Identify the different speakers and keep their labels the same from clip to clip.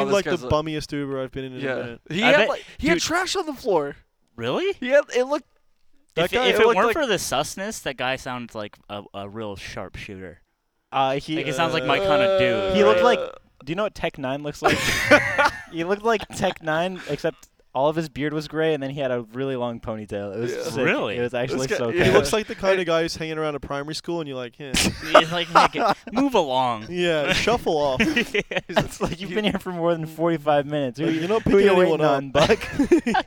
Speaker 1: Oh, this
Speaker 2: like the
Speaker 1: guy's a-
Speaker 2: bummiest Uber I've been in in a
Speaker 1: Yeah,
Speaker 2: minute.
Speaker 1: he
Speaker 3: I
Speaker 1: had
Speaker 3: bet-
Speaker 1: like, he had
Speaker 3: dude.
Speaker 1: trash on the floor.
Speaker 3: Really?
Speaker 1: He had it looked.
Speaker 2: That
Speaker 3: if
Speaker 2: guy-
Speaker 3: if
Speaker 1: it
Speaker 3: it,
Speaker 1: looked
Speaker 3: weren't
Speaker 1: like-
Speaker 3: for the susness, that guy sounds like a, a real sharp shooter.
Speaker 4: Uh, he
Speaker 3: Like it sounds like my kind of
Speaker 1: Uh,
Speaker 3: dude.
Speaker 4: He looked
Speaker 3: right?
Speaker 4: like- Do you know what Tech Nine looks like? he looked like Tech Nine, except all of his beard was gray, and then he had a really long ponytail. It was
Speaker 1: Yeah.
Speaker 4: sick.
Speaker 3: Really?
Speaker 4: It was actually
Speaker 1: guy-
Speaker 4: so.
Speaker 1: he
Speaker 4: Cool.
Speaker 2: He
Speaker 1: Yeah.
Speaker 2: looks like the kind of guy who's hanging around a primary school, and you're like, yeah,
Speaker 3: He's like, "Make it- move along.
Speaker 2: yeah shuffle off.
Speaker 4: It's like you've been here for more than forty-five minutes. Who,
Speaker 2: Like, you're not
Speaker 4: who
Speaker 2: picking
Speaker 4: you
Speaker 2: anyone
Speaker 4: waiting
Speaker 2: up.
Speaker 4: on, Buck?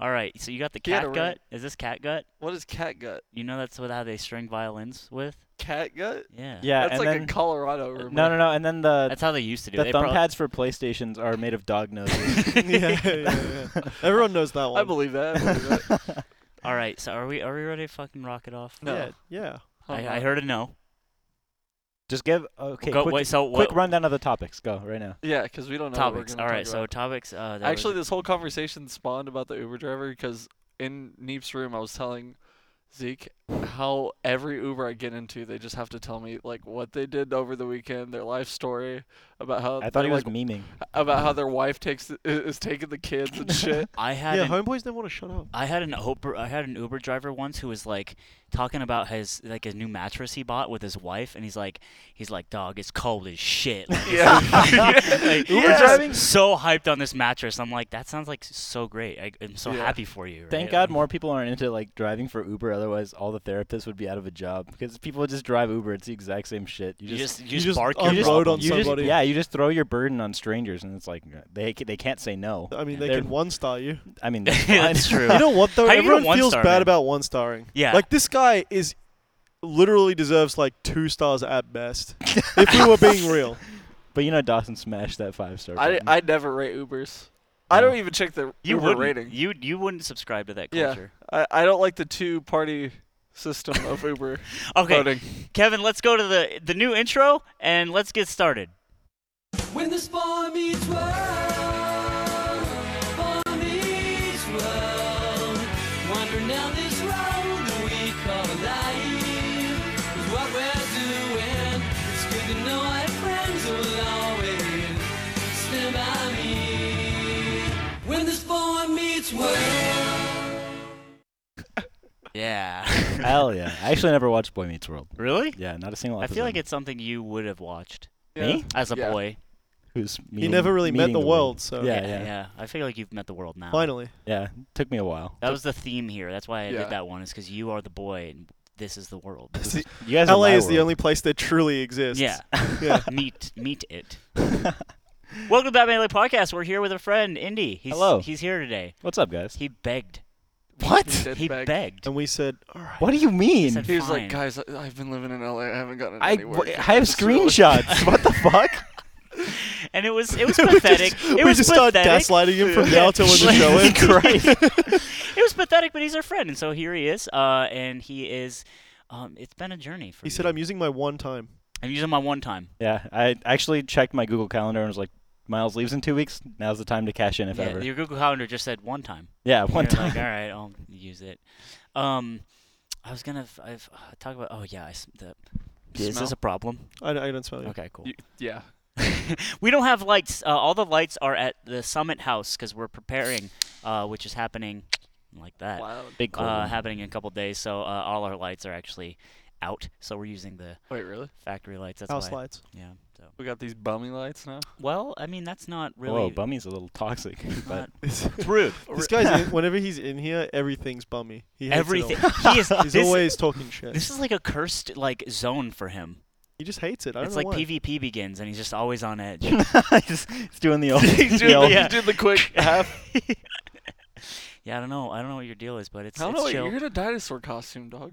Speaker 3: All right, so you got the
Speaker 1: He had a
Speaker 3: cat
Speaker 1: ring.
Speaker 3: gut. Is this cat gut?
Speaker 1: What is cat gut?
Speaker 3: You know that's what how they string violins with.
Speaker 1: Cat gut?
Speaker 3: Yeah.
Speaker 4: yeah,
Speaker 1: That's
Speaker 4: and
Speaker 1: like
Speaker 4: then
Speaker 1: a Colorado rumor.
Speaker 4: no, no, no, and then the
Speaker 3: That's how they used to do
Speaker 4: the
Speaker 3: it. They
Speaker 4: thumb
Speaker 3: prob-
Speaker 4: pads for PlayStations are made of dog noses.
Speaker 2: yeah, yeah, yeah. Everyone knows that one.
Speaker 1: I believe that. I believe that.
Speaker 3: All right, so are we are we ready to fucking rock it off?
Speaker 1: No. uh-huh.
Speaker 2: Yeah, yeah.
Speaker 3: I, I heard a no.
Speaker 4: Just give okay.
Speaker 3: Go-
Speaker 4: quick,
Speaker 3: wait, so
Speaker 4: quick
Speaker 3: what
Speaker 4: rundown of the topics. Go right now.
Speaker 1: Yeah, because we don't know.
Speaker 3: topics?
Speaker 1: What we're
Speaker 3: All right, so
Speaker 1: gonna talk
Speaker 3: topics. Uh, that
Speaker 1: about.
Speaker 3: was-
Speaker 1: actually, this whole conversation spawned about the Uber driver because in Neep's room, I was telling Zeke how every Uber I get into, they just have to tell me like what they did over the weekend, their life story about how
Speaker 4: I thought
Speaker 1: they,
Speaker 4: he was
Speaker 1: like,
Speaker 4: memeing.
Speaker 1: about how their wife takes the, is is taking the kids and shit.
Speaker 3: I had
Speaker 2: yeah,
Speaker 3: an-
Speaker 2: homeboys don't want to shut up.
Speaker 3: I had an Uber I had an Uber driver once who was like talking about his like his new mattress he bought with his wife and he's like he's like dog it's cold as shit. Like,
Speaker 1: yeah.
Speaker 3: like,
Speaker 2: Uber
Speaker 3: we're just
Speaker 2: driving-
Speaker 3: so hyped on this mattress. I'm like that sounds like so great. I, I'm so
Speaker 1: Yeah.
Speaker 3: happy for you. Right?
Speaker 4: Thank God more people aren't into like driving for Uber. Otherwise, all the therapists would be out of a job because people just drive Uber. It's the exact same shit. You,
Speaker 3: You
Speaker 4: just,
Speaker 3: just you,
Speaker 2: just
Speaker 3: bark
Speaker 2: unload on
Speaker 3: your problems.
Speaker 4: you just-
Speaker 2: somebody.
Speaker 4: yeah, you just throw your burden on strangers, and it's like uh, they ca- they can't say no.
Speaker 2: I mean, they
Speaker 4: They're-
Speaker 2: can one star you.
Speaker 4: I mean, that's fine.
Speaker 3: That's true.
Speaker 2: You know what though?
Speaker 3: How you gonna
Speaker 2: Everyone feels
Speaker 3: one-star,
Speaker 2: bad
Speaker 3: man?
Speaker 2: about one starring.
Speaker 3: Yeah.
Speaker 2: Like this guy is literally deserves like two stars at best. if we were being real.
Speaker 4: but you know, Dawson smashed that five star.
Speaker 1: I, I never rate Ubers. I don't even check the
Speaker 3: you
Speaker 1: Uber
Speaker 3: wouldn't
Speaker 1: rating.
Speaker 3: you you wouldn't subscribe to that
Speaker 1: Yeah.
Speaker 3: culture.
Speaker 1: I, I don't like the two party system of Uber
Speaker 3: Okay,
Speaker 1: voting.
Speaker 3: Kevin, let's go to the the new intro and let's get started.
Speaker 5: When the spar meets world, spar meets world. Wandering down this road that we call life is what we're doing. It's good to know I have friends who will always stand by me. When the spar meets world.
Speaker 3: Yeah.
Speaker 4: hell yeah. I actually never watched Boy Meets World.
Speaker 3: really?
Speaker 4: Yeah, not a single.
Speaker 3: I
Speaker 4: Episode.
Speaker 3: feel like it's something you would have watched
Speaker 4: me
Speaker 3: as a
Speaker 1: Yeah.
Speaker 3: boy.
Speaker 4: who's
Speaker 2: He
Speaker 4: meeting-
Speaker 2: never really met
Speaker 4: meeting
Speaker 2: the world, so
Speaker 4: Yeah,
Speaker 3: yeah,
Speaker 4: yeah.
Speaker 3: I feel like you've met the world now.
Speaker 2: finally.
Speaker 4: Yeah, took me a while.
Speaker 3: That was the theme here. That's why I
Speaker 1: Yeah.
Speaker 3: did that one. Is because you are the boy and this is the world.
Speaker 2: See,
Speaker 4: You guys, are
Speaker 2: LA
Speaker 4: my
Speaker 2: is the
Speaker 4: world.
Speaker 2: only place that truly exists.
Speaker 3: yeah.
Speaker 2: Yeah.
Speaker 3: meet meet it. Welcome to Batman Late Podcast. We're here with a friend, Indy. He's,
Speaker 4: Hello.
Speaker 3: He's here today.
Speaker 4: What's up, guys?
Speaker 3: He begged.
Speaker 1: He did
Speaker 3: he
Speaker 1: beg.
Speaker 3: begged.
Speaker 2: And we said, all right.
Speaker 4: What do you mean?
Speaker 3: said-
Speaker 1: He was like,
Speaker 3: Fine.
Speaker 1: guys, I, I've been living in LA. I haven't gotten
Speaker 4: I,
Speaker 1: anywhere.
Speaker 4: I have screenshots. what the fuck?
Speaker 3: And it was it was pathetic. it
Speaker 2: we
Speaker 3: was
Speaker 2: just start
Speaker 3: pathetic.
Speaker 2: gaslighting him from now till when the show ends.
Speaker 3: It was pathetic, but he's our friend, and so here he is. Uh, and he is. Um, it's been a journey for
Speaker 2: He
Speaker 3: me.
Speaker 2: said, I'm using my one time.
Speaker 3: I'm using my one time.
Speaker 4: Yeah, I actually checked my Google Calendar and was like, Miles leaves in two weeks. Now's the time to cash in if
Speaker 3: yeah,
Speaker 4: ever.
Speaker 3: your Google Calendar just said one time.
Speaker 4: Yeah, one
Speaker 3: You're
Speaker 4: time.
Speaker 3: Like, All right, I'll use it. Um, I was gonna f- I've, uh, talk about. Oh yeah, I, s- the, is
Speaker 1: smell?
Speaker 3: this a problem?
Speaker 2: I, I don't smell you.
Speaker 3: Okay, cool.
Speaker 1: You- yeah.
Speaker 3: we don't have lights. Uh, all the lights are at the Summit House because we're preparing, uh, which is happening like that.
Speaker 1: Wow.
Speaker 4: Big cold.
Speaker 3: Uh,
Speaker 4: one.
Speaker 3: happening in a couple days, so uh, all our lights are actually out. So we're using the
Speaker 1: Wait, really?
Speaker 3: factory lights. That's
Speaker 2: House
Speaker 3: why.
Speaker 2: lights.
Speaker 3: Yeah. So.
Speaker 1: We got these bummy lights now.
Speaker 3: Well, I mean that's not really.
Speaker 4: Whoa, Bummy's a little toxic. But
Speaker 3: not-
Speaker 2: this
Speaker 3: rude.
Speaker 2: guy's in, whenever he's in here, everything's bummy. He hates it all.
Speaker 3: Everything. he is.
Speaker 2: He's
Speaker 3: this,
Speaker 2: always talking shit.
Speaker 3: This is like a cursed like zone for him.
Speaker 2: he just hates it. I don't
Speaker 3: it's
Speaker 2: know
Speaker 3: like
Speaker 2: why.
Speaker 3: PvP begins, and he's just always on edge.
Speaker 4: he's, he's doing the old.
Speaker 1: he's, doing
Speaker 4: the
Speaker 1: the,
Speaker 4: old-
Speaker 3: yeah.
Speaker 1: he's doing the quick half.
Speaker 3: yeah, I don't know. I don't know what your deal is, but it's,
Speaker 1: I don't
Speaker 3: it's
Speaker 1: know. wait,
Speaker 3: chill.
Speaker 1: You're in a dinosaur costume, dog.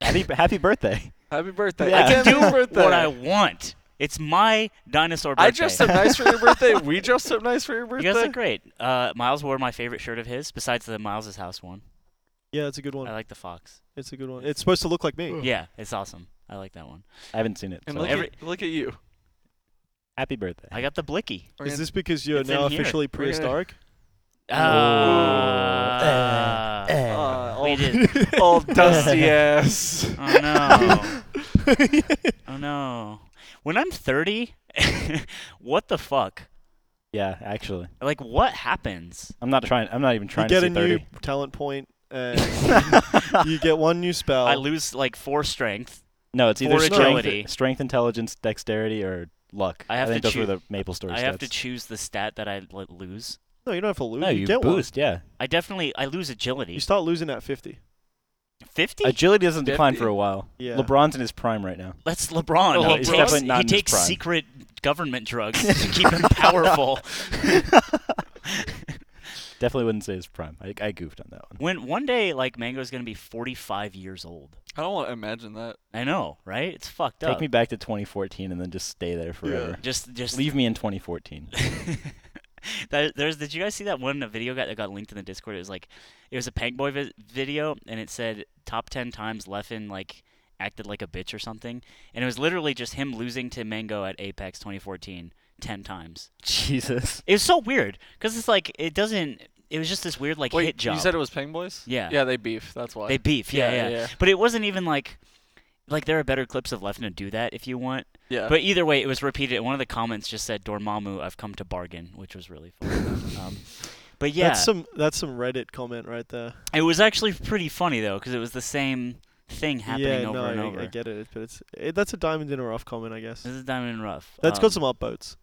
Speaker 4: happy, happy birthday.
Speaker 1: Happy birthday.
Speaker 4: Yeah.
Speaker 1: I
Speaker 3: I
Speaker 1: can't
Speaker 3: do
Speaker 1: do birthday.
Speaker 3: what I want. It's my dinosaur birthday.
Speaker 1: I dressed up nice for your birthday. We dressed up nice for your
Speaker 3: You
Speaker 1: birthday.
Speaker 3: guys look great. Uh, Miles wore my favorite shirt of his, besides the Miles's house one.
Speaker 2: yeah, it's a good one.
Speaker 3: I like the fox.
Speaker 2: it's a good one. It's supposed to look like me.
Speaker 3: Uh, Yeah, it's awesome. I like that one.
Speaker 4: I haven't seen it.
Speaker 1: and
Speaker 4: so-
Speaker 1: look,
Speaker 3: every-
Speaker 1: at, look at you.
Speaker 4: happy birthday.
Speaker 3: I got the blicky.
Speaker 1: We're
Speaker 2: Is
Speaker 1: gonna-
Speaker 2: this because you're
Speaker 3: It's in
Speaker 2: now
Speaker 3: here.
Speaker 2: officially
Speaker 1: We're gonna-
Speaker 2: prehistoric?
Speaker 3: Ah.
Speaker 4: Eh, eh.
Speaker 1: uh,
Speaker 3: we
Speaker 1: old,
Speaker 3: did.
Speaker 1: old dusty ass.
Speaker 3: Oh no. oh no. When I'm 30 what the fuck?
Speaker 4: Yeah, actually,
Speaker 3: Like, what happens?
Speaker 4: I'm not trying. I'm not even trying
Speaker 2: you get
Speaker 4: to
Speaker 2: a
Speaker 4: see
Speaker 2: new
Speaker 4: 30.
Speaker 2: talent point, and you get one new spell.
Speaker 3: I lose like four strength.
Speaker 4: No, it's either
Speaker 3: Or agility.
Speaker 4: strength, strength, intelligence, dexterity, or luck.
Speaker 3: I have
Speaker 4: think
Speaker 3: to
Speaker 4: those were
Speaker 3: choo-
Speaker 4: the Maple Story
Speaker 3: I
Speaker 4: stats.
Speaker 3: have to choose the stat that I l- lose.
Speaker 2: no, you don't have to lose.
Speaker 4: no,
Speaker 2: you,
Speaker 4: you,
Speaker 2: get
Speaker 4: boost. Yeah,
Speaker 3: I definitely I lose
Speaker 2: one. You
Speaker 3: agility.
Speaker 2: start losing at 50.
Speaker 3: Fifty?
Speaker 4: agility doesn't decline for
Speaker 1: Fifty.
Speaker 4: a while.
Speaker 2: Yeah.
Speaker 4: LeBron's in his prime right now.
Speaker 3: That's LeBron.
Speaker 4: No,
Speaker 3: He
Speaker 4: Oh, he's
Speaker 3: takes-
Speaker 4: definitely not
Speaker 3: he
Speaker 4: in his
Speaker 3: takes
Speaker 4: prime.
Speaker 3: secret government drugs to keep him powerful.
Speaker 4: Definitely wouldn't say his prime. I, I goofed on that one.
Speaker 3: when one day like Mango's gonna be forty five years old.
Speaker 1: I don't want to imagine that.
Speaker 3: I know, right? It's fucked
Speaker 4: Take
Speaker 3: up.
Speaker 4: me back to 2014 and then just stay there forever.
Speaker 3: just just
Speaker 4: Leave me in 2014.
Speaker 3: That, there's did you guys see that one video got that got linked in the Discord? It was like it was a Pank Boy vi- video and it said top ten times Leffen like acted like a bitch or something, and it was literally just him losing to Mango at Apex 2014 ten times.
Speaker 4: Jesus.
Speaker 3: It was so weird because it's like it doesn't. It was just this weird like
Speaker 1: Wait,
Speaker 3: hit job.
Speaker 1: you said it was Ping Boys?
Speaker 3: Yeah.
Speaker 1: Yeah, they beef. That's why.
Speaker 3: they beef, yeah,
Speaker 1: Yeah,
Speaker 3: yeah,
Speaker 1: yeah.
Speaker 3: But it wasn't even like like there are better clips of Leffen to do that if you want.
Speaker 1: yeah.
Speaker 3: But either way, it was repeated. and One of the comments just said "Dormammu, I've come to bargain," which was really funny. um, but yeah,
Speaker 2: That's some that's some Reddit comment right there.
Speaker 3: it was actually pretty funny though because it was the same thing happening
Speaker 2: yeah,
Speaker 3: over
Speaker 2: no,
Speaker 3: and
Speaker 2: I,
Speaker 3: over.
Speaker 2: I get it, but it's it, that's a diamond in a rough comment, I guess.
Speaker 3: This is Diamond and Rough.
Speaker 2: That's
Speaker 3: um,
Speaker 2: got some upvotes.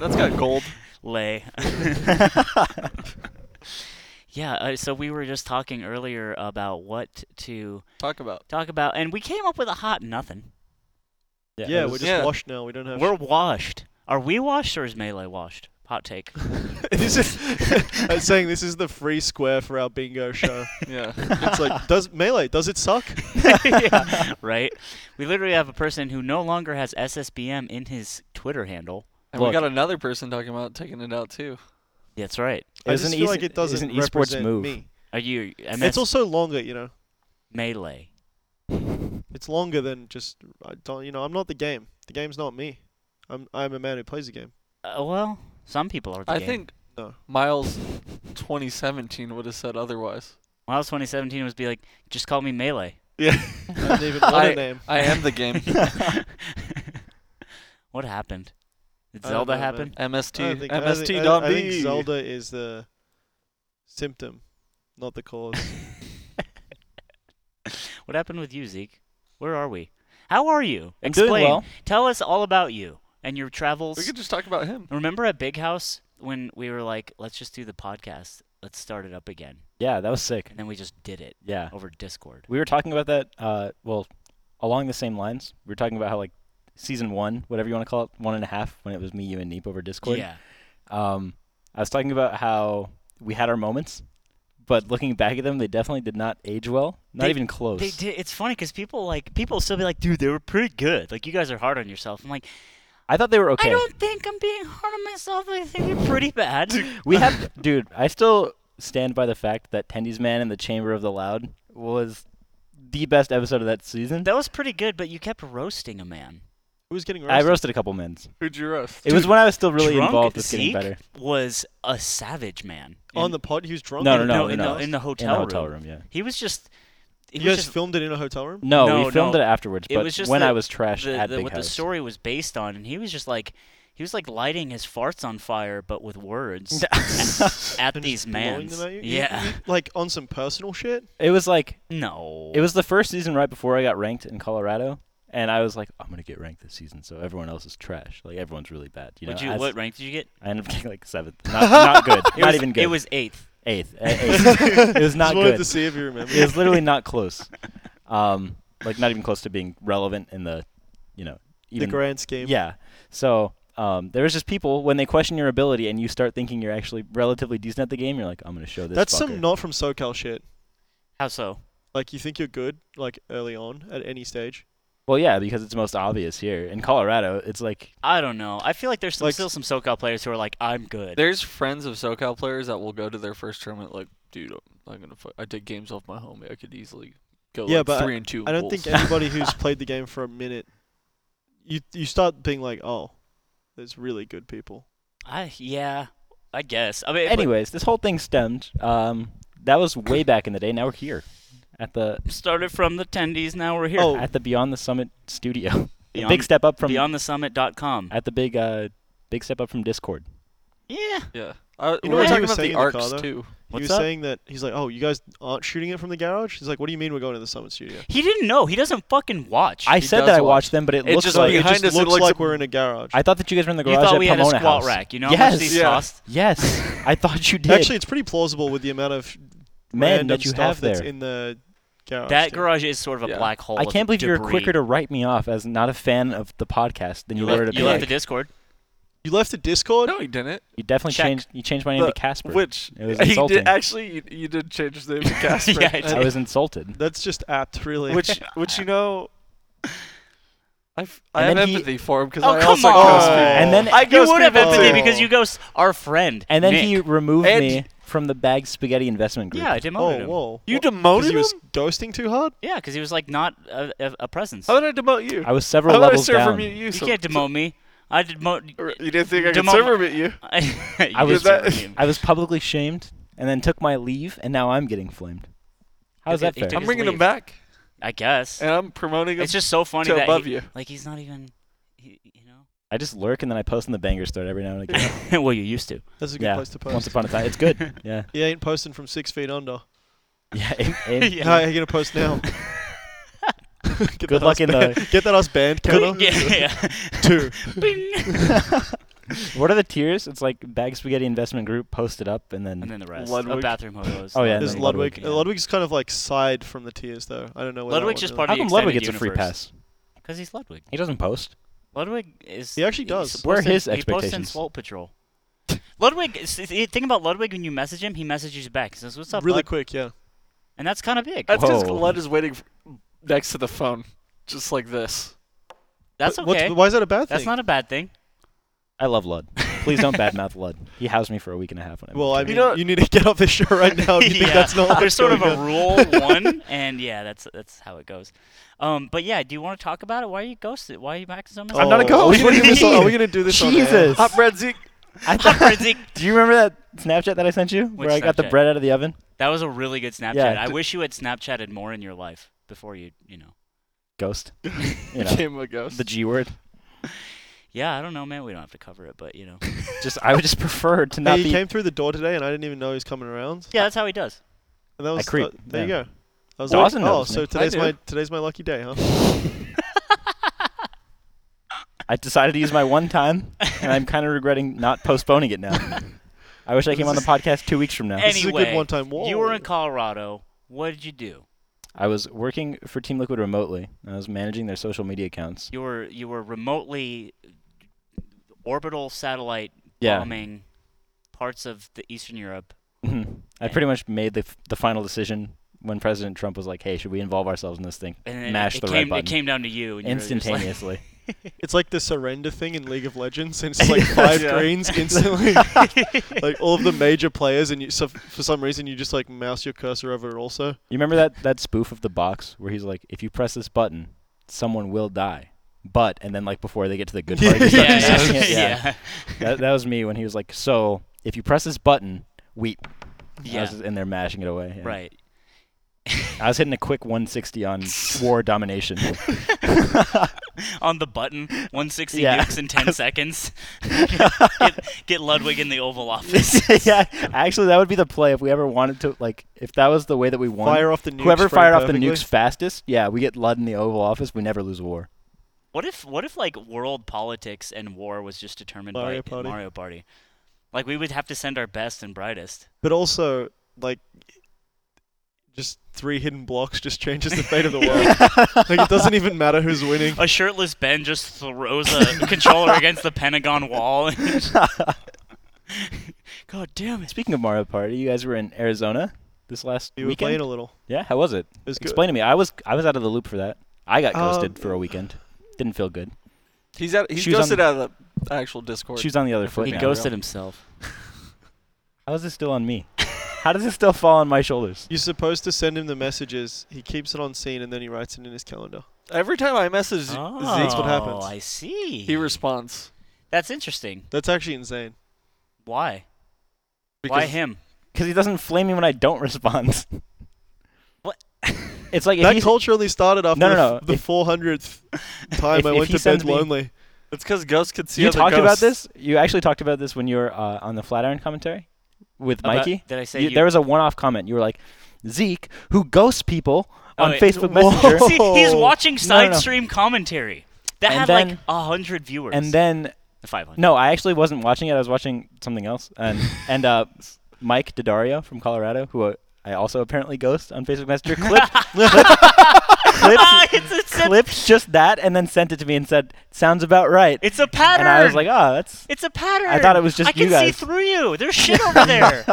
Speaker 1: That's got gold.
Speaker 3: lay. yeah, uh, so we were just talking earlier about what to
Speaker 1: Talk about.
Speaker 3: talk about, and we came up with a hot nothing.
Speaker 2: Yeah,
Speaker 4: it
Speaker 2: we're
Speaker 4: was-
Speaker 2: just
Speaker 1: Yeah.
Speaker 2: washed now. We don't have.
Speaker 3: We're washed. Are we washed or is Melee washed? Hot take.
Speaker 2: this is I was saying this is the free square for our bingo show.
Speaker 1: Yeah.
Speaker 2: it's like does melee does it suck?
Speaker 3: Yeah, right? We literally have a person who no longer has SSBM in his Twitter handle.
Speaker 1: And we
Speaker 4: Look.
Speaker 1: got another person talking about taking it out too.
Speaker 3: That's right.
Speaker 2: I
Speaker 4: It's
Speaker 2: just
Speaker 4: an
Speaker 2: feel
Speaker 4: eas-
Speaker 2: like it
Speaker 4: it's
Speaker 2: doesn't
Speaker 4: an esports
Speaker 2: represent
Speaker 4: move.
Speaker 2: me.
Speaker 3: Are you? And
Speaker 2: It's
Speaker 3: that's
Speaker 2: also longer, you know.
Speaker 3: Melee.
Speaker 2: It's longer than just I don't you know, I'm not the game. The game's not me. I'm I'm a man who plays the game.
Speaker 3: Uh, well, some people are. The
Speaker 1: I
Speaker 3: game.
Speaker 1: think
Speaker 2: No.
Speaker 1: Miles 2017 would have said otherwise.
Speaker 3: Miles 2017 was be like, just call me Melee.
Speaker 2: Yeah. I don't even want a name.
Speaker 1: I am the game.
Speaker 3: what happened? Did
Speaker 2: I don't
Speaker 3: Zelda
Speaker 2: know, man.
Speaker 3: happen?
Speaker 2: I don't
Speaker 1: MST.
Speaker 2: think, I
Speaker 1: MST
Speaker 2: think,
Speaker 1: Don
Speaker 2: I, I think
Speaker 1: B.
Speaker 2: Zelda is the symptom, not the cause.
Speaker 3: What happened with you, Zeke? Where are we? How are you?
Speaker 4: I'm doing
Speaker 3: Explain.
Speaker 4: well.
Speaker 3: Tell us all about you and your travels.
Speaker 1: We could just talk about him.
Speaker 3: Remember at Big House when we were like, let's just do the podcast. Let's start it up again.
Speaker 4: Yeah, that was sick.
Speaker 3: And then we just did it
Speaker 4: Yeah.
Speaker 3: over Discord.
Speaker 4: We were talking about that. Uh, well, along the same lines, we were talking about how like season one, whatever you want to call it, one and a half, when it was me, you, and Neep over Discord.
Speaker 3: Yeah.
Speaker 4: Um, I was talking about how we had our moments, but looking back at them, they definitely did not age well. Not
Speaker 3: They-
Speaker 4: even close.
Speaker 3: They did. It's funny because people like people still be like, dude, they were pretty good. Like you guys are hard on yourself. I'm like,
Speaker 4: I thought they were okay.
Speaker 3: I don't think I'm being hard on myself. I think you're pretty bad.
Speaker 4: We have, dude. I still stand by the fact that Tendy's Man in the Chamber of the Loud was the best episode of that season.
Speaker 3: that was pretty good, but you kept roasting a man.
Speaker 2: Who's getting
Speaker 4: I
Speaker 2: roasted?
Speaker 4: roasted a couple men's.
Speaker 1: Who'd you roast?
Speaker 4: It was when I was still really
Speaker 3: Drunk
Speaker 4: involved with getting
Speaker 3: Zeke
Speaker 4: better.
Speaker 3: Was a savage man
Speaker 2: on
Speaker 3: In-
Speaker 2: the pod. He was drunk.
Speaker 4: No, no,
Speaker 2: in-
Speaker 4: no,
Speaker 3: in
Speaker 4: no.
Speaker 3: the in the
Speaker 4: In
Speaker 3: hotel,
Speaker 4: the hotel room, yeah.
Speaker 3: He was just. He
Speaker 2: You
Speaker 3: was
Speaker 2: guys
Speaker 3: just
Speaker 2: filmed it in a hotel room.
Speaker 4: No,
Speaker 3: No,
Speaker 4: we filmed
Speaker 3: no.
Speaker 4: it afterwards,
Speaker 3: It
Speaker 4: but
Speaker 3: was just
Speaker 4: when
Speaker 3: the-
Speaker 4: I was trash
Speaker 3: the,
Speaker 4: at
Speaker 3: the,
Speaker 4: Big
Speaker 3: what
Speaker 4: House.
Speaker 3: the story was based on, and he was just like he was like lighting his farts on fire, but with words at
Speaker 2: And
Speaker 3: these
Speaker 2: just blowing
Speaker 3: mans.
Speaker 2: them at you? You-
Speaker 3: Yeah.
Speaker 2: you- like on some personal shit.
Speaker 4: It was like
Speaker 3: No.
Speaker 4: it was the first season right before I got ranked in Colorado, and I was like, I'm gonna get ranked this season, so everyone else is trash. Like everyone's really bad. You know,
Speaker 3: What'd you-
Speaker 4: I s-
Speaker 3: what rank did you get?
Speaker 4: I ended up getting like seventh. Not, not good.
Speaker 3: It
Speaker 4: not
Speaker 3: was,
Speaker 4: even good.
Speaker 3: It was eighth.
Speaker 4: eighth. Eh, eighth. it was
Speaker 2: Just
Speaker 4: not
Speaker 2: wanted
Speaker 4: good.
Speaker 2: to see if you remember.
Speaker 4: It was literally not close. Um, like not even close to being relevant in the, you know,
Speaker 2: the
Speaker 4: even
Speaker 2: grand scheme.
Speaker 4: Yeah. So um, there's just people when they question your ability and you start thinking you're actually relatively decent at the game, you're like, I'm gonna show this.
Speaker 2: That's
Speaker 4: fucker."
Speaker 2: some not from SoCal shit.
Speaker 3: How so?
Speaker 2: Like you think you're good, like early on at any stage.
Speaker 4: Well, yeah, because it's most obvious here in Colorado. It's like
Speaker 3: I don't know. I feel like there's some,
Speaker 2: Like-
Speaker 3: still some SoCal players who are like, I'm good.
Speaker 1: There's friends of SoCal players that will go to their first tournament like, dude, I'm gonna. Fu- I take games off my homie. I could easily go
Speaker 2: Yeah,
Speaker 1: like,
Speaker 2: but
Speaker 1: three and two.
Speaker 2: I don't
Speaker 1: Wolves."
Speaker 2: think anybody who's played the game for a minute, you you start being like, oh, there's really good people.
Speaker 3: I yeah. I guess. I mean, but
Speaker 4: Anyways, this whole thing stemmed. Um, that was way back in the day. Now we're here, at the
Speaker 3: started from the tendies. Now we're here.
Speaker 2: Oh.
Speaker 4: at the Beyond the Summit studio. A
Speaker 3: Beyond-
Speaker 4: big step up from
Speaker 3: BeyondTheSummit.com.
Speaker 4: at the big uh, big step up from Discord.
Speaker 3: Yeah.
Speaker 1: Yeah. I,
Speaker 2: You
Speaker 1: you
Speaker 2: know what
Speaker 1: know Uh, we're
Speaker 2: he
Speaker 1: talking
Speaker 2: was saying
Speaker 1: about the
Speaker 2: in the car,
Speaker 1: arcs
Speaker 2: though?
Speaker 1: too.
Speaker 2: he
Speaker 4: What's
Speaker 2: was
Speaker 4: up?
Speaker 2: saying that he's like, "Oh, you guys aren't shooting it from the garage." He's like, "What do you mean we're going to the Summit Studio?"
Speaker 3: He didn't know. He doesn't fucking watch.
Speaker 4: I
Speaker 1: He
Speaker 4: said
Speaker 1: does
Speaker 4: that I
Speaker 1: watch.
Speaker 4: watched them, but it,
Speaker 1: It
Speaker 4: looks
Speaker 1: just
Speaker 4: like
Speaker 2: it
Speaker 1: behind
Speaker 2: just
Speaker 1: us, it
Speaker 2: looks,
Speaker 1: looks
Speaker 2: like
Speaker 1: a-
Speaker 2: we're in a garage.
Speaker 4: I thought that you guys were in the
Speaker 3: he
Speaker 4: garage
Speaker 3: thought
Speaker 4: at
Speaker 3: we had a
Speaker 4: Pomona
Speaker 3: squat
Speaker 4: House.
Speaker 3: rack. You know how much
Speaker 4: Yes.
Speaker 3: these
Speaker 1: Yeah.
Speaker 3: cost?
Speaker 4: Yes, I thought you did.
Speaker 2: Actually, it's pretty plausible with the amount of
Speaker 4: man,
Speaker 2: random
Speaker 4: that you
Speaker 2: stuff
Speaker 4: have
Speaker 2: that's
Speaker 4: there.
Speaker 2: in the garage.
Speaker 3: That
Speaker 2: dude.
Speaker 3: garage is sort of a
Speaker 1: Yeah.
Speaker 3: black hole.
Speaker 4: I
Speaker 3: of
Speaker 4: can't believe you were
Speaker 3: debris.
Speaker 4: quicker to write me off as not a fan of the podcast than you,
Speaker 3: You
Speaker 4: were
Speaker 3: left,
Speaker 4: to
Speaker 3: you left the
Speaker 4: Peg.
Speaker 3: Discord.
Speaker 2: You left the Discord.
Speaker 1: Oh, No, he didn't.
Speaker 4: You definitely
Speaker 3: Check.
Speaker 4: changed. You changed my name
Speaker 1: The-
Speaker 4: to Casper.
Speaker 1: Which
Speaker 4: It was
Speaker 1: he
Speaker 4: insulting.
Speaker 1: did actually. You, you did change the name to Casper.
Speaker 3: Yeah, I
Speaker 4: I was insulted.
Speaker 2: That's just apt, really.
Speaker 1: Which, which you know, I, f- I
Speaker 4: And
Speaker 1: have
Speaker 4: then he-
Speaker 1: empathy for him because
Speaker 3: Oh,
Speaker 1: I
Speaker 3: come
Speaker 1: also
Speaker 3: on.
Speaker 1: ghost people.
Speaker 4: And then-
Speaker 1: I
Speaker 3: You
Speaker 1: ghost
Speaker 3: would have
Speaker 1: people
Speaker 3: empathy
Speaker 1: too.
Speaker 3: because you ghost our friend.
Speaker 4: oh. And then
Speaker 3: Nick.
Speaker 4: he removed
Speaker 1: And-
Speaker 4: me from the bag spaghetti investment group.
Speaker 3: Yeah, I
Speaker 2: oh,
Speaker 3: demoted him.
Speaker 2: whoa!
Speaker 1: You
Speaker 2: What, 'cause
Speaker 1: demoted
Speaker 2: he was
Speaker 1: him?
Speaker 2: ghosting too hard.
Speaker 3: Yeah, because he was like not a, a, a presence.
Speaker 1: How did I demote you?
Speaker 4: I was several
Speaker 1: How did I
Speaker 4: levels
Speaker 1: server
Speaker 4: down.
Speaker 1: mute you?
Speaker 3: you
Speaker 1: so-
Speaker 3: can't demote me. I demote.
Speaker 1: or You didn't think I could
Speaker 3: Demote-
Speaker 1: server mute you?
Speaker 3: I,
Speaker 4: I was-
Speaker 1: that-
Speaker 4: I was publicly shamed and then took my leave, and now I'm getting flamed. How's
Speaker 3: He
Speaker 4: that
Speaker 3: took- he
Speaker 4: fair?
Speaker 3: took
Speaker 1: I'm
Speaker 3: his
Speaker 1: bringing him
Speaker 3: leave.
Speaker 1: back,
Speaker 3: I guess.
Speaker 1: and I'm promoting him.
Speaker 3: It's just so funny
Speaker 1: to
Speaker 3: that
Speaker 1: above
Speaker 3: he-
Speaker 1: you.
Speaker 3: like he's not even. He, you know.
Speaker 4: I just lurk and then I post in the banger story every now and again.
Speaker 3: well, you used to.
Speaker 2: That's a good
Speaker 4: yeah,
Speaker 2: place to post.
Speaker 4: once upon a time, it's good. Yeah,
Speaker 2: He ain't posting from six feet under.
Speaker 4: yeah. aim- aim.
Speaker 2: No, you're gonna post now. Get
Speaker 4: Good
Speaker 2: that
Speaker 4: luck
Speaker 2: us
Speaker 4: in
Speaker 2: ban-
Speaker 4: the-
Speaker 2: Get that us banned,
Speaker 3: yeah,
Speaker 2: Connor.
Speaker 3: yeah.
Speaker 2: Two.
Speaker 3: Bing.
Speaker 4: What are the tiers? It's like bag spaghetti investment group, post it up, and then
Speaker 3: and then the rest.
Speaker 1: Ludwig.
Speaker 3: Oh, bathroom hobos.
Speaker 4: Oh, yeah, and
Speaker 2: There's
Speaker 4: then
Speaker 2: Ludwig.
Speaker 4: Ludwig,
Speaker 2: Uh,
Speaker 3: yeah.
Speaker 2: Ludwig's kind of like side from the tiers, though. I don't know. where that
Speaker 3: Ludwig's
Speaker 2: one
Speaker 3: just
Speaker 2: is.
Speaker 3: part of
Speaker 4: how
Speaker 3: the
Speaker 4: come Ludwig
Speaker 3: extended
Speaker 4: gets a free
Speaker 3: universe?
Speaker 4: pass?
Speaker 3: Because he's Ludwig.
Speaker 4: He doesn't post.
Speaker 3: Ludwig is.
Speaker 2: He actually does.
Speaker 3: he's
Speaker 4: Where are
Speaker 3: posting-
Speaker 4: his
Speaker 3: He posts in
Speaker 4: expectations?
Speaker 3: Swole Patrol. Ludwig, s- s- the thing about Ludwig when you message him, he messages you back. He says, "What's up,
Speaker 2: really
Speaker 3: bud?"
Speaker 2: quick. Yeah.
Speaker 3: And that's kind of big.
Speaker 1: That's because
Speaker 4: Whoa.
Speaker 1: Lud is waiting f- next to the phone, just like this.
Speaker 3: That's
Speaker 2: Wh- what's-
Speaker 3: okay.
Speaker 2: why is that a bad
Speaker 3: That's
Speaker 2: thing?
Speaker 3: not a bad thing.
Speaker 4: I love Lud. Please don't badmouth Lud. He housed me for a week and a half when I
Speaker 2: well, I
Speaker 4: moved
Speaker 2: mean,
Speaker 4: here.
Speaker 2: you,
Speaker 1: know-
Speaker 2: need to get off this show right now. if Oh, You think
Speaker 3: Yeah.
Speaker 2: that's not?
Speaker 3: There's
Speaker 2: what's
Speaker 3: sort of
Speaker 2: going
Speaker 3: a
Speaker 2: on.
Speaker 3: rule one, and yeah, that's that's how it goes. Um, but yeah, do you want to talk about it? Why are you ghosted? Why are you acting so miserable?
Speaker 4: I'm not a
Speaker 2: Oh, Are
Speaker 4: ghost.
Speaker 2: we
Speaker 4: What do
Speaker 2: gonna do
Speaker 4: you
Speaker 2: this on-
Speaker 4: mean?
Speaker 2: are we gonna do this? on air?
Speaker 4: Jesus.
Speaker 1: Hot bread, Zeke.
Speaker 4: I
Speaker 3: Hot
Speaker 4: thought,
Speaker 3: Frenzy.
Speaker 4: do you remember that Snapchat that I sent you where I got the
Speaker 3: Snapchat?
Speaker 4: bread out of the oven?
Speaker 3: That was a really good Snapchat.
Speaker 4: Yeah,
Speaker 3: I
Speaker 4: d-
Speaker 3: wish you had Snapchatted more in your life before you, you know.
Speaker 4: Ghost. You know,
Speaker 1: Became a ghost.
Speaker 4: the G word.
Speaker 3: Yeah, I don't know, man. We don't have to cover it, but you know.
Speaker 4: Just I would just prefer to
Speaker 2: Hey,
Speaker 4: not
Speaker 2: he
Speaker 4: be.
Speaker 2: came through the door today, and I didn't even know he was coming around.
Speaker 3: Yeah, that's how he does.
Speaker 2: And that was
Speaker 4: creep,
Speaker 2: uh, there
Speaker 4: yeah.
Speaker 2: you go. I was
Speaker 4: Dawson
Speaker 2: like, oh,
Speaker 4: noticed me.
Speaker 2: so today's
Speaker 1: I
Speaker 2: my
Speaker 1: do.
Speaker 2: today's my lucky day, huh?
Speaker 4: I decided to use my one time, and I'm kind of regretting not postponing it now. I wish I came on the podcast two weeks from now.
Speaker 2: is a good
Speaker 3: anyway,
Speaker 2: one-time
Speaker 3: you were
Speaker 2: wall.
Speaker 3: in Colorado. What did you do?
Speaker 4: I was working for Team Liquid remotely. and I was managing their social media accounts.
Speaker 3: You were you were remotely orbital satellite
Speaker 4: Yeah.
Speaker 3: bombing parts of the Eastern Europe.
Speaker 4: Mm-hmm. I pretty much made the f- the final decision when President Trump was like, "Hey, should we involve ourselves in this thing?"
Speaker 3: And then
Speaker 4: Mash
Speaker 3: it,
Speaker 4: the
Speaker 3: it
Speaker 4: right
Speaker 3: came
Speaker 4: button
Speaker 3: it came down to you and you were just like-
Speaker 4: instantaneously.
Speaker 2: It's like the surrender thing in League of Legends, and it's like five
Speaker 1: Yeah.
Speaker 2: greens instantly, like all of the major players, and you so for some reason you just like mouse your cursor over it. Also,
Speaker 4: You remember that that spoof of the box where he's like, "If you press this button, someone will die." But and then like before they get to the good part, he
Speaker 3: yeah,
Speaker 4: starts smashing
Speaker 3: yeah,
Speaker 4: it. yeah.
Speaker 3: yeah.
Speaker 4: That, that was me when he was like, "So if you press this button, weep." And I
Speaker 3: Yeah.
Speaker 4: was just in there mashing it away. yeah.
Speaker 3: Right.
Speaker 4: I was hitting a quick 160 on war domination.
Speaker 3: On the button, 160
Speaker 4: Yeah.
Speaker 3: nukes in 10 seconds. get, get Ludwig in the Oval Office.
Speaker 4: yeah, actually, that would be the play if we ever wanted to. Like, if that was the way that we won,
Speaker 2: fire off the nukes.
Speaker 4: whoever
Speaker 2: frame
Speaker 4: fired off the
Speaker 2: perfectly.
Speaker 4: nukes fastest, yeah, we get Lud in the Oval Office. We never lose a war.
Speaker 3: What if what if like world politics and war was just determined
Speaker 2: Mario
Speaker 3: by
Speaker 2: Party.
Speaker 3: Mario Party? Like we would have to send our best and brightest.
Speaker 2: But also, like, just three hidden blocks just changes the fate of the world. like it doesn't even matter who's winning.
Speaker 3: A shirtless Ben just throws a controller against the Pentagon wall. God damn it!
Speaker 4: Speaking of Mario Party, you guys were in Arizona this last
Speaker 2: You were
Speaker 4: weekend.
Speaker 2: playing a little.
Speaker 4: yeah, how was
Speaker 2: It
Speaker 4: it?
Speaker 2: was good.
Speaker 4: Explain to me. I was I was out of the loop for that. I got ghosted
Speaker 2: Um,
Speaker 4: for a weekend. Didn't feel good.
Speaker 1: He's out. He's
Speaker 4: She was on
Speaker 1: ghosted
Speaker 4: the-
Speaker 1: out of the actual Discord.
Speaker 4: She was on the other foot.
Speaker 3: He
Speaker 4: now.
Speaker 3: ghosted himself.
Speaker 4: How is this still on me? How does this still fall on my shoulders?
Speaker 2: You're supposed to send him the messages. He keeps it on scene, and then he writes it in his calendar.
Speaker 1: Every time I message Z-
Speaker 2: Zeke's
Speaker 1: Zeke,
Speaker 2: what happens.
Speaker 3: Oh, I see.
Speaker 1: he responds.
Speaker 3: That's interesting.
Speaker 2: That's actually insane.
Speaker 3: Why?
Speaker 1: Because
Speaker 3: Why him?
Speaker 4: Because he doesn't flame me when I don't respond.
Speaker 3: What?
Speaker 4: it's like if
Speaker 2: that
Speaker 4: he's,
Speaker 2: culturally started after
Speaker 4: No, no,
Speaker 2: the
Speaker 4: no,
Speaker 2: f- the
Speaker 4: if-
Speaker 2: four hundredth time
Speaker 4: if-
Speaker 2: I
Speaker 4: if
Speaker 2: went
Speaker 4: he
Speaker 2: to bed
Speaker 4: sends me-
Speaker 2: lonely.
Speaker 1: It's because ghosts can see
Speaker 4: you
Speaker 1: other
Speaker 4: talked
Speaker 1: ghosts.
Speaker 4: about this. You actually talked about this when you were uh, on the Flatiron commentary with
Speaker 3: About-
Speaker 4: Mikey.
Speaker 3: did I say
Speaker 4: You-
Speaker 3: you-
Speaker 4: there was a one-off comment? You were like, Zeke, who ghosts people
Speaker 3: Oh,
Speaker 4: on
Speaker 3: wait.
Speaker 4: Facebook
Speaker 2: Whoa.
Speaker 4: Messenger,
Speaker 3: See, he's watching
Speaker 4: No, no,
Speaker 3: side
Speaker 4: no.
Speaker 3: stream commentary. That
Speaker 4: And
Speaker 3: had like
Speaker 4: then-
Speaker 3: a hundred viewers.
Speaker 4: and then
Speaker 3: five hundred.
Speaker 4: no, I actually wasn't watching it. I was watching something else, and and uh, Mike Daddario from Colorado, who uh, I also apparently ghost on Facebook Messenger, clipped clipped,
Speaker 3: Ah, it's, it's, a,
Speaker 4: clipped just that, and then sent it to me and said, "Sounds about right."
Speaker 3: it's a pattern.
Speaker 4: and I was like, "Oh, that's."
Speaker 3: it's a pattern.
Speaker 4: I thought it was just
Speaker 3: I can
Speaker 4: you guys.
Speaker 3: see through you. There's shit over there.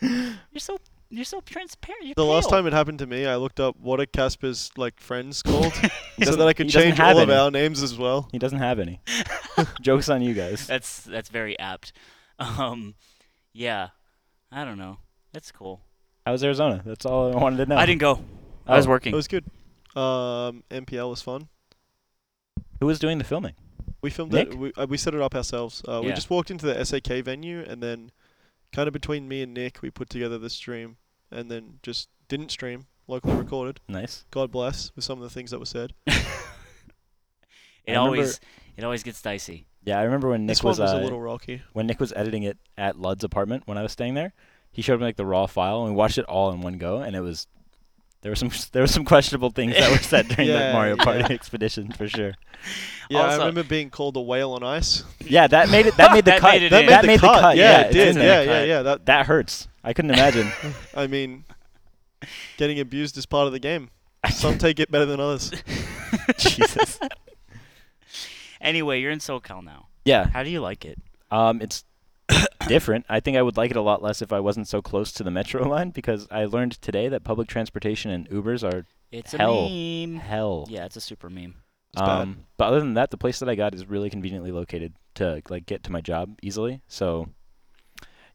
Speaker 3: you're so you're so transparent. You're
Speaker 2: The last
Speaker 3: pale.
Speaker 2: time it happened to me, I looked up what are Casper's like friends called, so
Speaker 4: doesn't-
Speaker 2: that I could
Speaker 4: he doesn't
Speaker 2: change
Speaker 4: have
Speaker 2: all of
Speaker 4: any.
Speaker 2: our names as well.
Speaker 4: He doesn't have any. Jokes on you guys.
Speaker 3: That's that's very apt. Um, yeah, I don't know. That's cool.
Speaker 4: How was Arizona? That's all I wanted to know.
Speaker 3: I didn't go. I was
Speaker 4: Oh.
Speaker 2: It
Speaker 3: working.
Speaker 2: was good. Um, MPL was fun.
Speaker 4: Who was doing the filming?
Speaker 2: We filmed
Speaker 4: Nick?
Speaker 2: it. We, uh, we set it up ourselves. Uh, We
Speaker 3: Yeah.
Speaker 2: just walked into the SAK venue, and then kind of between me and Nick, we put together the stream, and then just didn't stream. Locally recorded.
Speaker 4: Nice.
Speaker 2: God bless with some of the things that were said.
Speaker 3: it
Speaker 4: remember-
Speaker 3: always it always gets dicey.
Speaker 4: Yeah, I remember when Nick
Speaker 2: this
Speaker 4: was,
Speaker 2: one was
Speaker 4: uh,
Speaker 2: a little rocky.
Speaker 4: when Nick was editing it at Lud's apartment when I was staying there. He showed me like the raw file, and we watched it all in one go. And it was there were some there were some questionable things that were said during
Speaker 2: Yeah,
Speaker 4: that Mario
Speaker 2: yeah.
Speaker 4: Party expedition for sure.
Speaker 2: Yeah, I
Speaker 3: Also-
Speaker 2: remember being called a whale on ice.
Speaker 4: Yeah, that made it. That made the
Speaker 3: That
Speaker 4: cut.
Speaker 3: made it
Speaker 4: that
Speaker 3: in.
Speaker 4: made,
Speaker 3: That
Speaker 4: the cut.
Speaker 2: Yeah,
Speaker 4: it's
Speaker 2: it did.
Speaker 4: in there.
Speaker 2: Yeah,
Speaker 3: the
Speaker 2: yeah,
Speaker 3: cut.
Speaker 2: yeah. That
Speaker 4: That hurts. I couldn't imagine.
Speaker 2: I mean, getting abused is part of the game. Some take it better than others.
Speaker 4: Jesus.
Speaker 3: Anyway, you're in SoCal now.
Speaker 4: Yeah.
Speaker 3: How do you like it?
Speaker 4: Um, it's different. I think I would like it a lot less if I wasn't so close to the metro line because I learned today that public transportation and Ubers are
Speaker 3: It's
Speaker 4: Hell.
Speaker 3: a meme.
Speaker 4: hell.
Speaker 3: Yeah, it's a super meme.
Speaker 2: It's bad.
Speaker 4: um, but other than that, the place that I got is really conveniently located to like get to my job easily. So,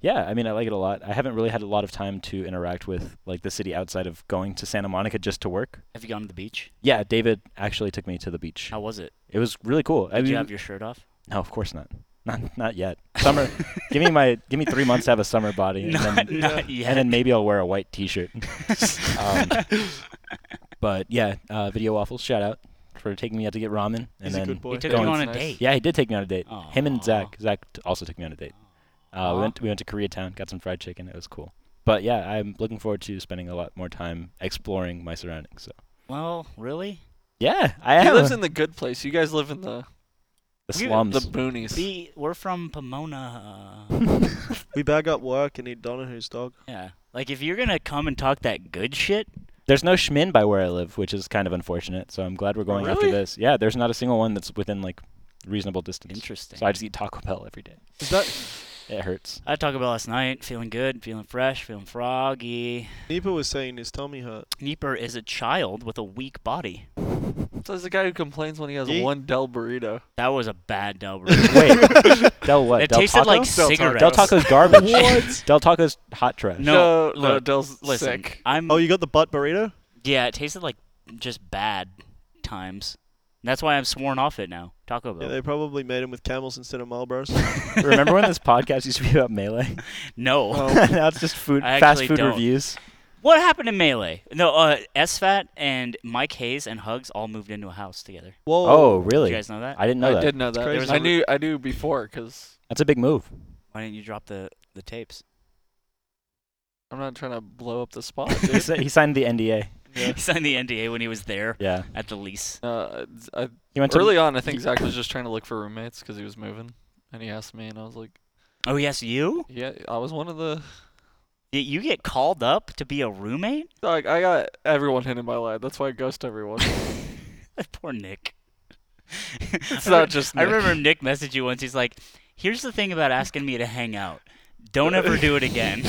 Speaker 4: yeah, I mean, I like it a lot. I haven't really had a lot of time to interact with like the city outside of going to Santa Monica just to work.
Speaker 3: Have you gone to the beach?
Speaker 4: Yeah, David actually took me to the beach.
Speaker 3: How was it?
Speaker 4: It was really cool. I
Speaker 3: Did
Speaker 4: mean,
Speaker 3: you have your shirt off?
Speaker 4: no, of course not. Not not yet. Summer. give me my give me three months to have a summer body. and then-
Speaker 3: Not, not yet.
Speaker 4: and then maybe I'll wear a white T-shirt. um, but yeah, uh, Video Waffles, shout out for taking me out to get ramen. And
Speaker 2: He's
Speaker 4: then,
Speaker 2: a good boy.
Speaker 3: he took you
Speaker 4: Going-
Speaker 3: on a
Speaker 1: Nice.
Speaker 3: date.
Speaker 4: yeah, he did take me on a date. Him
Speaker 3: Aw.
Speaker 4: and Zach. Zach t- also took me on a date. Uh,
Speaker 3: Aw.
Speaker 4: we went we went to Koreatown, got some fried chicken. It was cool. But yeah, I'm looking forward to spending a lot more time exploring my surroundings. So
Speaker 3: Well, really?
Speaker 4: yeah, I
Speaker 1: He
Speaker 4: am
Speaker 1: lives in the good place. You guys live in the
Speaker 4: the
Speaker 3: you-
Speaker 4: slums.
Speaker 1: the boonies.
Speaker 3: We we're from Pomona.
Speaker 2: We bag up work and eat Donahue's dog.
Speaker 3: yeah. Like if you're gonna come and talk that good shit,
Speaker 4: There's no Schmin by where I live, which is kind of unfortunate. So I'm glad we're going after
Speaker 1: Really?
Speaker 4: this. Yeah, there's not a single one that's within like reasonable distance.
Speaker 3: interesting.
Speaker 4: So I just eat Taco Bell every day.
Speaker 2: Is that
Speaker 4: It hurts.
Speaker 3: I talked about last night, feeling good, feeling fresh, feeling froggy.
Speaker 2: Nipa was saying his tummy hurt?
Speaker 3: Nieper is a child with a weak body.
Speaker 1: So there's a guy who complains when he has
Speaker 2: Yeet.
Speaker 1: one Del burrito.
Speaker 3: That was a bad double.
Speaker 4: Wait, Del what?
Speaker 3: it
Speaker 4: Del
Speaker 3: tasted
Speaker 4: Taco?
Speaker 3: like
Speaker 1: Del Taco.
Speaker 3: cigarettes.
Speaker 4: Del Taco's garbage.
Speaker 2: What?
Speaker 4: Del Taco's hot trash.
Speaker 3: No,
Speaker 1: no,
Speaker 3: look,
Speaker 1: Del's
Speaker 3: Listen,
Speaker 1: sick.
Speaker 3: I'm.
Speaker 2: Oh, you got the butt burrito?
Speaker 3: yeah, it tasted like just bad times. That's why I'm sworn off it now. Taco Bell.
Speaker 2: Yeah, they probably made him with camels instead of Marlboros.
Speaker 4: Remember when this podcast used to be about melee?
Speaker 3: no.
Speaker 4: now it's just food,
Speaker 3: Oh. I
Speaker 4: fast
Speaker 3: actually
Speaker 4: food
Speaker 3: don't.
Speaker 4: reviews.
Speaker 3: What happened to Melee? No, uh, SFAT and Mike Hayes and Hugs all moved into a house together.
Speaker 2: Whoa.
Speaker 4: Oh,
Speaker 3: Did you
Speaker 4: really?
Speaker 3: guys know that?
Speaker 4: I didn't know
Speaker 1: I
Speaker 4: that.
Speaker 1: did know that.
Speaker 2: crazy.
Speaker 1: I knew I knew before because
Speaker 4: That's a big move.
Speaker 3: Why didn't you drop the, the tapes?
Speaker 1: I'm not trying to blow up the spot,
Speaker 4: he,
Speaker 1: dude.
Speaker 4: sa- he signed the NDA.
Speaker 1: Yeah.
Speaker 3: he signed the NDA when he was there
Speaker 4: Yeah.
Speaker 3: at the lease.
Speaker 1: Uh, I,
Speaker 4: He went to
Speaker 1: early on, I think Zach was just trying to look for roommates because he was moving, and he asked me, and I was like,
Speaker 3: Oh yes, you?
Speaker 1: "Yeah, I was one of the
Speaker 3: Y- You get called up to be a roommate?
Speaker 1: Dog, I got everyone hidden in my life. That's why I ghost everyone.
Speaker 3: Poor Nick.
Speaker 1: It's not just
Speaker 3: I
Speaker 1: Nick.
Speaker 3: remember Nick messaged you once. He's like, "Here's the thing about asking me to hang out. Don't ever do it again,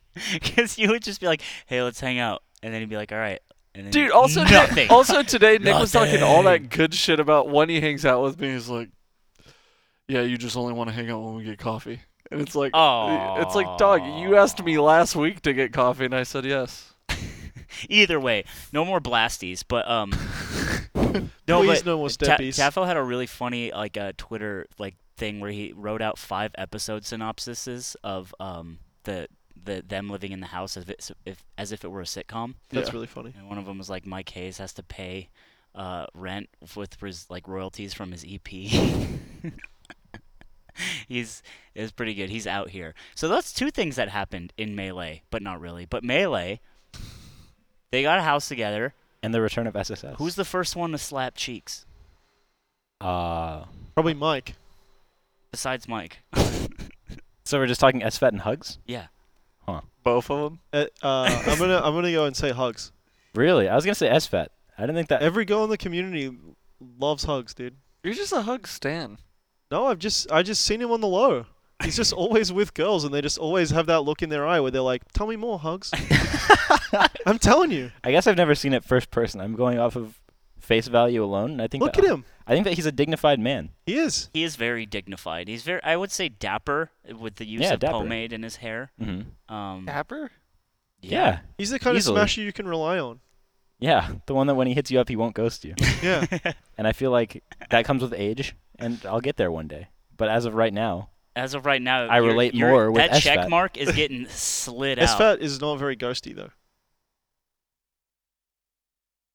Speaker 3: because you would just be like, hey, let's hang out,' and then he'd be like, all right.' And then
Speaker 1: Dude, also
Speaker 3: nothing.
Speaker 1: also today Nick was talking all
Speaker 3: Nothing.
Speaker 1: that good shit about when he hangs out with me. He's like, "Yeah, you just only want to hang out when we get coffee." And it's like, it's like, dog, you asked me last week to get coffee, and I said yes.
Speaker 3: Either way, no more blasties. But um, no,
Speaker 2: Please
Speaker 3: but
Speaker 2: no more
Speaker 3: Ta-
Speaker 2: steppies.
Speaker 3: Taffo had a really funny like uh, Twitter like thing where he wrote out five episode synopsises of um the the them living in the house as if, it's- if as if it were a sitcom.
Speaker 2: That's
Speaker 1: Yeah.
Speaker 2: really funny.
Speaker 3: And one of them was like, Mike Hayes has to pay uh, rent with his like royalties from his E EP. He's is pretty good. He's out here. So that's two things that happened in Melee, but not really. But Melee, they got a house together.
Speaker 4: and the return of SSS.
Speaker 3: Who's the first one to slap cheeks
Speaker 4: Uh,
Speaker 2: Probably Mike.
Speaker 3: besides Mike?
Speaker 4: so we're just talking SFET and hugs.
Speaker 3: yeah,
Speaker 1: Both of them.
Speaker 2: Uh, uh, I'm gonna I'm gonna go and say hugs.
Speaker 4: Really? I was gonna say SFET. I didn't think that.
Speaker 2: Every girl in the community loves hugs, dude.
Speaker 1: You're just a hug stan.
Speaker 2: No, I've just I just seen him on the low. He's just always with girls, and they just always have that look in their eye where they're like, "Tell me more, hugs." I'm telling you,
Speaker 4: I guess I've never seen it first person. I'm going off of face value alone, and I think
Speaker 2: look
Speaker 4: that,
Speaker 2: at him.
Speaker 4: I think that he's a dignified man.
Speaker 2: He is.
Speaker 3: he is very dignified. He's very, I would say, dapper with the use
Speaker 4: Yeah,
Speaker 3: of
Speaker 4: dapper.
Speaker 3: pomade in his hair.
Speaker 4: hmm
Speaker 3: Um,
Speaker 1: Dapper?
Speaker 4: Yeah.
Speaker 2: He's the kind
Speaker 4: Easily.
Speaker 2: of smasher you can rely on.
Speaker 4: yeah, the one that when he hits you up, he won't ghost you.
Speaker 2: Yeah.
Speaker 4: and I feel like that comes with age, and I'll get there one day. But as of right now,
Speaker 3: As of right now,
Speaker 4: I
Speaker 3: you're-
Speaker 4: relate
Speaker 3: you're-
Speaker 4: more with
Speaker 3: that check
Speaker 4: SFAT.
Speaker 3: mark is getting slid out.
Speaker 2: SFAT is not very ghosty though.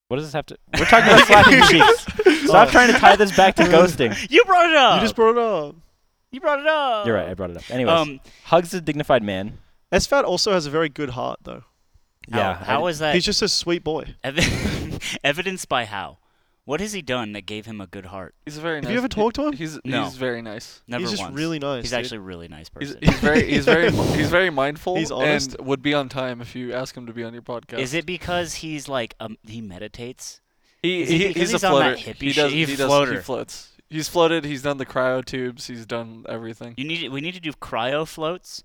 Speaker 4: what does this have to? We're talking about slapping cheeks. Stop
Speaker 2: Oh.
Speaker 4: trying to tie this back to ghosting.
Speaker 3: You brought it up.
Speaker 2: You just brought it up.
Speaker 3: You brought it up.
Speaker 4: You're right. I brought it up. Anyways,
Speaker 3: um,
Speaker 4: hugs is a dignified man.
Speaker 2: SFAT also has a very good heart though.
Speaker 4: yeah.
Speaker 3: How,
Speaker 4: I
Speaker 3: how
Speaker 4: d-
Speaker 3: is that?
Speaker 2: He's just a sweet boy.
Speaker 3: ev- evidence by how? What has he done that gave him a good heart?
Speaker 1: He's a very
Speaker 2: Have
Speaker 1: nice.
Speaker 2: you ever talked to him?
Speaker 1: He's
Speaker 3: No.
Speaker 1: he's very nice.
Speaker 3: Never
Speaker 2: he's just
Speaker 3: once.
Speaker 2: really nice.
Speaker 3: He's
Speaker 2: dude.
Speaker 3: actually a really nice
Speaker 1: He's,
Speaker 3: person.
Speaker 1: he's very he's very he's very mindful.
Speaker 2: He's honest.
Speaker 1: and would be on time if you ask him to be on your podcast.
Speaker 3: is it because he's like um, he meditates?
Speaker 1: He,
Speaker 3: Is it
Speaker 1: he-
Speaker 3: because
Speaker 1: he's,
Speaker 3: he's
Speaker 1: a
Speaker 3: on
Speaker 1: floater.
Speaker 3: that hippie
Speaker 1: he
Speaker 3: shit?
Speaker 1: does.
Speaker 3: He's
Speaker 1: he
Speaker 3: a
Speaker 1: does.
Speaker 3: floater.
Speaker 1: He floats. He's floated. He's done the cryo tubes. He's done everything.
Speaker 3: You need we need to do cryo floats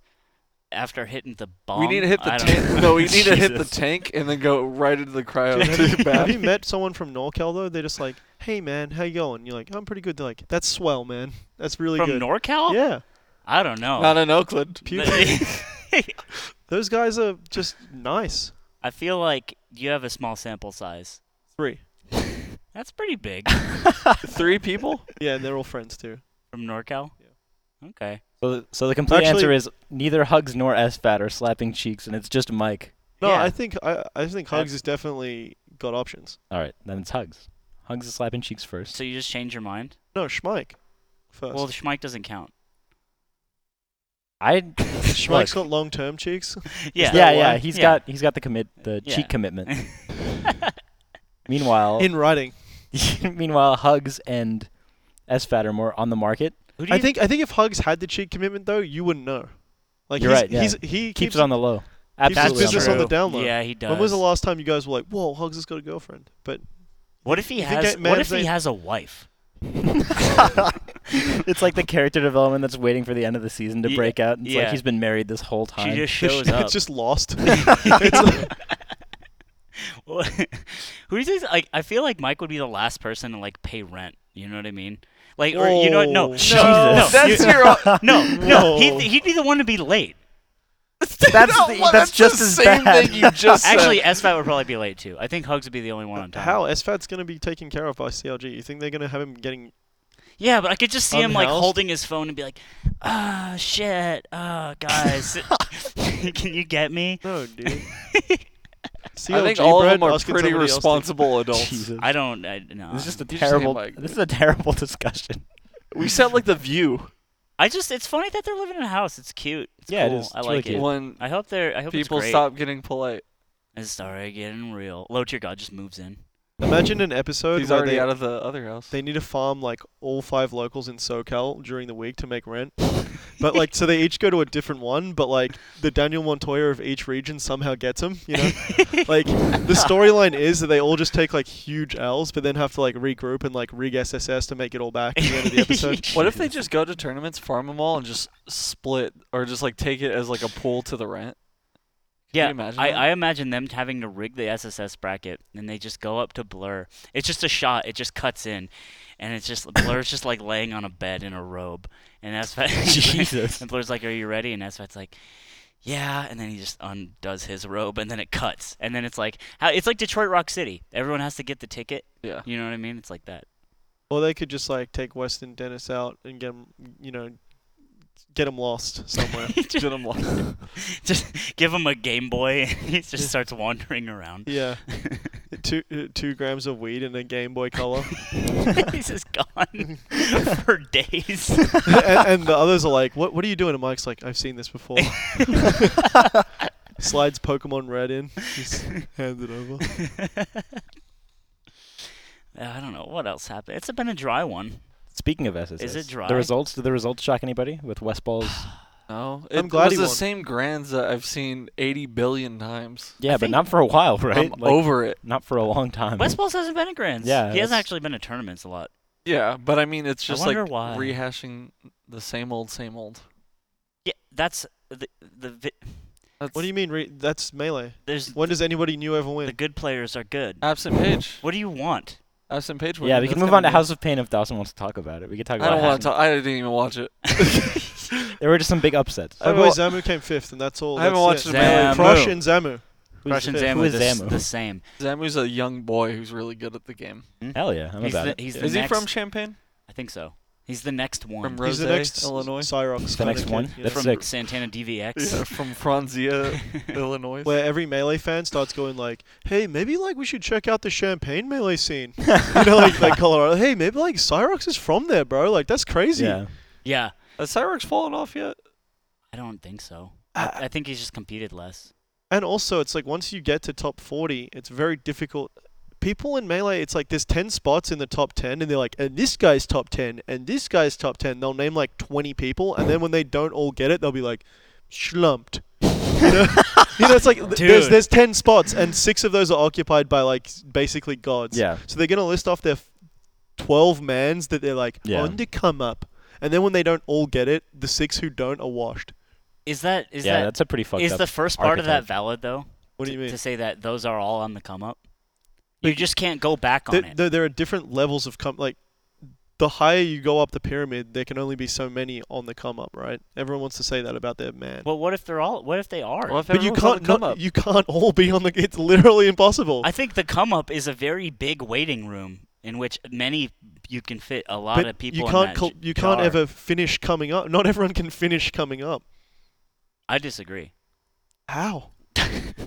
Speaker 3: after hitting the bomb.
Speaker 1: we need to hit the
Speaker 3: Um, I don't
Speaker 1: tank.
Speaker 3: know.
Speaker 1: No, we need to hit the
Speaker 3: Jesus.
Speaker 1: tank and then go right into the cryo
Speaker 2: Dude, have,
Speaker 1: tube
Speaker 2: you, have you
Speaker 1: bath.
Speaker 2: met someone from NorCal though? They're just like, "Hey man, how you going?" You're like, "I'm pretty good." They're like, "That's swell, man. That's really
Speaker 3: from
Speaker 2: good."
Speaker 3: NorCal.
Speaker 2: yeah,
Speaker 3: I don't know.
Speaker 1: Not in Oakland.
Speaker 2: Puke. those guys are just nice.
Speaker 3: I feel like you have a small sample size.
Speaker 2: Three.
Speaker 3: That's pretty big
Speaker 1: Three people.
Speaker 2: Yeah, and they're all friends too.
Speaker 3: from NorCal. Okay.
Speaker 4: So, th- so the complete
Speaker 2: Actually-
Speaker 4: answer is neither hugs nor SFAT are slapping cheeks, and it's just Mike.
Speaker 2: No,
Speaker 3: Yeah.
Speaker 2: I think I I think Hugs has definitely got options.
Speaker 4: All right, then it's hugs. Hugs is slapping cheeks first.
Speaker 3: So you just change your mind?
Speaker 2: No, Schmike first.
Speaker 3: Well, Schmike doesn't count.
Speaker 4: I
Speaker 2: Schmike's got long term cheeks.
Speaker 3: Yeah.
Speaker 4: yeah,
Speaker 2: that
Speaker 4: yeah.
Speaker 2: why?
Speaker 4: He's
Speaker 3: Yeah.
Speaker 4: got he's got the commit the
Speaker 3: Yeah.
Speaker 4: cheek commitment. Meanwhile,
Speaker 2: In writing,
Speaker 4: meanwhile, hugs and SFAT are more on the market.
Speaker 3: Who do
Speaker 2: I
Speaker 3: you-
Speaker 2: think I think if Hugs had the cheek commitment though, you wouldn't know. Like
Speaker 4: You're
Speaker 2: he's,
Speaker 4: right, yeah.
Speaker 2: he's he
Speaker 4: Keeps, it on the low.
Speaker 2: keeps his
Speaker 4: Absolutely.
Speaker 2: business
Speaker 4: on
Speaker 2: on
Speaker 4: the
Speaker 2: the
Speaker 4: low.
Speaker 2: down low.
Speaker 3: Yeah, he does.
Speaker 2: When was the last time you guys were like, "Whoa, Hugs has got a girlfriend"? But
Speaker 3: What if he
Speaker 2: you think
Speaker 3: has?
Speaker 2: I-
Speaker 3: What
Speaker 2: man,
Speaker 3: if he
Speaker 2: they-
Speaker 3: has a wife?
Speaker 4: it's like the character development that's waiting for the end of the season to
Speaker 3: Ye-
Speaker 4: break out. It's
Speaker 3: yeah.
Speaker 4: like he's been married this whole
Speaker 3: She
Speaker 4: time.
Speaker 3: just shows up.
Speaker 2: it's just lost.
Speaker 3: Who do you think? Like, I feel like Mike would be the last person to like pay rent. You know what I mean? Like, or you know, what? no,
Speaker 2: Whoa.
Speaker 3: no,
Speaker 4: Oh, Jesus.
Speaker 3: no,
Speaker 1: That's your. That's,
Speaker 3: no, no. He'd,
Speaker 2: Whoa.
Speaker 3: he'd be the one to be late.
Speaker 4: the-
Speaker 1: what-
Speaker 4: that's just
Speaker 1: the
Speaker 4: as
Speaker 1: same
Speaker 4: bad.
Speaker 1: thing you just said.
Speaker 3: Actually, SFAT would probably be late too. I think Hugs would be the only one on time.
Speaker 2: How SFAT's going to be taken care of by CLG? You think they're going to have him getting?
Speaker 3: Yeah, but I could just see him like
Speaker 2: Unhoused?
Speaker 3: holding his phone and be like, "Ah, shit, ah, guys, can you get me?"
Speaker 2: No, dude. CLG
Speaker 1: I think all of
Speaker 2: bread
Speaker 1: them are
Speaker 2: asking
Speaker 1: pretty
Speaker 2: somebody else to-
Speaker 1: responsible adults.
Speaker 4: Jesus.
Speaker 3: I don't. I, no.
Speaker 4: This is just a
Speaker 1: You just hate
Speaker 4: terrible.
Speaker 1: Mike.
Speaker 4: This is a terrible discussion.
Speaker 1: We sound like the View
Speaker 3: I just. It's funny that they're living in a house. It's cute. It's
Speaker 4: Yeah, it
Speaker 3: cool.
Speaker 4: is.
Speaker 3: I like
Speaker 4: It's really
Speaker 3: it.
Speaker 4: cute.
Speaker 1: when
Speaker 3: I hope they're. I hope
Speaker 1: people
Speaker 3: it's great.
Speaker 1: stop getting polite.
Speaker 3: And started getting real. Low tier god just moves in.
Speaker 2: Imagine an episode
Speaker 1: He's
Speaker 2: where
Speaker 1: already
Speaker 2: they,
Speaker 1: out of the other house.
Speaker 2: they need to farm like all five locals in SoCal during the week to make rent. but like, so they each go to a different one. But like, the Daniel Montoya of each region somehow gets him. You know, like the storyline is that they all just take like huge L's, but then have to like regroup and like rig SSS to make it all back at the end of the episode.
Speaker 1: What if they just go to tournaments, farm them all, and just split, or just like take it as like a pool to the rent? Can you
Speaker 3: yeah,
Speaker 1: imagine
Speaker 3: I,
Speaker 1: that?
Speaker 3: I imagine them having to rig the SSS bracket, and they just go up to Blur. It's just a shot. It just cuts in, and it's just Blur's just like laying on a bed in a robe, and Asfet
Speaker 4: Jesus.
Speaker 3: and Blur's like, "Are you ready?" And Asfet's like, "Yeah," and then he just undoes his robe, and then it cuts, and then it's like, how it's like Detroit Rock City. Everyone has to get the ticket.
Speaker 1: Yeah.
Speaker 3: You know what I mean? It's like that.
Speaker 2: Or they could just like take Weston Dennis out and get him, you know, get him lost somewhere.
Speaker 1: Get 'em lost.
Speaker 3: just give him a Game Boy and he just starts wandering around.
Speaker 2: yeah, two uh, two grams of weed and a Game Boy Color,
Speaker 3: He's just gone for days.
Speaker 2: and, and the others are like, "What what are you doing?" And Mike's like, "I've seen this before." Slides Pokemon Red in, just hand it over.
Speaker 3: I don't know what else happened. It's been a dry one.
Speaker 4: Speaking of SSS,
Speaker 3: dry?
Speaker 4: The results? Did the results shock anybody with West Ball's?
Speaker 1: No, it
Speaker 2: I'm glad
Speaker 1: was
Speaker 2: he
Speaker 1: the
Speaker 2: won.
Speaker 1: same grands that I've seen 80 billion times.
Speaker 4: Yeah, but
Speaker 3: think-
Speaker 4: not for a while, right?
Speaker 1: I'm over it.
Speaker 4: Not for a long time.
Speaker 3: West Balls hasn't been at Grands.
Speaker 4: Yeah,
Speaker 3: he hasn't
Speaker 4: that's-
Speaker 3: actually been at tournaments a lot.
Speaker 1: Yeah, but I mean, it's
Speaker 3: I
Speaker 1: just like
Speaker 3: wonder why.
Speaker 1: rehashing the same old, same old.
Speaker 3: Yeah, that's the the vi-
Speaker 1: That's
Speaker 2: What do you mean? Re- that's melee.
Speaker 3: there's
Speaker 2: When does anybody new ever
Speaker 3: the
Speaker 2: win?
Speaker 3: good players are good.
Speaker 1: Absent Page.
Speaker 3: What do you want?
Speaker 1: Absent Page.
Speaker 4: yeah,
Speaker 1: winning,
Speaker 4: we can
Speaker 1: that's
Speaker 4: move
Speaker 1: gonna
Speaker 4: on to
Speaker 1: be-
Speaker 4: House of Pain if Dawson wants to talk about it. We could talk
Speaker 1: I
Speaker 4: about.
Speaker 1: don't want
Speaker 4: House
Speaker 1: to.
Speaker 4: of-
Speaker 1: Talk, I didn't even watch it.
Speaker 4: There were just some big upsets.
Speaker 1: I
Speaker 2: My Oh, boy
Speaker 1: wa-
Speaker 2: Zamu came fifth, and that's all.
Speaker 1: I haven't
Speaker 2: that's
Speaker 1: watched
Speaker 2: it.
Speaker 1: the melee.
Speaker 3: Zamu.
Speaker 2: Crush and Zamu. Who's
Speaker 3: Crush and
Speaker 2: fifth?
Speaker 3: Zamu,
Speaker 4: Who is
Speaker 3: the s-
Speaker 4: Zamu?
Speaker 3: the same.
Speaker 1: Zamu's a young boy who's really good at the game.
Speaker 4: Hell yeah, I'm
Speaker 3: he's
Speaker 4: about
Speaker 3: the,
Speaker 4: it.
Speaker 3: he's the
Speaker 1: Is he
Speaker 3: next,
Speaker 1: from Champaign?
Speaker 3: I think so. He's the next one
Speaker 1: From
Speaker 2: He's
Speaker 1: Rose,
Speaker 2: the next
Speaker 1: Illinois.
Speaker 2: Cyrox.
Speaker 4: The next one? That's
Speaker 3: from
Speaker 4: sick.
Speaker 3: Santana DVX.
Speaker 1: Yeah, from Franzia, Illinois.
Speaker 2: Where every melee fan starts going like, "Hey, maybe like we should check out the Champagne melee scene." you know, like like Colorado. Hey, maybe like Cyrox is from there, bro. Like that's crazy.
Speaker 4: Yeah,
Speaker 3: Yeah,
Speaker 1: Has Cyrex fallen off yet?
Speaker 3: I don't think so.
Speaker 4: Uh,
Speaker 3: I, I think he's just competed less.
Speaker 2: And also, it's like once you get to top forty, it's very difficult. People in melee, it's like there's ten spots in the top ten, and they're like, "And this guy's top ten, and this guy's top ten. They'll name like twenty people, and then when they don't all get it, they'll be like, "Schlumped." You know, you know, it's like th- there's
Speaker 3: Dude.
Speaker 2: there's ten spots, and six of those are occupied by like s- basically gods.
Speaker 4: yeah.
Speaker 2: So they're gonna list off their f- twelve mans that they're like
Speaker 4: Yeah.
Speaker 2: on to come up, and then when they don't all get it, the six who don't are washed.
Speaker 3: Is that is
Speaker 4: yeah,
Speaker 3: that
Speaker 4: that's a pretty fucked
Speaker 3: is
Speaker 4: up.
Speaker 3: the first part of that valid though?
Speaker 2: What do
Speaker 3: to-
Speaker 2: you mean?
Speaker 3: To say that those are all on the come up. You just can't go back on
Speaker 2: Th-
Speaker 3: it.
Speaker 2: there, there are different levels of come like the higher you go up the pyramid, there can only be so many on the come up, right? Everyone wants to say that about their man.
Speaker 3: well, what if they're all? What if they are?
Speaker 1: Well, if
Speaker 2: but you
Speaker 1: everyone's on
Speaker 2: can't
Speaker 1: the come
Speaker 2: not-
Speaker 1: up.
Speaker 2: you can't all be on the it's literally impossible.
Speaker 3: I think the come up is a very big waiting room in which many you can fit a lot
Speaker 2: but
Speaker 3: of people.
Speaker 2: you
Speaker 3: in
Speaker 2: can't
Speaker 3: that
Speaker 2: col-
Speaker 3: j-
Speaker 2: you can't
Speaker 3: jar.
Speaker 2: ever finish coming up. Not everyone can finish coming up.
Speaker 3: I disagree.
Speaker 2: How?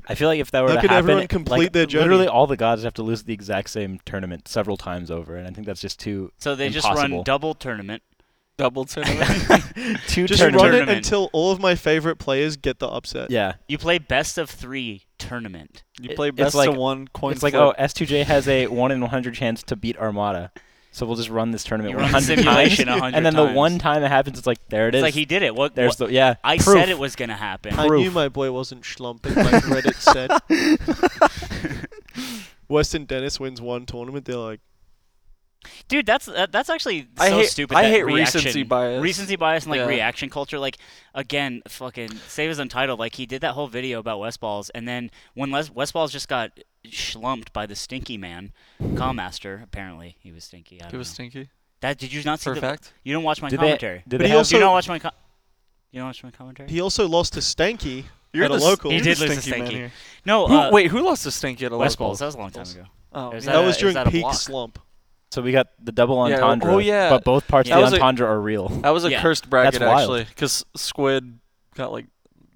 Speaker 4: I feel like if that were
Speaker 2: How
Speaker 4: to
Speaker 2: could
Speaker 4: happen,
Speaker 2: everyone
Speaker 4: like,
Speaker 2: complete their journey?
Speaker 4: literally all the gods have to lose the exact same tournament several times over, and I think that's just too
Speaker 3: So they just run
Speaker 4: Impossible.
Speaker 3: double tournament.
Speaker 1: Double tournament.
Speaker 4: two
Speaker 2: Just
Speaker 3: Tournament.
Speaker 2: run it
Speaker 3: Tournament.
Speaker 2: until all of my favorite players get the upset.
Speaker 4: Yeah,
Speaker 3: You play best of three tournament.
Speaker 1: you
Speaker 4: It-
Speaker 1: play
Speaker 4: it's
Speaker 1: best
Speaker 4: like-
Speaker 1: of one coin
Speaker 4: it's like
Speaker 1: flip.
Speaker 4: oh, S2J has a one in 100 chance to beat Armada, so we'll just run this tournament
Speaker 3: You run the
Speaker 4: 100
Speaker 3: simulation
Speaker 4: times,
Speaker 3: 100
Speaker 4: and then the
Speaker 3: times.
Speaker 4: one time it happens, it's like there it
Speaker 3: It's
Speaker 4: is.
Speaker 3: like he did it. What?
Speaker 4: There's
Speaker 3: what-
Speaker 4: the yeah.
Speaker 3: I
Speaker 4: proof.
Speaker 3: said it was gonna happen.
Speaker 2: I knew
Speaker 4: Proof.
Speaker 2: my boy wasn't schlumping like Reddit said. Weston Dennis wins one tournament. They're like,
Speaker 3: Dude, that's that, that's actually so
Speaker 1: I hate-
Speaker 3: stupid.
Speaker 1: I
Speaker 3: that
Speaker 1: hate
Speaker 3: reaction-
Speaker 1: recency bias.
Speaker 3: Recency bias and like
Speaker 1: Yeah.
Speaker 3: reaction culture. Like again, fucking save is untitled. Like he did that whole video about West Balls, and then when Les- West Balls just got schlumped by the Stinky Man, Calm Master. Apparently, he was stinky. I don't
Speaker 1: It was
Speaker 3: know.
Speaker 1: stinky.
Speaker 3: that did you not see
Speaker 1: For
Speaker 3: the?
Speaker 1: a fact.
Speaker 3: You don't watch my
Speaker 4: Did they,
Speaker 3: commentary.
Speaker 4: did
Speaker 2: But
Speaker 4: they
Speaker 2: he
Speaker 4: have-
Speaker 2: also-
Speaker 3: Do you not watch my? Com- you don't watch my commentary.
Speaker 2: He also lost to Stanky
Speaker 1: You're
Speaker 2: at a
Speaker 1: the s-
Speaker 2: local.
Speaker 3: He
Speaker 1: You're
Speaker 3: did
Speaker 1: the
Speaker 3: lose to
Speaker 1: stinky man
Speaker 3: Stanky.
Speaker 1: here.
Speaker 3: No,
Speaker 1: Who-
Speaker 3: uh,
Speaker 1: wait, who lost to Stinky at a
Speaker 3: West
Speaker 1: local?
Speaker 3: Balls. That was a long time ago.
Speaker 1: Oh,
Speaker 3: Is
Speaker 1: yeah.
Speaker 2: that, was
Speaker 3: is
Speaker 2: during
Speaker 3: that a
Speaker 2: peak
Speaker 3: block?
Speaker 2: slump.
Speaker 4: So we got the double
Speaker 1: Yeah, oh,
Speaker 4: entendre.
Speaker 1: yeah.
Speaker 4: But both parts
Speaker 1: That
Speaker 4: of
Speaker 1: was
Speaker 4: the
Speaker 1: a-
Speaker 4: entendre are real.
Speaker 1: That was a
Speaker 3: Yeah.
Speaker 1: cursed bracket
Speaker 4: That's wild.
Speaker 1: actually, because Squid got like,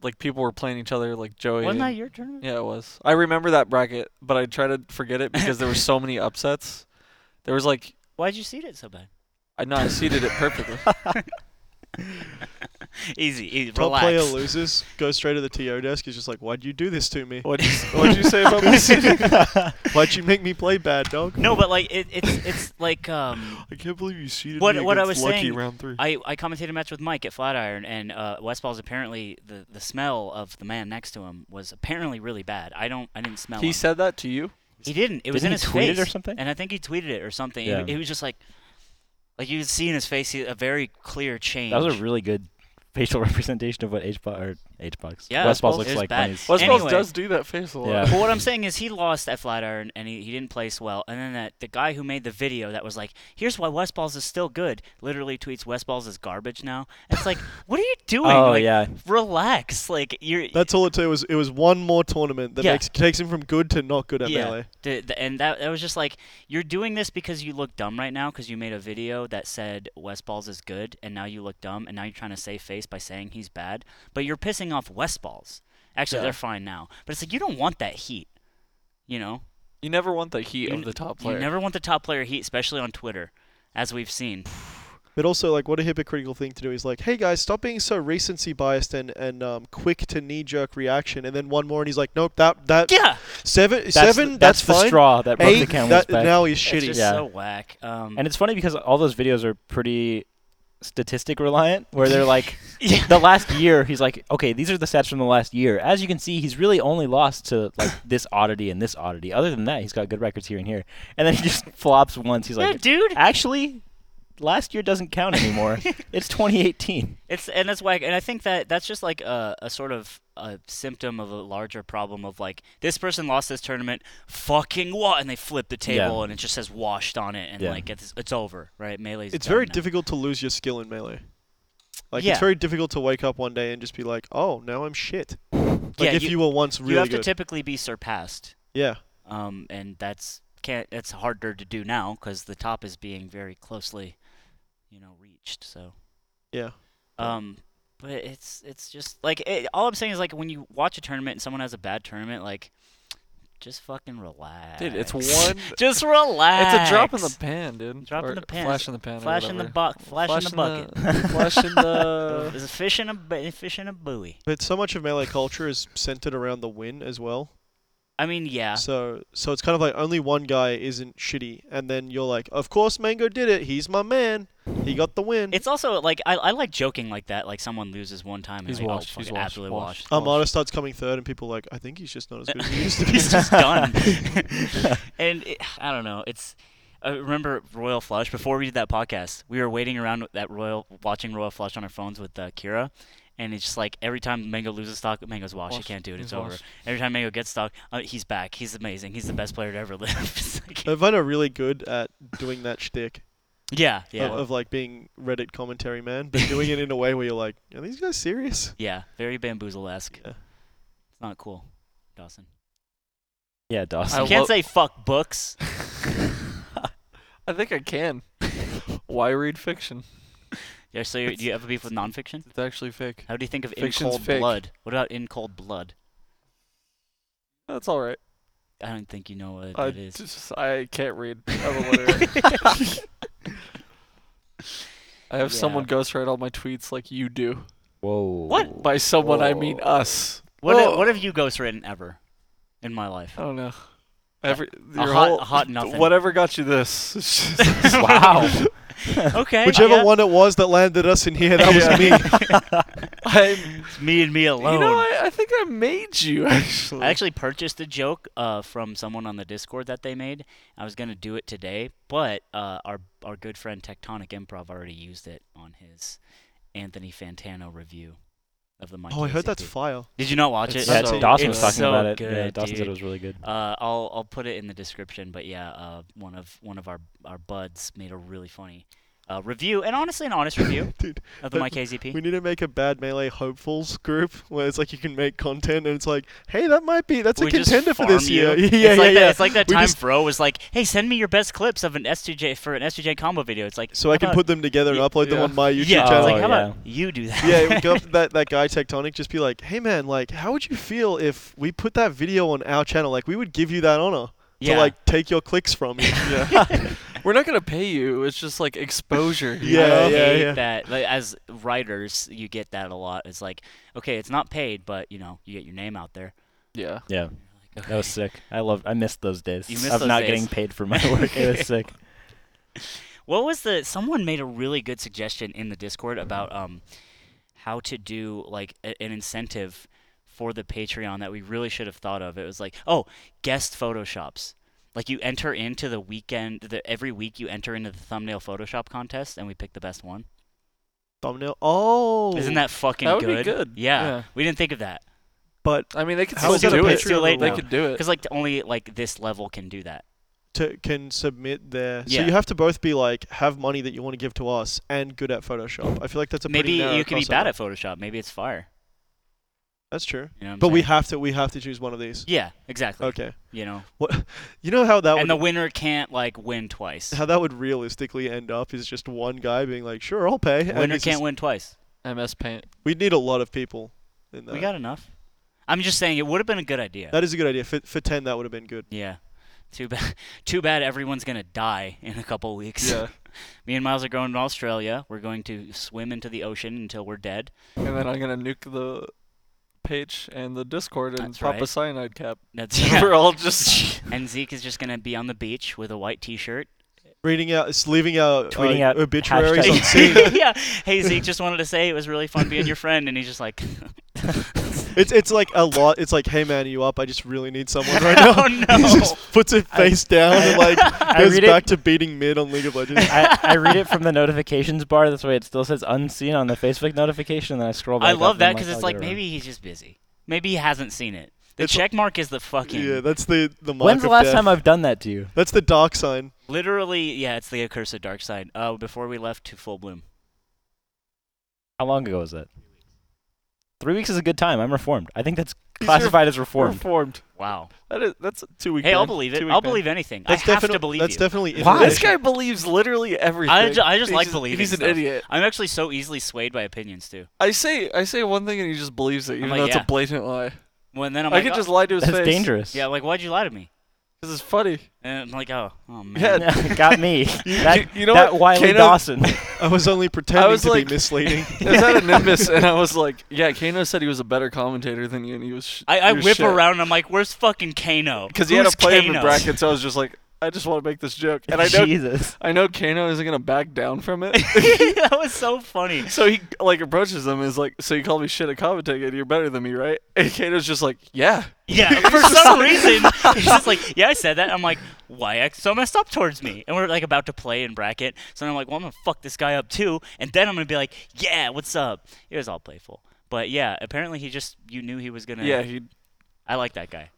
Speaker 1: like people were playing each other like Joey.
Speaker 3: Wasn't
Speaker 1: and-
Speaker 3: that your tournament?
Speaker 1: Yeah, it was. I remember that bracket, but I try to forget it because there were so many upsets. There was like,
Speaker 3: Why'd you seed it so bad?
Speaker 1: I know I seeded it perfectly.
Speaker 3: Easy, easy
Speaker 2: Top
Speaker 3: relax.
Speaker 2: player loses, goes straight to the TO desk. Is just like, why'd you do this to me?
Speaker 1: What'd you, s- what'd you say about my seeding?
Speaker 2: Why'd you make me play bad, dog?
Speaker 3: No, but like it, it's it's like um,
Speaker 1: I can't believe you seeded
Speaker 3: What- me what I against was Lucky saying-
Speaker 1: round three.
Speaker 3: I I commentated a match with Mike at Flatiron, and uh, Westball's apparently the the smell of the man next to him was apparently really bad. I don't I didn't smell
Speaker 1: he
Speaker 3: him.
Speaker 1: said that to you.
Speaker 3: he didn't. It was in
Speaker 4: Didn't
Speaker 3: his
Speaker 4: he tweet it
Speaker 3: face
Speaker 4: or something?
Speaker 3: and I think he tweeted it or something.
Speaker 4: Yeah.
Speaker 3: He, he was just like, like you could see in his face he- a very clear change.
Speaker 4: That was a really good facial representation of what HBox or HBox.
Speaker 3: Yeah,
Speaker 4: West Balls
Speaker 3: Westballs
Speaker 4: looks
Speaker 3: is
Speaker 4: like
Speaker 3: bad.
Speaker 4: when he's
Speaker 1: West
Speaker 3: Anyway.
Speaker 1: Balls does do that face a lot.
Speaker 4: Yeah.
Speaker 3: But what I'm saying is he lost at Flatiron and he, he didn't place well. And then that the guy who made the video that was like, here's why West Balls is still good, literally tweets West Balls is garbage now. It's like, what are you doing?
Speaker 4: Oh
Speaker 3: like,
Speaker 4: yeah.
Speaker 3: Relax. Like you're
Speaker 2: That's all it took. Was it was one more tournament that
Speaker 3: Yeah.
Speaker 2: makes takes him from good to not good at
Speaker 3: yeah.
Speaker 2: melee.
Speaker 3: D- th- and that, that was just like you're doing this because you look dumb right now because you made a video that said West Balls is good and now you look dumb and now you're trying to save face face by saying he's bad, but you're pissing off West balls. Actually,
Speaker 1: Yeah.
Speaker 3: they're fine now, but it's like you don't want that heat. You know,
Speaker 1: You never want the heat of
Speaker 3: You n-
Speaker 1: the top
Speaker 3: you
Speaker 1: player.
Speaker 3: never want the top player heat, especially on Twitter, as we've seen.
Speaker 2: But also, like, what a hypocritical thing to do. He's like, "Hey guys, stop being so recency biased and and um, quick to knee jerk reaction." And then one more, and he's like, "Nope, that that
Speaker 3: Yeah,
Speaker 2: seven
Speaker 4: That's
Speaker 2: seven
Speaker 4: the,
Speaker 2: that's,
Speaker 4: that's the
Speaker 2: fine."
Speaker 4: straw that broke the
Speaker 2: Eight,
Speaker 4: camel's
Speaker 2: that-
Speaker 4: back.
Speaker 2: now he's
Speaker 3: it's
Speaker 2: shitty.
Speaker 3: just
Speaker 4: Yeah.
Speaker 3: so whack. Um,
Speaker 4: And it's funny because all those videos are pretty statistic reliant, where they're like,
Speaker 3: yeah.
Speaker 4: the last year, he's like, okay, these are the stats from the last year. As you can see, he's really only lost to like this oddity and this oddity. Other than that, he's got good records here and here. And then he just flops once. He's
Speaker 3: yeah,
Speaker 4: like,
Speaker 3: dude.
Speaker 4: actually, last year doesn't count anymore. it's 2018.
Speaker 3: It's and that's whack, and I think that that's just like a, a sort of a symptom of a larger problem of like this person lost this tournament, fucking what, and they flip the
Speaker 4: Yeah.
Speaker 3: table and it just says washed on it, and
Speaker 4: Yeah.
Speaker 3: like it's it's over, right? Melee's
Speaker 2: It's
Speaker 3: done
Speaker 2: very
Speaker 3: now.
Speaker 2: difficult to lose your skill in melee. Like,
Speaker 3: Yeah.
Speaker 2: it's very difficult to wake up one day and just be like, "Oh, now I'm shit." Like
Speaker 3: Yeah,
Speaker 2: if
Speaker 3: you-
Speaker 2: you, were once really
Speaker 3: you have
Speaker 2: good.
Speaker 3: to typically be surpassed,
Speaker 2: yeah.
Speaker 3: um, and that's can't that's harder to do now because the top is being very closely, you know, reached. So.
Speaker 2: Yeah.
Speaker 3: Um, but it's it's just like it, all I'm saying is like when you watch a tournament and someone has a bad tournament, like just fucking relax.
Speaker 1: Dude, it's one.
Speaker 3: just relax.
Speaker 1: It's a drop in the pan, dude.
Speaker 3: Drop in
Speaker 1: Or
Speaker 3: the pan.
Speaker 1: Flash in the pan. or
Speaker 3: Flash in the
Speaker 1: whatever.
Speaker 3: buck. Flash, in the bucket.
Speaker 1: Flash in the.
Speaker 3: There's a fish in a bu- fish in a buoy.
Speaker 2: But so much of melee culture is centered around the win as well.
Speaker 3: I mean, yeah.
Speaker 2: So so it's kind of like only one guy isn't shitty, and then you're like, of course Mango did it. He's my man. He got the win.
Speaker 3: It's also like I, I like joking like that. Like someone loses one time and
Speaker 1: He's
Speaker 3: like, oh,
Speaker 1: washed,
Speaker 3: fuck,
Speaker 1: he's washed,
Speaker 3: absolutely
Speaker 1: washed.
Speaker 2: Armada starts coming third, and people are like, I think he's just not as good as he used to be.
Speaker 3: He's just done. and it, I don't know. It's I remember Royal Flush before we did that podcast. We were waiting around with that Royal, watching Royal Flush on our phones with uh, Kira. And it's just like every time Mango loses stock, Mango's washed. He
Speaker 1: Washed.
Speaker 3: can't do it.
Speaker 1: He's
Speaker 3: It's over.
Speaker 1: washed.
Speaker 3: Every time Mango gets stock, uh, he's back. He's amazing. He's the best player to ever live. It's like-
Speaker 2: Ivana are really good at doing that shtick
Speaker 3: yeah, yeah,
Speaker 2: of, of like being Reddit commentary man, but doing it in a way where you're like, are these guys serious?
Speaker 3: yeah. Very bamboozle esque.
Speaker 2: Yeah.
Speaker 3: It's not cool, Dawson.
Speaker 4: Yeah,
Speaker 1: I
Speaker 3: You
Speaker 4: Dawson.
Speaker 1: w-
Speaker 3: can't
Speaker 1: love-
Speaker 3: say fuck books.
Speaker 1: I think I can. Why read fiction?
Speaker 3: Yeah, so you're, do you have a beef with nonfiction?
Speaker 1: It's actually fake.
Speaker 3: How do you think of in
Speaker 1: Fiction's
Speaker 3: cold
Speaker 1: fake.
Speaker 3: blood? What about in cold blood?
Speaker 1: That's all right.
Speaker 3: I don't think you know what
Speaker 1: I
Speaker 3: that is.
Speaker 1: just I can't read. I'm illiterate. I have
Speaker 3: Yeah.
Speaker 1: someone ghostwrite all my tweets like you do.
Speaker 4: Whoa.
Speaker 3: What?
Speaker 1: By someone I mean us.
Speaker 3: What
Speaker 1: Whoa.
Speaker 3: what have you ghostwritten ever in my life?
Speaker 1: I don't know. Every
Speaker 3: a
Speaker 1: your
Speaker 3: hot-
Speaker 1: whole,
Speaker 3: a hot nothing.
Speaker 1: Whatever got you this. It's just-
Speaker 4: Wow.
Speaker 3: Okay.
Speaker 2: Whichever
Speaker 3: yeah.
Speaker 2: one it was that landed us in here, that was me.
Speaker 1: I'm,
Speaker 3: It's me and me alone.
Speaker 1: you know, I, I think I made you actually.
Speaker 3: I actually purchased a joke uh, from someone on the Discord that they made. I was gonna do it today, but uh, our our good friend Tectonic Improv already used it on his Anthony Fantano review of the Mike.
Speaker 2: Oh, I heard
Speaker 3: Casey
Speaker 2: that's
Speaker 3: piece.
Speaker 2: fire.
Speaker 3: Did you not watch
Speaker 1: It's
Speaker 3: it?
Speaker 4: yeah,
Speaker 1: so-
Speaker 4: Dawson
Speaker 1: it's
Speaker 4: was talking
Speaker 3: so
Speaker 4: about it.
Speaker 3: Good,
Speaker 4: yeah, Dawson said
Speaker 3: dude.
Speaker 4: it was really good.
Speaker 3: Uh, I'll I'll put it in the description, but yeah, uh, one of one of our our buds made a really funny uh, review, and honestly, an honest review
Speaker 2: Dude,
Speaker 3: of the
Speaker 2: that-
Speaker 3: My KZP.
Speaker 2: We need to make a bad melee hopefuls group where it's like you can make content and it's like, hey, that might be that's
Speaker 3: We
Speaker 2: a
Speaker 3: just
Speaker 2: contender for
Speaker 3: farm
Speaker 2: this
Speaker 3: you.
Speaker 2: year. yeah,
Speaker 3: it's
Speaker 2: yeah,
Speaker 3: like
Speaker 2: yeah.
Speaker 3: That, it's like that
Speaker 2: We
Speaker 3: time
Speaker 2: just-
Speaker 3: Bro was like, "Hey, send me your best clips of an S2J for an S2J combo video." It's like,
Speaker 2: so
Speaker 3: how
Speaker 2: I can
Speaker 3: about-
Speaker 2: put them together and
Speaker 1: Yeah.
Speaker 2: upload them
Speaker 1: Yeah.
Speaker 2: on my YouTube
Speaker 3: yeah,
Speaker 4: channel.
Speaker 3: It's like,
Speaker 2: channel.
Speaker 3: how
Speaker 4: Oh,
Speaker 3: about you do that?
Speaker 2: yeah, we go up to that, that guy Tectonic, just be like, hey man, like, how would you feel if we put that video on our channel? Like, we would give you that honor
Speaker 3: yeah.
Speaker 2: to like take your clicks from you. yeah,
Speaker 1: We're not gonna pay you. It's just like exposure. you
Speaker 2: Yeah,
Speaker 1: know?
Speaker 3: I
Speaker 2: yeah,
Speaker 3: hate
Speaker 2: yeah.
Speaker 3: that. Like, as writers, you get that a lot. It's like, okay, it's not paid, but you know, you get your name out there.
Speaker 1: yeah.
Speaker 4: Yeah,
Speaker 3: Like,
Speaker 4: that was sick. I loved. I missed those days
Speaker 3: You missed
Speaker 4: of
Speaker 3: those
Speaker 4: not
Speaker 3: days.
Speaker 4: getting paid for my work. it was sick.
Speaker 3: What was the? Someone made a really good suggestion in the Discord about um, how to do like a, an incentive for the Patreon that we really should have thought of. It was like, oh, guest photoshops. Like you enter into the weekend, the, every week you enter into the thumbnail Photoshop contest, and we pick the best one.
Speaker 2: thumbnail. Oh,
Speaker 3: Isn't that fucking
Speaker 1: that would be
Speaker 3: good?
Speaker 1: good,
Speaker 3: Yeah.
Speaker 1: yeah.
Speaker 3: we didn't think of that
Speaker 2: But
Speaker 1: I mean, they could
Speaker 2: How
Speaker 1: still
Speaker 2: is that a
Speaker 1: do it.
Speaker 2: Patreon Too
Speaker 3: late
Speaker 1: They
Speaker 3: now.
Speaker 1: could do
Speaker 2: Uh,
Speaker 1: it.
Speaker 3: because like only like this level can do that.
Speaker 2: to, can submit their.
Speaker 3: Yeah.
Speaker 2: So you have to both be like have money that you want to give to us and good at Photoshop. I feel like that's a
Speaker 3: Maybe
Speaker 2: pretty narrow
Speaker 3: you could be bad
Speaker 2: crossover.
Speaker 3: at Photoshop. Maybe it's fire.
Speaker 2: That's true.
Speaker 3: You know what I'm
Speaker 2: But we
Speaker 3: saying?
Speaker 2: have to we have to choose one of these.
Speaker 3: yeah, exactly.
Speaker 2: Okay.
Speaker 3: You know,
Speaker 2: What you know how that
Speaker 3: and the
Speaker 2: would
Speaker 3: winner can't like win twice.
Speaker 2: how that would realistically end up is just one guy being like, sure, I'll pay. and
Speaker 3: Winner
Speaker 2: it's
Speaker 3: can't
Speaker 2: just-
Speaker 3: win twice.
Speaker 1: MS Paint.
Speaker 2: We'd need a lot of people in that.
Speaker 3: We got enough. I'm just saying it would have been a good idea.
Speaker 2: that is a good idea. For, for 10, that would have been good.
Speaker 3: yeah. Too bad. Too bad everyone's gonna die in a couple weeks.
Speaker 1: Yeah.
Speaker 3: Me and Miles are going to Australia. We're going to swim into the ocean until we're dead.
Speaker 1: and then I'm gonna nuke the page and the Discord and
Speaker 3: That's
Speaker 1: pop a
Speaker 3: right.
Speaker 1: cyanide cap.
Speaker 3: That's yeah.
Speaker 1: We're all just
Speaker 3: and Zeke is just gonna be on the beach with a white T-shirt.
Speaker 2: Reading out, s- leaving out uh,
Speaker 4: Tweeting out
Speaker 2: obituaries on
Speaker 4: hashtag-
Speaker 2: scene.
Speaker 3: yeah. Hey Zeke, just wanted to say it was really fun being your friend, and he's just like,
Speaker 2: It's it's like a lot. It's like, hey man, are you up? I just really need someone right now.
Speaker 3: Oh, no.
Speaker 2: he just puts it face down and like goes
Speaker 4: read it-
Speaker 2: back to beating mid on League of Legends.
Speaker 4: I, I read it from the notifications bar. That's why it still says unseen on the Facebook notification. And then I
Speaker 2: Oh,
Speaker 4: scroll back.
Speaker 3: I
Speaker 4: up
Speaker 2: uh,
Speaker 3: love
Speaker 4: and I'm oh,
Speaker 3: that because
Speaker 4: "I'll
Speaker 3: it's
Speaker 4: get
Speaker 3: like
Speaker 4: around."
Speaker 3: maybe he's just busy. Maybe he hasn't seen it. The
Speaker 2: It's-
Speaker 3: check mark is the fucking.
Speaker 2: yeah, that's the the mark
Speaker 4: When's the
Speaker 2: of
Speaker 4: last
Speaker 2: death.
Speaker 4: time I've done that to you?
Speaker 2: That's the dark sign.
Speaker 3: Literally, yeah, it's the accursed dark side. Uh, before we left to full bloom.
Speaker 4: How long ago was that? Three weeks is a good time. I'm reformed. I think that's
Speaker 1: He's
Speaker 4: classified as reformed.
Speaker 1: reformed.
Speaker 3: Wow.
Speaker 1: That is that's a two week.
Speaker 3: Hey, I'll believe it. I'll believe anything.
Speaker 2: That's
Speaker 3: I have
Speaker 2: definitely
Speaker 3: to believe
Speaker 2: that's
Speaker 3: you.
Speaker 2: definitely
Speaker 4: Why?
Speaker 1: This
Speaker 2: information.
Speaker 1: guy believes literally everything.
Speaker 3: I, ju- I just
Speaker 1: He's
Speaker 3: like believing.
Speaker 1: He's an
Speaker 3: stuff.
Speaker 1: idiot.
Speaker 3: I'm actually so easily swayed by opinions too.
Speaker 1: I say I say one thing and he just believes it, even
Speaker 3: like,
Speaker 1: though it's
Speaker 3: yeah.
Speaker 1: a blatant lie.
Speaker 3: Well, and then I'm
Speaker 1: I
Speaker 3: like,
Speaker 1: could
Speaker 3: oh,
Speaker 1: just lie to his
Speaker 4: That's
Speaker 1: face.
Speaker 4: dangerous.
Speaker 3: yeah, like why'd you lie to me?
Speaker 1: This is funny.
Speaker 3: And I'm like, oh, oh man.
Speaker 1: Yeah.
Speaker 4: Got me. that
Speaker 1: you- you know
Speaker 4: that
Speaker 1: what?
Speaker 4: Wiley
Speaker 1: Kano-
Speaker 4: Dawson.
Speaker 2: I was only pretending
Speaker 1: was
Speaker 2: to
Speaker 1: like-
Speaker 2: be misleading.
Speaker 1: I was at a Nimbus and I was like, "Yeah, Kano said he was a better commentator than you, and he was." Sh-
Speaker 3: I, I
Speaker 1: you're
Speaker 3: whip
Speaker 1: shit.
Speaker 3: around and I'm like, where's fucking Kano?
Speaker 1: because he had
Speaker 3: Who's
Speaker 1: to play him in
Speaker 3: Kano?
Speaker 1: brackets. I was just like, "I just want to make this joke," and I know
Speaker 4: Jesus.
Speaker 1: I know Kano isn't gonna back down from it.
Speaker 3: that was so funny.
Speaker 1: So he like approaches them and is like, "So you call me shit at commentating? and You're better than me, right?" And Kano's just like, "Yeah."
Speaker 3: Yeah, for some reason, he's just like, yeah, I said that. I'm like, why act so messed up towards me? And we're like about to play in bracket. So then I'm like, well, I'm gonna fuck this guy up too. And then I'm gonna be like, yeah, what's up? It was all playful. But yeah, apparently he just you knew he was gonna.
Speaker 1: Yeah, he
Speaker 3: I like that guy.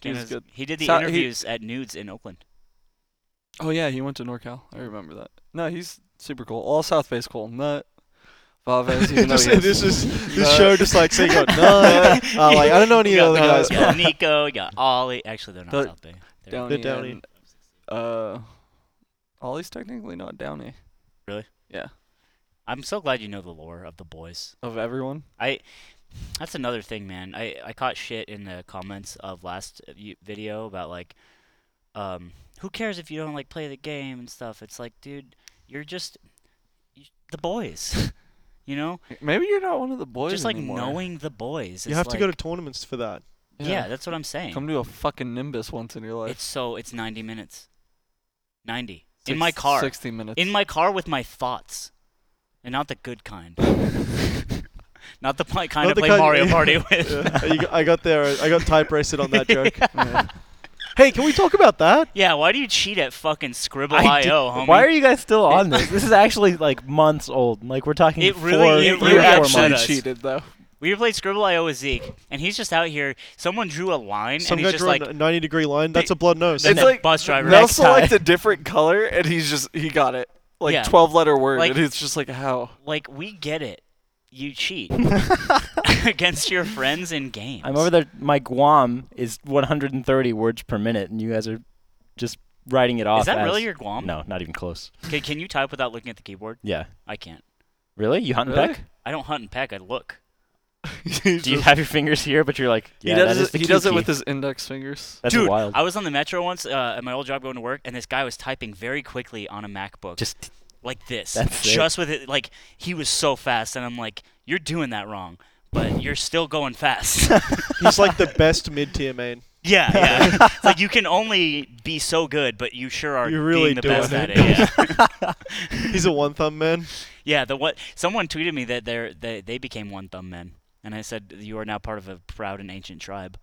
Speaker 1: He was
Speaker 3: Kano's-
Speaker 1: good.
Speaker 3: He did the
Speaker 1: So he-
Speaker 3: interviews at Nudes in Oakland.
Speaker 1: Oh yeah, he went to NorCal. I remember that. No, he's super cool. All South Bay's cool. Nut, Valvez. Even
Speaker 2: Just-
Speaker 1: though he
Speaker 2: this
Speaker 1: has-
Speaker 2: is this
Speaker 1: Uh,
Speaker 2: show just like saying, "Oh, no, uh, like I don't know any
Speaker 3: You got
Speaker 2: other
Speaker 3: Nut,
Speaker 2: guys."
Speaker 3: You got Nico. You got Ollie. Actually, they're not
Speaker 1: But-
Speaker 3: South Bay. They're-
Speaker 1: Downey.
Speaker 2: Downey.
Speaker 1: and, uh, Ollie's technically not Downey
Speaker 3: I'm so glad you know the lore of the boys.
Speaker 1: of everyone.
Speaker 3: I that's another thing, man. I I caught shit in the comments of last y- video about like um who cares if you don't like play the game and stuff. It's like, dude, you're just you, the boys. you know?
Speaker 1: Maybe you're not one of the boys.
Speaker 3: just like
Speaker 1: anymore.
Speaker 3: knowing the boys.
Speaker 2: You
Speaker 3: It's
Speaker 2: have to go to
Speaker 3: like-
Speaker 2: tournaments for that.
Speaker 3: Yeah, that's what I'm saying.
Speaker 1: Come to a fucking Nimbus once in your life.
Speaker 3: it's so it's 90 minutes. 90 in
Speaker 1: Six-
Speaker 3: my car.
Speaker 1: Sixty minutes.
Speaker 3: in my car with my thoughts, and not the good kind. Not the pl- kind
Speaker 2: Not
Speaker 3: I
Speaker 2: the
Speaker 3: play
Speaker 2: kind-
Speaker 3: Mario
Speaker 2: yeah.
Speaker 3: Party with.
Speaker 2: Yeah, you got- I got there. I got type rated on that joke. Hey, can we talk about that?
Speaker 3: Yeah, why do you cheat at fucking Scribble.io,
Speaker 4: I do-
Speaker 3: homie?
Speaker 4: Why are you guys still on this? This is actually like months old. Like we're talking
Speaker 3: It
Speaker 4: four,
Speaker 3: really- it
Speaker 4: three
Speaker 1: you
Speaker 4: or
Speaker 3: really
Speaker 4: four
Speaker 3: upset
Speaker 1: actually
Speaker 4: months.
Speaker 3: us.
Speaker 1: cheated though.
Speaker 3: we played Scribble.io with Zeke, and he's just out here. Someone drew a line,
Speaker 2: Some
Speaker 3: and he's
Speaker 2: guy
Speaker 3: just
Speaker 2: drew
Speaker 3: like,
Speaker 2: a 90 degree line. That's a blood nose.
Speaker 1: It's
Speaker 3: the
Speaker 1: like
Speaker 3: bus driver.
Speaker 1: They'll
Speaker 4: Next
Speaker 1: select
Speaker 4: time.
Speaker 1: a different color, and he's just he got it. Like
Speaker 3: Yeah.
Speaker 1: twelve letter word,
Speaker 3: Like-
Speaker 1: and it's just like how.
Speaker 3: like, we get it. You cheat against your friends in games.
Speaker 4: I'm over there. My Guam is 130 words per minute, and you guys are just writing it off.
Speaker 3: Is that
Speaker 4: as-
Speaker 3: really your Guam?
Speaker 4: No, not even close.
Speaker 3: Can, can you type without looking at the keyboard?
Speaker 4: Yeah.
Speaker 3: I can't.
Speaker 4: Really? You hunt and
Speaker 1: Really?
Speaker 4: peck?
Speaker 3: I don't hunt and peck. I look.
Speaker 1: He's
Speaker 4: Do you
Speaker 1: just-
Speaker 4: have your fingers here? But you're like, yeah,
Speaker 1: he does
Speaker 4: that is
Speaker 1: it.
Speaker 4: the
Speaker 1: He
Speaker 4: key
Speaker 1: does it
Speaker 4: key.
Speaker 1: with his index fingers.
Speaker 4: That's
Speaker 3: Dude,
Speaker 4: wild.
Speaker 3: I was on the metro once uh, at my old job going to work, and this guy was typing very quickly on a MacBook.
Speaker 4: Just
Speaker 3: like this.
Speaker 4: That's sick.
Speaker 3: just with it like he was so fast and I'm like, You're doing that wrong, but you're still going fast.
Speaker 2: He's like the best mid tier main.
Speaker 3: yeah, yeah. it's like you can only be so good, but you sure are
Speaker 2: You're really
Speaker 3: being the
Speaker 2: doing
Speaker 3: best at
Speaker 2: it.
Speaker 3: it. Yeah.
Speaker 2: He's a one thumb man.
Speaker 3: yeah, the what someone tweeted me that they're they, they became one thumb men. And I said, You are now part of a proud and ancient tribe.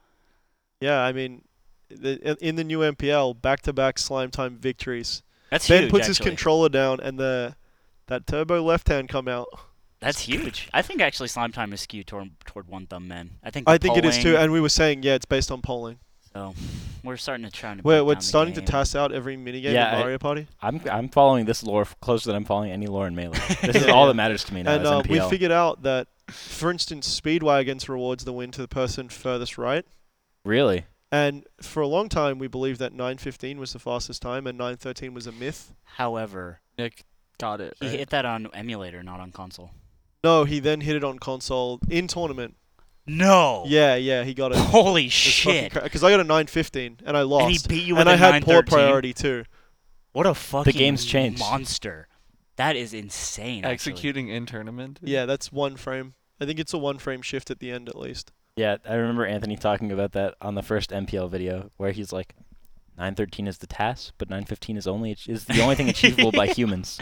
Speaker 2: Yeah, I mean, the, in- in the new MPL, back to back slime time victories.
Speaker 3: That's
Speaker 2: Ben
Speaker 3: huge.
Speaker 2: puts his
Speaker 3: actually.
Speaker 2: controller down, and the that turbo left hand come out.
Speaker 3: That's huge. I think actually slime time is skewed toward, toward one thumb men. I think
Speaker 2: I
Speaker 3: the
Speaker 2: think it is too.
Speaker 3: polling-
Speaker 2: And we were saying, yeah, it's based on polling.
Speaker 3: so we're starting to try to
Speaker 2: We're,
Speaker 3: break
Speaker 2: we're
Speaker 3: down the
Speaker 2: starting
Speaker 3: game.
Speaker 2: to toss out every minigame
Speaker 4: Yeah,
Speaker 2: in
Speaker 4: I-
Speaker 2: Mario Party.
Speaker 4: I'm I'm following this lore f- closer than I'm following any lore in Melee. This is
Speaker 2: Yeah.
Speaker 4: all that matters to me now.
Speaker 2: and
Speaker 4: is
Speaker 2: uh, we
Speaker 4: MPL.
Speaker 2: figured out that, for instance, Speedwagons rewards the win to the person furthest right.
Speaker 4: really?
Speaker 2: And for a long time, we believed that 9.15 was the fastest time and 9.13 was a myth.
Speaker 3: However,
Speaker 1: Nick got it.
Speaker 3: He
Speaker 1: right?
Speaker 3: hit that on emulator, not on console.
Speaker 2: No, he then hit it on console in tournament.
Speaker 3: No.
Speaker 2: Yeah, yeah, he got it.
Speaker 3: Oh. Holy shit.
Speaker 2: Because I got a 915 and I lost.
Speaker 3: And he beat you
Speaker 2: and
Speaker 3: with
Speaker 2: I
Speaker 3: a
Speaker 2: had poor
Speaker 3: 913.
Speaker 2: priority too.
Speaker 3: What a fucking
Speaker 4: game's changed.
Speaker 3: monster. That is insane. actually.
Speaker 1: Executing in tournament.
Speaker 2: Yeah, that's one frame. I think it's a one frame shift at the end at least.
Speaker 4: Yeah, I remember Anthony talking about that on the first MPL video where he's like, 913 is the task, but 915 is only ach- is the only thing achievable by humans.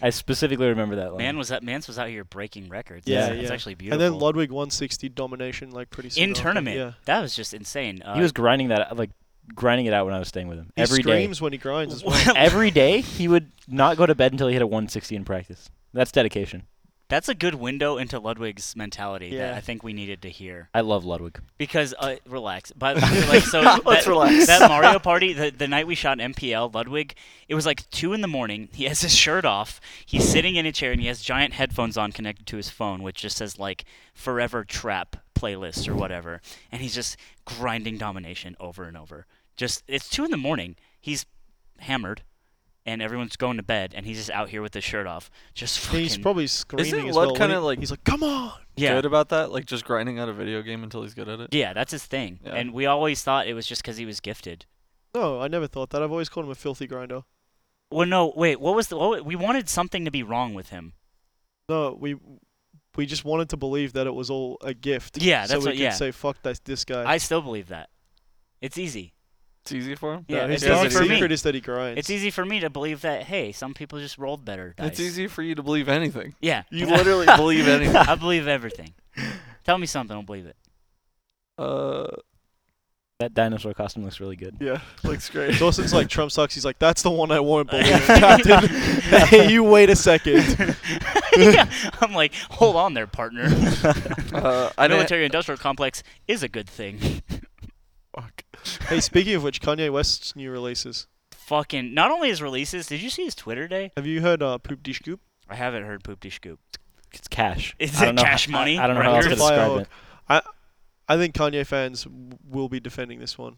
Speaker 4: I specifically remember that line.
Speaker 3: Man was that man's was out here breaking records.
Speaker 2: Yeah,
Speaker 3: it's, it's
Speaker 2: yeah.
Speaker 3: actually beautiful.
Speaker 2: And then Ludwig 160 domination like pretty soon.
Speaker 3: in
Speaker 2: after.
Speaker 3: tournament,
Speaker 2: Yeah.
Speaker 3: that was just insane. Uh,
Speaker 4: he was grinding that like grinding it out when I was staying with him
Speaker 2: He
Speaker 4: every day.
Speaker 2: screams when he grinds as well.
Speaker 4: Every day he would not go to bed until he hit a 160 in practice. That's dedication.
Speaker 3: That's a good window into Ludwig's mentality that
Speaker 2: Yeah.
Speaker 3: I think we needed to hear.
Speaker 4: I love Ludwig.
Speaker 3: Because uh, relax, but like so, that,
Speaker 2: relax.
Speaker 3: that Mario party, the, the night we shot MPL, Ludwig, it was like two in the morning. He has his shirt off. He's sitting in a chair and he has giant headphones on connected to his phone, which just says like "Forever Trap" playlist or whatever, and he's just grinding domination over and over. Just it's two in the morning. He's hammered, and everyone's going to bed, and he's just out here with his shirt off, just fucking.
Speaker 2: He's probably screaming as
Speaker 1: Lud
Speaker 2: well. when
Speaker 1: kinda
Speaker 2: he-
Speaker 1: like-
Speaker 2: he's like, "Come on!"
Speaker 3: yeah.
Speaker 1: Good about that, like just grinding out a video game until he's good at it.
Speaker 3: Yeah, that's his thing.
Speaker 1: Yeah.
Speaker 3: And we always thought it was just because he was gifted.
Speaker 2: No, I never thought that. I've always called him a filthy grinder.
Speaker 3: Well, no, wait. What was the? What, wa- we wanted something to be wrong with him.
Speaker 2: No, we we just wanted to believe that it was all a gift.
Speaker 3: Yeah,
Speaker 2: so
Speaker 3: that's
Speaker 2: we
Speaker 3: what-
Speaker 2: could
Speaker 3: yeah.
Speaker 2: say, "Fuck this, this guy."
Speaker 3: I still believe that. It's easy.
Speaker 1: It's easy for him.
Speaker 2: No,
Speaker 3: Yeah,
Speaker 2: his
Speaker 3: it's easy
Speaker 2: dark
Speaker 3: for me.
Speaker 2: secret is that he grinds.
Speaker 3: It's easy for me to believe that. Hey, some people just rolled better dice.
Speaker 1: It's easy for you to believe anything.
Speaker 3: Yeah.
Speaker 1: You literally believe anything.
Speaker 3: I believe everything. Tell me something, I'll believe it.
Speaker 1: Uh,
Speaker 4: That dinosaur costume looks really good.
Speaker 1: yeah, looks great.
Speaker 2: Dawson's like Trump sucks. He's like, "That's the one I won't believe, Captain." hey, you wait a second.
Speaker 3: yeah. I'm like, hold on there, partner.
Speaker 1: Uh, I know.
Speaker 3: Military-industrial complex is a good thing.
Speaker 1: Fuck.
Speaker 2: Hey, speaking of which, Kanye West's new releases.
Speaker 3: Fucking. Not only his releases. Did you see his Twitter day?
Speaker 2: Have you heard uh, Poop Dish Goop?
Speaker 3: I haven't heard poop de scoop.
Speaker 4: It's cash.
Speaker 3: Is
Speaker 4: I
Speaker 3: it
Speaker 4: don't know
Speaker 3: cash
Speaker 4: how-
Speaker 3: money?
Speaker 4: I don't know how else to
Speaker 3: Records?
Speaker 4: describe
Speaker 2: Bio-
Speaker 4: it.
Speaker 2: I think Kanye fans w- will be defending this one.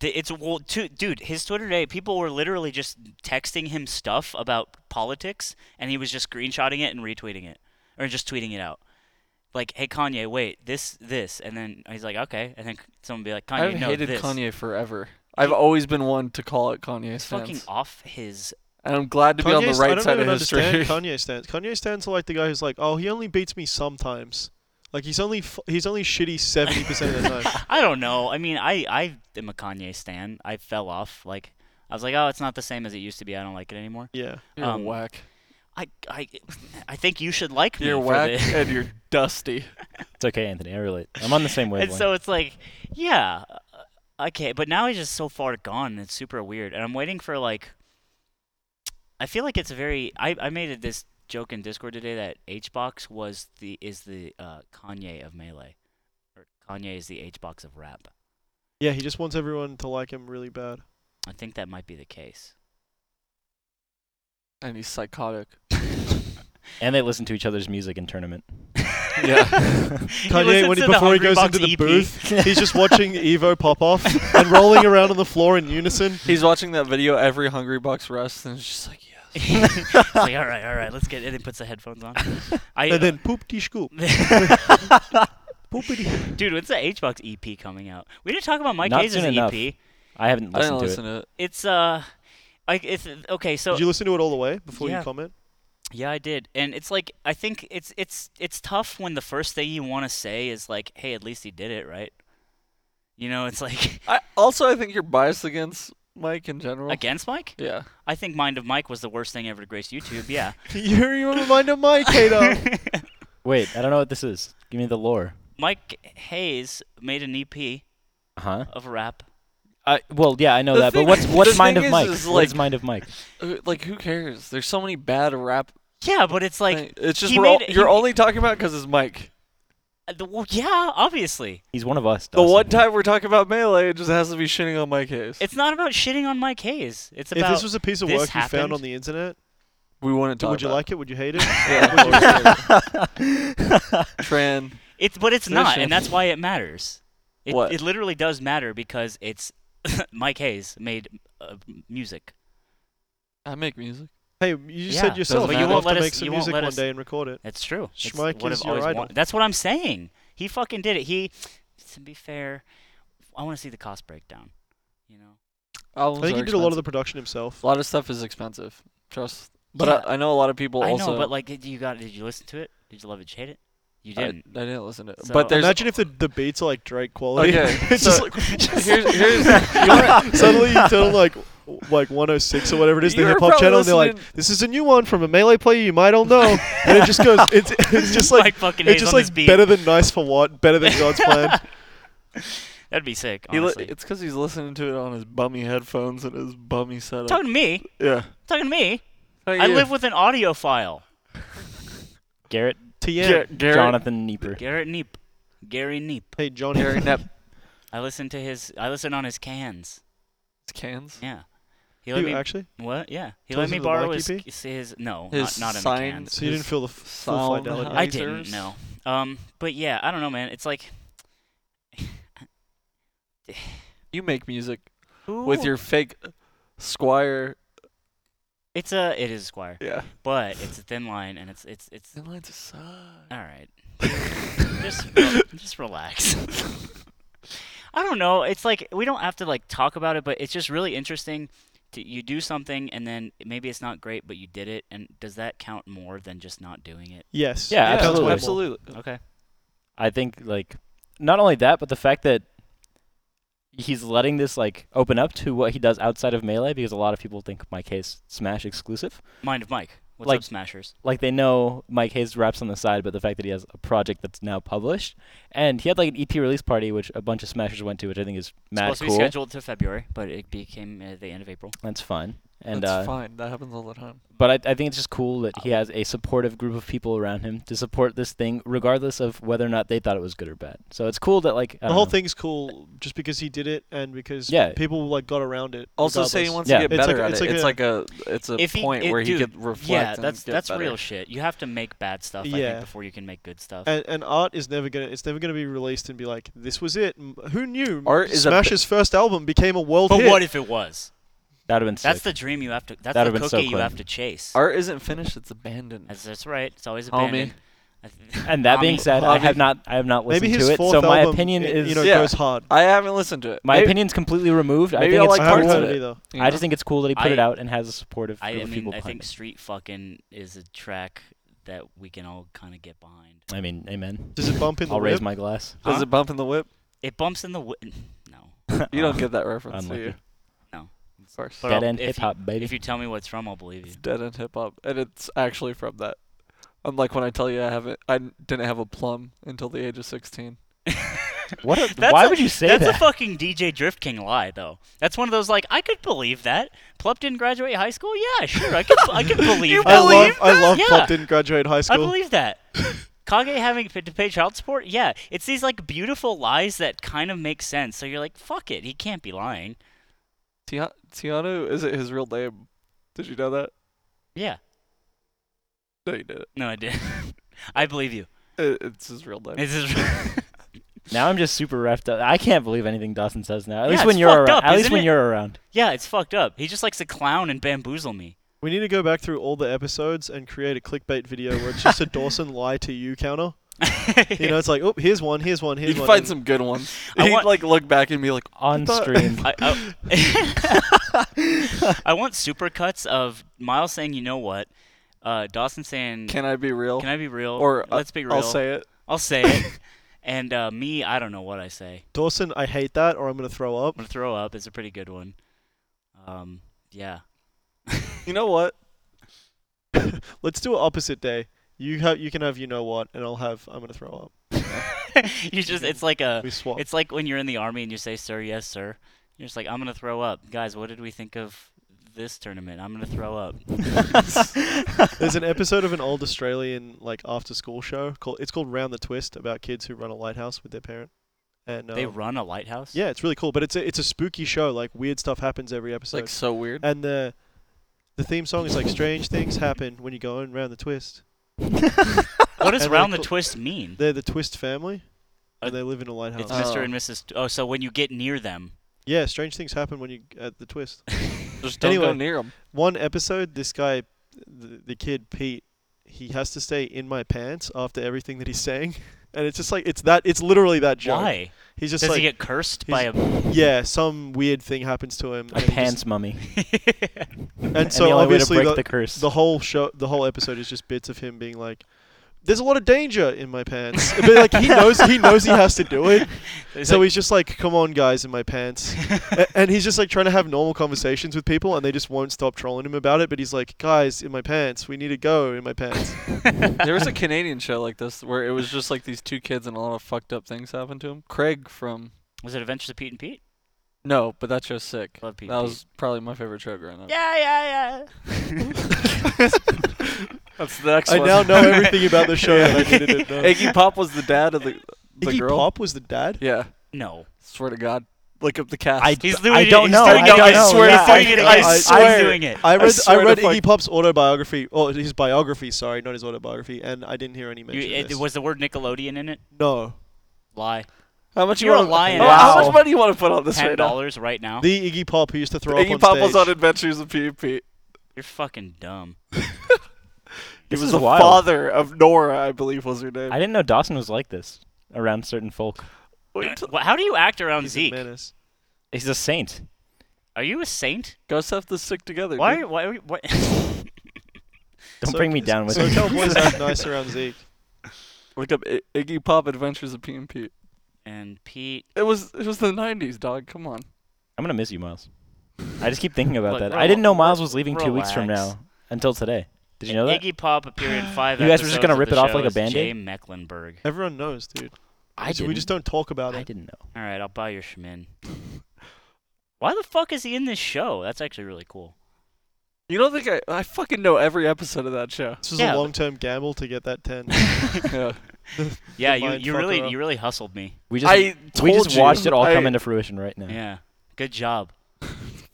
Speaker 3: Th- It's well, tu- dude. His Twitter day, people were literally just texting him stuff about politics, and he was just screenshotting it and retweeting it, or just tweeting it out. Like, hey Kanye, wait, this, this, and then he's like, okay, and then c- someone be like, Kanye,
Speaker 1: I've
Speaker 3: no,
Speaker 1: hated
Speaker 3: this.
Speaker 1: Kanye forever. I've always been one to call it Kanye's
Speaker 3: He's fucking
Speaker 1: fans,
Speaker 3: off his.
Speaker 1: and I'm glad to be on the
Speaker 2: Kanye's- I
Speaker 1: right
Speaker 2: don't
Speaker 1: side of
Speaker 2: even
Speaker 1: history.
Speaker 2: understand Kanye stands. Kanye stands like the guy who's like, "Oh, he only beats me sometimes. Like he's only f- he's only shitty seventy percent of the time."
Speaker 3: I don't know. I mean, I I am a Kanye stan. I fell off. Like, I was like, oh, it's not the same as it used to be. I don't like it anymore.
Speaker 2: Yeah.
Speaker 1: You're
Speaker 3: Um,
Speaker 1: whack.
Speaker 3: I I I think you should like me.
Speaker 1: You're
Speaker 3: for
Speaker 1: whack,
Speaker 3: the-
Speaker 1: and you're dusty.
Speaker 4: It's okay, Anthony. I relate. I'm on the same wavelength.
Speaker 3: and so it's like, yeah, uh, okay, but now he's just so far gone. and It's super weird, and I'm waiting for like. I feel like it's very. I I made it this joke in Discord today that H box was the is the uh, Kanye of melee, or Kanye is the H box of rap.
Speaker 2: Yeah, he just wants everyone to like him really bad.
Speaker 3: I think that might be the case.
Speaker 1: And he's psychotic.
Speaker 4: and they listen to each other's music in tournament.
Speaker 1: Yeah.
Speaker 2: Kanye, when he, before he goes into
Speaker 3: E
Speaker 2: the booth, he's just watching Evo pop off and rolling around on the floor in unison.
Speaker 1: He's watching that video every Hungry Bucks rest, and it's just like, yes.
Speaker 3: He's like, all right, all right, let's get. And then puts the headphones on. I uh,
Speaker 2: And
Speaker 1: uh,
Speaker 2: then poop de scoop. Poopity.
Speaker 3: dude, when's the H box EP coming out? We didn't talk about Mike
Speaker 4: Not
Speaker 3: Hayes'
Speaker 4: soon
Speaker 3: EP.
Speaker 4: enough. I haven't
Speaker 1: I didn't
Speaker 4: listened to
Speaker 1: listen to it.
Speaker 3: It's uh, like it's okay. So
Speaker 2: Did you listen to it all the way before
Speaker 3: Yeah.
Speaker 2: you comment?
Speaker 3: yeah, I did, and it's like I think it's it's it's tough when the first thing you want to say is like, hey, at least he did it right. You know, it's like
Speaker 1: I, also, I think you're biased against Mike in general.
Speaker 3: against Mike.
Speaker 1: Yeah.
Speaker 3: I think Mind of Mike was the worst thing ever to grace YouTube. Yeah.
Speaker 2: You're you remind of my Kato.
Speaker 4: it. Wait, I don't know what this is. Give me the lore.
Speaker 3: Mike Hayes made an EP
Speaker 4: Uh huh.
Speaker 3: of rap.
Speaker 4: I well, yeah, I know
Speaker 1: The
Speaker 4: that.
Speaker 1: thing
Speaker 4: But what's
Speaker 1: is-
Speaker 4: what's
Speaker 1: the
Speaker 4: mind
Speaker 1: thing
Speaker 4: of
Speaker 1: is-
Speaker 4: Mike?
Speaker 1: is,
Speaker 4: what is
Speaker 1: like-
Speaker 4: mind of Mike?
Speaker 1: Uh, Like, who cares? There's so many bad rap.
Speaker 3: Yeah, but it's like
Speaker 1: thing- it's just
Speaker 3: he
Speaker 1: we're all,
Speaker 3: made it-
Speaker 1: you're
Speaker 3: he-
Speaker 1: only talking about because it's Mike.
Speaker 3: uh, the, well, yeah, obviously.
Speaker 4: He's one of us.
Speaker 1: The
Speaker 4: Dawson.
Speaker 1: one time we're talking about melee, it just has to be shitting on Mike Hayes.
Speaker 3: It's not about shitting on Mike Hayes. It's
Speaker 2: if
Speaker 3: about
Speaker 2: this was a piece of
Speaker 3: this
Speaker 2: work you
Speaker 3: happened.
Speaker 2: found on the internet,
Speaker 1: we wouldn't talk.
Speaker 2: would you
Speaker 1: about
Speaker 2: like it? Would you hate it?
Speaker 1: Yeah. Tran.
Speaker 3: It's but it's not,
Speaker 1: Listen.
Speaker 3: and that's why it matters. It,
Speaker 1: What?
Speaker 3: it literally does matter because it's Mike Hayes made uh, music.
Speaker 1: I make music.
Speaker 2: Hey, you
Speaker 3: Yeah,
Speaker 2: said yourself,
Speaker 1: but you
Speaker 2: you have
Speaker 1: won't
Speaker 3: let
Speaker 2: to
Speaker 3: us-
Speaker 2: make some
Speaker 3: you won't
Speaker 2: music
Speaker 3: let
Speaker 2: one
Speaker 3: us-
Speaker 2: day and record it.
Speaker 3: That's true. It's
Speaker 2: Schmike
Speaker 3: what
Speaker 2: is
Speaker 3: I've
Speaker 2: your
Speaker 3: always
Speaker 2: idol.
Speaker 3: wanted. That's what I'm saying. He fucking did it. He, to be fair, I want to see the cost breakdown. You know,
Speaker 2: I think he did a lot of the production himself.
Speaker 1: A lot of stuff is expensive. Trust. But
Speaker 3: Yeah.
Speaker 1: I, I know a lot of people
Speaker 3: I
Speaker 1: also.
Speaker 3: know, but like, did you got? Did you listen to it? Did you love it? Did you hate it? You
Speaker 1: I, I
Speaker 3: didn't.
Speaker 1: didn't listen to it.
Speaker 3: So-
Speaker 1: but there's
Speaker 2: Imagine if the, the beats are like Drake quality.
Speaker 1: Okay,
Speaker 2: it's
Speaker 1: so-
Speaker 2: just like,
Speaker 1: here's here's you wanna-
Speaker 2: suddenly you turn on like w- like 106 or whatever it is, the
Speaker 1: You were
Speaker 2: hip hop
Speaker 1: probably
Speaker 2: channel, and they're like,
Speaker 1: listening-
Speaker 2: "This is a new one from a melee player you might all know," and it just goes, it's it's just like
Speaker 3: Mike fucking
Speaker 2: it's
Speaker 3: hates
Speaker 2: just
Speaker 3: on this
Speaker 2: like
Speaker 3: beat.
Speaker 2: better than nice for what, better than God's plan.
Speaker 3: That'd be sick.
Speaker 1: he li-
Speaker 3: Honestly,
Speaker 1: it's because he's listening to it on his bummy headphones and his bummy setup.
Speaker 3: talking to me.
Speaker 1: yeah.
Speaker 3: Talking to me.
Speaker 1: Hey,
Speaker 3: I
Speaker 1: you.
Speaker 3: live with an audio file.
Speaker 4: Garrett,
Speaker 2: TM.
Speaker 1: Gar- Garrett,
Speaker 4: Jonathan Nieper.
Speaker 3: Garrett Neep. Gary Neep.
Speaker 2: Hey John,
Speaker 1: Gary Nep
Speaker 3: I listen to his. I listen on his cans.
Speaker 1: cans.
Speaker 3: Yeah. He let
Speaker 2: you
Speaker 3: me.
Speaker 2: actually,
Speaker 3: what? Yeah. He
Speaker 2: To
Speaker 3: let
Speaker 2: listen
Speaker 3: me
Speaker 2: to the
Speaker 3: borrow
Speaker 2: Mike
Speaker 3: his,
Speaker 2: EP?
Speaker 3: his. No.
Speaker 1: His
Speaker 3: not not on
Speaker 1: sign-
Speaker 3: cans.
Speaker 2: so you didn't feel the f- full
Speaker 1: sound
Speaker 2: fidelity.
Speaker 1: high.
Speaker 3: I
Speaker 1: Lasers?
Speaker 3: didn't know. Um, but yeah, I don't know, man. It's like
Speaker 1: You make music
Speaker 3: who
Speaker 1: with your fake Squire.
Speaker 3: It's a. It is Squire,
Speaker 1: Yeah.
Speaker 3: but it's a thin line, and it's it's it's.
Speaker 1: The lines suck.
Speaker 3: All right, just re- just relax. I don't know. It's like we don't have to like talk about it, but it's just really interesting. To, you do something, and then maybe it's not great, but you did it, and does that count more than just not doing it?
Speaker 2: Yes.
Speaker 4: Yeah,
Speaker 2: It counts
Speaker 4: absolutely.
Speaker 2: way more.
Speaker 1: Absolutely.
Speaker 3: Okay.
Speaker 4: I think like not only that, but the fact that he's letting this like open up to what he does outside of melee because a lot of people think Mike Hayes Smash exclusive.
Speaker 3: Mind of Mike. What's
Speaker 4: Like-
Speaker 3: up, Smashers?
Speaker 4: Like they know Mike Hayes raps on the side, but the fact that he has a project that's now published, and he had like an EP release party which a bunch of Smashers went to, which I think is mad
Speaker 3: Supposed to be
Speaker 4: cool.
Speaker 3: scheduled to February, but it became uh, the end of April.
Speaker 4: That's fun. And
Speaker 1: That's
Speaker 4: uh,
Speaker 1: fine. That happens all the time.
Speaker 4: but I, I think it's just cool that he has a supportive group of people around him to support this thing, regardless of whether or not they thought it was good or bad. So it's cool that like I
Speaker 2: The
Speaker 4: don't
Speaker 2: whole
Speaker 4: know.
Speaker 2: thing's cool just because he did it and because
Speaker 4: Yeah.
Speaker 2: people like got around it.
Speaker 1: Also, say he
Speaker 2: regardless.
Speaker 1: wants
Speaker 4: Yeah.
Speaker 1: to get
Speaker 2: It's
Speaker 1: better
Speaker 2: like a-
Speaker 1: at
Speaker 2: it's
Speaker 1: it.
Speaker 2: like
Speaker 1: it's
Speaker 2: a-
Speaker 1: like a it's a
Speaker 3: If he-
Speaker 1: point
Speaker 3: it-
Speaker 1: where he
Speaker 3: dude,
Speaker 1: could reflect.
Speaker 3: Yeah,
Speaker 1: and
Speaker 3: that's
Speaker 1: get
Speaker 3: that's
Speaker 1: better.
Speaker 3: real shit. You have to make bad stuff, I
Speaker 2: Yeah.
Speaker 3: think, before you can make good stuff.
Speaker 2: And, and art is never gonna it's never gonna be released and be like this was it. M- Who knew?
Speaker 1: Art is a bi-
Speaker 2: Smash's first album became a world
Speaker 3: but
Speaker 2: hit.
Speaker 3: what if it was?
Speaker 4: That'd have been
Speaker 3: That's
Speaker 4: sick.
Speaker 3: the dream you have to. That's
Speaker 4: That'd
Speaker 3: the
Speaker 4: have been so
Speaker 3: cookie you
Speaker 4: clean.
Speaker 3: have to chase.
Speaker 1: Art isn't finished. It's abandoned.
Speaker 3: That's, that's right. It's always
Speaker 1: Homie.
Speaker 3: abandoned. I th-
Speaker 4: And that being
Speaker 3: Homie.
Speaker 4: said, I
Speaker 1: Hobby.
Speaker 4: have not I have not listened
Speaker 2: Maybe his
Speaker 4: to it,
Speaker 2: fourth
Speaker 4: so my
Speaker 2: album,
Speaker 4: opinion
Speaker 2: it-
Speaker 4: is
Speaker 2: you know
Speaker 1: Yeah.
Speaker 2: goes hard.
Speaker 1: I haven't listened to it.
Speaker 4: my
Speaker 1: Maybe-
Speaker 4: opinion's completely removed. I
Speaker 1: maybe
Speaker 4: think
Speaker 1: I'll
Speaker 4: it's
Speaker 1: like
Speaker 2: I
Speaker 1: parts
Speaker 2: haven't
Speaker 4: cool.
Speaker 2: heard
Speaker 1: of
Speaker 2: it
Speaker 1: it.
Speaker 2: either.
Speaker 1: you
Speaker 4: I
Speaker 1: know?
Speaker 4: just think it's cool that he put it
Speaker 3: I-
Speaker 4: out and has a supportive
Speaker 3: I,
Speaker 4: group
Speaker 3: I
Speaker 4: of
Speaker 3: mean,
Speaker 4: people
Speaker 3: I
Speaker 4: behind
Speaker 3: think
Speaker 4: him.
Speaker 3: street fucking is a track that we can all kind of get behind.
Speaker 4: I mean, amen.
Speaker 2: Does it bump in the
Speaker 4: I'll raise
Speaker 2: whip?
Speaker 4: my glass.
Speaker 1: Does
Speaker 3: Huh?
Speaker 1: it bump in the whip?
Speaker 3: It bumps in the wi- no.
Speaker 1: You don't get that reference, do
Speaker 4: Oh, Unlucky.
Speaker 1: you?
Speaker 3: No.
Speaker 1: Of course.
Speaker 3: But
Speaker 4: Dead
Speaker 3: I'll-
Speaker 4: end
Speaker 3: if
Speaker 4: hip hop, baby.
Speaker 3: If you tell me what's from, I'll believe you.
Speaker 1: It's dead end hip hop, and it's actually from that. Unlike when I tell you I haven't, I n- didn't have a plum until the age of sixteen.
Speaker 4: what? A,
Speaker 3: That's
Speaker 4: why
Speaker 3: a-
Speaker 4: would you say
Speaker 3: That's
Speaker 4: that?
Speaker 3: a fucking DJ Drift King lie, though. That's one of those like I could believe that Plup didn't graduate high school. Yeah, sure, I could. I could believe.
Speaker 1: You
Speaker 3: that.
Speaker 2: I love
Speaker 1: Believe
Speaker 2: I love
Speaker 3: Yeah.
Speaker 2: Pop didn't graduate high
Speaker 3: I
Speaker 2: school.
Speaker 3: believe that. Kage having p- to pay child support? Yeah. It's these like beautiful lies that kind of make sense. So you're like, fuck it, he can't be lying.
Speaker 1: Tia- Tiano isn't his real name. Did you know that?
Speaker 3: Yeah.
Speaker 1: No, you didn't.
Speaker 3: No, I did. I believe you.
Speaker 1: It, it's his real name.
Speaker 3: This is
Speaker 4: now I'm just super wrapped up. I can't believe anything Dawson says now. At
Speaker 3: Yeah,
Speaker 4: least
Speaker 3: it's
Speaker 4: when you're
Speaker 3: fucked
Speaker 4: around.
Speaker 3: up,
Speaker 4: At least
Speaker 3: isn't
Speaker 4: when
Speaker 3: it?
Speaker 4: you're around.
Speaker 3: yeah, it's fucked up. He just likes to clown and bamboozle me.
Speaker 2: We need to go back through all the episodes and create a clickbait video where it's just a Dawson lie to you counter. You know, it's like, oh, here's one, here's one, here's
Speaker 1: You'd
Speaker 2: one.
Speaker 1: find
Speaker 2: and-
Speaker 1: some good ones.
Speaker 3: I
Speaker 1: He'd
Speaker 3: want-
Speaker 1: like look back and be like,
Speaker 4: On
Speaker 1: thought-
Speaker 4: stream.
Speaker 3: I, I, I want supercuts of Miles saying, "You know what?" Uh, Dawson saying,
Speaker 1: "Can I be real?"
Speaker 3: "Can I be real?"
Speaker 1: or uh,
Speaker 3: "Let's be real."
Speaker 1: I'll say it.
Speaker 3: I'll say it. and uh, me, I don't know what I say.
Speaker 2: Dawson, I hate that, or I'm gonna throw up.
Speaker 3: I'm gonna throw up. It's a pretty good one. Um, yeah.
Speaker 1: You know what?
Speaker 2: Let's do it opposite day. You have, you can have, you know what, and I'll have, I'm gonna throw up.
Speaker 3: you just it's like a
Speaker 2: We swap.
Speaker 3: it's like when you're in the army and you say sir yes sir. You're just like I'm gonna throw up, guys. What did we think of this tournament? I'm gonna throw up.
Speaker 2: There's an episode of an old Australian like after school show called it's called Round the Twist about kids who run a lighthouse with their parent. And
Speaker 3: They
Speaker 2: um,
Speaker 3: run a lighthouse.
Speaker 2: yeah, it's really cool, but it's a, it's a spooky show. Like weird stuff happens every
Speaker 1: It's
Speaker 2: episode.
Speaker 1: like so weird.
Speaker 2: and the the theme song is like strange things happen when you go in round the twist.
Speaker 3: What does
Speaker 2: And
Speaker 3: round
Speaker 2: like-
Speaker 3: the twist mean?
Speaker 2: They're the Twist family,
Speaker 3: Uh,
Speaker 2: and they live in a lighthouse.
Speaker 3: It's
Speaker 1: Uh,
Speaker 3: Mr. and Mrs. T- oh, so when you get near them.
Speaker 2: yeah, strange things happen when you at the twist.
Speaker 1: Just don't go
Speaker 2: anyway.
Speaker 1: near him.
Speaker 2: One episode, this guy the, the kid Pete, he has to stay in my pants after everything that he's saying, and it's just like it's that it's literally that joke.
Speaker 3: Why?
Speaker 2: He's just
Speaker 3: Does
Speaker 2: like
Speaker 3: he get cursed by a?
Speaker 2: yeah, some weird thing happens to him.
Speaker 4: A
Speaker 2: and he just-
Speaker 4: pants mummy.
Speaker 2: and so
Speaker 4: the only way to
Speaker 2: obviously
Speaker 4: break
Speaker 2: the,
Speaker 4: the, curse.
Speaker 2: the whole show, the whole episode is just bits of him being like, "There's a lot of danger in my pants," but like he knows he knows he has to do it.
Speaker 3: It's
Speaker 2: so
Speaker 3: like-
Speaker 2: he's just like, "Come on, guys, in my pants," A- and he's just like trying to have normal conversations with people, and they just won't stop trolling him about it. But he's like, "Guys, in my pants, we need to go in my pants."
Speaker 1: There was a Canadian show like this where it was just like these two kids and a lot of fucked up things happened to them. Craig from
Speaker 3: was it Adventures of Pete and Pete?
Speaker 1: no, but that show's sick.
Speaker 3: Love Pete.
Speaker 1: That was probably my favorite show growing up.
Speaker 3: Yeah, yeah, yeah.
Speaker 1: That's the next
Speaker 2: I
Speaker 1: one.
Speaker 2: now know everything about the show that I needed to know.
Speaker 1: Iggy Pop was the dad of the the
Speaker 2: Iggy
Speaker 1: girl.
Speaker 2: Pop was the dad.
Speaker 1: Yeah,
Speaker 3: no.
Speaker 1: swear to God, look up the cast.
Speaker 3: He's doing
Speaker 4: I
Speaker 3: it.
Speaker 4: don't
Speaker 3: he's
Speaker 4: know,
Speaker 3: Doing it.
Speaker 4: I don't know,
Speaker 3: swear
Speaker 4: yeah.
Speaker 3: he's doing it.
Speaker 2: I- I-
Speaker 3: he's
Speaker 2: I-
Speaker 3: doing it.
Speaker 2: I read I,
Speaker 1: swear to
Speaker 2: read
Speaker 1: fuck-
Speaker 2: Iggy Pop's autobiography, or his biography, sorry, not his autobiography, and I didn't hear any
Speaker 3: You,
Speaker 2: mention. of
Speaker 3: it,
Speaker 2: this.
Speaker 3: was the word Nickelodeon in it?
Speaker 2: no
Speaker 3: Lie.
Speaker 1: how much you
Speaker 3: You're a
Speaker 1: want?
Speaker 3: lion.
Speaker 1: Oh, How
Speaker 4: Wow.
Speaker 1: much money you want to put on this
Speaker 3: Ten
Speaker 1: right now?
Speaker 3: dollars right now.
Speaker 2: the Iggy Pop who used to throw up on
Speaker 1: Iggy Pop was on
Speaker 2: stage.
Speaker 1: Adventures of Pete and Pete.
Speaker 3: You're fucking dumb.
Speaker 1: He
Speaker 4: This
Speaker 1: was
Speaker 4: is
Speaker 1: the
Speaker 4: wild.
Speaker 1: father of Nora, I believe was her name.
Speaker 4: I didn't know Dawson was like this around certain folk.
Speaker 1: Wait till-
Speaker 3: Wha- How do you act around
Speaker 2: He's a
Speaker 3: Zeke?
Speaker 2: menace.
Speaker 4: He's a saint.
Speaker 3: Are you a saint?
Speaker 1: Go stuff this sick together.
Speaker 3: Why?
Speaker 1: dude.
Speaker 3: Why? are you- What?
Speaker 4: Don't
Speaker 2: So-
Speaker 4: bring me down with
Speaker 2: so
Speaker 4: it.
Speaker 2: tell boys act nice around Zeke.
Speaker 1: Look up I- Iggy Pop Adventures of Pete and Pete.
Speaker 3: and Pete.
Speaker 1: It was it was the '90s, dog. Come on.
Speaker 4: I'm gonna miss you, Miles. I just keep thinking
Speaker 3: Look,
Speaker 4: about that.
Speaker 3: rela-
Speaker 4: I didn't know Miles was leaving two weeks from
Speaker 3: relax.
Speaker 4: now until today. Did you know that?
Speaker 3: Iggy Pop appeared in five.
Speaker 4: You guys were just gonna
Speaker 3: episodes
Speaker 4: rip
Speaker 3: of
Speaker 4: it
Speaker 3: the
Speaker 4: off like
Speaker 3: show
Speaker 4: a
Speaker 3: as
Speaker 4: Band-Aid?
Speaker 3: Jay Mecklenburg.
Speaker 2: Everyone knows, dude.
Speaker 4: I
Speaker 2: So
Speaker 4: didn't.
Speaker 2: we just don't talk about
Speaker 4: I
Speaker 2: it.
Speaker 4: didn't know.
Speaker 3: All right, I'll buy your Schmin. Why the fuck is he in this show? That's actually really cool.
Speaker 1: You don't think I? I fucking know every episode of that show.
Speaker 2: This was
Speaker 3: Yeah,
Speaker 2: a
Speaker 3: but-
Speaker 2: long-term gamble to get that ten.
Speaker 1: Yeah.
Speaker 3: Yeah,
Speaker 2: The
Speaker 3: you, you
Speaker 2: mindfucker
Speaker 3: really
Speaker 2: up.
Speaker 3: you really hustled me.
Speaker 4: We just
Speaker 1: I
Speaker 4: we
Speaker 1: told
Speaker 4: just
Speaker 1: you.
Speaker 4: watched it all
Speaker 1: I,
Speaker 4: come into fruition right now.
Speaker 3: Yeah. Good job.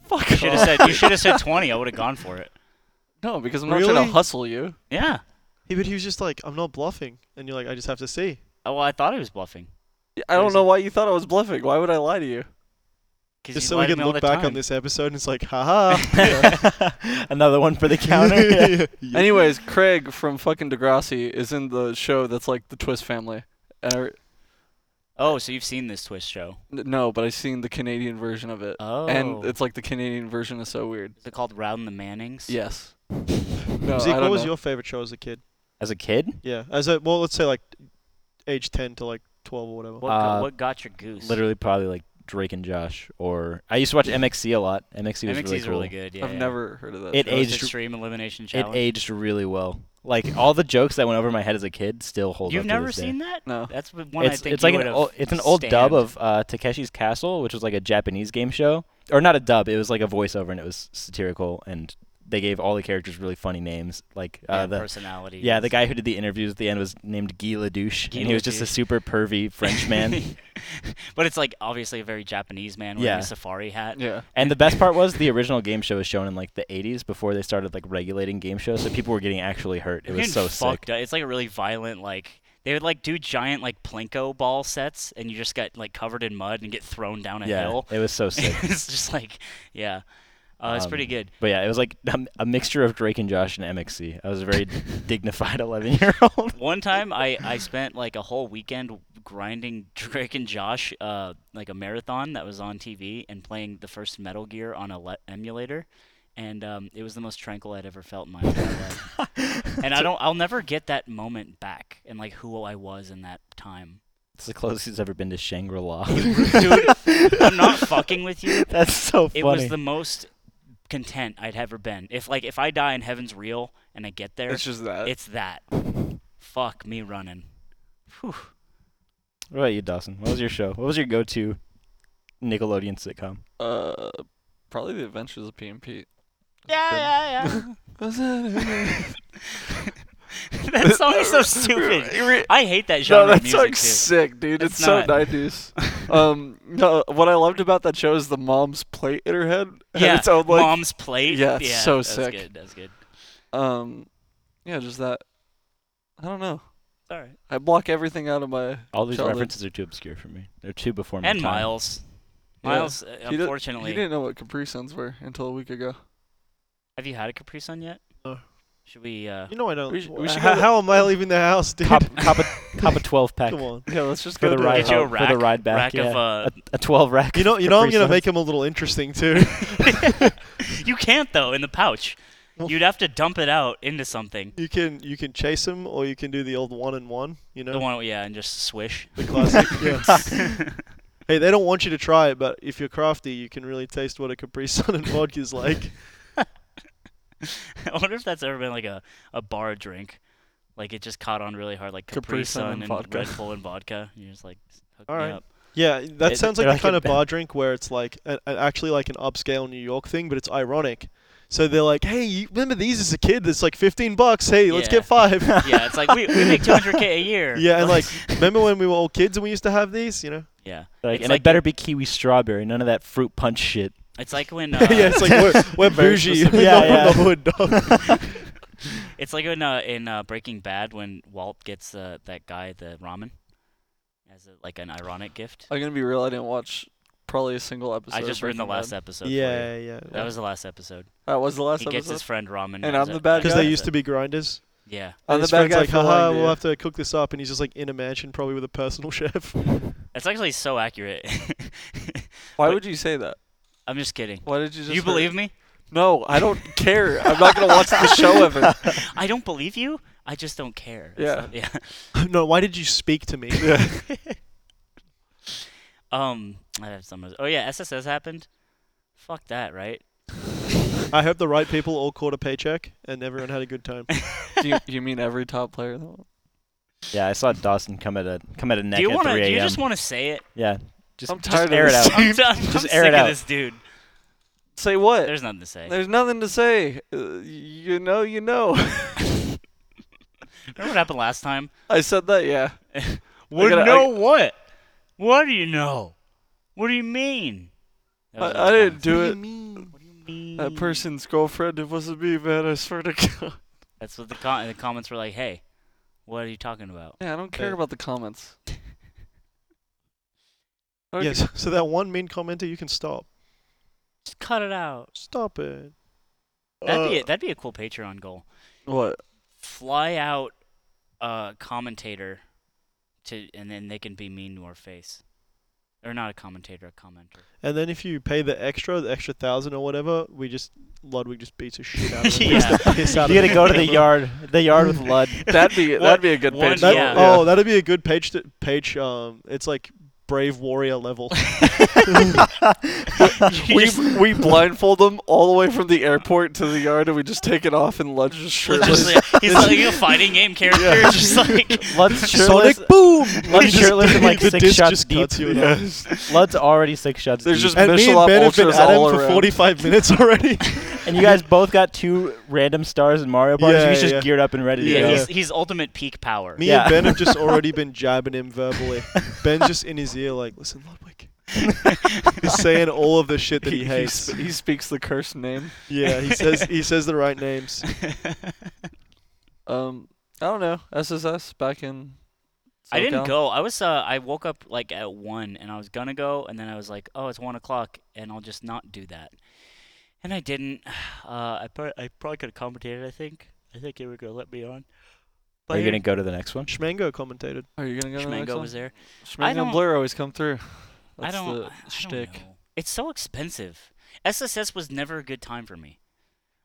Speaker 1: Fuck
Speaker 3: You should have
Speaker 1: off.
Speaker 3: said you should have said 20. I would have gone for it.
Speaker 1: no, because I'm not trying
Speaker 2: Really?
Speaker 1: to hustle you.
Speaker 3: Yeah.
Speaker 2: He, but he was just like, "I'm not bluffing," and you're like, "I just have to see."
Speaker 3: Oh, well, I thought he was bluffing.
Speaker 1: I don't
Speaker 2: Crazy.
Speaker 1: know why you thought I was bluffing. Why would I lie to you?
Speaker 3: Cause
Speaker 2: Just
Speaker 3: you
Speaker 2: so we
Speaker 3: lied to
Speaker 2: can
Speaker 3: me all
Speaker 2: look
Speaker 3: the
Speaker 2: back on
Speaker 3: time.
Speaker 2: this episode, and it's like, haha.
Speaker 3: Oh.
Speaker 4: Another one for the counter. Yeah.
Speaker 1: Anyways, Craig from fucking Degrassi is in the show that's like the Twist family. And I, n-
Speaker 3: Oh, so you've seen this twist show?
Speaker 1: no, but I seen the Canadian version of it,
Speaker 3: Oh.
Speaker 1: and it's like the Canadian version is so weird.
Speaker 3: is it called Round the Mannings?
Speaker 1: Yes. No,
Speaker 2: Zeke,
Speaker 1: I
Speaker 2: what
Speaker 1: don't
Speaker 2: was
Speaker 1: know.
Speaker 2: your favorite show as a kid?
Speaker 4: As a kid,
Speaker 2: Yeah, as a well, let's say like age ten to like twelve or whatever.
Speaker 3: What, got,
Speaker 4: Uh,
Speaker 3: what got your goose?
Speaker 4: literally probably like Drake and Josh, or I used to watch MXC a lot. MXC was
Speaker 3: MXC's
Speaker 4: really cool.
Speaker 3: really good. Yeah,
Speaker 1: I've
Speaker 3: yeah.
Speaker 1: never heard of that.
Speaker 4: It
Speaker 1: show.
Speaker 3: Most
Speaker 4: aged-
Speaker 3: extreme elimination
Speaker 4: It
Speaker 3: challenge.
Speaker 4: aged really well. Like all the jokes that went over my head as a kid still hold
Speaker 3: You've
Speaker 4: up. to
Speaker 3: never
Speaker 4: this day.
Speaker 3: seen that?
Speaker 1: No.
Speaker 3: That's the one
Speaker 4: it's,
Speaker 3: I think
Speaker 4: it's
Speaker 3: you
Speaker 4: like an
Speaker 3: would've
Speaker 4: old, it's an old dub
Speaker 3: stanned.
Speaker 4: of uh, Takeshi's Castle, which was like a Japanese game show, or not a dub. It was like a voiceover, and it was satirical, and they gave all the characters really funny names. Like uh,
Speaker 3: yeah,
Speaker 4: the
Speaker 3: personality.
Speaker 4: yeah, the guy who did the interviews at the end was named Guy Ladouche,
Speaker 3: Guy
Speaker 4: and he was just a
Speaker 3: Ladouche.
Speaker 4: super pervy French man.
Speaker 3: but it's like obviously a very Japanese man wearing
Speaker 4: Yeah.
Speaker 3: a safari hat.
Speaker 1: Yeah.
Speaker 4: and the best part was the original game show was shown in like the 80s before they started like regulating game shows, so people were getting actually hurt. It
Speaker 3: You're
Speaker 4: was so
Speaker 3: getting
Speaker 4: sick.
Speaker 3: fucked up. It's like a really violent like they would like do giant like plinko ball sets and you just got like covered in mud and get thrown down a
Speaker 4: Yeah,
Speaker 3: hill.
Speaker 4: it was so sick.
Speaker 3: it's just like yeah. Uh, it's pretty
Speaker 4: Um,
Speaker 3: good.
Speaker 4: But yeah, it was like um, a mixture of Drake and Josh and MXC. I was a very dignified 11 year old.
Speaker 3: One time I, I spent like a whole weekend grinding Drake and Josh uh, like a marathon that was on TV and playing the first Metal Gear on a le- emulator. And um, it was the most tranquil I'd ever felt in my entire life. And I don't, I'll never get that moment back and like who I was in that time.
Speaker 4: It's the closest he's ever been to Shangri La.
Speaker 3: Dude, I'm not fucking with you.
Speaker 4: That's so funny.
Speaker 3: It was the most content I'd ever been. If like if I die and heaven's real and I get there,
Speaker 1: It's just that.
Speaker 3: it's that. Fuck me running. Whew.
Speaker 4: what about you, Dawson? What was your show? What was your go-to Nickelodeon sitcom?
Speaker 1: uh, probably the Adventures of P and Pete.
Speaker 3: Yeah, yeah,
Speaker 1: that
Speaker 3: yeah. that song is so stupid. I hate that
Speaker 1: No,
Speaker 3: genre of
Speaker 1: that
Speaker 3: music
Speaker 1: song's sick, dude.
Speaker 3: It's
Speaker 1: It's, so
Speaker 3: not.
Speaker 1: nineties. um, no, what I loved about that show is the mom's plate in her head.
Speaker 3: too.
Speaker 1: had
Speaker 3: Yeah,
Speaker 1: its own, like-
Speaker 3: mom's plate.
Speaker 1: Yeah, it's so
Speaker 3: that's
Speaker 1: sick.
Speaker 3: Good, that's good.
Speaker 1: Um, yeah, just that. I don't know.
Speaker 3: All right.
Speaker 1: I block everything out of my.
Speaker 4: All these
Speaker 1: childhood.
Speaker 4: references are too obscure for me. They're too before my
Speaker 3: And
Speaker 4: time.
Speaker 3: Miles.
Speaker 1: Yeah.
Speaker 3: Miles, uh,
Speaker 1: He did-
Speaker 3: unfortunately,
Speaker 1: He didn't know what Capri Suns were until a week ago.
Speaker 3: have you had a Capri Sun yet? Should we? Uh,
Speaker 2: You know I don't.
Speaker 1: We sh- we
Speaker 2: wh-
Speaker 1: should
Speaker 2: how,
Speaker 1: go to-
Speaker 2: how am I leaving the house, dude?
Speaker 4: Cop, cop, a, cop a 12 pack
Speaker 2: Come on.
Speaker 1: Yeah, let's just
Speaker 4: for
Speaker 1: go
Speaker 4: the
Speaker 1: to
Speaker 4: ride
Speaker 3: Get you a
Speaker 4: home- for the
Speaker 3: rack-
Speaker 4: ride back.
Speaker 3: rack
Speaker 4: yeah.
Speaker 3: of, uh,
Speaker 4: a, a 12 rack.
Speaker 2: You know, you
Speaker 4: of
Speaker 2: know, I'm
Speaker 4: Capri
Speaker 2: gonna
Speaker 4: Suns.
Speaker 2: make him a little interesting too.
Speaker 3: you can't though in the pouch.
Speaker 2: Well-
Speaker 3: You'd have to dump it out into something.
Speaker 2: you can you can chase him, or you can do the old one and one. You know,
Speaker 3: The one, yeah, and just swish.
Speaker 2: the classic. yeah. Hey, they don't want you to try it, but if you're crafty, you can really taste what a Capri Sun and vodka is like.
Speaker 3: I wonder if that's ever been like a, a bar drink. Like it just caught on really hard, like Capri, Sun and,
Speaker 1: vodka.
Speaker 3: Red Bull and vodka. You're just like, hook
Speaker 2: All
Speaker 3: me
Speaker 2: right.
Speaker 3: up.
Speaker 2: Yeah, that
Speaker 4: It-
Speaker 2: sounds like
Speaker 4: they're
Speaker 2: the
Speaker 4: like
Speaker 2: kind
Speaker 4: a
Speaker 2: of bar drink where it's like a, a- actually like an upscale New York thing, but it's ironic. So they're like, "Hey, you remember these as a kid? It's like 15 bucks. Hey, let's
Speaker 3: Yeah.
Speaker 2: get five.
Speaker 3: Yeah, it's like we, we make 200k a year.
Speaker 2: yeah, and like, remember when we were all kids and we used to have these? You know?
Speaker 3: yeah,
Speaker 4: Like,
Speaker 3: It's
Speaker 4: and
Speaker 3: like
Speaker 4: it better be kiwi strawberry, none of that fruit punch shit.
Speaker 3: it's like when uh,
Speaker 2: yeah, it's like we're, we're
Speaker 1: Very
Speaker 2: bougie.
Speaker 1: specific.
Speaker 2: We're
Speaker 4: Yeah,
Speaker 2: not
Speaker 4: yeah.
Speaker 2: from the hood, dog.
Speaker 3: It's like in uh, in uh, Breaking Bad when Walt gets uh, that guy the ramen as a, like an ironic gift.
Speaker 1: I'm gonna be real. I didn't watch probably a single episode.
Speaker 3: I just ruined the last
Speaker 1: episode.
Speaker 3: episode. for you.
Speaker 2: yeah, yeah.
Speaker 3: that was the last episode.
Speaker 1: That was the last
Speaker 3: he
Speaker 1: episode.
Speaker 3: gets his friend ramen,
Speaker 1: And
Speaker 3: as
Speaker 1: I'm
Speaker 3: a-
Speaker 1: the bad
Speaker 2: because
Speaker 1: guy.
Speaker 2: they used to be grinders.
Speaker 1: I'm
Speaker 3: Yeah,
Speaker 2: And
Speaker 1: Oh, the
Speaker 2: his
Speaker 1: bad
Speaker 2: friend's
Speaker 1: guy
Speaker 2: like,
Speaker 1: for
Speaker 2: haha,
Speaker 1: lying to
Speaker 2: we'll
Speaker 1: you."
Speaker 2: have to cook this up, and he's just like in a mansion, probably with a personal chef.
Speaker 3: that's actually so accurate.
Speaker 1: Why
Speaker 3: Wait.
Speaker 1: would you say that?
Speaker 3: I'm just kidding.
Speaker 1: Why did you just?
Speaker 3: you
Speaker 1: hurt-
Speaker 3: believe me?
Speaker 1: No, I don't care. I'm not gonna watch the show ever.
Speaker 3: I don't believe you. I just don't care. It's
Speaker 1: Yeah.
Speaker 3: not- yeah.
Speaker 2: no, why did you speak to me?
Speaker 3: Um, I have some. Oh yeah, SSS happened. Fuck that, right?
Speaker 2: I hope the right people all caught a paycheck and everyone had a good time.
Speaker 1: Do you, you mean every top player though?
Speaker 4: Yeah, I saw Dawson come at a come at a neck
Speaker 3: do you
Speaker 4: at
Speaker 3: want to?
Speaker 4: 3
Speaker 3: Do you
Speaker 4: a.m.
Speaker 3: just want to say it?
Speaker 4: yeah, just,
Speaker 1: I'm
Speaker 4: just
Speaker 1: tired of
Speaker 4: air
Speaker 1: this.
Speaker 4: it out.
Speaker 3: I'm, done. I'm
Speaker 4: Just
Speaker 3: sick
Speaker 4: air it
Speaker 3: of
Speaker 4: out.
Speaker 3: this dude.
Speaker 1: Say what? There's,
Speaker 3: There's nothing to say.
Speaker 1: nothing to say. Uh, you know, you know.
Speaker 3: Remember what happened last time?
Speaker 1: I said that. Yeah.
Speaker 3: What
Speaker 1: gotta- I-
Speaker 3: know what? What do you know? What do you mean? That was
Speaker 1: I, I didn't do it.
Speaker 3: What do you mean?
Speaker 1: That person's girlfriend. It wasn't me, man. I swear to God.
Speaker 3: That's what the com- the comments were like. Hey, what are you talking about?
Speaker 1: Yeah, I don't care
Speaker 2: Uh,
Speaker 1: about the comments. Okay.
Speaker 2: Yes. So that one mean commenter, you can stop.
Speaker 3: Just cut it out.
Speaker 2: Stop it.
Speaker 3: That'd be
Speaker 2: Uh,
Speaker 3: a, that'd be a cool Patreon goal.
Speaker 1: What?
Speaker 3: Fly out a commentator to, and then they can be mean to our face, or not a commentator, a commenter.
Speaker 2: And then if you pay the extra, the extra thousand or whatever, we just Ludwig just beats the shit out of him.
Speaker 3: Yeah.
Speaker 4: You gotta go to the yard, the yard with Lud.
Speaker 1: That'd be
Speaker 3: What-
Speaker 1: that'd be a good
Speaker 3: what-
Speaker 1: page.
Speaker 2: That,
Speaker 3: Yeah.
Speaker 2: Oh, that'd be a good page. To, page. Um, it's like brave warrior level.
Speaker 3: You
Speaker 1: we
Speaker 3: just-
Speaker 1: we blindfold them all the way from the airport to the yard, and we just take it off and lunge his shirtless.
Speaker 3: Just like- he's like a fighting game character, just like
Speaker 2: Sonic
Speaker 4: Lud's shirtless.
Speaker 2: boom.
Speaker 4: Lud's
Speaker 2: Just-
Speaker 4: shirtless and like
Speaker 2: the
Speaker 4: six
Speaker 2: disc
Speaker 4: shots
Speaker 2: just
Speaker 4: deep.
Speaker 2: cuts you in half.
Speaker 4: Lud's already six shots
Speaker 1: There's
Speaker 4: deep.
Speaker 1: just
Speaker 2: And me
Speaker 1: Michelin
Speaker 2: and Ben have been
Speaker 1: ultras
Speaker 2: at
Speaker 1: all
Speaker 2: him for
Speaker 1: around.
Speaker 2: 45 minutes already.
Speaker 4: and you guys both got two random stars in Mario Party.
Speaker 2: Yeah,
Speaker 4: so he's just
Speaker 2: yeah.
Speaker 4: geared up and ready
Speaker 3: yeah,
Speaker 4: to go.
Speaker 3: He's, he's ultimate peak power.
Speaker 2: Me
Speaker 4: Yeah.
Speaker 2: and Ben have just already been jabbing him verbally. Ben's just in his ear, like, listen, Ludwig. He's saying all of the shit that he
Speaker 1: He, he,
Speaker 2: hates.
Speaker 1: sp- he speaks the cursed name.
Speaker 2: Yeah, he says he says the right names.
Speaker 1: Um, I don't know. SSS back in.
Speaker 3: I didn't
Speaker 1: SoCal.
Speaker 3: go. I was uh, I woke up like at one, and I was gonna go, and then I was like, oh, it's one o'clock, and I'll just not do that, and I didn't. Uh, I put I probably could have commentated. I think I think they were gonna let me on.
Speaker 4: Are you
Speaker 3: I
Speaker 4: gonna go to the next one?
Speaker 2: Schmango commentated.
Speaker 1: Are you gonna go?
Speaker 3: didn't-
Speaker 1: to the next
Speaker 3: Schmango
Speaker 1: one?
Speaker 3: was there. I
Speaker 1: Schmango
Speaker 3: don't-
Speaker 1: and Blur always come through.
Speaker 3: I
Speaker 1: That's
Speaker 3: don't.
Speaker 1: the
Speaker 3: I- I don't
Speaker 1: shtick.
Speaker 3: know. It's so expensive. SSS was never a good time for me.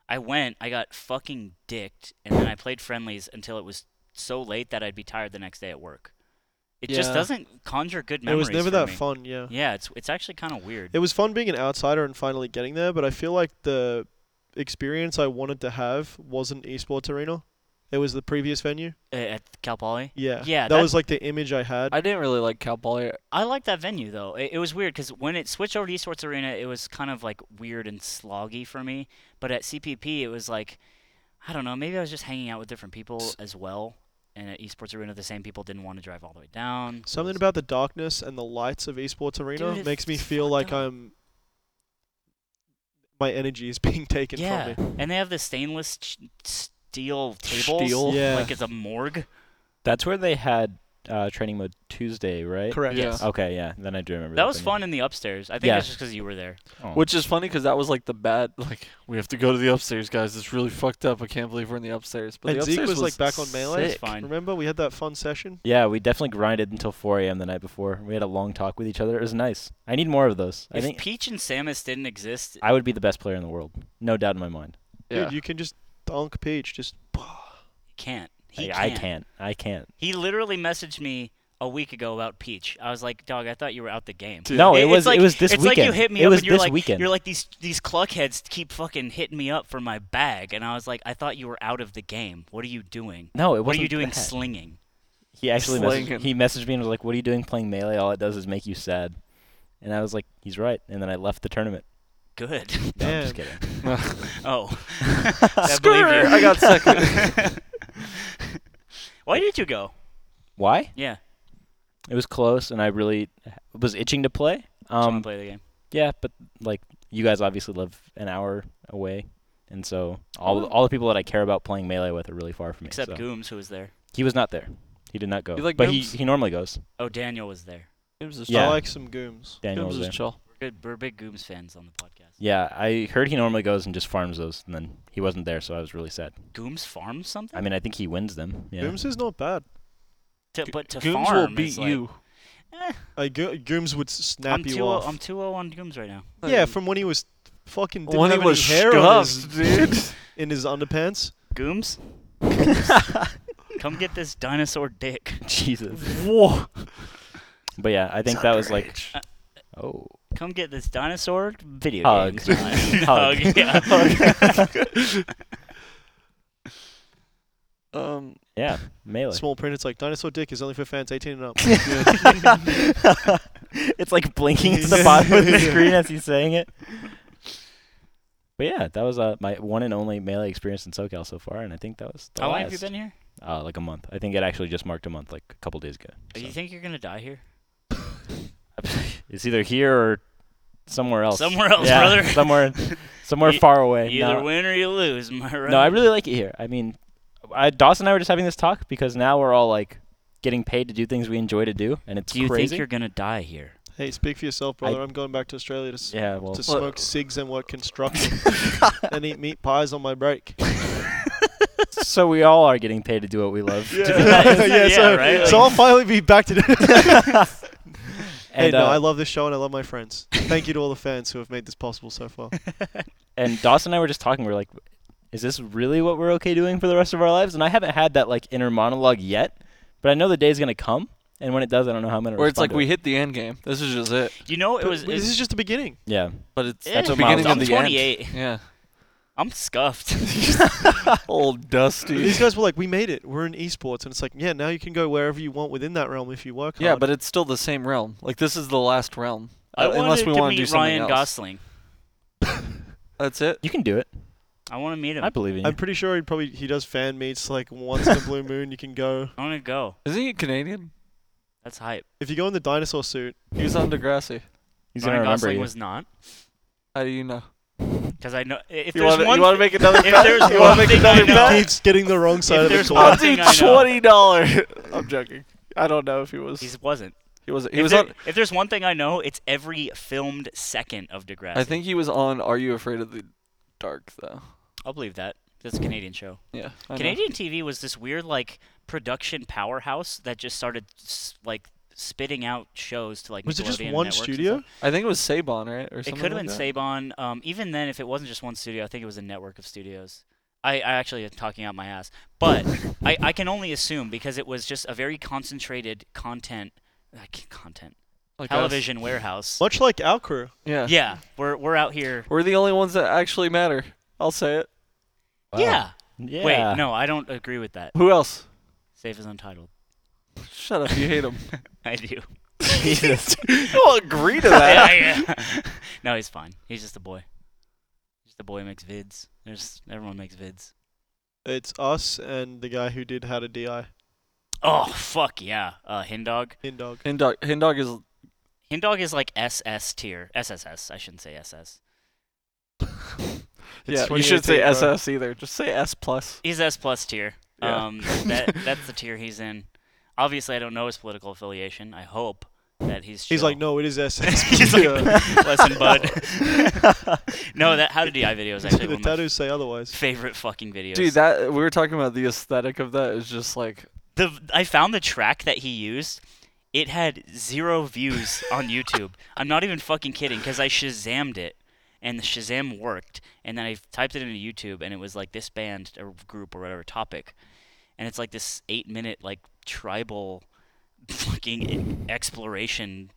Speaker 3: I went, I got fucking dicked, and then I played friendlies until it was so late that I'd be tired the next day at work. It just
Speaker 1: Yeah.
Speaker 3: doesn't conjure good
Speaker 2: It
Speaker 3: memories.
Speaker 2: was never
Speaker 3: for
Speaker 2: that
Speaker 3: me.
Speaker 2: fun, yeah.
Speaker 3: Yeah, it's it's actually kind of weird.
Speaker 2: It was fun being an outsider and finally getting there, but I feel like the experience I wanted to have wasn't Esports Arena. It was the previous venue.
Speaker 3: Uh, at Cal Poly.
Speaker 2: Yeah.
Speaker 3: Yeah,
Speaker 2: That
Speaker 3: that-
Speaker 2: was like the image I had.
Speaker 1: I didn't really like Cal Poly.
Speaker 3: I like that venue though. It, it was weird because when it switched over to Esports Arena, it was kind of like weird and sloggy for me. But at CPP, it was like, I don't know, maybe I was just hanging out with different people
Speaker 1: S-
Speaker 3: as well. And at Esports Arena, the same people didn't want to drive all the way down. so it
Speaker 2: Something
Speaker 3: was-
Speaker 2: about the darkness and the lights of esports arena
Speaker 3: Dude, it
Speaker 2: makes me
Speaker 3: f-
Speaker 2: feel
Speaker 3: fucked
Speaker 2: like
Speaker 3: up.
Speaker 2: I'm. My energy is being taken
Speaker 3: yeah,
Speaker 2: from me.
Speaker 3: and they have the stainless ch- steel tables,
Speaker 1: Steel?
Speaker 2: Yeah.
Speaker 3: like it's a morgue.
Speaker 4: That's where they had uh, training mode Tuesday, right?
Speaker 2: Correct.
Speaker 1: Yeah.
Speaker 4: Okay, yeah. Then I do remember.
Speaker 3: That was fun in the upstairs. I think
Speaker 4: Yeah.
Speaker 3: that's just because you were there.
Speaker 4: Oh.
Speaker 1: Which is funny because that was like the bad like we have to go to the upstairs, guys. It's really fucked up. I can't believe we're in the upstairs. But
Speaker 2: And
Speaker 1: the
Speaker 2: Zeke
Speaker 1: upstairs
Speaker 2: was, like back on melee.
Speaker 3: sick. Fine.
Speaker 2: Remember we had that fun session?
Speaker 4: Yeah, we definitely grinded until 4 a.m. the night before. We had a long talk with each other. It was nice. I need more of those. I
Speaker 3: if
Speaker 4: think
Speaker 3: Peach and Samus didn't exist,
Speaker 4: I would be the best player in the world, no doubt in my mind.
Speaker 1: yeah.
Speaker 2: Dude, you can just donk Peach. Just
Speaker 3: he can't. He can't.
Speaker 4: Like, I can't. I can't.
Speaker 3: He literally messaged me a week ago about Peach. I was like, dog, I thought you were out the game.
Speaker 1: Dude.
Speaker 4: No,
Speaker 3: It-
Speaker 4: Oh, it
Speaker 3: it's
Speaker 4: was
Speaker 3: like-
Speaker 4: it was this
Speaker 3: it's
Speaker 4: weekend.
Speaker 3: like you hit me
Speaker 4: it
Speaker 3: up
Speaker 4: was
Speaker 3: and you're
Speaker 4: this
Speaker 3: like,
Speaker 4: weekend.
Speaker 3: You're like these these cluckheads keep fucking hitting me up for my bag, and I was like, I thought you were out of the game. What are you doing?
Speaker 4: no, it wasn't.
Speaker 3: What are you doing
Speaker 4: that.
Speaker 3: slinging?
Speaker 4: he actually
Speaker 1: slinging?
Speaker 4: messaged, he messaged me and was like, "What are you doing playing melee? All it does is make you sad." And I was like, "He's right." And then I left the tournament.
Speaker 3: Good.
Speaker 4: No, I'm just
Speaker 2: Man.
Speaker 4: kidding.
Speaker 3: Oh,
Speaker 1: Screw it, I got
Speaker 3: second. Why did you go?
Speaker 4: Why?
Speaker 3: Yeah,
Speaker 4: It was close, and I really was itching to play.
Speaker 3: um, to
Speaker 4: Um,
Speaker 3: play the game.
Speaker 4: yeah, but like you guys obviously live an hour away, and so all all the people that I care about playing melee with are really far from me.
Speaker 3: Except
Speaker 4: so.
Speaker 3: Gooms, who was there.
Speaker 4: He was not there. He did not go.
Speaker 1: You like
Speaker 4: but
Speaker 1: Gooms?
Speaker 4: he he normally goes.
Speaker 3: Oh, Daniel was there.
Speaker 1: it was just
Speaker 4: Yeah.
Speaker 2: I like some gooms.
Speaker 1: it
Speaker 4: Daniel
Speaker 1: was
Speaker 4: was there.
Speaker 1: just chill.
Speaker 3: We're good. We're big Gooms fans on the podcast.
Speaker 4: Yeah, I heard he normally goes and just farms those, and then he wasn't there, so I was really sad.
Speaker 3: Gooms farms something.
Speaker 4: I mean, I think he wins them. Yeah.
Speaker 2: Gooms is not bad.
Speaker 3: To- but to
Speaker 1: Gooms
Speaker 3: farm
Speaker 1: will
Speaker 3: is
Speaker 1: beat
Speaker 3: like-
Speaker 1: you.
Speaker 3: Eh,
Speaker 2: Like go- Gooms would s- snap
Speaker 3: I'm
Speaker 2: you
Speaker 3: 2
Speaker 2: off.
Speaker 3: I'm 2-0 on Gooms right now.
Speaker 2: yeah, from when he was fucking didn't
Speaker 1: when he
Speaker 2: have any
Speaker 1: was
Speaker 2: hair on his,
Speaker 1: scuffed, dude.
Speaker 2: in his underpants.
Speaker 3: Gooms, come get this dinosaur dick.
Speaker 4: Jesus.
Speaker 1: Whoa.
Speaker 4: But yeah, I think that was like.
Speaker 3: Uh,
Speaker 4: Oh.
Speaker 3: Come get this dinosaur video
Speaker 4: Hug.
Speaker 3: games. Hug.
Speaker 4: Hug.
Speaker 3: Yeah.
Speaker 1: Um.
Speaker 4: Yeah, melee.
Speaker 2: Small print. It's like dinosaur dick is only for fans 18 and up.
Speaker 4: it's like blinking at the bottom of the screen as he's saying it. But yeah, that was uh, my one and only melee experience in SoCal so far, and I think that was the
Speaker 3: How long
Speaker 4: last.
Speaker 3: have you been here?
Speaker 4: Uh, like a month. I think it actually just marked a month, like a couple days ago.
Speaker 3: Do you
Speaker 4: so.
Speaker 3: think you're gonna die here?
Speaker 4: It's either here or somewhere else.
Speaker 3: Somewhere else,
Speaker 4: Yeah,
Speaker 3: brother.
Speaker 4: Somewhere, somewhere
Speaker 3: E-
Speaker 4: far away.
Speaker 3: You
Speaker 4: No.
Speaker 3: either win or you lose. Am I right?
Speaker 4: uh, No, I really like it here. I mean, I, Dawson and I were just having this talk because now we're all like getting paid to do things we enjoy to do, and it's
Speaker 3: Do you
Speaker 4: crazy.
Speaker 3: think you're gonna die here?
Speaker 2: hey, speak for yourself, brother. I, am going back to Australia to, s-
Speaker 4: yeah, well,
Speaker 2: to smoke cigs and work construction and eat meat pies on my break.
Speaker 4: so we all are getting paid to do what we love.
Speaker 2: Yeah,
Speaker 3: Yeah,
Speaker 2: so,
Speaker 3: right?
Speaker 2: so I'll finally be back to. hey,
Speaker 4: And,
Speaker 2: no,
Speaker 4: uh,
Speaker 2: I love this show and I love my friends. Thank you to all the fans who have made this possible so far.
Speaker 4: and Dawson and I were just talking. We are like, is this really what we're okay doing for the rest of our lives? And I haven't had that like inner monologue yet, but I know the day's gonna come, and when it does, I don't know how I'm gonna.
Speaker 1: Where it's
Speaker 4: respond
Speaker 1: like
Speaker 4: to
Speaker 1: we
Speaker 4: it.
Speaker 1: hit the end game. This is just it.
Speaker 3: You know, it
Speaker 2: But
Speaker 3: was.
Speaker 2: this is just the beginning.
Speaker 4: Yeah,
Speaker 1: But it's
Speaker 3: Eh,
Speaker 1: the
Speaker 4: I'm
Speaker 1: beginning of the
Speaker 3: 28.
Speaker 1: end. Yeah.
Speaker 3: I'm scuffed.
Speaker 1: Old Dusty.
Speaker 2: These guys were like, "We made it. We're in esports," and it's like, "Yeah, now you can go wherever you want within that realm if you work
Speaker 1: Yeah,
Speaker 2: hard."
Speaker 1: but it's still the same realm. Like this is the last realm.
Speaker 3: I
Speaker 1: Uh, unless
Speaker 3: wanted
Speaker 1: we
Speaker 3: to
Speaker 1: wanna
Speaker 3: meet
Speaker 1: do something
Speaker 3: Ryan
Speaker 1: else.
Speaker 3: Gosling.
Speaker 1: That's it.
Speaker 4: you can do it.
Speaker 3: I want to meet him.
Speaker 4: I believe in you.
Speaker 2: I'm pretty sure he probably he does fan meets like once in a blue moon. You can go
Speaker 3: I want to go.
Speaker 1: Isn't he Canadian?
Speaker 3: That's hype.
Speaker 2: if you go in the dinosaur suit.
Speaker 1: He was on Degrassi.
Speaker 4: He's
Speaker 3: Ryan
Speaker 4: gonna remember
Speaker 3: Gosling
Speaker 4: you.
Speaker 3: was not.
Speaker 1: How do you know?
Speaker 3: Because I know if
Speaker 1: You
Speaker 3: there's
Speaker 1: wanna-
Speaker 3: one,
Speaker 1: you wanna make another
Speaker 3: If
Speaker 1: bet?
Speaker 3: there's
Speaker 1: You wanna
Speaker 3: one
Speaker 1: make
Speaker 3: thing
Speaker 1: another
Speaker 3: I know,
Speaker 1: bet?
Speaker 2: Keeps getting the wrong side of the
Speaker 3: there's
Speaker 2: coin.
Speaker 3: one
Speaker 1: I'll do
Speaker 3: thing I know.
Speaker 1: twenty dollar. I'm joking. I don't know if he was.
Speaker 3: he wasn't.
Speaker 1: he was. He
Speaker 3: if,
Speaker 1: was
Speaker 3: there-
Speaker 1: on.
Speaker 3: if there's one thing I know, it's every filmed second of Degrassi.
Speaker 1: I think he was on. Are you afraid of the dark though?
Speaker 3: I'll believe that. That's a Canadian show.
Speaker 1: Yeah. I know.
Speaker 3: Canadian TV was this weird like production powerhouse that just started s- like spitting out shows to like.
Speaker 2: Was it just
Speaker 3: Nickelodeon
Speaker 2: one
Speaker 3: networks and
Speaker 2: studio?
Speaker 3: stuff.
Speaker 1: I think it was Sabon, right? Or something
Speaker 3: It could have
Speaker 1: like
Speaker 3: been
Speaker 1: that.
Speaker 3: Saban. Um, even then, if it wasn't just one studio, I think it was a network of studios. I, I actually am talking out my ass, but I, I can only assume because it was just a very concentrated content, like content
Speaker 1: Like us.
Speaker 3: television warehouse.
Speaker 2: Much like our crew.
Speaker 1: Yeah.
Speaker 3: Yeah, we're we're out here.
Speaker 1: We're the only ones that actually matter. I'll say it.
Speaker 4: Wow.
Speaker 3: Yeah.
Speaker 4: Yeah.
Speaker 3: Wait, no, I don't agree with that.
Speaker 1: Who else?
Speaker 3: Safe is untitled.
Speaker 1: Shut up. You hate him.
Speaker 3: I do.
Speaker 4: Jesus.
Speaker 1: You'll agree to
Speaker 3: Yeah, yeah. no, he's fine. He's just a boy. Just a boy who makes vids. There's everyone makes vids.
Speaker 2: It's us and the guy who did how to di
Speaker 3: Oh fuck yeah, uh, Hindog.
Speaker 2: in dog.
Speaker 1: Hindog. Hindog is.
Speaker 3: Hindog is like SS tier. SSS. I shouldn't say SS.
Speaker 1: Yeah.
Speaker 2: It's
Speaker 1: You should say
Speaker 2: 2018, bro.
Speaker 1: SS either. Just say S plus.
Speaker 3: He's S plus tier.
Speaker 1: Yeah.
Speaker 3: Um, that that's the tier he's in. obviously, I don't know his political affiliation. I hope that he's.
Speaker 2: He's like,
Speaker 3: chill.
Speaker 2: no, it is SS.
Speaker 3: He's like,
Speaker 2: Yeah.
Speaker 3: Listen, bud. no, that how to DI video is actually
Speaker 2: the
Speaker 3: one of my
Speaker 2: tattoos say otherwise.
Speaker 3: favorite fucking videos.
Speaker 1: Dude, that we were talking about the aesthetic of that is just like
Speaker 3: the I found the track that he used. It had zero views on YouTube. I'm not even fucking kidding because I Shazammed it, and the Shazam worked. And then I typed it into YouTube, and it was like this band or group or whatever topic, and it's like this eight minute like tribal fucking exploration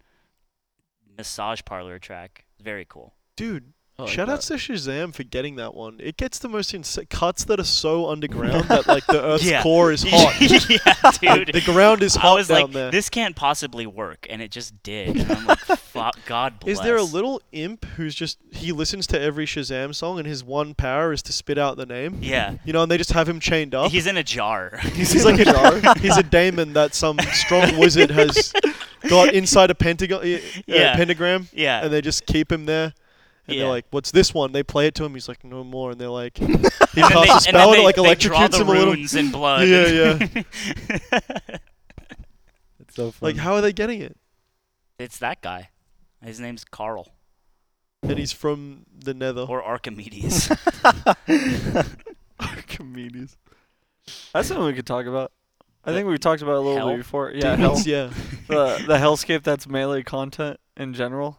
Speaker 3: massage parlor track. Very cool.
Speaker 2: Dude,
Speaker 1: I oh, like
Speaker 2: shout
Speaker 1: that.
Speaker 2: outs to Shazam for getting that one. It gets the most insane cuts that are so underground that like the Earth's
Speaker 3: Yeah.
Speaker 2: core is hot.
Speaker 3: yeah, dude.
Speaker 2: the ground is
Speaker 3: I
Speaker 2: hot
Speaker 3: was
Speaker 2: down
Speaker 3: like,
Speaker 2: there.
Speaker 3: this can't possibly work, and it just did. And I'm like, fuck, God bless.
Speaker 2: Is there a little imp who's just he listens to every Shazam song and his one power is to spit out the name?
Speaker 3: Yeah.
Speaker 2: You know, and they just have him chained up.
Speaker 3: He's in a jar.
Speaker 2: He's, he's like a He's a daemon that some strong wizard has got inside a pentagon, uh,
Speaker 3: Yeah.
Speaker 2: pentagram,
Speaker 3: yeah.
Speaker 2: and they just keep him there. And
Speaker 3: Yeah.
Speaker 2: they're like, "What's this one?" They play it to him. He's like, "No more." And they're like, "He
Speaker 3: And
Speaker 2: casts a
Speaker 3: then
Speaker 2: spell that like
Speaker 3: they draw
Speaker 2: electrocutes
Speaker 3: the
Speaker 2: him a little."
Speaker 3: runes in blood.
Speaker 2: Yeah, yeah.
Speaker 4: It's so fun.
Speaker 2: Like, how are they getting it?
Speaker 3: it's that guy. His name's Carl
Speaker 2: And he's from the Nether.
Speaker 3: or Archimedes.
Speaker 1: comedies. That's something we could talk about. I think we talked about it a little
Speaker 3: Hell?
Speaker 1: bit before. Yeah, hell,
Speaker 2: Demons, yeah.
Speaker 1: the the hellscape that's melee content in general.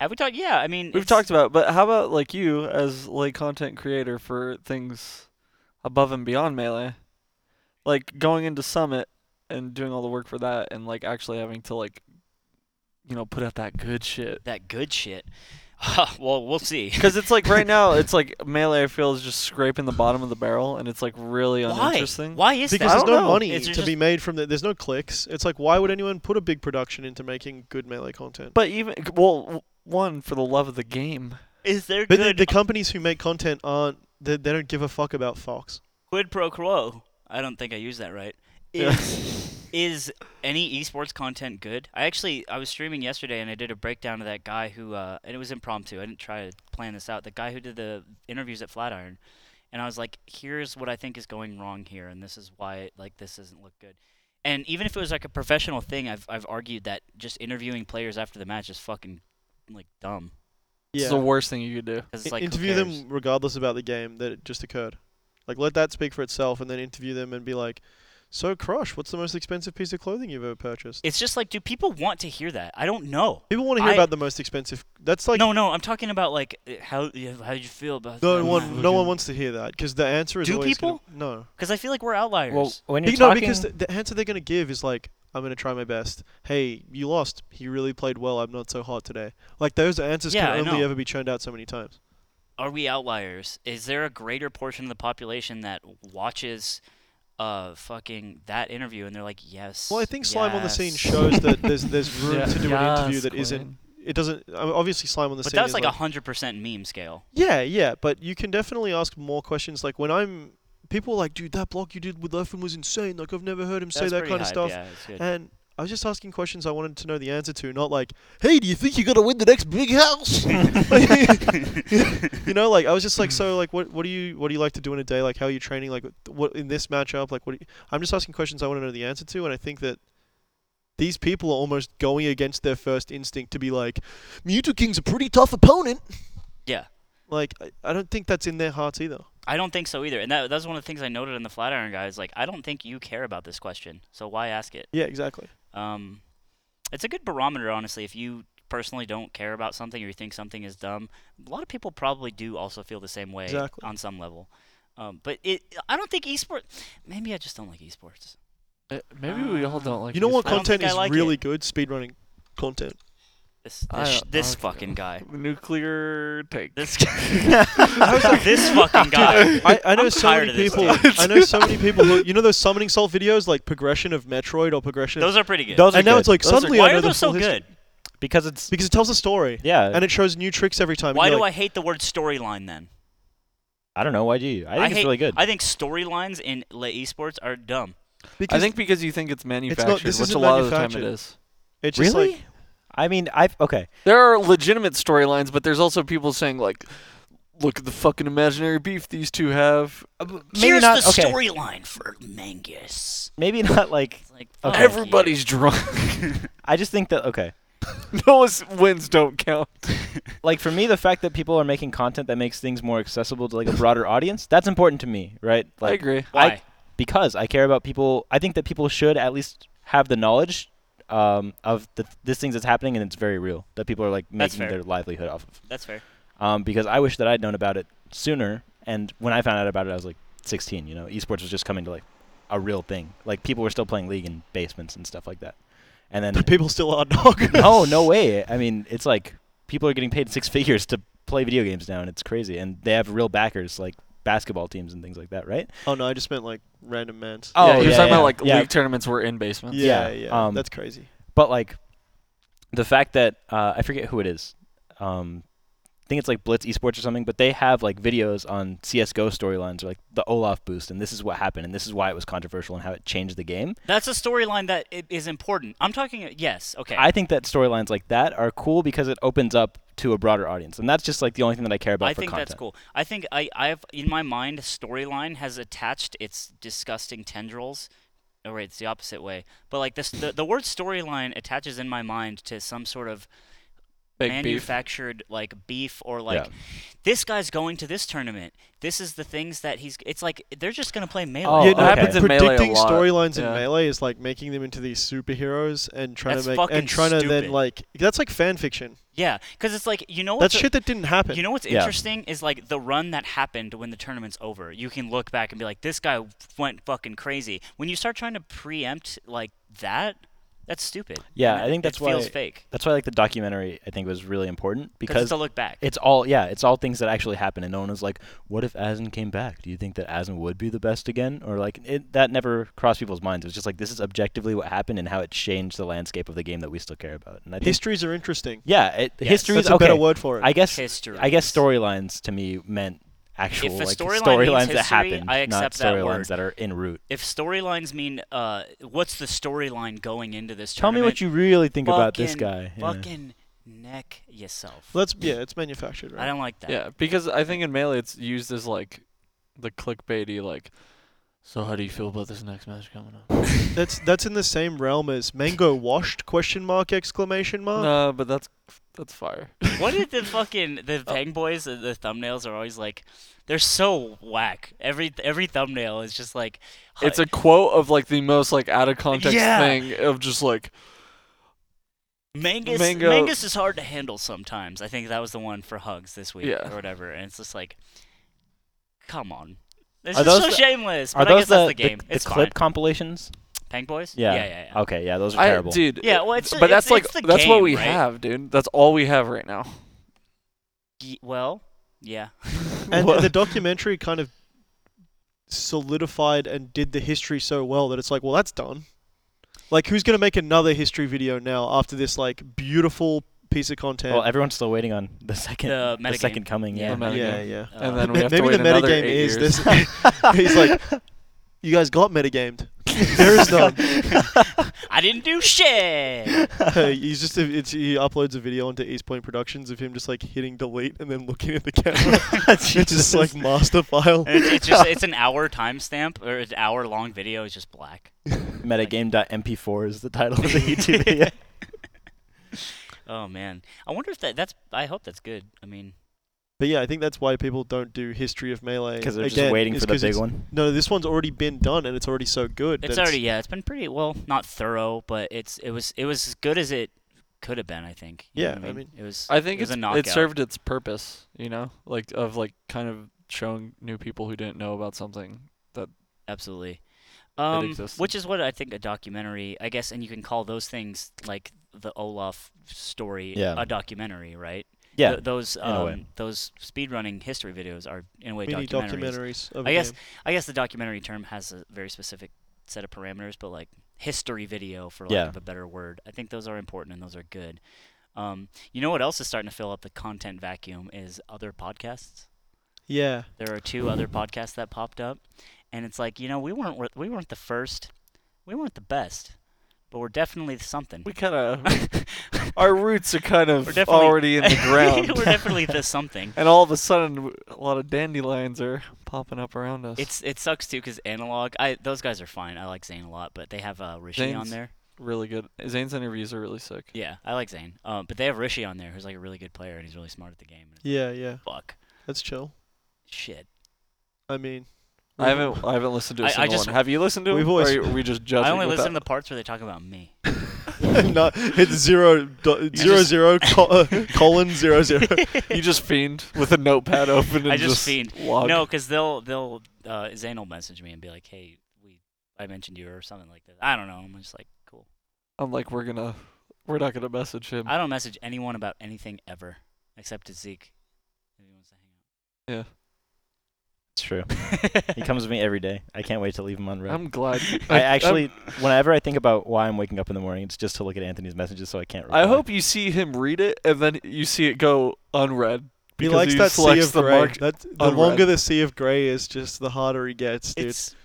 Speaker 3: Have we talked? Yeah, I mean,
Speaker 1: We've
Speaker 3: it's-
Speaker 1: talked about, it, but how about like you as like content creator for things above and beyond melee, like going into Summit and doing all the work for that, and like actually having to like, you know, put out that good shit.
Speaker 3: that good shit. well, we'll see.
Speaker 1: Because it's like right now, it's like melee. I feel is just scraping the bottom of the barrel, and it's like really
Speaker 3: Why?
Speaker 1: uninteresting.
Speaker 3: Why is
Speaker 2: Because
Speaker 1: I
Speaker 3: that?
Speaker 2: there's
Speaker 1: don't
Speaker 2: no
Speaker 1: know.
Speaker 2: money
Speaker 3: It's
Speaker 2: to
Speaker 3: just-
Speaker 2: be made from that. There's no clicks. It's like, why would anyone put a big production into making good melee content?
Speaker 1: But even well, w- one for the love of the game.
Speaker 3: Is there
Speaker 2: But the,
Speaker 3: good
Speaker 2: the companies who make content aren't. They, they don't give a fuck about Fox.
Speaker 3: quid pro quo? I don't think I used that right.
Speaker 2: Yeah.
Speaker 3: Is is any esports content good? I actually I was streaming yesterday and I did a breakdown of that guy who uh, and it was impromptu. I didn't try to plan this out. The guy who did the interviews at Flatiron, and I was like, here's what I think is going wrong here, and this is why like this doesn't look good. And even if it was like a professional thing, I've I've argued that just interviewing players after the match is fucking like dumb.
Speaker 1: It's the worst thing you could do.
Speaker 3: 'Cause
Speaker 2: I-
Speaker 3: it's like who
Speaker 2: interview
Speaker 3: cares?
Speaker 2: them regardless about the game that it just occurred. Like let that speak for itself, and then interview them and be like, "So Crush, what's the most expensive piece of clothing you've ever purchased?"
Speaker 3: It's just like, do people want to hear that? I don't know.
Speaker 2: People want to hear
Speaker 3: I-
Speaker 2: about the most expensive. That's like
Speaker 3: no, no, I'm talking about like uh, how yeah, how you feel about
Speaker 2: no
Speaker 3: that.
Speaker 2: one, no one wants to hear that because the answer is
Speaker 3: Do
Speaker 2: always gonna-
Speaker 3: people?
Speaker 2: no.
Speaker 3: Because I feel like we're outliers.
Speaker 4: well, when
Speaker 2: Be-
Speaker 4: you're
Speaker 2: no,
Speaker 4: talking,
Speaker 2: because the, the answer they're gonna give is like, "I'm gonna try my best." Hey, you lost. He really played well. I'm not so hot today. Like those answers
Speaker 3: Yeah, I
Speaker 2: can only
Speaker 3: know.
Speaker 2: ever be churned out so many times.
Speaker 3: Are we outliers? Is there a greater portion of the population that watches uh fucking that interview and they're like, yes.
Speaker 2: Well, I think Slime on the Scene
Speaker 3: yes."
Speaker 2: shows that there's there's room
Speaker 1: Yeah.
Speaker 2: to do an interview
Speaker 1: Yes,
Speaker 2: that
Speaker 1: Quinn.
Speaker 2: not It doesn't. I mean, obviously, Slime on the
Speaker 3: But
Speaker 2: Scene.
Speaker 3: that was
Speaker 2: is
Speaker 3: like a hundred percent meme scale.
Speaker 2: Yeah, yeah, but you can definitely ask more questions. Like when I'm, people are like, dude, that block you did with Leffen was insane. Like I've never heard him say
Speaker 3: That's
Speaker 2: that
Speaker 3: pretty
Speaker 2: kind of
Speaker 3: hype,
Speaker 2: stuff.
Speaker 3: Yeah, it's good.
Speaker 2: And I was just asking questions I wanted to know the answer to, not like, hey, do you think you're gonna win the next big house? you know, like I was just like, so like, what what do you what do you like to do in a day? Like how are you training? Like what in this matchup? Like what? do you- I'm just asking questions I want to know the answer to, and I think that. These people are almost going against their first instinct to be like, Mewtwo King's a pretty tough opponent.
Speaker 3: yeah.
Speaker 2: Like, I, I don't think that's in their hearts either.
Speaker 3: I don't think so either. And that that's one of the things I noted in the Flatiron guy is like, I don't think you care about this question, so why ask it?
Speaker 2: Yeah, exactly.
Speaker 3: Um, it's a good barometer, honestly. If you personally don't care about something or you think something is dumb, a lot of people probably do also feel the same way
Speaker 2: Exactly.
Speaker 3: on some level. Um, but it, I don't think esports. Maybe I just don't like esports.
Speaker 1: Uh, Maybe we all don't like.
Speaker 2: You know what
Speaker 3: I don't
Speaker 2: content
Speaker 3: think I
Speaker 2: is
Speaker 3: like
Speaker 2: really
Speaker 3: it.
Speaker 2: good? Speedrunning content.
Speaker 3: This
Speaker 1: I
Speaker 3: this,
Speaker 1: don't-
Speaker 3: this
Speaker 1: okay.
Speaker 3: fucking guy.
Speaker 1: nuclear take.
Speaker 3: This this fucking guy.
Speaker 2: I, I know
Speaker 3: I'm
Speaker 2: so
Speaker 3: tired
Speaker 2: many
Speaker 3: of this
Speaker 2: people.
Speaker 3: dude.
Speaker 2: I know so many people who you know those summoning salt videos like progression of Metroid or progression.
Speaker 3: Those are pretty good.
Speaker 4: those are
Speaker 2: and now
Speaker 4: good.
Speaker 2: it's like
Speaker 4: Those are-
Speaker 2: suddenly I
Speaker 3: Why
Speaker 2: know
Speaker 3: are
Speaker 2: the
Speaker 3: those so
Speaker 2: full history-
Speaker 3: good?
Speaker 4: because it's
Speaker 2: because it tells a story
Speaker 4: yeah.
Speaker 2: and it shows new tricks every time.
Speaker 3: Why do I hate the word storyline then?
Speaker 4: I don't know why do you? I think it's
Speaker 3: hate-
Speaker 4: really good.
Speaker 3: I think storylines in le- esports are dumb.
Speaker 2: I? Because
Speaker 1: I think because you think it's manufactured,
Speaker 2: this
Speaker 1: which a
Speaker 2: isn't
Speaker 1: lot of the time it
Speaker 2: manufactured.
Speaker 1: is.
Speaker 2: it's just
Speaker 4: really?
Speaker 2: like
Speaker 4: I mean, I've okay.
Speaker 1: There are legitimate storylines, but there's also people saying like look at the fucking imaginary beef these two have.
Speaker 2: Uh,
Speaker 4: Maybe
Speaker 3: Here's
Speaker 4: not.
Speaker 3: the
Speaker 4: okay.
Speaker 3: storyline for Mangus.
Speaker 4: Maybe not like.
Speaker 3: It's like
Speaker 4: Okay.
Speaker 3: fuck you.
Speaker 1: Everybody's drunk.
Speaker 4: I just think that okay.
Speaker 1: Noah's wins don't count.
Speaker 4: Like for me, the fact that people are making content that makes things more accessible to like a broader audience, that's important to me, right? Like,
Speaker 1: I agree.
Speaker 3: Why?
Speaker 4: because I care about people. I think that people should at least have the knowledge um, of the, this thing that's happening, and it's very real that people are like
Speaker 3: That's
Speaker 4: making
Speaker 3: fair.
Speaker 4: their livelihood off of.
Speaker 3: That's fair.
Speaker 4: Um, because I wish that I'd known about it sooner. And when I found out about it, I was like 16. You know, esports was just coming to like a real thing. Like people were still playing League in basements and stuff like that. And then
Speaker 2: But people still are dog.
Speaker 4: no, no way. I mean, it's like people are getting paid six figures to play video games now, and it's crazy. And they have real backers like basketball teams and things like that, right?
Speaker 2: Oh no, I just meant like random mans.
Speaker 4: Oh,
Speaker 1: yeah, you're
Speaker 4: yeah,
Speaker 1: talking
Speaker 4: yeah,
Speaker 1: about like
Speaker 4: yeah.
Speaker 1: league tournaments were in basements.
Speaker 2: yeah, yeah.
Speaker 4: yeah, um,
Speaker 2: That's crazy.
Speaker 4: But like the fact that uh, I forget who it is. Um, I think it's like Blitz Esports or something, but they have like videos on CS:GO storylines or like the Olaf boost, and this is what happened, and this is why it was controversial and how it changed the game.
Speaker 3: That's a storyline that i- is important. I'm talking. Yes. Okay.
Speaker 4: I think that storylines like that are cool because it opens up to a broader audience, and that's just like the only thing that I care about
Speaker 3: I
Speaker 4: for
Speaker 3: think
Speaker 4: content.
Speaker 3: that's cool. I think I, I've in my mind storyline has attached its disgusting tendrils. Oh wait, it's the opposite way. But like this, the, the word storyline attaches in my mind to some sort of
Speaker 1: Big beef.
Speaker 3: manufactured like beef or like
Speaker 4: Yeah.
Speaker 3: this guy's going to this tournament. This is the things that he's. It's like they're just gonna play melee.
Speaker 1: Oh,
Speaker 4: Yeah,
Speaker 1: it
Speaker 4: no,
Speaker 1: happens in melee a
Speaker 2: predicting
Speaker 1: lot.
Speaker 2: storylines
Speaker 1: Yeah.
Speaker 2: in melee is like making them into these superheroes and trying
Speaker 3: That's
Speaker 2: to make
Speaker 3: fucking
Speaker 2: and trying to
Speaker 3: stupid.
Speaker 2: then like that's like fan fiction.
Speaker 3: Yeah, because it's like you know
Speaker 2: That's
Speaker 3: what's a-
Speaker 2: shit that didn't happen.
Speaker 3: You know what's
Speaker 4: Yeah.
Speaker 3: interesting is like the run that happened when the tournament's over. You can look back and be like, this guy went fucking crazy. When you start trying to preempt like that, that's stupid.
Speaker 4: Yeah,
Speaker 3: And
Speaker 4: I
Speaker 3: it-
Speaker 4: think that's
Speaker 3: it feels
Speaker 4: why-
Speaker 3: fake.
Speaker 4: That's why like the documentary I think was really important
Speaker 3: Because
Speaker 4: because
Speaker 3: it's a look back.
Speaker 4: It's all yeah, it's all things that actually happen, and no one was like, "What if Aslan came back? Do you think that Aslan would be the best again?" Or like it, that never crossed people's minds. It was just like this is objectively what happened and how it changed the landscape of the game that we still care about. And I think
Speaker 2: Histories are interesting.
Speaker 4: yeah, it,
Speaker 3: Yes.
Speaker 4: history
Speaker 2: That's
Speaker 4: is
Speaker 2: a
Speaker 4: okay.
Speaker 2: better word for it.
Speaker 4: I guess
Speaker 3: History.
Speaker 4: I guess storylines to me meant actual
Speaker 3: If a
Speaker 4: like
Speaker 3: storyline
Speaker 4: storylines
Speaker 3: means
Speaker 4: that
Speaker 3: history,
Speaker 4: happened,
Speaker 3: I
Speaker 4: not
Speaker 3: accept that word.
Speaker 4: storylines that are in route.
Speaker 3: If storylines mean uh, what's the storyline going into this
Speaker 4: Tell me
Speaker 3: tournament?
Speaker 4: what you really think about this
Speaker 3: fucking-
Speaker 4: guy. Yeah.
Speaker 3: Fucking neck yourself.
Speaker 2: Let's yeah, it's manufactured, right?
Speaker 3: I don't like that.
Speaker 1: Yeah, because I think in melee it's used as like the clickbaity like. So how do you feel about this next match coming up?
Speaker 2: That's that's in the same realm as mango washed question mark exclamation mark.
Speaker 1: no, but that's that's fire.
Speaker 3: What did the fucking the Pang Boys? uh, The thumbnails are always like, they're so whack. Every every thumbnail is just like, hu-
Speaker 1: It's a quote of like the most like out of context
Speaker 3: Yeah.
Speaker 1: thing of just like
Speaker 3: Mangus,
Speaker 1: Mango-
Speaker 3: Mangus is hard to handle sometimes. I think that was the one for Hugs this week
Speaker 1: Yeah.
Speaker 3: or whatever. And it's just like, come on. This
Speaker 4: Are
Speaker 3: is
Speaker 4: those
Speaker 3: so
Speaker 4: the-
Speaker 3: shameless.
Speaker 4: Are
Speaker 3: But I
Speaker 4: those
Speaker 3: guess that's the
Speaker 4: the,
Speaker 3: game.
Speaker 4: the
Speaker 3: it's
Speaker 4: clip
Speaker 3: fine.
Speaker 4: compilations?
Speaker 3: Pang Boys?
Speaker 4: Yeah.
Speaker 3: Yeah, yeah, yeah.
Speaker 4: Okay, yeah, those are
Speaker 1: I,
Speaker 4: terrible.
Speaker 1: dude.
Speaker 3: Yeah, well, it's-
Speaker 1: th- Uh,
Speaker 3: it's-
Speaker 1: but that's like
Speaker 3: it's the
Speaker 1: that's what
Speaker 3: game,
Speaker 1: we
Speaker 3: right?
Speaker 1: have, dude. That's all we have right now.
Speaker 3: Ye- well, yeah.
Speaker 2: And the documentary kind of solidified and did the history so well that it's like, well, that's done. Like, who's gonna make another history video now after this like beautiful piece of content?
Speaker 4: Well, everyone's still waiting on the second,
Speaker 3: The
Speaker 4: the,
Speaker 3: metagame.
Speaker 4: second coming.
Speaker 3: The
Speaker 4: Yeah,
Speaker 1: metagame.
Speaker 2: yeah, yeah.
Speaker 3: Uh,
Speaker 1: and then we
Speaker 2: Ma-
Speaker 1: have to
Speaker 2: maybe
Speaker 1: wait
Speaker 2: the
Speaker 1: another
Speaker 2: metagame
Speaker 1: eight
Speaker 2: is
Speaker 1: years.
Speaker 2: this. he's like, you guys got metagamed. there is none.
Speaker 3: I didn't do shit.
Speaker 2: he's just it's, he uploads a video onto East Point Productions of him just like hitting delete and then looking at the camera. it's just like master file.
Speaker 3: It's, it's just it's an hour timestamp or an hour long video. It's just black.
Speaker 4: metagame.mp4 is the title of the YouTube video.
Speaker 3: Oh man, I wonder if that that's. I hope that's good. I mean,
Speaker 2: But yeah, I think that's why people don't do history of melee
Speaker 4: Because they're
Speaker 2: again,
Speaker 4: just waiting
Speaker 2: is
Speaker 4: for the
Speaker 2: 'cause
Speaker 4: big
Speaker 2: it's-
Speaker 4: one.
Speaker 2: No, this one's already been done and it's already so good. that
Speaker 3: it's already yeah. It's been pretty well, not thorough, but it's it was it was as good as it could have been. I think. You know
Speaker 2: Yeah,
Speaker 3: what
Speaker 2: I
Speaker 3: I mean,
Speaker 2: mean-
Speaker 3: it was.
Speaker 1: I think
Speaker 3: it was
Speaker 1: it's,
Speaker 3: a
Speaker 1: it
Speaker 3: knockout.
Speaker 1: served its purpose, you know, like of like kind of showing new people who didn't know about something.
Speaker 3: absolutely. Um,
Speaker 1: exists.
Speaker 3: which is what I think a documentary, I guess, and you can call those things like the Olaf story
Speaker 4: Yeah.
Speaker 3: a documentary, right?
Speaker 4: Yeah,
Speaker 3: Th- those
Speaker 4: in a way.
Speaker 3: um, those speedrunning history videos are in a way
Speaker 2: mini
Speaker 3: documentaries.
Speaker 2: documentaries. Of
Speaker 3: I
Speaker 2: a
Speaker 3: guess
Speaker 2: game.
Speaker 3: I guess the documentary term has a very specific set of parameters, but like history video, for lack
Speaker 4: Yeah.
Speaker 3: of a better word, I think those are important and those are good. Um, you know what else is starting to fill up the content vacuum is other podcasts.
Speaker 2: Yeah,
Speaker 3: There are two other podcasts that popped up, and it's like you know we weren't wor- we weren't the first, we weren't the best, but we're definitely something.
Speaker 1: We kind of our roots are kind of already in the
Speaker 3: we're
Speaker 1: ground,
Speaker 3: definitely the something.
Speaker 1: and all of a sudden, w- a lot of dandelions are popping up around us.
Speaker 3: It's it sucks too because analog. I those guys are fine. I like Zane a lot, but they have uh, Rishi on
Speaker 1: Zane's-
Speaker 3: there.
Speaker 1: really good. Zane's interviews are really sick.
Speaker 3: Yeah, I like Zane. Um, but they have Rishi on there, who's like a really good player and he's really smart at the game. And
Speaker 2: Yeah, yeah.
Speaker 3: fuck,
Speaker 2: That's chill.
Speaker 3: shit.
Speaker 2: I mean,
Speaker 1: I haven't I haven't listened to a
Speaker 3: I- I
Speaker 1: single
Speaker 3: just-
Speaker 1: one. Have you listened to
Speaker 2: We've
Speaker 1: them,
Speaker 2: always-
Speaker 1: or are we just judging?
Speaker 3: I only
Speaker 1: without-
Speaker 3: listen to the parts where they talk about me.
Speaker 2: not hit zero do, zero
Speaker 3: just-
Speaker 2: zero col- uh, colon zero zero.
Speaker 1: you just fiend with a notepad open and
Speaker 3: I just fiend.
Speaker 1: log.
Speaker 3: No, because they'll they'll uh, Zane will message me and be like, "Hey, we I mentioned you or something like that." I don't know. I'm just like, cool.
Speaker 1: I'm like we're gonna we're not gonna message him.
Speaker 3: I don't message anyone about anything ever except to Zeke. If he wants to
Speaker 4: It's true.
Speaker 3: hang out.
Speaker 4: He comes to me every day. I can't wait to leave him on red.
Speaker 1: I'm glad.
Speaker 4: I
Speaker 1: I'm-
Speaker 4: actually, whenever I think about why I'm waking up in the morning, it's just to look at Anthony's messages so I can't. Reply.
Speaker 1: I hope you see him read it and then you see it go unread.
Speaker 2: He
Speaker 1: because
Speaker 2: likes
Speaker 1: he
Speaker 2: that sea
Speaker 1: selects
Speaker 2: of
Speaker 1: the
Speaker 2: gray.
Speaker 1: marked
Speaker 2: That, the
Speaker 1: unread.
Speaker 2: longer the sea of gray is, just the harder he gets, dude.
Speaker 3: it's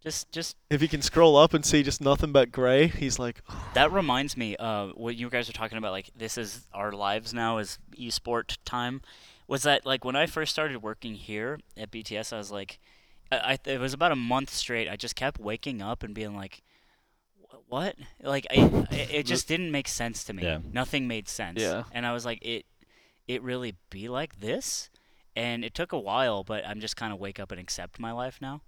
Speaker 3: just just
Speaker 2: if he can scroll up and see just nothing but gray, he's like,
Speaker 3: That reminds me, uh, what you guys were talking about, like this is our lives now is esport time. Was that like when I first started working here at BTS? I was like, I, I, it was about a month straight. I just kept waking up and being like, "Wh- what? Like, I, I- it just didn't make sense to me.
Speaker 4: Yeah.
Speaker 3: Nothing made sense.
Speaker 1: Yeah.
Speaker 3: And I was like, it, it really be like this. And it took a while, but I'm just kind of wake up and accept my life now.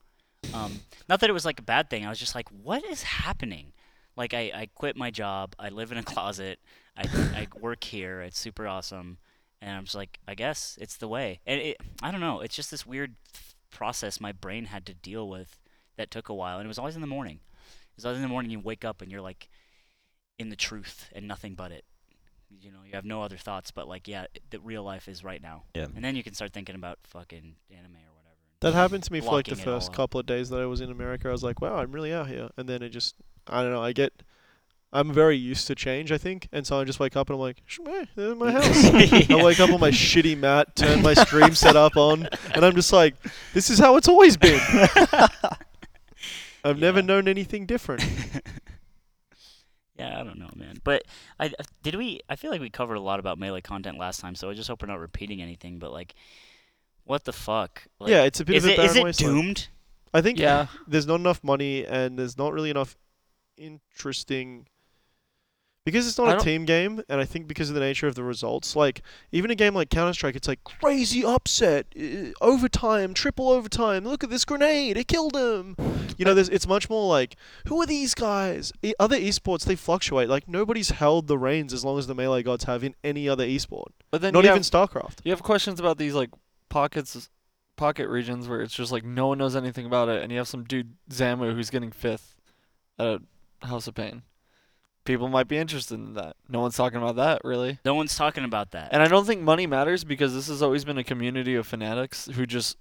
Speaker 3: Um, not that it was like a bad thing. I was just like, what is happening? Like I, I quit my job. I live in a closet. I, I work here. It's super awesome. And I'm just like, I guess it's the way. And it, I don't know. It's just this weird process my brain had to deal with that took a while. And it was always in the morning. It was always in the morning. You wake up and you're like in the truth and nothing but it. You know, you have no other thoughts but like, yeah, the real life is right now.
Speaker 4: Yeah.
Speaker 3: And then you can start thinking about fucking anime or whatever.
Speaker 2: that happened to me for like the
Speaker 3: Blocking it all
Speaker 2: first
Speaker 3: out.
Speaker 2: couple of days that I was in America. I was like, wow, I'm really out here. And then it just, I don't know, I get, I'm very used to change, I think. And so I just wake up and I'm like, "Sh- eh, this is my house. I wake up on my shitty mat, turn my stream setup on, and I'm just like, this is how it's always been. I've never
Speaker 3: Yeah.
Speaker 2: known anything different.
Speaker 3: Yeah, I don't know, man. But I I- did we. I feel like we covered a lot about melee content last time, so I just hope we're not repeating anything. But like, what the fuck? Like,
Speaker 2: yeah, it's a bit
Speaker 3: is
Speaker 2: of a
Speaker 3: it
Speaker 2: barren
Speaker 3: is it
Speaker 2: wasteland.
Speaker 3: doomed?
Speaker 2: I think
Speaker 1: Yeah.
Speaker 2: there's not enough money and there's not really enough interesting because it's
Speaker 1: I
Speaker 2: not a
Speaker 1: don't-
Speaker 2: team game and I think because of the nature of the results like even a game like Counter-Strike it's like crazy upset uh, overtime triple overtime look at this grenade it killed him you know there's it's much more like who are these guys e- other esports they fluctuate like nobody's held the reins as long as the melee gods have in any other esport
Speaker 1: But then
Speaker 2: not
Speaker 1: you
Speaker 2: even
Speaker 1: have,
Speaker 2: StarCraft
Speaker 1: you have questions about these like pockets, pocket regions where it's just like no one knows anything about it, and you have some dude Zamu who's getting fifth at a House of Pain. People might be interested in that. No one's talking about that really.
Speaker 3: No one's talking about that.
Speaker 1: And I don't think money matters because this has always been a community of fanatics who just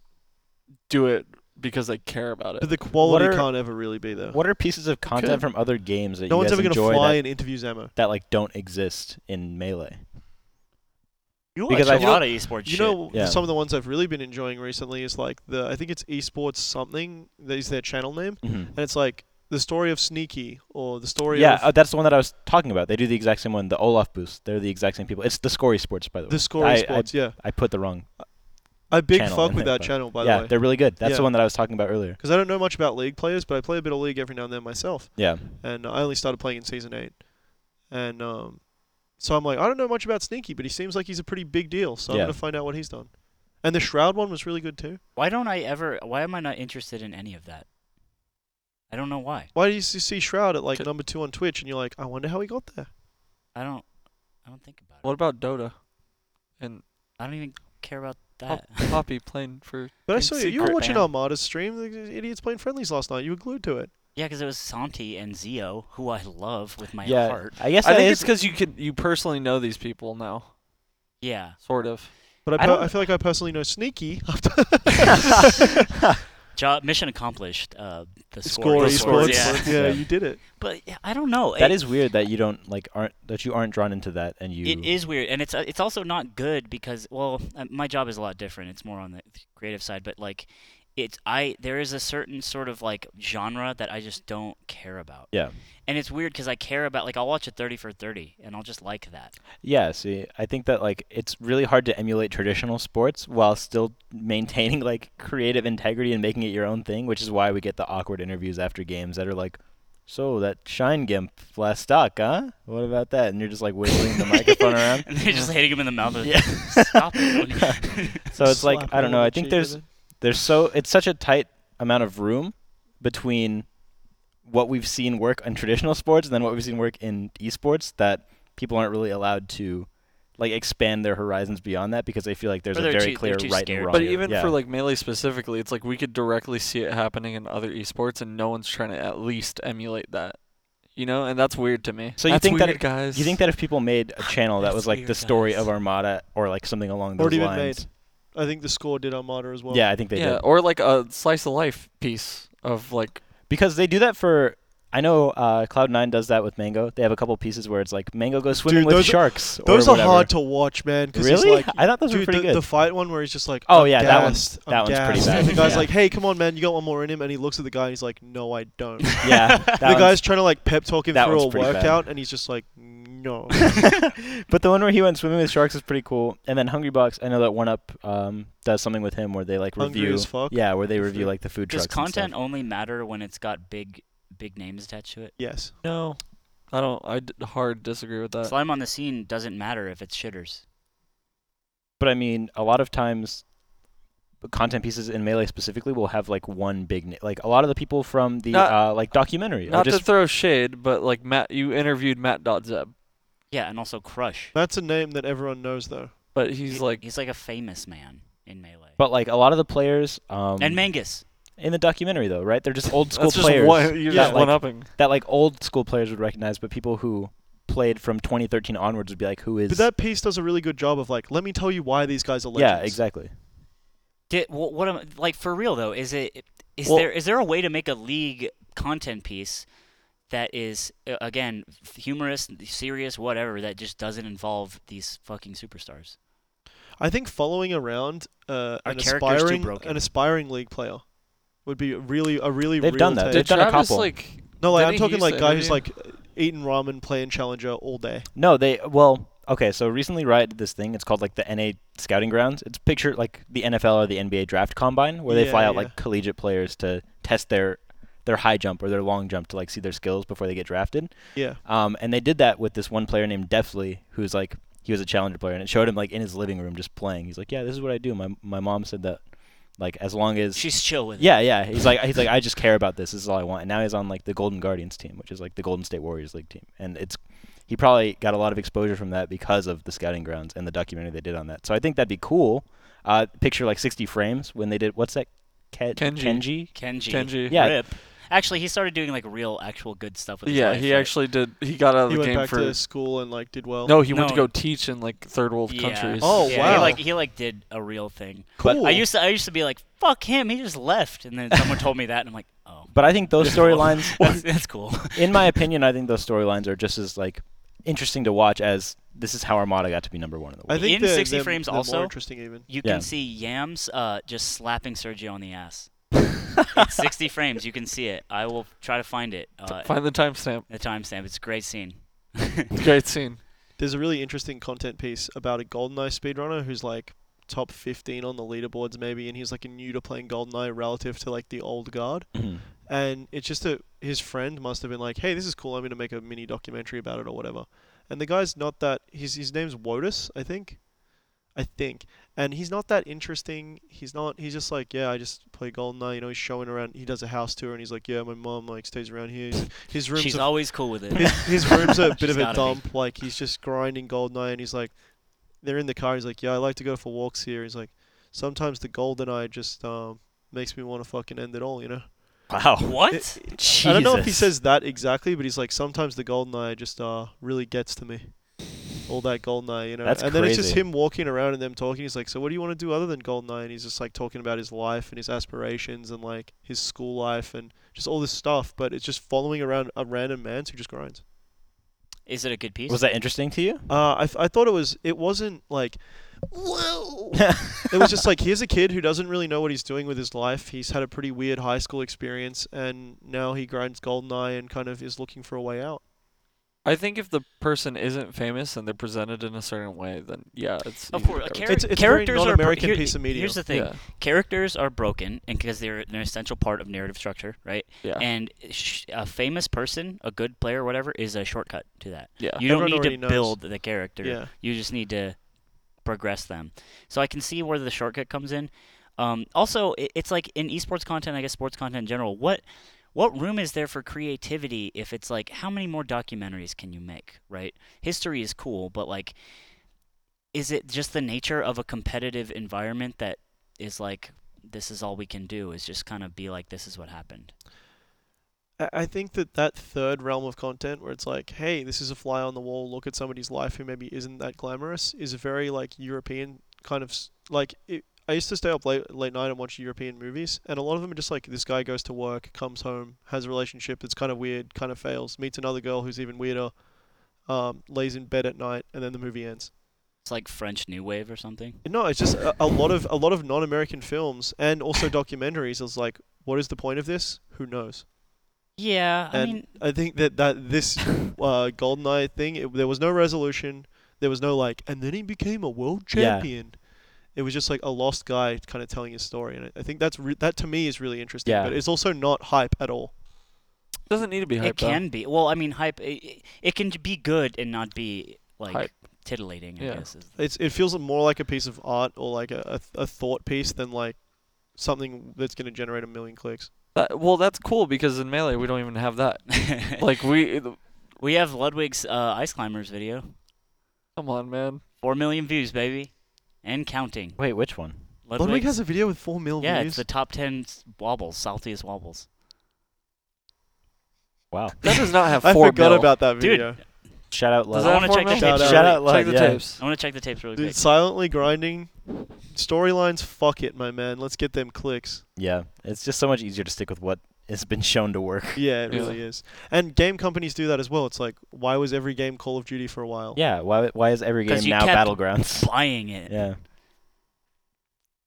Speaker 1: do it because they care about it.
Speaker 2: but the quality
Speaker 4: are-
Speaker 2: can't ever really be there
Speaker 4: What are pieces of content
Speaker 1: could.
Speaker 4: from other games that
Speaker 2: no
Speaker 4: you
Speaker 2: one's
Speaker 4: guys
Speaker 2: ever going to
Speaker 4: enjoy
Speaker 2: fly
Speaker 4: that,
Speaker 2: and interview Zamo
Speaker 4: that like don't exist in melee?
Speaker 3: You
Speaker 4: Because
Speaker 3: watch
Speaker 4: I-
Speaker 3: a
Speaker 4: You know-
Speaker 3: lot of esports
Speaker 2: You
Speaker 3: shit.
Speaker 2: know,
Speaker 4: Yeah.
Speaker 2: some of the ones I've really been enjoying recently is like the I think it's esports something that is their channel name,
Speaker 4: mhm.
Speaker 2: and it's like the story of Sneaky or the story
Speaker 4: Yeah,
Speaker 2: of
Speaker 4: uh, that's the one that I was talking about. They do the exact same one, the Olaf boost. They're the exact same people. It's the Scory Sports, by the way.
Speaker 2: the score
Speaker 4: I- I-
Speaker 2: sports. yeah,
Speaker 4: I put the wrong.
Speaker 2: I big
Speaker 4: channel
Speaker 2: fuck
Speaker 4: in
Speaker 2: with
Speaker 4: there,
Speaker 2: that
Speaker 4: but-
Speaker 2: channel by
Speaker 4: yeah,
Speaker 2: the way
Speaker 4: they're really good. That's
Speaker 2: Yeah.
Speaker 4: the one that I was talking about earlier.
Speaker 2: because I don't know much about league players, but I play a bit of league every now and then myself,
Speaker 4: Yeah,
Speaker 2: and I only started playing in season eight, and um, so I'm like I don't know much about Sneaky, but he seems like he's a pretty big deal, so
Speaker 4: Yeah.
Speaker 2: I'm gonna find out what he's done. And the Shroud one was really good too.
Speaker 3: why don't I ever? Why am I not interested in any of that? I don't know why.
Speaker 2: Why do you s- see Shroud at like
Speaker 1: T-
Speaker 2: number two on Twitch, and you're like, I wonder how he got there?
Speaker 3: I don't. I don't think about it.
Speaker 1: what about Dota? And
Speaker 3: I don't even care about that.
Speaker 4: Uh.
Speaker 1: Pop- Poppy playing for
Speaker 2: But I
Speaker 1: in
Speaker 2: saw you. You were
Speaker 1: secret,
Speaker 2: watching
Speaker 3: man.
Speaker 2: Armada's stream. The idiots playing friendlies last night. You were glued to it.
Speaker 3: yeah, because it was Santi and Zio, who I love with my
Speaker 4: yeah.
Speaker 3: heart.
Speaker 4: I guess
Speaker 1: I
Speaker 4: that
Speaker 1: think
Speaker 4: is-
Speaker 1: it's because you can you personally know these people now,
Speaker 3: Yeah.
Speaker 1: sort of.
Speaker 2: But I,
Speaker 4: I
Speaker 2: per-
Speaker 4: don't-
Speaker 2: I feel like I personally know Sneaky.
Speaker 3: Job mission accomplished. Uh, the
Speaker 2: score
Speaker 3: score.
Speaker 1: Scory
Speaker 2: esports.
Speaker 1: esports,
Speaker 3: Yeah.
Speaker 2: Yeah.
Speaker 4: yeah.
Speaker 2: you did it.
Speaker 3: But yeah, I don't know.
Speaker 4: that
Speaker 3: It-
Speaker 4: is weird that you don't like aren't that you aren't drawn into that and you.
Speaker 3: It is weird, and it's uh, it's also not good because well, uh, my job is a lot different. It's more on the creative side, but like it's I there is a certain sort of like genre that I just don't care about.
Speaker 4: Yeah.
Speaker 3: And it's weird because I care about like I'll watch a thirty for thirty and I'll just like that.
Speaker 4: Yeah, see, I think that like it's really hard to emulate traditional sports while still maintaining like creative integrity and making it your own thing, which is why we get the awkward interviews after games that are like, "So that Shine Gimp last stock, huh? What about that?" And you're just like wiggling the microphone around.
Speaker 3: And they're just hitting him in the mouth. With,
Speaker 4: Yeah.
Speaker 3: Stop it.
Speaker 4: So it's like
Speaker 2: Slap
Speaker 4: I don't
Speaker 2: him on
Speaker 4: know. I
Speaker 2: the
Speaker 4: think
Speaker 2: cheek
Speaker 4: there's
Speaker 2: with it.
Speaker 4: there's so it's such a tight amount of room between what we've seen work in traditional sports and then what we've seen work in esports that people aren't really allowed to like expand their horizons beyond that because they feel like there's
Speaker 3: Or
Speaker 4: a
Speaker 3: they're
Speaker 4: very
Speaker 3: too-
Speaker 4: clear
Speaker 3: they're too
Speaker 4: right and
Speaker 3: scared
Speaker 4: wrong.
Speaker 1: But
Speaker 4: here.
Speaker 1: even
Speaker 4: Yeah.
Speaker 1: for like melee specifically, it's like we could directly see it happening in other esports, and no one's trying to at least emulate that, you know. And that's weird to me.
Speaker 4: So you
Speaker 1: That's
Speaker 4: think that
Speaker 1: weird,
Speaker 4: it-
Speaker 1: guys?
Speaker 4: you think that if people made a channel that
Speaker 3: That's
Speaker 4: was like
Speaker 3: weird,
Speaker 4: the story
Speaker 3: guys.
Speaker 4: of Armada or like something along those
Speaker 2: Already been
Speaker 4: lines,
Speaker 2: I think the score did Armada as well.
Speaker 4: yeah, I think they
Speaker 1: yeah,
Speaker 4: did
Speaker 1: or like a slice of life piece of like
Speaker 4: because they do that for. I know uh, Cloud Nine does that with Mango. They have a couple pieces where it's like Mango goes swimming with
Speaker 2: those are-
Speaker 4: sharks.
Speaker 2: Those
Speaker 4: or
Speaker 2: are
Speaker 4: whatever.
Speaker 2: hard to watch, man. 'cause he's
Speaker 4: Really?
Speaker 2: like,
Speaker 4: I thought those were
Speaker 2: dude,
Speaker 4: pretty
Speaker 2: the,
Speaker 4: good.
Speaker 2: the fight one where he's just like,
Speaker 4: Oh,
Speaker 2: I'm
Speaker 4: yeah, that one's-
Speaker 2: gassed, I'm
Speaker 4: that one's pretty
Speaker 2: gassed."
Speaker 4: bad.
Speaker 2: And the guy's
Speaker 4: Yeah.
Speaker 2: like, "Hey, come on, man, you got one more in him," and he looks at the guy and he's like, "No, I don't."
Speaker 4: yeah, that
Speaker 2: the
Speaker 4: one's-
Speaker 2: guy's trying to like pep talk him
Speaker 4: that
Speaker 2: through a
Speaker 4: one's pretty bad.
Speaker 2: workout, and he's just like, "No."
Speaker 4: But the one where he went swimming with sharks is pretty cool. And then Hungry Box, I know that One Up um, does something with him where they like
Speaker 2: Hungry
Speaker 4: review.
Speaker 2: as fuck.
Speaker 4: Yeah, where they review
Speaker 2: Food.
Speaker 4: like the food
Speaker 3: Does
Speaker 4: trucks. and stuff.
Speaker 3: content only matter when it's got big big names attached to it?
Speaker 2: yes.
Speaker 1: no, I don't. I d- hard disagree with
Speaker 4: Uh,
Speaker 1: that.
Speaker 3: Slime on the scene doesn't matter if it's shitters.
Speaker 4: But I mean, a lot of times, the content pieces in melee specifically will have like one big na- like a lot of the people from the
Speaker 1: Not-
Speaker 4: uh, like documentary. are
Speaker 1: Not
Speaker 4: just
Speaker 1: to throw shade, but like Matt, you interviewed Matt Dodzeb,
Speaker 3: Yeah, and also Crush.
Speaker 2: That's a name that everyone knows, though.
Speaker 1: but he's
Speaker 3: He-
Speaker 1: like
Speaker 3: he's like a famous man in melee.
Speaker 4: but like a lot of the players um,
Speaker 3: and Mangus.
Speaker 4: in the documentary though, right? They're just old school
Speaker 1: that's just
Speaker 4: players
Speaker 1: one. You're
Speaker 4: that,
Speaker 1: just
Speaker 4: like-
Speaker 1: one upping.
Speaker 4: that like old school players would recognize, but people who played from 2013 onwards would be like, who is?
Speaker 2: But that piece does a really good job of like, let me tell you why these guys are legends.
Speaker 4: yeah, exactly.
Speaker 3: Did, wha- what am like for real though? Is it is
Speaker 1: Well-
Speaker 3: there is there a way to make a league content piece that is uh, again f- humorous, serious, whatever that just doesn't involve these fucking superstars?
Speaker 2: I think following around uh,
Speaker 3: Our
Speaker 2: an
Speaker 3: character's too
Speaker 2: aspiring
Speaker 3: broken.
Speaker 2: an aspiring league player would be really a really
Speaker 4: They've
Speaker 2: real
Speaker 4: done that.
Speaker 2: take.
Speaker 4: They've
Speaker 1: Did
Speaker 4: done a
Speaker 1: Travis
Speaker 4: couple.
Speaker 1: like
Speaker 2: No, like,
Speaker 1: Didn't
Speaker 2: I'm
Speaker 1: he
Speaker 2: talking
Speaker 1: used to
Speaker 2: like guy who's like eating ramen, playing challenger all day.
Speaker 4: No, they well, okay. So recently, Riot did this thing. It's called like the NA Scouting Grounds. It's picture like the NFL or the NBA Draft Combine, where they
Speaker 2: Yeah,
Speaker 4: fly out
Speaker 2: yeah.
Speaker 4: like collegiate players to test their their high jump or their long jump to like see their skills before they get drafted.
Speaker 2: Yeah.
Speaker 4: Um, and they did that with this one player named Defley, who's like he was a challenger player, and it showed him like in his living room just playing. He's like, yeah, this is what I do. My my mom said that, like as long as
Speaker 3: She's chill with it.
Speaker 4: yeah, yeah. He's like, he's like, I just care about this. This is all I want. And now he's on like the Golden Guardians team, which is like the Golden State Warriors league team, and it's he probably got a lot of exposure from that because of the scouting grounds and the documentary they did on that. So I think that'd be cool. Uh, picture like 60 frames when they did what's that? Ke-
Speaker 1: Kenji.
Speaker 3: Kenji.
Speaker 1: Kenji.
Speaker 4: Yeah.
Speaker 3: Rip. Actually, he started doing like real, actual good stuff with his
Speaker 1: Yeah,
Speaker 3: life,
Speaker 1: he
Speaker 3: right?
Speaker 1: actually did. He got out of
Speaker 2: He
Speaker 1: the
Speaker 2: went
Speaker 1: game
Speaker 2: back
Speaker 1: for
Speaker 2: to school and like did well.
Speaker 1: no. He went to
Speaker 3: No.
Speaker 1: go teach in like third world
Speaker 3: Yeah.
Speaker 1: countries.
Speaker 2: Oh,
Speaker 3: yeah, He
Speaker 2: wow.
Speaker 3: like he like did a real thing.
Speaker 2: cool.
Speaker 3: I used to I used to be like, fuck him, he just left, and then someone told me that, and I'm like, oh.
Speaker 4: But I think those storylines,
Speaker 3: that's, that's cool.
Speaker 4: in my opinion, I think those storylines are just as like interesting to watch as this is how Armada got to be number one in the
Speaker 2: I
Speaker 4: world.
Speaker 2: think
Speaker 3: In
Speaker 2: they're-
Speaker 3: 60
Speaker 2: they're-
Speaker 3: frames
Speaker 2: they're
Speaker 3: also?
Speaker 2: more interesting even.
Speaker 3: You
Speaker 4: Yeah.
Speaker 3: can see Yams uh, just slapping Sergio on the ass. it's 60 frames. You can see it. I will try to find it. Uh,
Speaker 1: Find the timestamp.
Speaker 3: the timestamp. It's a great scene.
Speaker 1: Great scene.
Speaker 2: There's a really interesting content piece about a GoldenEye speedrunner who's like top 15 on the leaderboards maybe, and he's like new to playing GoldenEye relative to like the old guard.
Speaker 4: Mhm.
Speaker 2: And it's just a his friend must have been like, "Hey, this is cool. I'm gonna make a mini documentary about it or whatever." And the guy's not that. His his name's Wotus, I think. I think, and he's not that interesting. He's not. He's just like, yeah, I just play GoldenEye. You know, he's showing around. He does a house tour, and he's like, yeah, my mom like stays around here. His, his room's
Speaker 3: She's
Speaker 2: a
Speaker 3: always cool with it.
Speaker 2: his, his room's a bit
Speaker 3: She's
Speaker 2: of a
Speaker 3: gotta be.
Speaker 2: dump. Like he's just grinding Goldeneye, and he's like, they're in the car. He's like, yeah, I like to go for walks here. He's like, sometimes the Goldeneye just um, makes me want to fucking end it all. You know.
Speaker 4: Wow.
Speaker 3: What?
Speaker 2: It- I don't know if he says that exactly, but he's like, sometimes the Goldeneye just uh, really gets to me. All that Goldeneye, you know.
Speaker 4: That's
Speaker 2: and then it's just
Speaker 4: crazy.
Speaker 2: him walking around and them talking. He's like, so what do you want to do other than Goldeneye? And he's just like talking about his life and his aspirations and like his school life and just all this stuff. But it's just following around a random man who just grinds.
Speaker 3: Is it a good piece?
Speaker 4: Was that interesting to you?
Speaker 2: Uh, I, f- I thought it was it wasn't like whoa. it was just like here's a kid who doesn't really know what he's doing with his life. He's had a pretty weird high school experience, and now he grinds Goldeneye and kind of is looking for a way out.
Speaker 1: I think if the person isn't famous and they're presented in a certain way, then yeah, it's
Speaker 3: Of
Speaker 1: easy
Speaker 3: course,
Speaker 1: to
Speaker 3: a
Speaker 1: overtake.
Speaker 3: character-
Speaker 2: It's- it's a very
Speaker 3: characters are
Speaker 2: non-American
Speaker 3: here-
Speaker 2: piece of media.
Speaker 3: Here's the thing:
Speaker 1: Yeah.
Speaker 3: characters are broken, and because they're an essential part of narrative structure, right?
Speaker 1: Yeah.
Speaker 3: And sh- a famous person, a good player, whatever, is a shortcut to that.
Speaker 1: yeah.
Speaker 3: You don't
Speaker 2: Everyone
Speaker 3: need to
Speaker 2: already knows.
Speaker 3: build the character.
Speaker 2: Yeah.
Speaker 3: You just need to progress them. So I can see where the shortcut comes in. Um, also, i it's like in esports content, I guess sports content in general. What what room is there for creativity if it's like how many more documentaries can you make? Right? History is cool, but like, is it just the nature of a competitive environment that is like this is all we can do is just kind of be like this is what happened.
Speaker 2: I- I think that that third realm of content where it's like, hey, this is a fly on the wall, look at somebody's life who maybe isn't that glamorous, is a very like European kind of s- like. It, I used to stay up late late night and watch European movies, and a lot of them are just like this guy goes to work, comes home, has a relationship that's kind of weird, kind of fails, meets another girl who's even weirder, um, lays in bed at night, and then the movie ends.
Speaker 3: It's like French New Wave or something.
Speaker 2: No, it's just a, a lot of a lot of non-American films and also documentaries. Is like, what is the point of this? Who knows?
Speaker 3: Yeah, I
Speaker 2: and
Speaker 3: mean,
Speaker 2: I think that that this uh, Goldeneye thing, it, there was no resolution. There was no like, and then he became a world
Speaker 4: Yeah.
Speaker 2: champion. It was just like a lost guy kind of telling his story, and I- I think that's re- that to me is really interesting.
Speaker 4: Yeah.
Speaker 2: But it's also not hype at all.
Speaker 1: It doesn't need to be hype.
Speaker 3: it can be. Well, I mean, hype. It, it can be good and not be like
Speaker 1: Hype.
Speaker 3: titillating. I
Speaker 1: Yeah.
Speaker 3: guess. is-
Speaker 2: It's it feels more like a piece of art or like a, a, a thought piece than like something that's going to generate a million clicks.
Speaker 1: Though. That- well, that's cool because in melee we don't even have that. Like we,
Speaker 3: we have Ludwig's uh, ice climbers video.
Speaker 1: come on, man.
Speaker 3: Four million views, baby, and counting.
Speaker 4: Wait, which one?
Speaker 3: Ludwig's,
Speaker 2: Ludwig has a video with four mil
Speaker 3: yeah,
Speaker 2: views.
Speaker 3: it's the top ten s- wobbles, saltiest wobbles.
Speaker 4: Wow.
Speaker 1: That does not have
Speaker 2: I
Speaker 1: four
Speaker 2: forgot
Speaker 1: mil.
Speaker 2: about that
Speaker 3: Dude,
Speaker 2: video.
Speaker 4: Shout out,
Speaker 1: Does
Speaker 4: love.
Speaker 1: that
Speaker 3: I
Speaker 1: have
Speaker 3: wanna
Speaker 1: four
Speaker 3: check the
Speaker 1: mil?
Speaker 4: tapes. Shout Shout out, out,
Speaker 1: Check
Speaker 4: Lud,
Speaker 1: the
Speaker 4: yeah.
Speaker 1: tapes.
Speaker 3: I want to check the tapes really
Speaker 2: Dude,
Speaker 3: quick.
Speaker 2: silently grinding. Storylines, fuck it, my man. Let's get them clicks.
Speaker 4: Yeah, it's just so much easier to stick with what has been shown to work.
Speaker 2: Yeah, it
Speaker 1: Yeah.
Speaker 2: really is. And game companies do that as well. It's like, why was every game Call of Duty for a while?
Speaker 4: Yeah, why why is every
Speaker 3: 'Cause
Speaker 4: game
Speaker 3: you
Speaker 4: now
Speaker 3: kept
Speaker 4: battlegrounds?
Speaker 3: Buying it. Oh,
Speaker 4: yeah.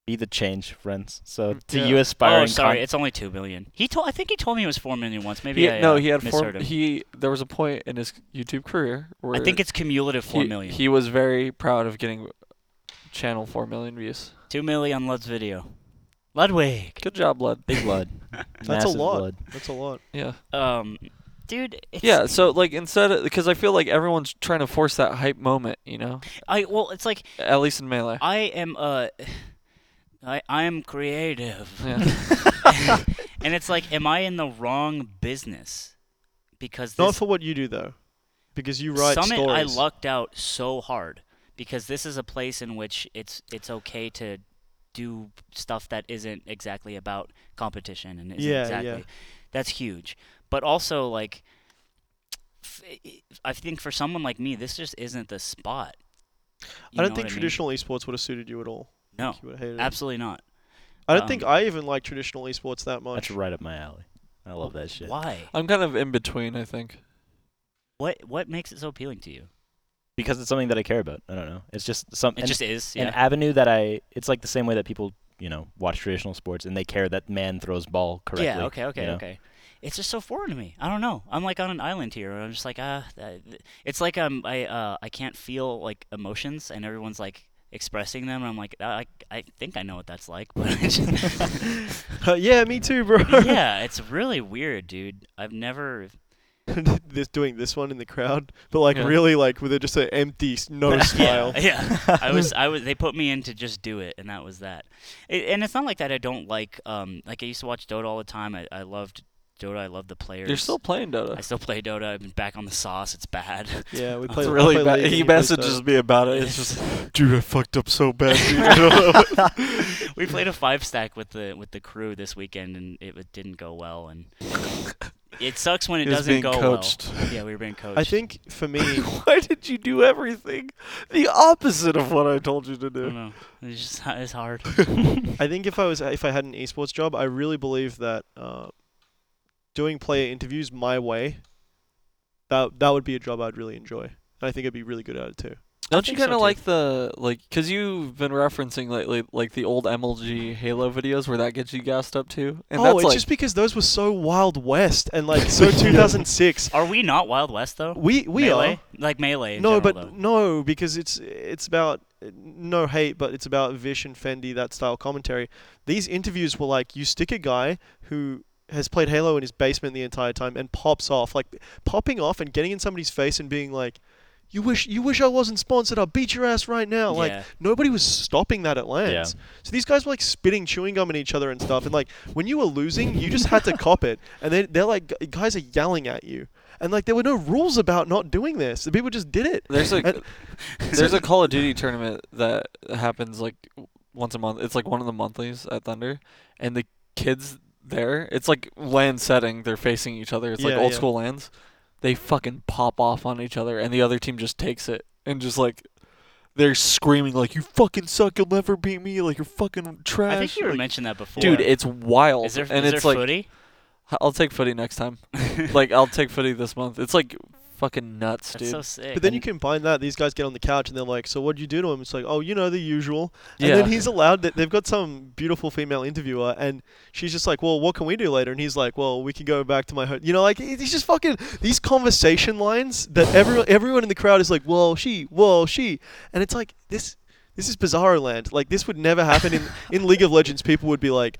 Speaker 4: Be the change, friends. So to
Speaker 1: Yeah.
Speaker 4: you aspiring
Speaker 3: oh, sorry,
Speaker 4: con-
Speaker 3: it's only two million. He told. I think he told me it was four million once. Maybe
Speaker 1: He-
Speaker 3: I
Speaker 1: no,
Speaker 3: uh,
Speaker 1: he had four.
Speaker 3: misheard him.
Speaker 1: He there was a point in his YouTube career where
Speaker 3: I think it's cumulative four
Speaker 1: he-
Speaker 3: million.
Speaker 1: He was very proud of getting channel four million views.
Speaker 3: two million on Lud's video. Ludwig.
Speaker 1: Good job, Lud.
Speaker 4: big blood.
Speaker 2: That's a
Speaker 4: Massive
Speaker 2: lot.
Speaker 4: blood.
Speaker 2: That's a lot.
Speaker 1: Yeah.
Speaker 3: Um, dude. It's,
Speaker 1: Yeah, so like instead, because I feel like everyone's trying to force that hype moment, you know,
Speaker 3: I well, it's like
Speaker 1: at least in melee.
Speaker 3: I am uh, I I am creative,
Speaker 1: Yeah.
Speaker 3: and it's like, am I in the wrong business? Because
Speaker 2: Not
Speaker 3: this
Speaker 2: for what you do though, because you write
Speaker 3: summit,
Speaker 2: stories.
Speaker 3: I lucked out so hard because this is a place in which it's it's okay to do stuff that isn't exactly about competition and isn't
Speaker 2: Yeah,
Speaker 3: exactly
Speaker 2: yeah.
Speaker 3: that's huge. But also like, f- I think for someone like me, this just isn't the spot. You
Speaker 2: I
Speaker 3: know
Speaker 2: don't think
Speaker 3: what
Speaker 2: traditional esports would have suited you at all.
Speaker 3: mean?
Speaker 2: You would have hated
Speaker 3: No,
Speaker 2: it.
Speaker 3: absolutely not.
Speaker 2: I don't
Speaker 3: um,
Speaker 2: think I even like traditional esports that much.
Speaker 4: That's right up my alley. I love that shit.
Speaker 3: Why?
Speaker 1: I'm kind of in between, I think.
Speaker 3: What what makes it so appealing to you?
Speaker 4: Because it's something that I care about. I don't know. It's just some
Speaker 3: It
Speaker 4: an,
Speaker 3: just is.
Speaker 4: an
Speaker 3: Yeah.
Speaker 4: avenue that I. It's like the same way that people you know watch traditional sports and they care that man throws ball correctly.
Speaker 3: yeah. Okay. Okay.
Speaker 4: you know?
Speaker 3: Okay. It's just so foreign to me. I don't know. I'm like on an island here. And I'm just like ah. Uh, it's like um I uh I can't feel like emotions and everyone's like expressing them. And I'm like I I I think I know what that's like, but I just-
Speaker 2: Uh, yeah, me too, bro.
Speaker 3: yeah, it's really weird, dude. I've never.
Speaker 2: this doing this one in the crowd, but like
Speaker 1: Yeah.
Speaker 2: really like with a, just an empty s- no Oh, smile.
Speaker 3: Yeah, yeah. I was, I was. They put me in to just do it, and that was that. It, and it's not like that. I don't like, um, like I used to watch Dota all the time. I, I loved Dota. I loved the players.
Speaker 1: You're still playing Dota.
Speaker 3: I still play Dota. I've been back on the sauce. It's bad.
Speaker 2: Yeah, we
Speaker 1: It's
Speaker 2: play. I
Speaker 1: really
Speaker 2: play
Speaker 1: bad.
Speaker 2: League and
Speaker 1: He
Speaker 2: he plays
Speaker 1: messages
Speaker 2: Dota.
Speaker 1: me about it. It's just
Speaker 2: uh, dude, I fucked up so bad.
Speaker 3: we played a five stack with the with the crew this weekend, and it, it didn't go well. And it sucks when it
Speaker 1: He was
Speaker 3: doesn't
Speaker 1: being
Speaker 3: go
Speaker 1: coached.
Speaker 3: well. Yeah, we were being coached.
Speaker 2: I think for me,
Speaker 1: why did you do everything the opposite of what I told you to
Speaker 3: I don't
Speaker 1: do?
Speaker 3: know. It's just it's hard.
Speaker 2: I think if I was if I had an esports job, I really believe that uh, doing player interviews my way, that that would be a job I'd really enjoy. And I think I'd be really good at it too.
Speaker 1: Don't you
Speaker 4: think so,
Speaker 1: kind of
Speaker 4: too.
Speaker 1: like the like because you've been referencing lately like the old MLG Halo videos where that gets you gassed up too, and
Speaker 2: oh,
Speaker 1: that's
Speaker 2: it's
Speaker 1: like
Speaker 2: just because those were so Wild West and like so 2006.
Speaker 3: Are we not Wild West though?
Speaker 2: We we
Speaker 3: melee?
Speaker 2: are.
Speaker 3: like melee. in
Speaker 2: No,
Speaker 3: general,
Speaker 2: but
Speaker 3: though.
Speaker 2: no, because it's it's about no hate, but it's about Vish and Fendi that style commentary. These interviews were like you stick a guy who has played Halo in his basement the entire time and pops off, like popping off and getting in somebody's face and being like, "You wish you wish I wasn't sponsored. I'll beat your ass right now." Like
Speaker 3: Yeah.
Speaker 2: nobody was stopping that at Lance. So these guys were like spitting chewing gum at each other and stuff. And like when you were losing, you just had to cop it. And they they're like gu- guys are yelling at you. And like there were no rules about not doing this. The people just did it.
Speaker 1: there's a
Speaker 2: And-
Speaker 1: there's a Call of Duty tournament that happens like w- once a month. It's like one of the monthlies at Thunder, and the kids there, it's like land setting. They're facing each other. It's like
Speaker 2: Yeah,
Speaker 1: old
Speaker 2: yeah.
Speaker 1: school lands. They fucking pop off on each other, and the other team just takes it and just like. They're screaming like you fucking suck. You'll never beat me. Like you're fucking trash.
Speaker 3: I think you were
Speaker 1: like,
Speaker 3: mentioned that before.
Speaker 1: Dude, it's wild.
Speaker 3: is there,
Speaker 1: and
Speaker 3: is
Speaker 1: it's
Speaker 3: there
Speaker 1: like
Speaker 3: footy?
Speaker 1: H- I'll take footy next time. like I'll take footy this month. It's like fucking nuts,
Speaker 3: That's
Speaker 1: dude.
Speaker 3: so sick.
Speaker 2: But then you combine that, these guys get on the couch and they're like, "So what'd you do to him?" It's like, "Oh, you know the usual." And
Speaker 1: Yeah.
Speaker 2: then he's allowed that they've got some beautiful female interviewer, and she's just like, "Well, what can we do later?" And he's like, "Well, we can go back to my home." You know, like he's just fucking these conversation lines that everyone everyone in the crowd is like, "Whoa, she, whoa, she," and it's like this. This is bizarro land. Like this would never happen in, in League of Legends. People would be like,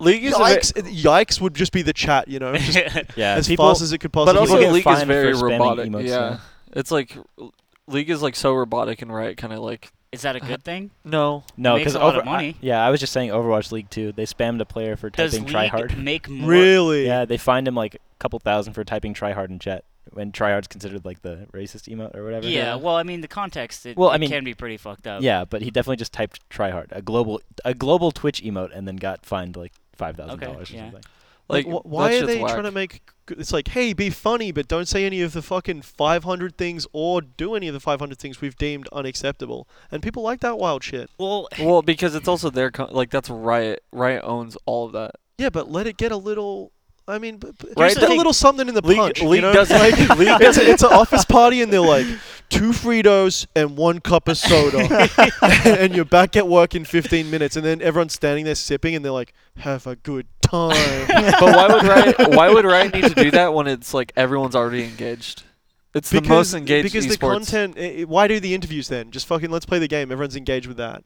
Speaker 1: League is a ve-
Speaker 2: "Yikes!" Yikes would just be the chat, you know, just
Speaker 4: Yeah,
Speaker 2: as
Speaker 4: people,
Speaker 2: fast as it could
Speaker 1: but
Speaker 2: possibly.
Speaker 1: also
Speaker 4: people get
Speaker 1: League is
Speaker 4: fined
Speaker 1: very
Speaker 4: for spamming
Speaker 1: robotic.
Speaker 4: emotes
Speaker 1: yeah.
Speaker 4: now.
Speaker 1: It's like l- League is like so robotic and right kind of like
Speaker 3: is that a good thing?
Speaker 1: no.
Speaker 4: no,
Speaker 3: makes
Speaker 4: because
Speaker 3: a lot of
Speaker 4: over I-
Speaker 3: money.
Speaker 4: yeah, I was just saying Overwatch League too. They spammed a player for
Speaker 3: Does
Speaker 4: typing
Speaker 3: League
Speaker 4: try hard.
Speaker 3: make more?
Speaker 2: really,
Speaker 4: Yeah, they fined him like a couple thousand for typing try hard in chat when try hard's considered like the racist emote or whatever.
Speaker 3: Yeah. Well, I mean, the context. It,
Speaker 4: Well, I
Speaker 3: it
Speaker 4: mean-
Speaker 3: can be pretty fucked up.
Speaker 4: Yeah, but he definitely just typed try hard, a global a global Twitch emote and then got fined like $5,000 or
Speaker 3: Okay, yeah.
Speaker 4: something.
Speaker 1: Like,
Speaker 2: wh-
Speaker 1: that
Speaker 2: why are
Speaker 1: shit's
Speaker 2: they
Speaker 1: whack.
Speaker 2: trying to make? It's like, hey, be funny, but don't say any of the fucking 500 things or do any of the 500 things we've deemed unacceptable. And people like that wild shit.
Speaker 3: Well,
Speaker 1: Well, because it's also their co- like that's Riot. Riot owns all of that.
Speaker 2: Yeah, but let it get a little. I mean, b- b-
Speaker 1: Right,
Speaker 2: just get
Speaker 1: the-
Speaker 2: a little something in the
Speaker 1: League-
Speaker 2: punch. you
Speaker 1: League
Speaker 2: know?
Speaker 1: doesn't-
Speaker 2: Like,
Speaker 1: League
Speaker 2: it's, a, it's an office party, and they're like, two Fritos and one cup of soda, and you're back at work in 15 minutes. And then everyone's standing there sipping, and they're like, have a good time.
Speaker 1: but why would Riot? Why would Riot need to do that when it's like everyone's already engaged? It's the most engaged
Speaker 2: because the
Speaker 1: esports.
Speaker 2: content. i- i- why do the interviews then? Just fucking let's play the game. Everyone's engaged with that.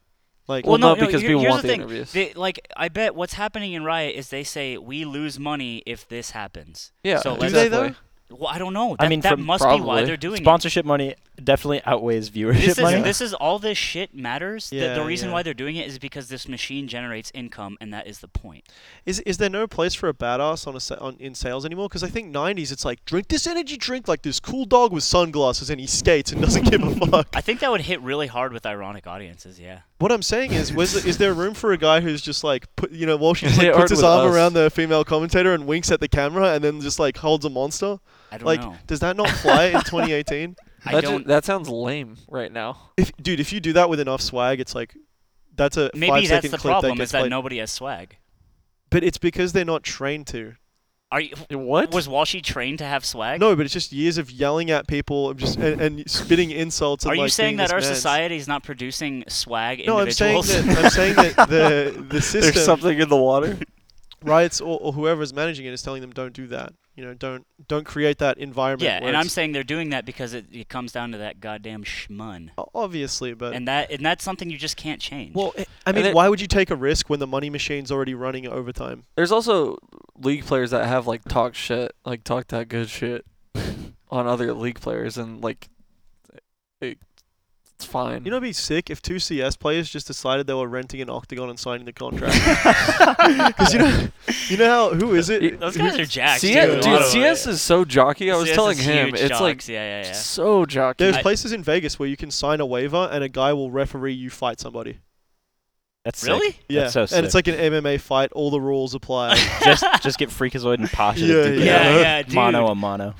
Speaker 2: Like,
Speaker 1: Well, no,
Speaker 3: no,
Speaker 1: because
Speaker 3: here-
Speaker 1: people
Speaker 3: here's
Speaker 1: want
Speaker 3: the
Speaker 1: the
Speaker 3: thing.
Speaker 1: interviews.
Speaker 3: They, like I bet what's happening in Riot is they say we lose money if this happens.
Speaker 1: yeah,
Speaker 3: so
Speaker 2: do
Speaker 3: let's-
Speaker 2: they
Speaker 1: exactly.
Speaker 2: though?
Speaker 3: Well, I don't know. That,
Speaker 4: I mean,
Speaker 3: that
Speaker 4: from-
Speaker 3: must be why
Speaker 1: probably.
Speaker 3: they're doing it.
Speaker 4: Sponsorship money definitely outweighs viewership
Speaker 3: This
Speaker 4: money.
Speaker 3: is, this is all this shit matters. The- the,
Speaker 2: Yeah,
Speaker 3: reason
Speaker 2: yeah.
Speaker 3: why they're doing it is because this machine generates income, and that is the point.
Speaker 2: Is is there no place for a badass on a sa- on, in sales anymore? Because I think '90s, it's like drink this energy drink, like this cool dog with sunglasses, and he skates and doesn't give a fuck.
Speaker 3: I think that would hit really hard with ironic audiences. Yeah.
Speaker 2: What I'm saying is, was th- is there room for a guy who's just like, put, you know, while she
Speaker 1: They
Speaker 2: like,
Speaker 1: aren't
Speaker 2: puts his
Speaker 1: with
Speaker 2: arm
Speaker 1: us.
Speaker 2: around the female commentator and winks at the camera, and then just like holds a monster?
Speaker 3: I don't
Speaker 2: Like,
Speaker 3: know.
Speaker 2: does that not fly in 2018?
Speaker 3: I
Speaker 1: That, ju-
Speaker 3: don't.
Speaker 1: that sounds lame right now.
Speaker 2: If dude, if you do that with enough swag, it's like. That's a
Speaker 3: maybe
Speaker 2: five-second
Speaker 3: that's the
Speaker 2: clip
Speaker 3: problem
Speaker 2: that
Speaker 3: is
Speaker 2: gets
Speaker 3: that
Speaker 2: played.
Speaker 3: nobody has swag.
Speaker 2: But it's because they're not trained to.
Speaker 3: Are you?
Speaker 1: What?
Speaker 3: Was Walshy trained to have swag?
Speaker 2: No, but it's just years of yelling at people, of just and, and spitting insults. And
Speaker 3: Are you
Speaker 2: like, being
Speaker 3: saying that
Speaker 2: this
Speaker 3: our
Speaker 2: man's-
Speaker 3: society is not producing swag
Speaker 2: No, I'm saying
Speaker 3: individuals?
Speaker 2: that I'm saying that the the
Speaker 1: There's
Speaker 2: system,
Speaker 1: something in the water.
Speaker 2: riots or, or whoever's managing it is telling them don't do that. You know, don't don't create that environment.
Speaker 3: yeah,
Speaker 2: where
Speaker 3: and I'm
Speaker 2: it's-
Speaker 3: saying they're doing that because it, it comes down to that goddamn schmun,
Speaker 2: o- obviously, but
Speaker 3: and that and that's something you just can't change.
Speaker 2: well, I- I
Speaker 1: And
Speaker 2: mean,
Speaker 1: it-
Speaker 2: why would you take a risk when the money machine's already running overtime?
Speaker 1: There's also league players that have like talk shit, like talk that good shit on other league players, and like it, it's fine.
Speaker 2: You know, it'd be sick if two CS players just decided they were renting an octagon and signing the contract. Because you know, you know how who is
Speaker 1: You-
Speaker 2: it?
Speaker 3: those
Speaker 2: who-
Speaker 3: guys are jacked.
Speaker 1: CS,
Speaker 2: too,
Speaker 1: dude,
Speaker 2: a lot of it.
Speaker 1: CS is so jockey. I was
Speaker 3: CS
Speaker 1: telling
Speaker 3: is
Speaker 1: him,
Speaker 3: huge
Speaker 1: it's like
Speaker 3: jocks, yeah, yeah, yeah.
Speaker 1: so jockey.
Speaker 2: There's
Speaker 3: I-
Speaker 2: places in Vegas where you can sign a waiver and a guy will referee you fight somebody.
Speaker 4: That's sick.
Speaker 3: Really?
Speaker 2: Yeah,
Speaker 4: That's so
Speaker 2: and it's
Speaker 4: sick.
Speaker 2: like an MMA fight. All the rules apply,
Speaker 4: just just get Freakazoid and Pasha. to
Speaker 2: Yeah,
Speaker 4: do
Speaker 2: yeah.
Speaker 4: that.
Speaker 3: Yeah, yeah, dude.
Speaker 4: Mono a mono.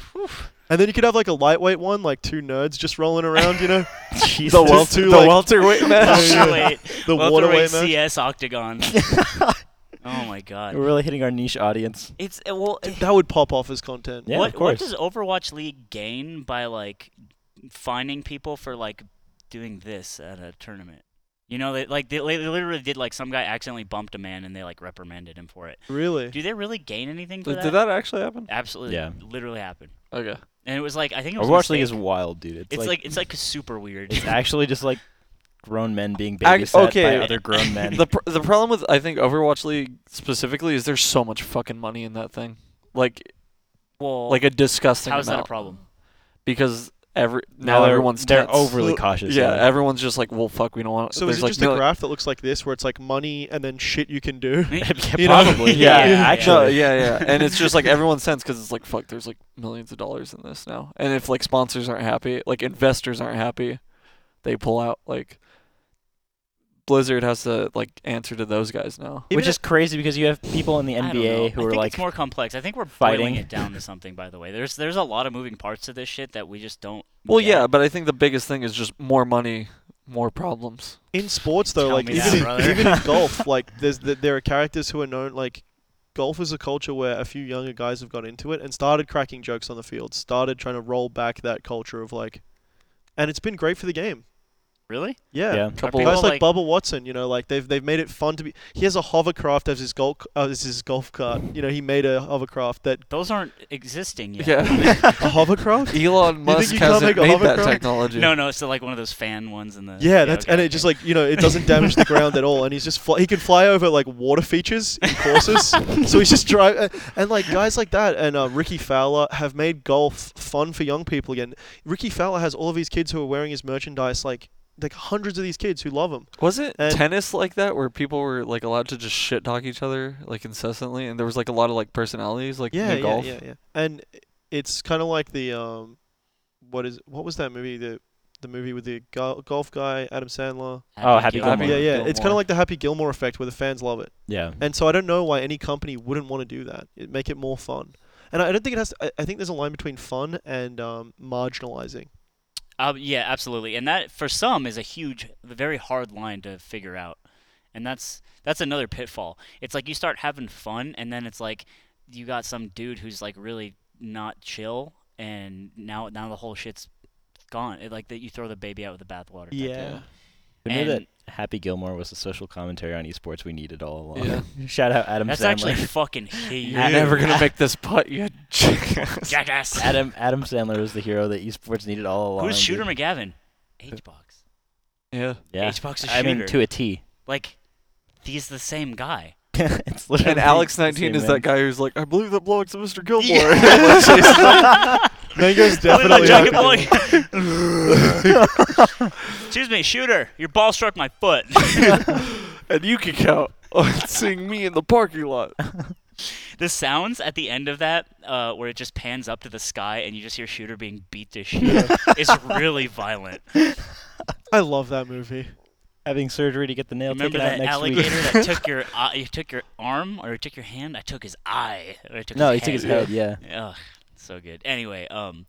Speaker 2: and then you could have like a lightweight one, like two nerds just rolling around, you know,
Speaker 1: the
Speaker 2: It's
Speaker 1: welter,
Speaker 2: too
Speaker 1: the
Speaker 2: like-
Speaker 1: welterweight match.
Speaker 2: yeah.
Speaker 3: Welterweight-
Speaker 2: the
Speaker 3: welterweight
Speaker 2: waterweight match.
Speaker 3: CS octagon. oh my god,
Speaker 4: We're really hitting our niche audience.
Speaker 3: it's uh, well.
Speaker 2: Dude, That would pop off as content.
Speaker 4: Yeah,
Speaker 3: what
Speaker 4: of
Speaker 3: what
Speaker 4: course.
Speaker 3: does Overwatch League gain by like finding people for like doing this at a tournament. You know, they like they, they literally did like some guy accidentally bumped a man and they like reprimanded him for it.
Speaker 2: Really?
Speaker 3: Do they really gain anything for
Speaker 1: Did,
Speaker 3: that?
Speaker 1: did that actually happen?
Speaker 3: Absolutely,
Speaker 4: Eh. Yeah.
Speaker 3: literally happened.
Speaker 1: Okay.
Speaker 3: And it was like I think it was. a
Speaker 4: Overwatch League is
Speaker 3: mistake.
Speaker 4: wild, dude. It's,
Speaker 3: It's
Speaker 4: like,
Speaker 3: like, it's like super weird.
Speaker 4: it's actually just like grown men being
Speaker 1: Ac-
Speaker 4: babysat
Speaker 1: okay.
Speaker 4: by other grown men.
Speaker 1: the pr- the problem with I think Overwatch League specifically is there's so much fucking money in that thing, like
Speaker 3: well,
Speaker 1: like a disgusting
Speaker 3: how's that a
Speaker 1: amount.
Speaker 3: problem?
Speaker 1: Because every
Speaker 4: Now
Speaker 1: now
Speaker 4: they're-
Speaker 1: everyone's
Speaker 4: they're
Speaker 1: tense.
Speaker 4: overly
Speaker 2: Well,
Speaker 4: cautious.
Speaker 1: Yeah, everyone's just like, well, fuck, we don't want.
Speaker 2: So
Speaker 1: there's
Speaker 2: is it
Speaker 1: like
Speaker 2: just
Speaker 1: no-
Speaker 2: a graph that looks like this, where it's like money and then shit you can do?
Speaker 4: Yeah,
Speaker 2: you know?
Speaker 4: probably.
Speaker 1: Yeah,
Speaker 4: Yeah,
Speaker 1: yeah, No,
Speaker 4: actually.
Speaker 1: yeah, yeah, and it's just like everyone's sense because it's like fuck. There's like millions of dollars in this now, and if like sponsors aren't happy, like investors aren't happy, they pull out. Like Blizzard has to like answer to those guys now.
Speaker 4: Which
Speaker 2: Even
Speaker 4: is crazy because you have people in the
Speaker 3: I don't know.
Speaker 4: NBA
Speaker 3: I
Speaker 4: who are
Speaker 3: think
Speaker 4: like
Speaker 3: it's more complex. I think we're boiling
Speaker 4: fighting.
Speaker 3: it down to something. By the way, there's there's a lot of moving parts to this shit that we just don't.
Speaker 1: Well,
Speaker 3: get.
Speaker 1: yeah, but I think the biggest thing is just more money, more problems.
Speaker 2: in sports though
Speaker 3: Tell
Speaker 2: like
Speaker 3: me
Speaker 2: even,
Speaker 3: that,
Speaker 2: in,
Speaker 3: brother.
Speaker 2: even in golf like there's th there are characters who are known like golf is a culture where a few younger guys have got into it and started cracking jokes on the field started trying to roll back that culture of like and it's been great for the game
Speaker 3: really.
Speaker 2: yeah,
Speaker 4: yeah.
Speaker 1: Couple
Speaker 3: people
Speaker 2: Guys like,
Speaker 3: like-
Speaker 2: Bubba Watson, you know, like they've they've made it fun to be. He has a hovercraft as his golf uh, as his golf cart. You know, he made a hovercraft that
Speaker 3: Those aren't existing yet.
Speaker 1: yeah.
Speaker 2: a hovercraft.
Speaker 1: Elon
Speaker 2: think
Speaker 1: Musk
Speaker 2: you can't
Speaker 1: hasn't
Speaker 2: make a
Speaker 1: made that
Speaker 2: hovercraft?
Speaker 1: technology.
Speaker 3: No, no, it's like one of those fan ones in the.
Speaker 2: Yeah, that's
Speaker 3: Uh, okay,
Speaker 2: and it
Speaker 3: okay.
Speaker 2: just like you know it doesn't damage the ground at all, and he's just fly, he can fly over like water features in courses, so he's just drive uh, and like guys like that and uh, Ricky Fowler have made golf fun for young people again. Ricky Fowler has all of these kids who are wearing his merchandise, like like hundreds of these kids who love him.
Speaker 1: Was it
Speaker 2: And-
Speaker 1: tennis like that where people were like allowed to just shit talk each other like incessantly, and there was like a lot of like personalities like
Speaker 2: Yeah,
Speaker 1: in
Speaker 2: yeah,
Speaker 1: golf?
Speaker 2: yeah, yeah. And it's kind of like the um, what is what was that movie the the movie with the go- golf guy Adam Sandler.
Speaker 4: Oh, Happy
Speaker 3: Gilmore.
Speaker 1: Gilmore.
Speaker 2: yeah, yeah. It's kind of
Speaker 1: Gilmore.
Speaker 2: like the Happy Gilmore effect where the fans love it.
Speaker 4: Yeah.
Speaker 2: And so I don't know why any company wouldn't want to do that. It make it more fun. And I I don't think it has. To, I, I think there's a line between fun and um, marginalizing.
Speaker 3: Uh, yeah, absolutely. And that for some is a huge, very hard line to figure out. And that's that's another pitfall. It's like you start having fun, and then it's like you got some dude who's like really not chill, and now now the whole shit's gone. It, like that you throw the baby out with the bathwater. type
Speaker 2: Yeah.
Speaker 3: thing.
Speaker 4: Who knew that
Speaker 3: And-
Speaker 4: Happy Gilmore was the social commentary on esports we needed all along?
Speaker 1: Yeah.
Speaker 4: Shout out Adam
Speaker 3: That's
Speaker 4: Sandler.
Speaker 3: actually fucking huge.
Speaker 1: You're never gonna make this putt, you jackass.
Speaker 3: Jackass.
Speaker 4: Adam Adam Sandler was the hero that esports needed all along.
Speaker 3: Who's
Speaker 4: dude.
Speaker 3: Shooter McGavin? H-Box.
Speaker 1: Yeah.
Speaker 4: Yeah.
Speaker 3: H-Box is
Speaker 4: I mean
Speaker 3: Shooter.
Speaker 4: to a T.
Speaker 3: Like, he's the same guy.
Speaker 4: it's
Speaker 1: And
Speaker 4: literally
Speaker 1: Alex
Speaker 4: the
Speaker 1: nineteen
Speaker 4: same
Speaker 1: is
Speaker 4: man.
Speaker 1: that guy who's like, I believe that belongs to Mr. Gilmore.
Speaker 2: Mango's definitely.
Speaker 3: Jacket
Speaker 2: not
Speaker 3: boy. Excuse me, shooter. Your ball struck my foot.
Speaker 1: and you can count on seeing me in the parking lot.
Speaker 3: the sounds at the end of that, uh, where it just pans up to the sky and you just hear shooter being beat to shit, is really violent.
Speaker 2: gonna- I love that movie.
Speaker 4: having surgery to get the nail
Speaker 3: Remember
Speaker 4: taken out
Speaker 3: that
Speaker 4: next
Speaker 3: alligator
Speaker 4: week.
Speaker 3: that took your eye you took your arm or you took your hand? I took his eye. Or I took
Speaker 4: No, he
Speaker 3: his
Speaker 4: took his
Speaker 3: head.
Speaker 4: head. Yeah.
Speaker 3: Ugh, so good. Anyway, um,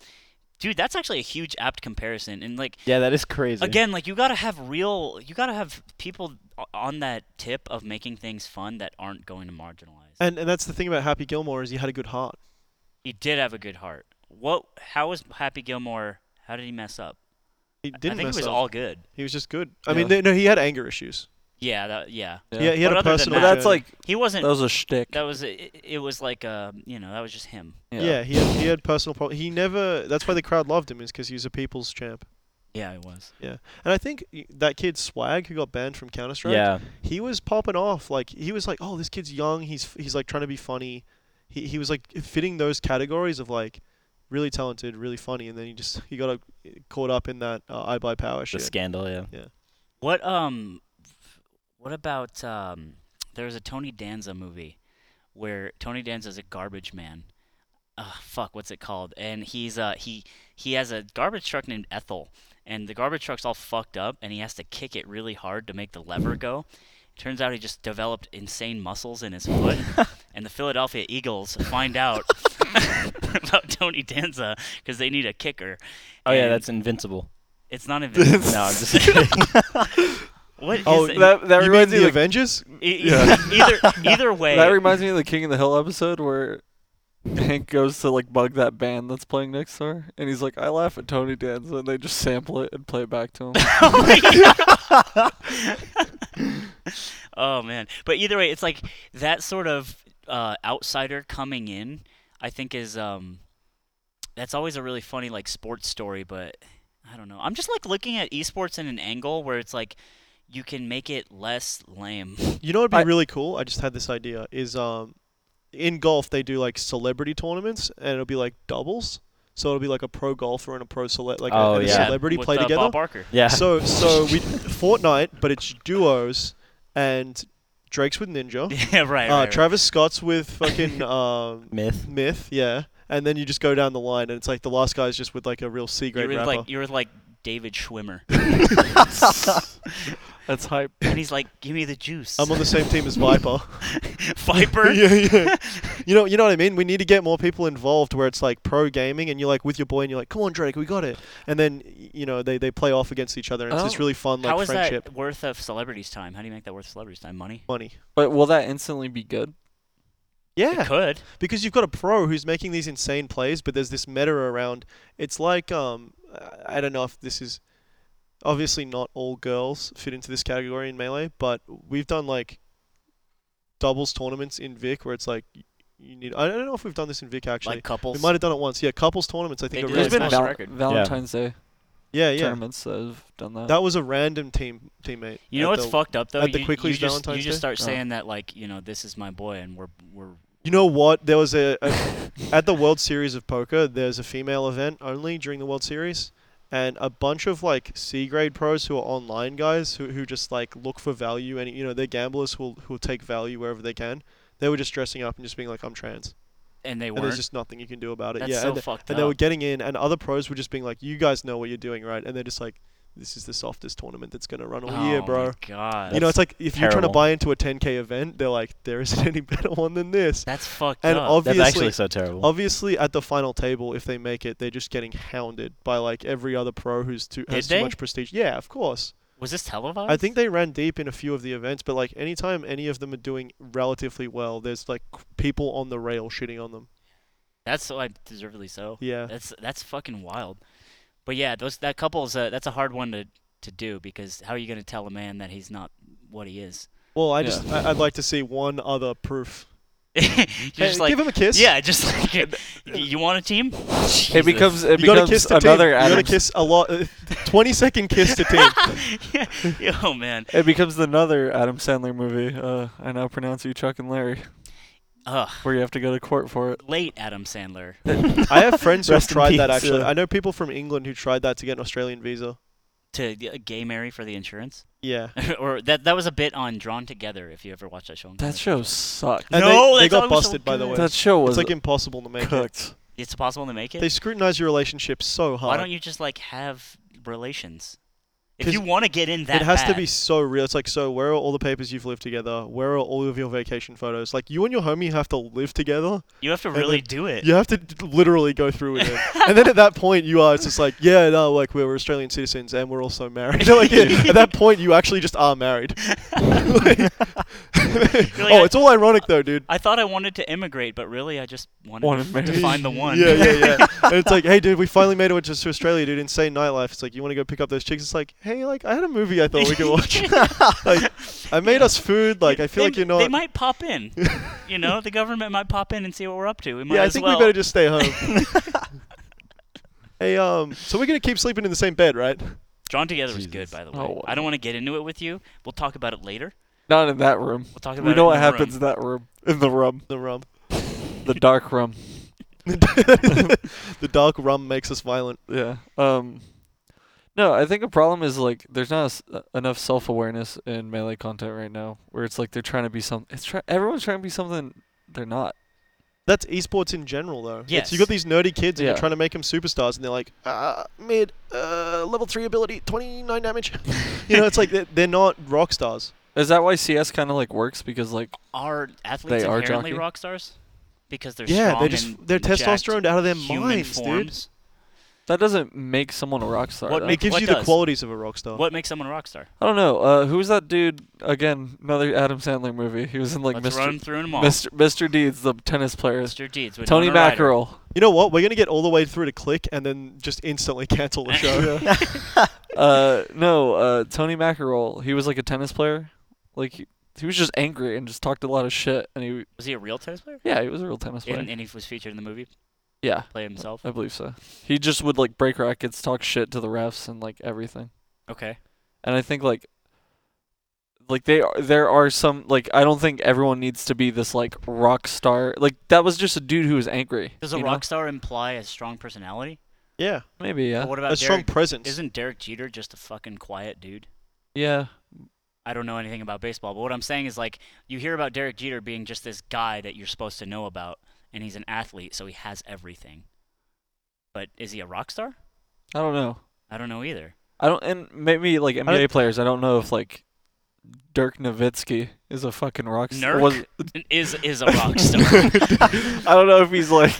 Speaker 3: dude, that's actually a huge apt comparison, and like
Speaker 4: Yeah, that is crazy.
Speaker 3: again, like you gotta have real, you gotta have people o- on that tip of making things fun that aren't going to marginalize.
Speaker 2: And and that's the thing about Happy Gilmore is he had a good heart.
Speaker 3: he did have a good heart. What? How was Happy Gilmore? How did he mess up?
Speaker 2: He didn't
Speaker 3: I think
Speaker 2: mess
Speaker 3: it was
Speaker 2: up.
Speaker 3: all good.
Speaker 2: he was just good. I
Speaker 1: Yeah.
Speaker 2: mean, th- no, he had anger issues.
Speaker 3: Yeah, that, yeah.
Speaker 2: Yeah, he had
Speaker 3: But
Speaker 2: a
Speaker 3: other than
Speaker 2: personal.
Speaker 1: but that's
Speaker 2: journey.
Speaker 1: like
Speaker 3: He
Speaker 1: that
Speaker 3: wasn't.
Speaker 1: was a shtick.
Speaker 3: that was it, it was like uh you know that was just him.
Speaker 2: yeah. he had he had personal problems. He never. That's why the crowd loved him is because he was a people's champ.
Speaker 3: Yeah, he was.
Speaker 2: And I think y- that kid Swag who got banned from Counter Strike.
Speaker 4: Yeah.
Speaker 2: he was popping off. Like he was like, oh, this kid's young. He's he's like trying to be funny. He he was like fitting those categories of like really talented, really funny, and then he just he got uh, caught up in that uh, I buy power
Speaker 4: The
Speaker 2: shit.
Speaker 4: scandal. Yeah.
Speaker 3: What um, what about um? There was a Tony Danza movie where Tony Danza's a garbage man. Uh, fuck, what's it called? And he's uh he he has a garbage truck named Ethel, and the garbage truck's all fucked up, and he has to kick it really hard to make the lever go. Turns out he just developed insane muscles in his foot, and the Philadelphia Eagles find out about Tony Danza because they need a kicker.
Speaker 4: Oh yeah,
Speaker 3: And
Speaker 4: that's invincible.
Speaker 3: it's not invincible.
Speaker 4: No, I'm just kidding.
Speaker 3: what is
Speaker 2: Oh,
Speaker 3: it?
Speaker 1: That that
Speaker 2: you mean
Speaker 1: reminds me
Speaker 2: the
Speaker 1: of
Speaker 2: Avengers?
Speaker 3: E-
Speaker 1: Yeah.
Speaker 3: either either way,
Speaker 1: That reminds me of the King of the Hill episode where Hank goes to like bug that band that's playing next door, and he's like, "I laugh at Tony Danza," and they just sample it and play it back to him.
Speaker 3: oh man! But either way, it's like that sort of uh, outsider coming in. I think is um, that's always a really funny like sports story. But I don't know. I'm just like looking at esports in an angle where it's like you can make it less lame.
Speaker 2: You know what'd be
Speaker 1: I-
Speaker 2: really cool? I just had this idea. Is um, in golf they do like celebrity tournaments, and it'll be like doubles. So it'll be like a pro golfer and a pro cele- like a-
Speaker 4: Oh,
Speaker 2: and a
Speaker 4: yeah.
Speaker 2: celebrity
Speaker 3: With,
Speaker 2: play
Speaker 3: uh,
Speaker 2: together.
Speaker 3: Bob Barker.
Speaker 4: Yeah.
Speaker 2: So so we Fortnite, but it's duos, and Drake's with Ninja.
Speaker 3: yeah, right.
Speaker 2: uh,
Speaker 3: right, right.
Speaker 2: Travis Scott's with fucking um,
Speaker 4: myth.
Speaker 2: Myth, yeah. And then you just go down the line, and it's like the last guy's just with like a real C
Speaker 3: You're
Speaker 2: grade
Speaker 3: with
Speaker 2: rapper.
Speaker 3: like you're with like David Schwimmer,
Speaker 1: That's hype.
Speaker 3: and he's like, "Give me the juice."
Speaker 2: I'm on the same team as Viper.
Speaker 3: Viper.
Speaker 2: yeah, yeah. You know, you know what I mean. We need to get more people involved, where it's like pro gaming, and you're like with your boy, and you're like, "Come on, Drake, we got it." And then y- you know they, they play off against each other, and it's
Speaker 1: Oh.
Speaker 2: this really fun like
Speaker 3: How is
Speaker 2: friendship.
Speaker 3: that worth of celebrities' time? How do you make that worth celebrities' time? Money.
Speaker 2: Money.
Speaker 1: But will that instantly be good?
Speaker 2: Yeah,
Speaker 3: It could.
Speaker 2: because you've got a pro who's making these insane plays, but there's this meta around. It's like um, I- I don't know if this is obviously not all girls fit into this category in melee, but we've done like doubles tournaments in Vic where it's like y- you need. I don't know if we've done this in Vic actually.
Speaker 3: Like couples.
Speaker 2: we might have done it once. Yeah, couples tournaments. I think
Speaker 3: They
Speaker 2: are
Speaker 3: do
Speaker 2: really
Speaker 3: those
Speaker 2: fun.
Speaker 3: Smash record.
Speaker 1: Valentine's Day
Speaker 2: Yeah, yeah.
Speaker 1: tournaments that have done that.
Speaker 2: That was a random team teammate.
Speaker 3: you know
Speaker 2: at
Speaker 3: what's
Speaker 2: the-
Speaker 3: fucked up though?
Speaker 2: at the
Speaker 3: you,
Speaker 2: Quickly's
Speaker 3: you just,
Speaker 2: Valentine's
Speaker 3: you just
Speaker 2: Day?
Speaker 3: start
Speaker 1: Oh.
Speaker 3: saying that like you know this is my boy and we're we're
Speaker 2: You know what? There was a, a at the World Series of Poker. There's a female event only during the World Series, and a bunch of like C grade pros who are online guys who, who just like look for value and you know they're gamblers who who will take value wherever they can. They were just dressing up and just being like, "I'm trans,"
Speaker 3: and they
Speaker 2: and there's
Speaker 3: weren't.
Speaker 2: just nothing you can do about it.
Speaker 3: That's
Speaker 2: yeah,
Speaker 3: so
Speaker 2: and, they-
Speaker 3: fucked
Speaker 2: and they were
Speaker 3: up.
Speaker 2: getting in, and other pros were just being like, "You guys know what you're doing, right?" And they're just like, "This is the softest tournament that's gonna run all
Speaker 3: oh
Speaker 2: year, bro."
Speaker 3: My God.
Speaker 2: you know,
Speaker 4: That's
Speaker 2: it's like if you're trying to
Speaker 4: terrible.
Speaker 2: buy into a 10k event, they're like, there isn't any better one than this.
Speaker 3: that's fucked
Speaker 2: And
Speaker 3: up.
Speaker 2: obviously,
Speaker 4: That's actually so terrible.
Speaker 2: obviously, at the final table, if they make it, they're just getting hounded by like every other pro who's too has
Speaker 3: Did they?
Speaker 2: too much prestige. Yeah, of course.
Speaker 3: was this televised?
Speaker 2: I think they ran deep in a few of the events, but like anytime any of them are doing relatively well, there's like c- people on the rail shitting on them.
Speaker 3: that's so like, deservedly so.
Speaker 2: Yeah,
Speaker 3: That's that's fucking wild. But yeah, those that couple's a, that's a hard one to to do because how are you gonna tell a man that he's not what he is?
Speaker 2: Well, I just I, I'd like to see one other proof.
Speaker 3: You're
Speaker 2: Hey,
Speaker 3: just like
Speaker 2: give him a kiss.
Speaker 3: yeah, just like you, you want a team?
Speaker 1: it becomes it
Speaker 2: You gotta
Speaker 1: becomes
Speaker 2: kiss the team.
Speaker 1: another
Speaker 2: You
Speaker 1: Adam.
Speaker 2: gotta kiss a lot. Uh, Twenty second kiss to team.
Speaker 3: Yeah. Oh man.
Speaker 1: It becomes another Adam Sandler movie. Uh, I now pronounce you Chuck and Larry,
Speaker 3: Ugh.
Speaker 1: where you have to go to court for it.
Speaker 3: Late Adam Sandler.
Speaker 2: I have friends who have
Speaker 1: Rest in
Speaker 2: tried that
Speaker 1: peace,
Speaker 2: actually.
Speaker 1: yeah.
Speaker 2: I know people from England who tried that to get an Australian visa.
Speaker 3: to g- gay Mary for the insurance,
Speaker 2: Yeah.
Speaker 3: or that that was a bit on Drawn Together. If you ever watched that show, on
Speaker 1: That
Speaker 3: Netflix.
Speaker 1: show sucked.
Speaker 2: And
Speaker 3: No,
Speaker 2: they, they
Speaker 3: that's
Speaker 2: got
Speaker 3: always so
Speaker 2: busted by the
Speaker 3: good.
Speaker 2: way.
Speaker 1: That show
Speaker 2: it's
Speaker 1: was
Speaker 2: like impossible to make. It.
Speaker 1: cooked.
Speaker 3: it's possible to make it.
Speaker 2: They scrutinize your relationship so hard.
Speaker 3: Why don't you just like have relations? If
Speaker 2: 'Cause
Speaker 3: you want to get in that,
Speaker 2: it has to
Speaker 3: bad.
Speaker 2: be so real. It's like, so where are all the papers you've lived together? Where are all of your vacation photos? Like, you and your homie have to live together.
Speaker 3: You have to
Speaker 2: and
Speaker 3: really
Speaker 2: then
Speaker 3: do it.
Speaker 2: You have to d- literally go through with it. and then at that point, you are it's just like, yeah, no, like we're Australian citizens and we're also married. like, at that point, you actually just are married. Like- oh, it's all ironic though, dude.
Speaker 3: I thought I wanted to immigrate, but really I just wanted,
Speaker 1: Wanted
Speaker 3: to,
Speaker 1: marriage.
Speaker 3: to find the one.
Speaker 2: Yeah, yeah, yeah. and it's like, hey, dude, we finally made it to, to Australia, dude. Insane nightlife. It's like, you want to go pick up those chicks? It's like, hey, like I had a movie I thought we could watch. like, I made us food. Like, I feel
Speaker 3: they,
Speaker 2: like you're not.
Speaker 3: They might pop in. you know, the government might pop in and see what we're up to. We might
Speaker 2: yeah, I
Speaker 3: as
Speaker 2: think
Speaker 3: well.
Speaker 2: we better just stay home. hey, um, so we're gonna keep sleeping in the same bed, right?
Speaker 3: Drawn Together was good,
Speaker 4: Jesus.
Speaker 3: by the way.
Speaker 1: Oh,
Speaker 3: I don't want to get into it with you. We'll talk about it later.
Speaker 1: Not in that room.
Speaker 3: We'll talk about
Speaker 1: We
Speaker 3: it
Speaker 1: know
Speaker 3: in
Speaker 1: what
Speaker 3: the
Speaker 1: happens in
Speaker 3: room.
Speaker 1: that room. In the room.
Speaker 2: The rum.
Speaker 1: The dark room.
Speaker 2: the dark rum makes us violent.
Speaker 1: Yeah. Um. No, I think a problem is like there's not s- uh, enough self awareness in melee content right now, where it's like they're trying to be some. It's try- everyone's trying to be something they're not.
Speaker 2: That's esports in general, though. It's- you
Speaker 3: Yes.
Speaker 2: got these nerdy kids, and you're
Speaker 1: Yeah.
Speaker 2: trying to make them superstars, and they're like, uh, mid, uh, level three ability, 29 damage. you know, it's like they're, they're not rock stars.
Speaker 1: Is that why CS kind of like works because like
Speaker 3: Are athletes
Speaker 1: They are
Speaker 3: inherently
Speaker 1: jockey?
Speaker 3: rock stars? Because they're
Speaker 2: yeah,
Speaker 3: strong
Speaker 2: they're just
Speaker 3: and
Speaker 2: they're
Speaker 3: jacked
Speaker 2: testosterone out of their
Speaker 3: human
Speaker 2: minds, dude.
Speaker 3: forms.
Speaker 1: That doesn't make someone a rock star.
Speaker 3: What
Speaker 1: though.
Speaker 3: Uh,
Speaker 2: it gives
Speaker 3: what
Speaker 2: you the
Speaker 3: does?
Speaker 2: qualities of a rock star.
Speaker 3: What makes someone a rock star?
Speaker 1: I don't know. Uh, who was that dude? Again, another Adam Sandler movie. He was in like
Speaker 3: Let's run
Speaker 1: Mr.
Speaker 3: through them all.
Speaker 1: Mr. Mr. Deeds, the tennis player.
Speaker 3: Mr. Deeds. with
Speaker 1: Tony
Speaker 3: Winona Ryder.
Speaker 1: Mackerel.
Speaker 2: You know what? We're gonna get all the way through to click and then just instantly cancel the show.
Speaker 1: Uh, no, uh, Tony Mackerel. He was like a tennis player. Like he, he was just angry and just talked a lot of shit. And he,
Speaker 3: Was he a real tennis player?
Speaker 1: yeah, he was a real tennis player.
Speaker 3: And, and he was featured in the movie,
Speaker 1: yeah,
Speaker 3: play himself.
Speaker 1: I believe so. He just would like break rackets, talk shit to the refs, and like everything.
Speaker 3: Okay.
Speaker 1: and I think like like they are there are some like I don't think everyone needs to be this like rock star. Like that was just a dude who was angry.
Speaker 3: Does a
Speaker 1: you know?
Speaker 3: rock star imply a strong personality?
Speaker 2: yeah,
Speaker 1: Maybe yeah.
Speaker 3: But what about
Speaker 2: a strong
Speaker 3: Derek?
Speaker 2: presence.
Speaker 3: Isn't Derek Jeter just a fucking quiet dude?
Speaker 1: Yeah.
Speaker 3: I don't know anything about baseball, but what I'm saying is like you hear about Derek Jeter being just this guy that you're supposed to know about, and he's an athlete, so he has everything. But is he a rock star?
Speaker 1: I don't know.
Speaker 3: I don't know either.
Speaker 1: I don't and maybe like NBA players. I don't know if like Dirk Nowitzki is a fucking rock star.
Speaker 3: Nurk
Speaker 1: Was-
Speaker 3: is is a rock star.
Speaker 1: I don't know if he's like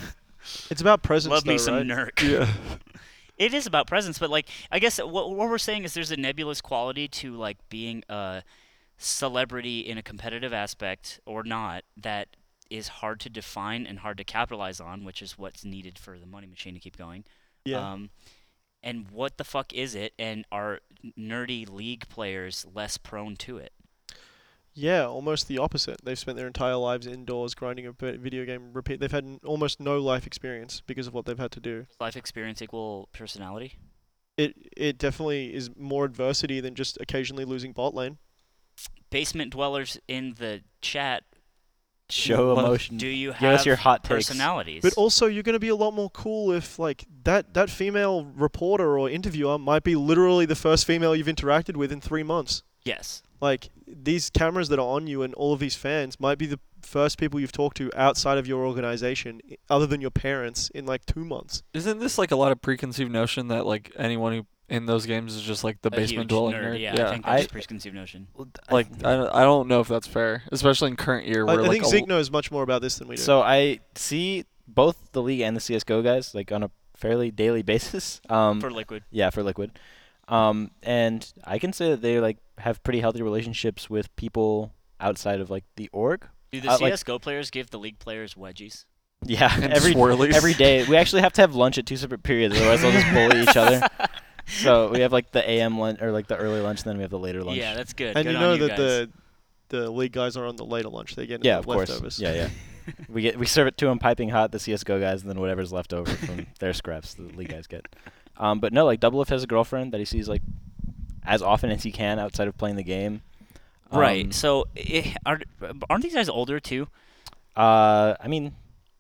Speaker 2: It's about presence.
Speaker 3: Love
Speaker 2: though,
Speaker 3: me some
Speaker 2: right?
Speaker 3: Nurk.
Speaker 1: yeah.
Speaker 3: It is about presence, but like I guess what what we're saying is there's a nebulous quality to like being a celebrity in a competitive aspect or not that is hard to define and hard to capitalize on, which is what's needed for the money machine to keep going.
Speaker 2: Yeah.
Speaker 3: Um, and what the fuck is it? And are nerdy league players less prone to it?
Speaker 2: yeah, almost the opposite. They've spent their entire lives indoors grinding a bit- video game repeat. They've had n- almost no life experience because of what they've had to do.
Speaker 3: Does life experience equal personality?
Speaker 2: It it definitely is more adversity than just occasionally losing bot lane.
Speaker 3: Basement dwellers in the chat,
Speaker 4: Show
Speaker 1: Well,
Speaker 4: emotion.
Speaker 3: do you have
Speaker 4: Give us your hot takes.
Speaker 3: personalities?
Speaker 2: But also, you're going to be a lot more cool if like that that female reporter or interviewer might be literally the first female you've interacted with in three months.
Speaker 3: yes.
Speaker 2: Like these cameras that are on you and all of these fans might be the first people you've talked to outside of your organization, i- other than your parents, in like two months.
Speaker 1: Isn't this like a lot of preconceived notion that like anyone who in those games is just like the
Speaker 3: A
Speaker 1: basement
Speaker 3: huge
Speaker 1: dwelling
Speaker 3: nerd,
Speaker 1: nerd?
Speaker 3: Yeah, I think that's
Speaker 4: I-
Speaker 3: a preconceived notion.
Speaker 1: like I don't, I don't know if that's fair, especially in current year
Speaker 2: I,
Speaker 1: where
Speaker 2: I
Speaker 1: like
Speaker 2: think
Speaker 1: a
Speaker 2: Zeke knows much more about this than we do.
Speaker 4: So I see both the league and the CS:GO guys like on a fairly daily basis. Um,
Speaker 3: For Liquid,
Speaker 4: yeah, for Liquid. Um, and I can say that they like have pretty healthy relationships with people outside of like the org.
Speaker 3: do the
Speaker 4: I like-
Speaker 3: CS:GO players give the league players wedgies?
Speaker 4: Yeah,
Speaker 1: And
Speaker 4: every
Speaker 1: swirlies.
Speaker 4: every day we actually have to have lunch at two separate periods, otherwise they'll just bully each other. So we have like the AM lunch or like the early lunch, and then we have the later lunch.
Speaker 3: Yeah, that's good.
Speaker 2: and
Speaker 3: good
Speaker 2: you
Speaker 3: on
Speaker 2: know
Speaker 3: you
Speaker 2: that
Speaker 3: guys.
Speaker 2: the the league guys are on the later lunch. They get
Speaker 4: yeah, of
Speaker 2: the
Speaker 4: course.
Speaker 2: leftovers.
Speaker 4: Yeah, yeah. we get we serve it to them piping hot, the CS:GO guys, and then whatever's left over from their scraps the league guys get. Um, but no, like Double F has a girlfriend that he sees like as often as he can outside of playing the game.
Speaker 3: right.
Speaker 4: Um,
Speaker 3: so eh, are aren't these guys older too?
Speaker 4: Uh, I mean,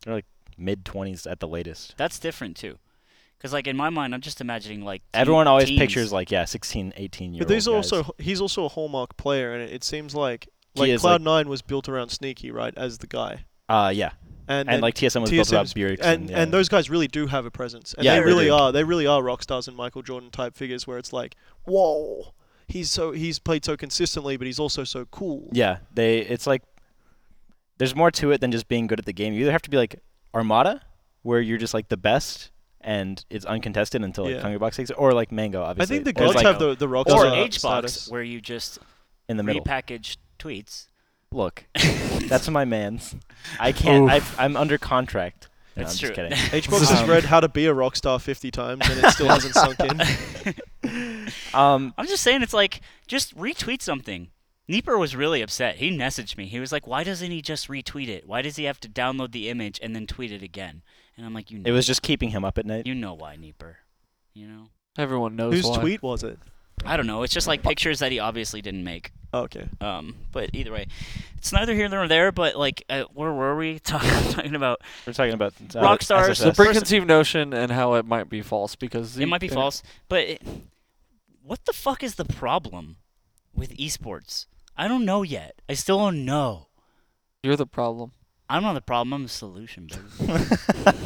Speaker 4: they're like mid twenties at the latest.
Speaker 3: That's different too. Because like in my mind, I'm just imagining like teen-
Speaker 4: Everyone always
Speaker 3: teens.
Speaker 4: pictures like yeah, 16, 18 year
Speaker 2: But
Speaker 4: old.
Speaker 2: these are
Speaker 4: guys.
Speaker 2: also he's also a hallmark player, and it, it seems like
Speaker 4: He
Speaker 2: like
Speaker 4: is, like-
Speaker 2: Cloud Nine was built around Sneaky, right, as the guy,
Speaker 4: uh yeah,
Speaker 2: and
Speaker 4: and,
Speaker 2: then
Speaker 4: like TSM was built around
Speaker 2: TSM's
Speaker 4: Bjergsen.
Speaker 2: and
Speaker 4: yeah.
Speaker 2: and those guys really do have a presence, and
Speaker 4: Yeah,
Speaker 2: they
Speaker 4: they
Speaker 2: really
Speaker 4: do.
Speaker 2: are they really are rock stars and Michael Jordan type figures, where it's like, whoa, he's so he's played so consistently, but he's also so cool.
Speaker 4: Yeah, they. It's like there's more to it than just being good at the game. You either have to be like Armada, where you're just like the best and it's uncontested until like
Speaker 2: Yeah.
Speaker 4: Hungry Box takes it, or like Mango,
Speaker 2: I
Speaker 4: obviously.
Speaker 2: think the
Speaker 4: or,
Speaker 2: gods
Speaker 4: like,
Speaker 2: have the the rock
Speaker 4: or
Speaker 3: or
Speaker 2: star
Speaker 4: an
Speaker 3: age box
Speaker 2: uh, status.
Speaker 3: where you just
Speaker 4: in the middle.
Speaker 3: repackage tweets.
Speaker 4: Look, that's my man's. I can't. I, I'm under contract. No,
Speaker 3: That's
Speaker 4: I'm
Speaker 3: true.
Speaker 4: Just kidding.
Speaker 2: Hbox has
Speaker 4: Um,
Speaker 2: read How to Be a Rock Star 50 times and it still hasn't sunk in.
Speaker 4: Um,
Speaker 3: I'm just saying, it's like just retweet something. Nieper was really upset. He messaged me. He was like, "Why doesn't he just retweet it? Why does he have to download the image and then tweet it again?" And I'm like, "You know,
Speaker 4: it was just keeping him up at night.
Speaker 3: you know why, Nieper. You know,
Speaker 1: everyone knows
Speaker 2: Whose
Speaker 1: why.
Speaker 2: tweet was it?
Speaker 3: I don't know. It's just like pictures that he obviously didn't make.
Speaker 2: Oh, okay.
Speaker 3: Um, but either way, it's neither here nor there. But like, uh, where were we talking, talking about?
Speaker 4: We're talking about uh,
Speaker 3: Rock stars,
Speaker 1: the
Speaker 4: SSS.
Speaker 3: Brit-
Speaker 1: preconceived notion and how it might be false because
Speaker 3: It might be
Speaker 1: the-
Speaker 3: false, but it, what the fuck is the problem with esports? I don't know yet. I still don't know.
Speaker 1: You're the problem.
Speaker 3: I'm not the problem. I'm the solution, baby.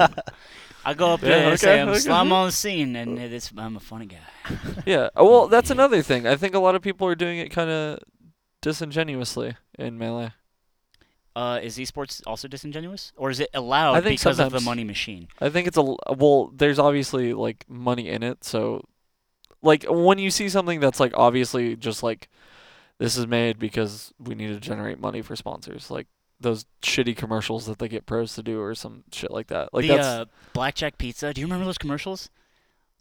Speaker 3: I go up there
Speaker 1: Yeah,
Speaker 3: and say
Speaker 1: okay,
Speaker 3: I'm
Speaker 1: okay. Mm-hmm.
Speaker 3: slime on the scene, and it is, I'm a funny guy.
Speaker 1: Yeah. uh, Well, that's another thing. I think a lot of people are doing it kind of disingenuously in melee.
Speaker 3: Uh, is esports also disingenuous, or is it allowed
Speaker 1: I think
Speaker 3: because of the
Speaker 1: sometimes-
Speaker 3: money machine?
Speaker 1: I think it's a l- well. There's obviously like money in it, so like when you see something that's like obviously just like this is made because we need to generate money for sponsors, like those shitty commercials that they get pros to do or some shit like that. Like
Speaker 3: the
Speaker 1: that's
Speaker 3: uh, blackjack pizza. Do you remember those commercials?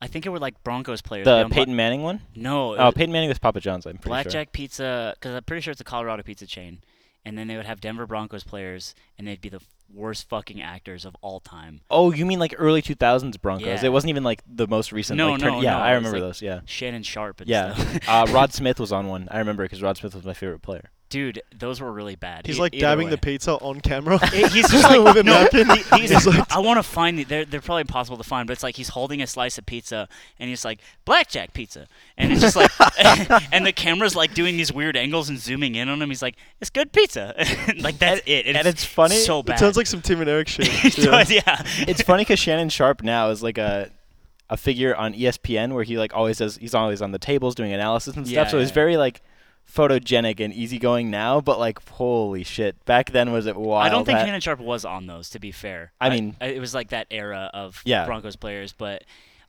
Speaker 3: I think it were like Broncos players.
Speaker 4: The
Speaker 3: beyond bla-
Speaker 4: Peyton Manning one?
Speaker 3: no, it
Speaker 4: Oh,
Speaker 3: was
Speaker 4: Peyton Manning with Papa John's. I'm pretty
Speaker 3: blackjack pizza because I'm pretty sure it's a Colorado pizza chain, and then they would have Denver Broncos players, and they'd be the worst fucking actors of all time.
Speaker 4: sure. Oh, you mean like early 2000s Broncos?
Speaker 3: Yeah.
Speaker 4: It wasn't even like the most recent.
Speaker 3: No,
Speaker 4: like, turn-
Speaker 3: no,
Speaker 4: yeah,
Speaker 3: no,
Speaker 4: I
Speaker 3: it was,
Speaker 4: remember
Speaker 3: like-
Speaker 4: those. Yeah.
Speaker 3: Shannon Sharp and
Speaker 4: Yeah.
Speaker 3: stuff.
Speaker 4: Uh, Rod Smith was on one. I remember because Rod Smith was my favorite player.
Speaker 3: Dude, those were really bad.
Speaker 2: He's
Speaker 3: E-
Speaker 2: like
Speaker 3: either
Speaker 2: dabbing
Speaker 3: way.
Speaker 2: the pizza on camera.
Speaker 3: It- he's just like,
Speaker 2: With a
Speaker 3: no,
Speaker 2: napkin.
Speaker 3: he- he's
Speaker 2: He's
Speaker 3: like,
Speaker 2: like-
Speaker 3: I want to find the, they're they're probably impossible to find, but it's like he's holding a slice of pizza and he's like blackjack pizza, and it's just like, and the camera's like doing these weird angles and zooming in on him. He's like, it's good pizza, like that's it.
Speaker 4: and it's funny-
Speaker 3: so bad.
Speaker 2: it sounds like some Tim and Eric shit.
Speaker 3: It
Speaker 2: Yeah.
Speaker 3: does, yeah.
Speaker 4: it's funny because Shannon Sharp now is like a a figure on E ESPN where he like always does he's always on the tables doing analysis and stuff.
Speaker 3: Yeah,
Speaker 4: so he's
Speaker 3: yeah.
Speaker 4: very like photogenic and easygoing now, but like holy shit, back then was it wild?
Speaker 3: I don't think
Speaker 4: that-
Speaker 3: Shannon Sharp was on those. To be fair,
Speaker 4: I mean-
Speaker 3: I- it was like that era of
Speaker 4: Yeah.
Speaker 3: Broncos players, but.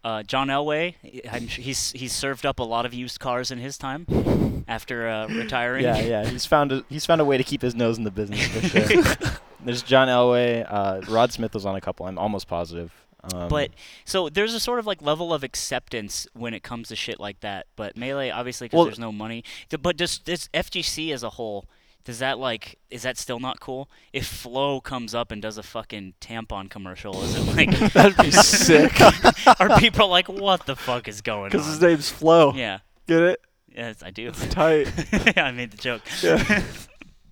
Speaker 3: Uh, John Elway, I'm, su- he's he's served up a lot of used cars in his time after uh, retiring.
Speaker 4: Yeah, yeah, he's found a, he's found a way to keep his nose in the business for sure. There's John Elway, uh, Rod Smith was on a couple. I'm almost positive. Um,
Speaker 3: But so there's a sort of like level of acceptance when it comes to shit like that. But melee, obviously, because
Speaker 1: Well-
Speaker 3: there's no money. D- But just this FGC as a whole, does that like is that still not cool? If Flo comes up and does a fucking tampon commercial, is it like
Speaker 1: that'd be sick
Speaker 3: are people like what the fuck is going
Speaker 1: because his
Speaker 3: on?
Speaker 1: name's Flo.
Speaker 3: Yeah,
Speaker 1: Get it?
Speaker 3: yes, I do.
Speaker 1: oh. It's tight.
Speaker 3: I made the joke.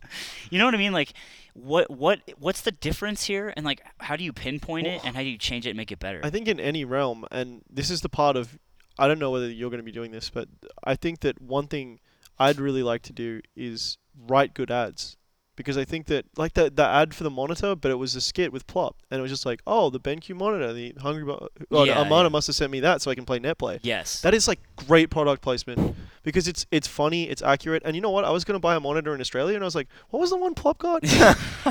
Speaker 3: you know what I mean? Like, what what what's the difference here? And like, how do you pinpoint it? And how do you change it and make it better?
Speaker 2: I think in any realm, and this is the part of I don't know whether you're going to be doing this, but I think that one thing I'd really like to do is write good ads because I think that like the the ad for the monitor, but it was a skit with Plop, and it was just like, oh, the BenQ monitor, the hungry, Bo- oh,
Speaker 3: Yeah,
Speaker 2: Amana
Speaker 3: yeah.
Speaker 2: must have sent me that so I can play netplay.
Speaker 3: yes.
Speaker 2: That is like great product placement because it's it's funny, it's accurate, and you know what? I was gonna buy a monitor in Australia, and I was like, what was the one Plop got?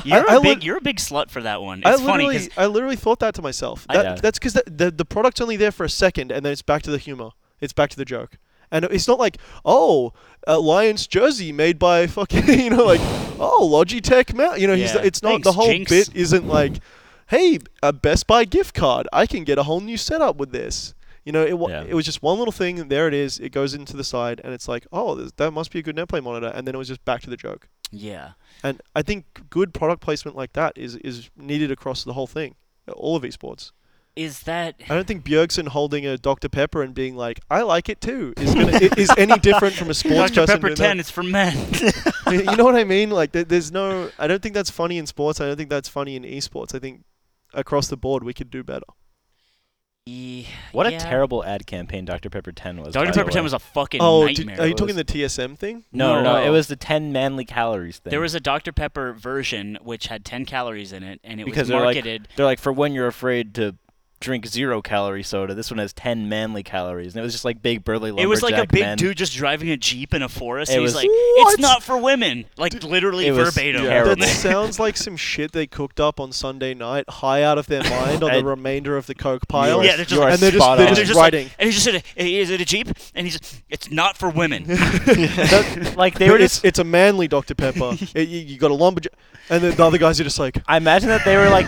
Speaker 3: You're
Speaker 2: I
Speaker 3: a
Speaker 2: lit-
Speaker 3: big, you're a big slut for that one.
Speaker 2: I
Speaker 3: It's funny
Speaker 2: literally,
Speaker 3: because
Speaker 2: I literally thought that to myself.
Speaker 4: I-
Speaker 2: That,
Speaker 4: Yeah.
Speaker 2: That's because the, the the product's only there for a second, and then it's back to the humor. It's back to the joke, and it's not like oh, a Lions jersey made by fucking you know like oh Logitech mount. You know, he's
Speaker 3: Yeah.
Speaker 2: it's not
Speaker 3: Thanks,
Speaker 2: the whole
Speaker 3: Jinx.
Speaker 2: bit isn't like hey a Best Buy gift card. I can get a whole new setup with this. You know, it, wa-
Speaker 4: Yeah.
Speaker 2: it was just one little thing, and there it is. It goes into the side, and it's like, oh, there's- that must be a good netplay monitor. And then it was just back to the joke.
Speaker 3: yeah,
Speaker 2: And I think good product placement like that is, is needed across the whole thing, all of esports.
Speaker 3: is that
Speaker 2: I don't think Bjergsen holding a Dr Pepper and being like, "I like it too," is gonna, i- is any different from a sports person.
Speaker 3: Dr Pepper
Speaker 2: doing
Speaker 3: Ten?
Speaker 2: that.
Speaker 3: It's for men.
Speaker 2: you know what I mean? Like, there, there's no. I don't think that's funny in sports. I don't think that's funny in esports. I think across the board we could do better.
Speaker 3: E-
Speaker 4: what
Speaker 3: yeah.
Speaker 4: a terrible ad campaign Dr Pepper 10 was. by
Speaker 3: Dr
Speaker 4: the
Speaker 3: Pepper Ten
Speaker 4: way.
Speaker 3: was a fucking
Speaker 2: oh, did-
Speaker 3: nightmare.
Speaker 2: are you
Speaker 4: It
Speaker 2: talking
Speaker 4: was-
Speaker 2: the TSM thing?
Speaker 4: no, no, no,
Speaker 1: No.
Speaker 4: It was the 10 manly calories thing.
Speaker 3: there was a Dr Pepper version which had 10 calories in it, and it
Speaker 4: Because
Speaker 3: was
Speaker 4: they're like-
Speaker 3: marketed.
Speaker 4: They're like, for when you're afraid to drink zero calorie soda, this one has 10 manly calories. And it was just like big burly lumberjack
Speaker 3: it was like a big
Speaker 4: men.
Speaker 3: dude just driving a jeep in a forest.
Speaker 4: It
Speaker 3: and
Speaker 4: was-
Speaker 3: he's like,
Speaker 4: What?
Speaker 3: "It's not for women." Like literally
Speaker 4: it was
Speaker 3: verbatim.
Speaker 4: terrible.
Speaker 2: That sounds like some shit they cooked up on Sunday night, high out of their mind on
Speaker 4: I-
Speaker 2: the remainder of the Coke pile.
Speaker 4: are-
Speaker 3: Yeah, they're just
Speaker 4: you are
Speaker 3: like-
Speaker 2: and they're just,
Speaker 4: spot
Speaker 2: they're
Speaker 4: on.
Speaker 2: just
Speaker 3: They're just like-
Speaker 2: writing.
Speaker 3: And he just said, "Is it a jeep?" And he's just, "It's not for women."
Speaker 4: like they were
Speaker 2: But
Speaker 4: just.
Speaker 2: it's, it's a manly Dr. Pepper. It- you, you got a lumberjack. And then the other guys are just like,
Speaker 4: I imagine that they were like,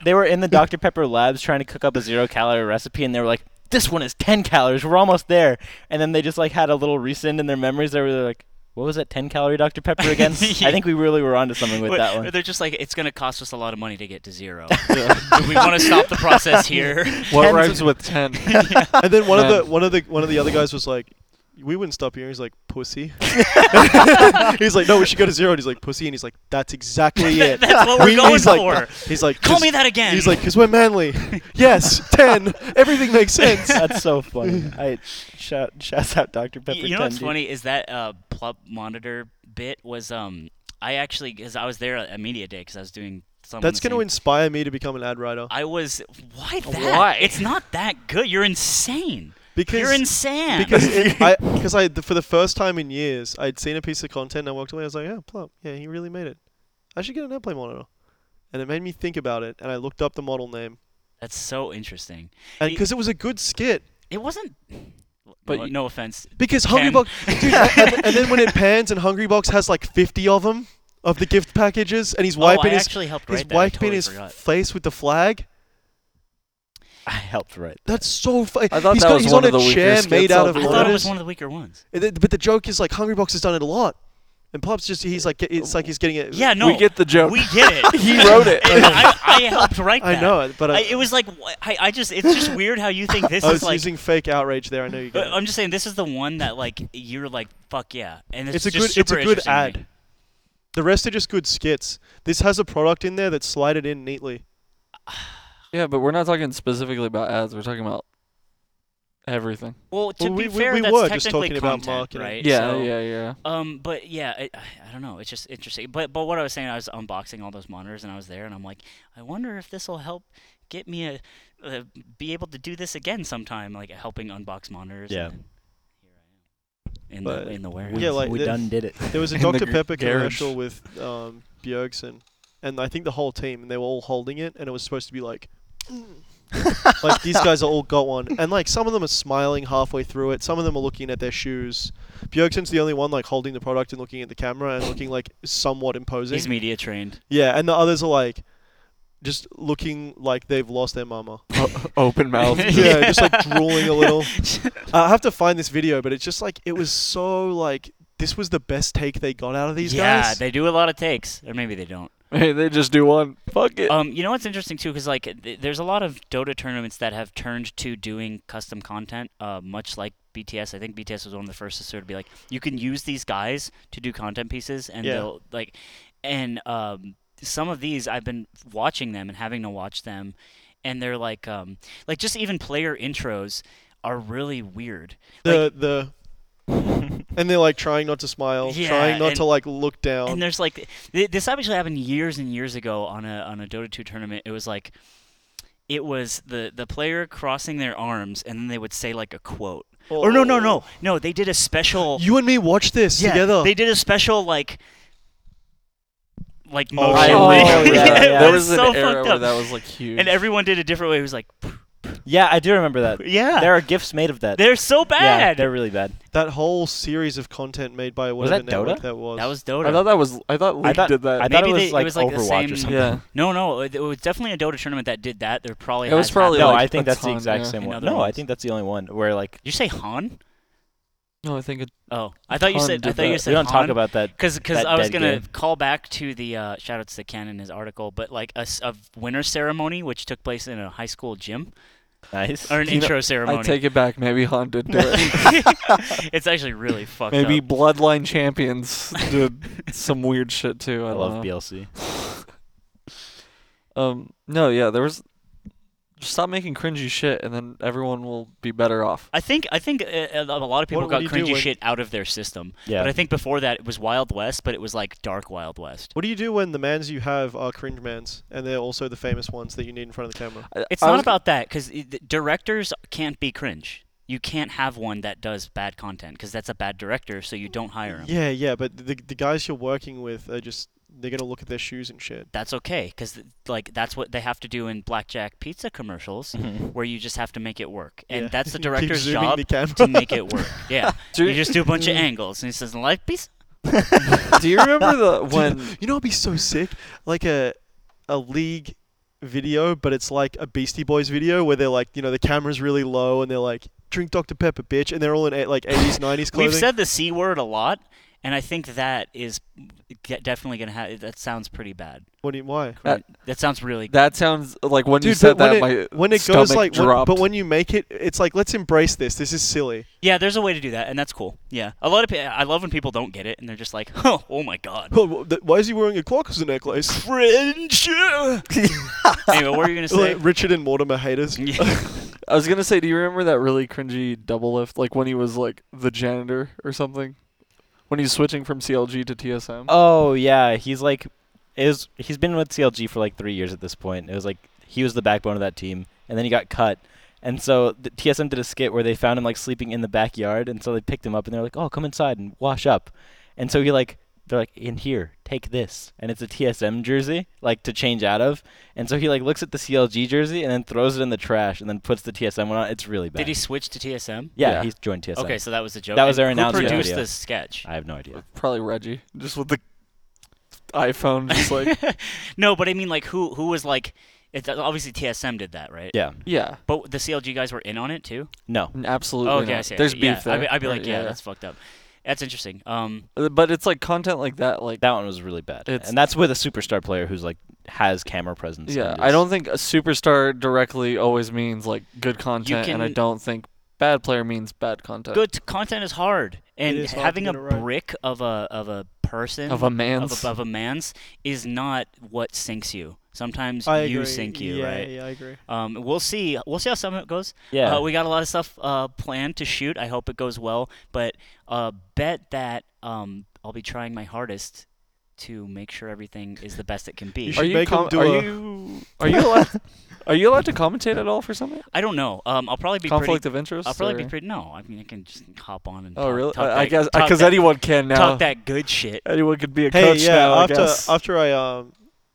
Speaker 4: they were in the Dr Pepper labs trying to cook up a zero calorie recipe, and they were like, this one is 10 calories. We're almost there. And then they just like had a little rescind in their memories. They were like. What was that 10 calorie Dr. Pepper again? I think we really were onto something with
Speaker 3: Wait,
Speaker 4: that one.
Speaker 3: They're just like, it's going to cost us a lot of money to get to zero. Do we want to stop the process here?
Speaker 1: What
Speaker 4: Tens
Speaker 1: rhymes with ten?
Speaker 2: and then one of the
Speaker 1: Man.
Speaker 2: one of the one of the other guys was like, we wouldn't stop here. He's like, pussy. he's like, no, we should go to zero. And he's like, pussy. And he's like, that's exactly it.
Speaker 3: That's what we're
Speaker 2: We-
Speaker 3: going
Speaker 2: he's
Speaker 3: for.
Speaker 2: Like, he's like,
Speaker 3: Call
Speaker 2: 'cause-
Speaker 3: me that again.
Speaker 2: He's like, because we're manly. yes, ten. Everything makes sense.
Speaker 4: That's so funny. I shout shouts out Dr
Speaker 3: Y-
Speaker 4: Pepper.
Speaker 3: you know what's
Speaker 4: 10, dude.
Speaker 3: funny is that uh, plop monitor bit was um I actually because I was there at media day because I was doing something.
Speaker 2: That's going to inspire me to become an ad writer.
Speaker 3: I was why that?
Speaker 1: Why?
Speaker 3: It's not that good. You're insane.
Speaker 2: Because
Speaker 3: You're insane.
Speaker 2: Because it, I, because I, for the first time in years, I'd seen a piece of content. and I walked away. I was like, "Oh, plop, yeah, he really made it." I should get an airplane monitor. And it made me think about it, and I looked up the model name,
Speaker 3: That's so interesting.
Speaker 2: and
Speaker 3: He-
Speaker 2: because it was a good skit.
Speaker 3: It wasn't.
Speaker 1: But
Speaker 3: no,
Speaker 1: you-
Speaker 3: no offense.
Speaker 2: Because Hungry
Speaker 3: Ken.
Speaker 2: Box, dude, and, and then when it pans, and Hungry Box has like fifty of them of the gift packages, and he's
Speaker 3: oh,
Speaker 2: wiping
Speaker 3: I
Speaker 2: his
Speaker 3: actually helped
Speaker 2: he's
Speaker 3: write that. I
Speaker 2: wiping
Speaker 3: totally
Speaker 2: his
Speaker 3: forgot.
Speaker 2: face with the flag.
Speaker 4: I helped write.
Speaker 2: That's so funny.
Speaker 1: I thought
Speaker 2: he's
Speaker 1: that
Speaker 2: got,
Speaker 1: was
Speaker 2: he's
Speaker 1: one
Speaker 2: on
Speaker 1: of
Speaker 2: a
Speaker 1: the weaker
Speaker 2: chair
Speaker 1: skits
Speaker 2: made
Speaker 1: on
Speaker 2: out of
Speaker 1: the
Speaker 3: I thought it was
Speaker 2: monitors.
Speaker 3: one of the weaker ones.
Speaker 2: And th- But the joke is like Hungry Box has done it a lot, and Pop's just he's like get- it's like he's getting it.
Speaker 3: Oh. Yeah, no,
Speaker 1: we get the joke.
Speaker 3: we get it.
Speaker 1: he wrote it.
Speaker 3: I, I helped write that.
Speaker 2: I know it, but I,
Speaker 3: I, it was like wh- I, I just it's just weird how you think this
Speaker 2: I
Speaker 3: is
Speaker 2: was
Speaker 3: like.
Speaker 2: using fake outrage there. I know you.
Speaker 3: Uh,
Speaker 2: Got it.
Speaker 3: I'm just saying this is the one that like you're like fuck yeah, and it's,
Speaker 2: It's a
Speaker 3: just
Speaker 2: good. It's
Speaker 3: super
Speaker 2: a good
Speaker 3: interesting to me.
Speaker 2: ad. The rest are just good skits. This has a product in there that's slided in neatly.
Speaker 1: yeah, but we're not talking specifically about ads. We're talking about everything.
Speaker 3: Well, to
Speaker 2: Well,
Speaker 3: be
Speaker 2: we- we-
Speaker 3: fair,
Speaker 2: we
Speaker 3: that's
Speaker 2: were just
Speaker 3: technically
Speaker 2: talking about
Speaker 3: content,
Speaker 2: marketing.
Speaker 3: right?
Speaker 1: Yeah,
Speaker 3: So,
Speaker 1: yeah, yeah.
Speaker 3: Um, but yeah, I, I don't know. It's just interesting. But but what I was saying, I was unboxing all those monitors, and I was there, and I'm like, I wonder if this will help get me a, uh, be able to do this again sometime, like helping unbox monitors.
Speaker 4: Yeah.
Speaker 3: And then here I am in
Speaker 2: But-
Speaker 3: the in the warehouse.
Speaker 4: We,
Speaker 2: Yeah, like
Speaker 4: we
Speaker 2: the-
Speaker 4: done did it.
Speaker 2: There was a
Speaker 1: In the
Speaker 2: Dr
Speaker 1: gr-
Speaker 2: Pepper
Speaker 1: garage.
Speaker 2: commercial with um, Bjergsen, and I think the whole team, and they were all holding it, and it was supposed to be like. like these guys are all got one, and like some of them are smiling halfway through it. Some of them are looking at their shoes. Bjergsen's the only one like holding the product and looking at the camera and looking like somewhat imposing.
Speaker 3: He's media trained.
Speaker 2: Yeah, and the others are like just looking like they've lost their mama.
Speaker 1: Open mouth.
Speaker 2: yeah, just like drooling a little. I have to find this video, but it's just like it was so like this was the best take they got out of these
Speaker 3: yeah,
Speaker 2: guys.
Speaker 3: they do a lot of takes, or maybe they don't.
Speaker 1: hey, they just do one. Fuck it.
Speaker 3: Um, you know what's interesting too, because like th- there's a lot of Dota tournaments that have turned to doing custom content, uh, much like BTS. I think BTS was one of the first to sort of be like, you can use these guys to do content pieces, and
Speaker 2: Yeah.
Speaker 3: they'll like, and um, some of these I've been watching them and having to watch them, and they're like, um, like just even player intros are really weird.
Speaker 2: the
Speaker 3: Like,
Speaker 2: the and they're like trying not to smile,
Speaker 3: Yeah,
Speaker 2: trying not
Speaker 3: and-
Speaker 2: to like look
Speaker 3: And
Speaker 2: down.
Speaker 3: there's like th- this actually happened years and years ago on a on a Dota 2 tournament. It was like it was the the player crossing their arms and then they would say like a quote. Or oh, no, no, no. No, they did a special
Speaker 2: Oh, You and me watch this
Speaker 3: yeah,
Speaker 2: together.
Speaker 3: They did a special like like
Speaker 2: Oh,
Speaker 3: motion.
Speaker 1: I
Speaker 2: Oh,
Speaker 1: remember
Speaker 2: yeah,
Speaker 1: that.
Speaker 3: It
Speaker 4: yeah.
Speaker 1: There
Speaker 3: was
Speaker 1: was an
Speaker 3: so
Speaker 1: era
Speaker 3: fucked
Speaker 1: where
Speaker 3: up.
Speaker 1: that was like huge.
Speaker 3: and everyone did a different way. It was like
Speaker 4: Yeah, I do remember that.
Speaker 3: yeah.
Speaker 4: There are gifts made of that.
Speaker 3: They're so
Speaker 4: Yeah,
Speaker 3: bad.
Speaker 4: they're really bad.
Speaker 2: that whole series of content made by
Speaker 4: Was
Speaker 2: whatever
Speaker 4: that
Speaker 2: network
Speaker 4: Dota?
Speaker 2: that was.
Speaker 3: that was
Speaker 1: I
Speaker 3: Dota.
Speaker 1: thought that was. I thought League
Speaker 4: thought-
Speaker 1: did that.
Speaker 4: I thought
Speaker 3: Maybe
Speaker 4: it was
Speaker 3: they- it
Speaker 4: like
Speaker 3: was like the
Speaker 4: Overwatch
Speaker 3: same-
Speaker 4: or something.
Speaker 1: yeah.
Speaker 3: no, no, it, it was definitely a Dota tournament that did that. There probably
Speaker 1: It was
Speaker 3: has
Speaker 1: probably
Speaker 3: happened.
Speaker 1: like
Speaker 4: No, I
Speaker 1: a
Speaker 4: think that's the
Speaker 1: ton,
Speaker 4: exact
Speaker 1: yeah.
Speaker 4: same one.
Speaker 3: Another
Speaker 4: No,
Speaker 3: one.
Speaker 4: I think that's the only one where like
Speaker 3: Did you say Han?
Speaker 1: No, I think it.
Speaker 3: Oh, I thought you
Speaker 1: Han
Speaker 3: said I
Speaker 1: did
Speaker 3: thought you
Speaker 1: that.
Speaker 4: we
Speaker 3: said
Speaker 4: don't
Speaker 3: Han.
Speaker 4: talk about that.
Speaker 3: Because
Speaker 4: that
Speaker 3: I was
Speaker 4: dead
Speaker 3: gonna
Speaker 4: game.
Speaker 3: call back to the uh, shout outs to Ken in his article, but like a, s- a winner ceremony which took place in a high school gym
Speaker 4: Nice.
Speaker 3: or an
Speaker 1: You know,
Speaker 3: intro ceremony.
Speaker 1: I take it back. Maybe Han did do it.
Speaker 3: it's actually really fucked
Speaker 1: Maybe
Speaker 3: up.
Speaker 1: Bloodline Champions did some weird shit too. I,
Speaker 4: I
Speaker 1: don't
Speaker 4: love
Speaker 1: know.
Speaker 4: BLC.
Speaker 1: Um, no, yeah, there was. Just stop making cringy shit, and then everyone will be better off.
Speaker 3: I think I think uh, a a lot of people
Speaker 2: What would
Speaker 3: got
Speaker 2: you do
Speaker 3: cringy
Speaker 2: when-
Speaker 3: shit out of their system.
Speaker 4: Yeah.
Speaker 3: But I think before that it was Wild West, but it was like dark Wild West.
Speaker 2: What do you do when the mans you have are cringe mans, and they're also the famous ones that you need in front of the camera?
Speaker 1: I-
Speaker 3: It's
Speaker 1: I
Speaker 3: not
Speaker 1: was-
Speaker 3: about that because directors can't be cringe. You can't have one that does bad content because that's a bad director, so you don't hire him.
Speaker 2: Yeah, yeah, but the the guys you're working with are just they're gonna look at their shoes and shit.
Speaker 3: that's okay because like that's what they have to do in blackjack pizza commercials where you just have to make it work and
Speaker 2: Yeah.
Speaker 3: that's the
Speaker 2: Keep
Speaker 3: director's
Speaker 2: zooming
Speaker 3: job
Speaker 2: the camera.
Speaker 3: to make it work yeah
Speaker 1: Do
Speaker 3: you just do a bunch of angles and he says like pizza
Speaker 1: Do you remember the when?
Speaker 2: you know, it'd be so sick, like a a league video, but it's like a Beastie Boys video where they're like, you know, the camera's really low and they're like, drink Dr Pepper, bitch, and they're all in eh, like 80s, 90s clothing.
Speaker 3: we've said the c word a lot and i think that is ge- definitely gonna have that sounds pretty bad
Speaker 2: what do you, why?
Speaker 1: That-
Speaker 3: that sounds really
Speaker 1: That sounds like when you
Speaker 2: Dude,
Speaker 1: said
Speaker 2: but
Speaker 1: that,
Speaker 2: when
Speaker 1: my
Speaker 2: it, when it
Speaker 1: stomach
Speaker 2: goes like, when-
Speaker 1: dropped.
Speaker 2: but when you make it, it's like, let's embrace this. This is silly.
Speaker 3: yeah there's a way to do that and that's cool yeah a lot of people i love when people don't get it and they're just like oh, oh my god
Speaker 2: Oh, wh- th- Why is he wearing a clock as a necklace?
Speaker 3: cringe anyway what were you gonna say
Speaker 2: Like Richard and Mortimer haters.
Speaker 1: I was gonna say, do you remember that really cringy double lift, like when he was like the janitor or something, when he's switching from CLG to TSM?
Speaker 4: Oh yeah, he's like, it was, he's been with CLG for like three years at this point. It was like he was the backbone of that team, and then he got cut, and so the TSM did a skit where they found him like sleeping in the backyard, and so they picked him up, and they're like, "Oh, come inside and wash up," and so he like They're like, in here, take this, and it's a TSM jersey, like to change out of. And so he like looks at the CLG jersey and then throws it in the trash and then puts the TSM one on. It's really bad.
Speaker 3: Did he switch to TSM?
Speaker 4: Yeah,
Speaker 1: Yeah.
Speaker 4: he's joined TSM.
Speaker 3: Okay, so that was the joke.
Speaker 4: That was
Speaker 3: And
Speaker 4: their announcement
Speaker 3: Who produced
Speaker 4: video.
Speaker 3: this sketch?
Speaker 4: I have no idea.
Speaker 1: Probably Reggie, just with the iPhone, just like
Speaker 3: no, but I mean, like, who who was like? It, obviously, TSM did that, right?
Speaker 4: Yeah.
Speaker 1: yeah,
Speaker 3: But the CLG guys were in on it too. Oh,
Speaker 4: No.
Speaker 1: n- absolutely.
Speaker 3: okay, I
Speaker 1: not.
Speaker 3: see. I
Speaker 1: There's
Speaker 3: see.
Speaker 1: beef
Speaker 3: yeah,
Speaker 1: there.
Speaker 3: I'd be, I'd be
Speaker 1: right,
Speaker 3: like, yeah, that's fucked up. That's interesting. Um,
Speaker 1: Uh, But it's like content like that, like
Speaker 4: That one was really bad.
Speaker 1: It's-
Speaker 4: and that's with a superstar player who's like has camera presence.
Speaker 1: yeah.
Speaker 4: and
Speaker 1: I
Speaker 4: is-
Speaker 1: don't think a superstar directly always means like good content, and I
Speaker 3: can-
Speaker 1: don't think bad player means bad content.
Speaker 3: good t- content is hard, and
Speaker 2: is hard to
Speaker 3: having
Speaker 2: get
Speaker 3: a
Speaker 2: Uh, it right.
Speaker 3: brick of a of a person
Speaker 1: of a
Speaker 3: of
Speaker 1: man's.
Speaker 3: a, of a man's is not what sinks you. Sometimes
Speaker 2: I
Speaker 3: you
Speaker 2: agree.
Speaker 3: sink you,
Speaker 2: yeah,
Speaker 3: right?
Speaker 2: Yeah, I agree.
Speaker 3: Um, we'll see. We'll see how summit goes.
Speaker 4: Yeah.
Speaker 3: Uh, we got a lot of stuff uh, planned to shoot. I hope it goes well. But uh, bet that um, I'll be trying my hardest to make sure everything is the best it can be.
Speaker 2: You
Speaker 1: are
Speaker 2: should
Speaker 1: you
Speaker 2: make 'em
Speaker 1: com-
Speaker 2: do
Speaker 1: are
Speaker 2: a-
Speaker 1: you are you allowed are you allowed to commentate at all for something?
Speaker 3: I don't know. Um, I'll probably be
Speaker 1: Conflict
Speaker 3: pretty.
Speaker 1: of interest.
Speaker 3: I'll probably be
Speaker 1: or-
Speaker 3: pretty. No, I mean I can just hop on and.
Speaker 1: Oh
Speaker 3: talk,
Speaker 1: really?
Speaker 3: Talk
Speaker 1: I, I
Speaker 3: that-
Speaker 1: guess
Speaker 3: talk
Speaker 1: because
Speaker 3: that-
Speaker 1: anyone can now.
Speaker 3: talk that good shit.
Speaker 1: Anyone could be a
Speaker 2: Hey,
Speaker 1: coach
Speaker 2: yeah.
Speaker 1: now. I
Speaker 2: after
Speaker 1: guess.
Speaker 2: after I um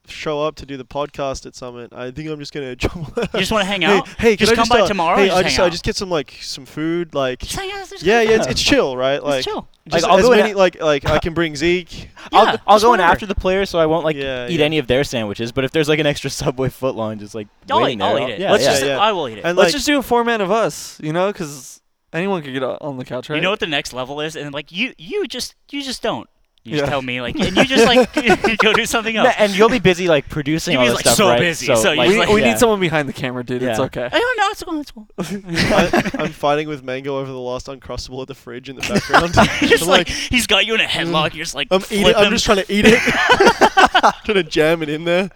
Speaker 2: show up to do the podcast at Summit, I think I'm just gonna jump.
Speaker 3: You just want to hang
Speaker 2: hey,
Speaker 3: out.
Speaker 2: hey, can
Speaker 3: Just
Speaker 2: I
Speaker 3: come
Speaker 2: just
Speaker 3: by
Speaker 2: uh,
Speaker 3: tomorrow or
Speaker 2: Hey,
Speaker 3: just
Speaker 2: I
Speaker 3: hang
Speaker 2: just I
Speaker 3: out?
Speaker 2: just get some like some food, like
Speaker 3: Just hang out. just
Speaker 2: yeah,
Speaker 3: hang
Speaker 2: yeah,
Speaker 3: out.
Speaker 2: it's, it's chill, right?
Speaker 3: Just
Speaker 2: Like
Speaker 3: chill.
Speaker 2: just
Speaker 4: Like, I'll
Speaker 2: as
Speaker 4: go in
Speaker 2: many like like I can bring Zeke.
Speaker 4: I'll,
Speaker 3: yeah,
Speaker 4: I'll
Speaker 3: just
Speaker 4: go in
Speaker 3: whatever.
Speaker 4: after the player, so I won't like
Speaker 2: Yeah,
Speaker 4: eat
Speaker 2: yeah.
Speaker 4: any of their sandwiches. But if there's like an extra Subway footlong, just like
Speaker 3: I'll
Speaker 4: waiting
Speaker 3: eat, I'll
Speaker 4: there,
Speaker 3: eat it.
Speaker 4: Yeah,
Speaker 1: Let's
Speaker 4: yeah.
Speaker 3: just.
Speaker 2: yeah.
Speaker 3: I will eat it.
Speaker 2: And
Speaker 1: Let's
Speaker 2: like,
Speaker 1: just do a four man of us, you know, because anyone could get o- on the couch, right?
Speaker 3: You know what the next level is, and like you, you just, you just don't. You just
Speaker 1: Yeah.
Speaker 3: tell me like, and you just like go do something else.
Speaker 4: No, and you'll be busy like producing
Speaker 3: You
Speaker 4: all
Speaker 3: mean, like,
Speaker 4: this stuff,
Speaker 3: so
Speaker 4: right?
Speaker 3: busy, so you
Speaker 1: we
Speaker 3: like-
Speaker 1: we
Speaker 4: yeah.
Speaker 1: need someone behind the camera, dude. It's
Speaker 4: Yeah.
Speaker 1: okay.
Speaker 3: I don't know. It's cool. It's cool.
Speaker 2: I, I'm fighting with Mango over the last uncrustable at the fridge in the background.
Speaker 3: just
Speaker 2: I'm
Speaker 3: like, he's got you in a headlock.
Speaker 1: mm.
Speaker 3: You're just like
Speaker 1: Um,
Speaker 2: I'm eating.
Speaker 3: flip
Speaker 2: I'm
Speaker 3: him.
Speaker 2: just trying to eat it. trying to jam it in there.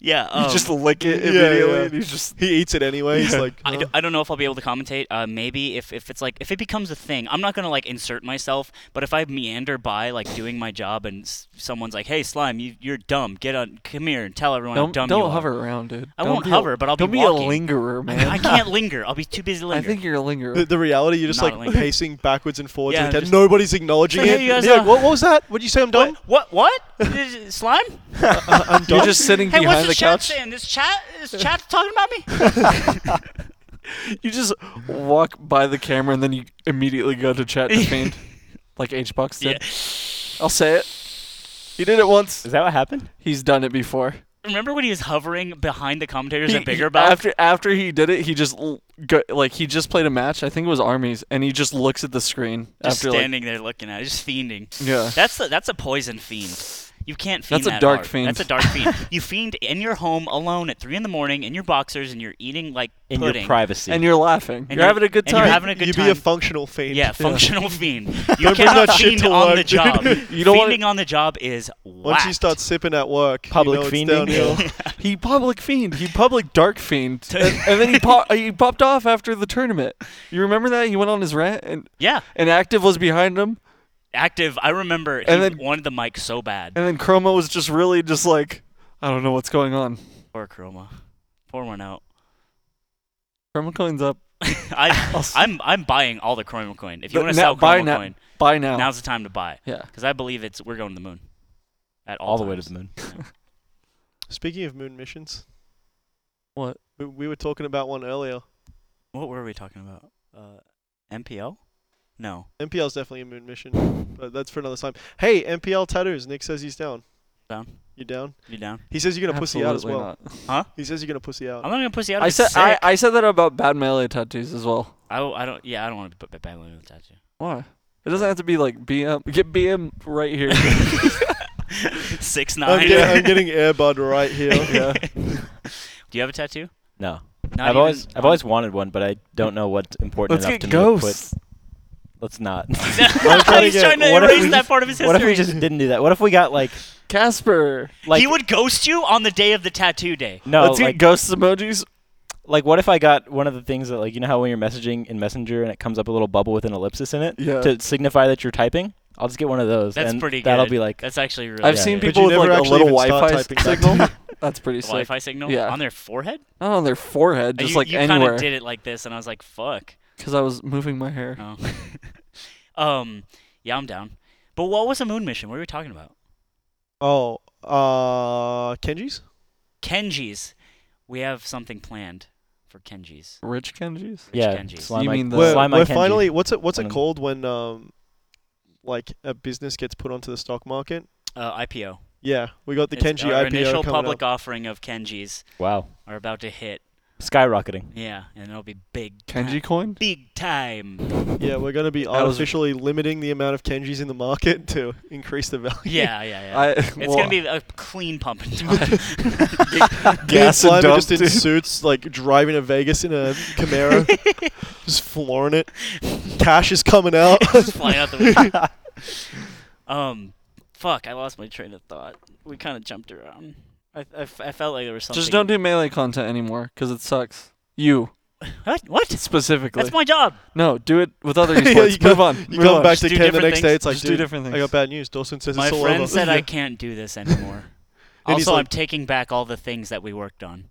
Speaker 3: yeah. Um,
Speaker 1: you just lick it
Speaker 2: yeah,
Speaker 1: immediately,
Speaker 2: yeah.
Speaker 1: and you just
Speaker 2: He eats it anyway. He's like,
Speaker 3: I, d-
Speaker 2: "Huh."
Speaker 3: I don't know if I'll be able to commentate. Uh, maybe if, if it's like if it becomes a thing, I'm not gonna like insert myself. But if I meander by like doing my job and s- someone's like, "Hey, slime, you you're dumb. Get on. Come here and tell everyone how
Speaker 1: don't
Speaker 3: dumb you
Speaker 1: don't
Speaker 3: are."
Speaker 1: hover around, dude.
Speaker 3: I
Speaker 1: Don't
Speaker 3: won't
Speaker 1: be a-
Speaker 3: hover, but I'll
Speaker 1: don't
Speaker 3: be
Speaker 1: be, a
Speaker 3: walking.
Speaker 1: lingerer, man.
Speaker 3: I can't linger. I'll be too busy
Speaker 1: I
Speaker 3: lingering.
Speaker 1: think you're a lingerer.
Speaker 2: The, the reality, you're just
Speaker 3: Not
Speaker 2: like
Speaker 3: like-
Speaker 2: pacing backwards and forwards.
Speaker 3: Yeah,
Speaker 2: like that.
Speaker 3: just-
Speaker 2: Nobody's acknowledging
Speaker 3: So
Speaker 2: it.
Speaker 3: here you guys
Speaker 2: You're like,
Speaker 3: are.
Speaker 2: what, what was that? Would you say I'm dumb?
Speaker 3: What? What? what? slime?
Speaker 2: I'm dumb.
Speaker 1: You're just sitting
Speaker 3: Hey,
Speaker 1: behind
Speaker 3: what's the
Speaker 1: the
Speaker 3: chat
Speaker 1: couch.
Speaker 3: saying? This chat, this chat's talking about me.
Speaker 1: You just walk by the camera, and then you immediately go to chat to fiend, like H Bucks did. I'll say it. He did it once.
Speaker 4: Is that what happened?
Speaker 1: He's done it before.
Speaker 3: Remember when he was hovering behind the commentators
Speaker 1: He-
Speaker 3: at Bigger
Speaker 1: he-
Speaker 3: Buff?
Speaker 1: After after he did it, he just l- go, like he just played a match. I think it was armies, and he just looks at the screen
Speaker 3: just
Speaker 1: after
Speaker 3: standing there looking at it, just fiending.
Speaker 1: like yeah.
Speaker 3: That's a, that's a poison fiend. You can't fiend
Speaker 1: That's a
Speaker 3: that
Speaker 1: dark
Speaker 3: hard.
Speaker 1: fiend.
Speaker 3: That's a dark fiend. you fiend in your home alone at three in the morning in your boxers and you're eating like
Speaker 4: In
Speaker 3: pudding.
Speaker 4: your privacy.
Speaker 1: and you're laughing.
Speaker 3: And
Speaker 1: you're having a good
Speaker 3: and you're
Speaker 1: time.
Speaker 3: having a good
Speaker 2: you
Speaker 3: time.
Speaker 2: be a functional fiend.
Speaker 3: yeah, functional fiend. You
Speaker 2: bring
Speaker 3: cannot
Speaker 2: that shit
Speaker 3: fiend
Speaker 2: to
Speaker 3: on
Speaker 2: work,
Speaker 3: the
Speaker 2: dude.
Speaker 3: job.
Speaker 1: You don't wanna-
Speaker 3: Fiending on the job is
Speaker 2: Once
Speaker 3: whacked.
Speaker 2: you start sipping at work,
Speaker 4: Public
Speaker 2: you
Speaker 4: fiending.
Speaker 2: know it's downhill.
Speaker 1: he public fiend. He public dark fiend. and, and then he po- he popped off after the tournament. You remember that? He went on his rant, and
Speaker 3: yeah,
Speaker 1: and active was behind him,
Speaker 3: active. I remember he
Speaker 1: And then-
Speaker 3: wanted the mic so bad.
Speaker 1: and then Chroma was just really just like, I don't know what's going on.
Speaker 3: Poor Chroma. Pour one out.
Speaker 1: Chroma coins up. I'll
Speaker 3: I,
Speaker 1: s-
Speaker 3: I'm I'm buying all the Chroma coin. If you
Speaker 1: The-
Speaker 3: want to
Speaker 1: now-
Speaker 3: sell
Speaker 1: buy
Speaker 3: Chroma
Speaker 1: now.
Speaker 3: coin,
Speaker 1: Buy now.
Speaker 3: now's the time to buy.
Speaker 1: Oh. yeah.
Speaker 3: Because I believe it's we're going to the moon. At all,
Speaker 4: all the way to
Speaker 3: times.
Speaker 4: the moon.
Speaker 2: Speaking of moon missions,
Speaker 1: What?
Speaker 2: We, we were talking about one earlier.
Speaker 3: What were we talking about? Uh, MPL? No.
Speaker 2: MPL is definitely a moon mission, but that's for another time. Hey, MPL tattoos. Nick says he's down.
Speaker 3: Down.
Speaker 2: You down?
Speaker 3: You down?
Speaker 2: He says you're gonna pussy out as
Speaker 1: Absolutely
Speaker 2: well.
Speaker 1: not.
Speaker 2: He says you're gonna pussy out.
Speaker 3: I'm not gonna pussy out.
Speaker 1: I
Speaker 3: if
Speaker 1: said
Speaker 3: it's
Speaker 1: I,
Speaker 3: sick.
Speaker 1: I said that about bad melee tattoos as well.
Speaker 3: I, w- I don't. Yeah, I don't want to put badly with a tattoo.
Speaker 1: Why? It doesn't have to be like BM. Get BM right here.
Speaker 3: Six
Speaker 2: I'm,
Speaker 3: nine.
Speaker 2: get- I'm getting airbud right here.
Speaker 1: yeah.
Speaker 3: Do you have a tattoo?
Speaker 4: No,
Speaker 3: Not
Speaker 4: I've
Speaker 3: even
Speaker 4: always I've
Speaker 3: on-
Speaker 4: always wanted one, but I don't know what's important
Speaker 1: Let's
Speaker 4: enough to
Speaker 1: get
Speaker 4: me to
Speaker 1: ghosts.
Speaker 4: put. Let's not.
Speaker 2: trying to
Speaker 3: He's
Speaker 2: get-
Speaker 3: trying to
Speaker 4: what if
Speaker 3: erase
Speaker 4: we
Speaker 3: that
Speaker 4: just-
Speaker 3: part of his history.
Speaker 4: what if we just didn't do that? What if we got like
Speaker 1: Casper.
Speaker 4: like
Speaker 3: he would ghost you on the day of the tattoo day.
Speaker 4: no
Speaker 1: Let's
Speaker 4: like
Speaker 1: get ghosts emojis.
Speaker 4: like what if I got one of the things that like you know how when you're messaging in Messenger and it comes up a little bubble with an ellipsis in it
Speaker 1: Yeah.
Speaker 4: to signify that you're typing? I'll just get one of those.
Speaker 3: That's
Speaker 4: and
Speaker 3: pretty good.
Speaker 4: That'll be like
Speaker 3: That's actually really.
Speaker 1: I've
Speaker 3: good.
Speaker 1: seen
Speaker 2: But you
Speaker 1: people with
Speaker 2: never
Speaker 1: like a
Speaker 2: actually
Speaker 1: little
Speaker 2: even start
Speaker 1: Wi-Fi
Speaker 2: typing that.
Speaker 1: signal. That's pretty
Speaker 3: The
Speaker 1: sick.
Speaker 3: Wi-Fi signal
Speaker 1: Yeah.
Speaker 3: on their forehead.
Speaker 1: Not on their forehead, just
Speaker 3: you,
Speaker 1: like
Speaker 3: you
Speaker 1: anywhere.
Speaker 3: of did it like this, and I was like, "Fuck."
Speaker 1: Because I was moving my hair.
Speaker 3: Oh. um. Oh. Yeah, I'm down. But what was the moon mission? What were we talking about?
Speaker 2: Oh, uh, Kenji's.
Speaker 3: Kenji's. We have something planned for Kenji's.
Speaker 1: Rich Kenji's?
Speaker 3: Rich
Speaker 4: yeah,
Speaker 3: Kenji's.
Speaker 4: slime
Speaker 1: You
Speaker 4: Ike-
Speaker 1: mean the-
Speaker 4: slime
Speaker 2: We're,
Speaker 1: Well-
Speaker 4: Ike
Speaker 2: we're
Speaker 4: Kenji.
Speaker 2: finally. What's it? What's
Speaker 4: One
Speaker 2: it
Speaker 4: of them.
Speaker 2: called when um, like a business gets put onto the stock market?
Speaker 3: Uh, IPO.
Speaker 2: Yeah, we got the
Speaker 3: It's
Speaker 2: Kenji
Speaker 3: our
Speaker 2: IPO
Speaker 3: initial
Speaker 2: coming
Speaker 3: public
Speaker 2: up.
Speaker 3: offering of Kenji's
Speaker 4: wow,
Speaker 3: are about to hit.
Speaker 4: skyrocketing.
Speaker 3: Yeah, and it'll be big.
Speaker 1: Kenji
Speaker 3: time.
Speaker 1: coin?
Speaker 3: Big time.
Speaker 2: Yeah, we're going to be
Speaker 1: was-
Speaker 2: artificially limiting the amount of Kenjis in the market to increase the value.
Speaker 3: Yeah, yeah, yeah.
Speaker 1: I,
Speaker 3: it's gonna be a clean pump and
Speaker 2: Me
Speaker 3: dump.
Speaker 2: and
Speaker 1: Gas and
Speaker 2: Slimer
Speaker 1: dump,
Speaker 2: just in
Speaker 1: dude.
Speaker 2: suits, like driving to Vegas in a Camaro, just flooring it. Cash is coming out.
Speaker 3: just flying out the window. um, fuck, I lost my train of thought. We kind of jumped around. I, I f- I felt like there was something.
Speaker 1: Just don't do melee content anymore because it sucks. You
Speaker 3: what? What?
Speaker 1: specifically.
Speaker 3: That's my job.
Speaker 1: no, do it with other
Speaker 2: Yeah,
Speaker 1: esports.
Speaker 2: you
Speaker 1: Move
Speaker 2: go-
Speaker 1: on.
Speaker 2: You
Speaker 1: Move
Speaker 2: come
Speaker 1: on.
Speaker 2: back
Speaker 3: Just
Speaker 2: to
Speaker 3: do
Speaker 2: Ken the
Speaker 3: different
Speaker 2: next day,
Speaker 3: things.
Speaker 2: it's like,
Speaker 1: Just do
Speaker 2: dude,
Speaker 1: different
Speaker 2: I
Speaker 1: things."
Speaker 2: got bad news. Dawson says
Speaker 3: My
Speaker 2: it's all
Speaker 3: friend
Speaker 2: over.
Speaker 3: said I can't do this anymore.
Speaker 2: And he's
Speaker 3: also, I'm
Speaker 2: like-
Speaker 3: taking back all the things that we worked on.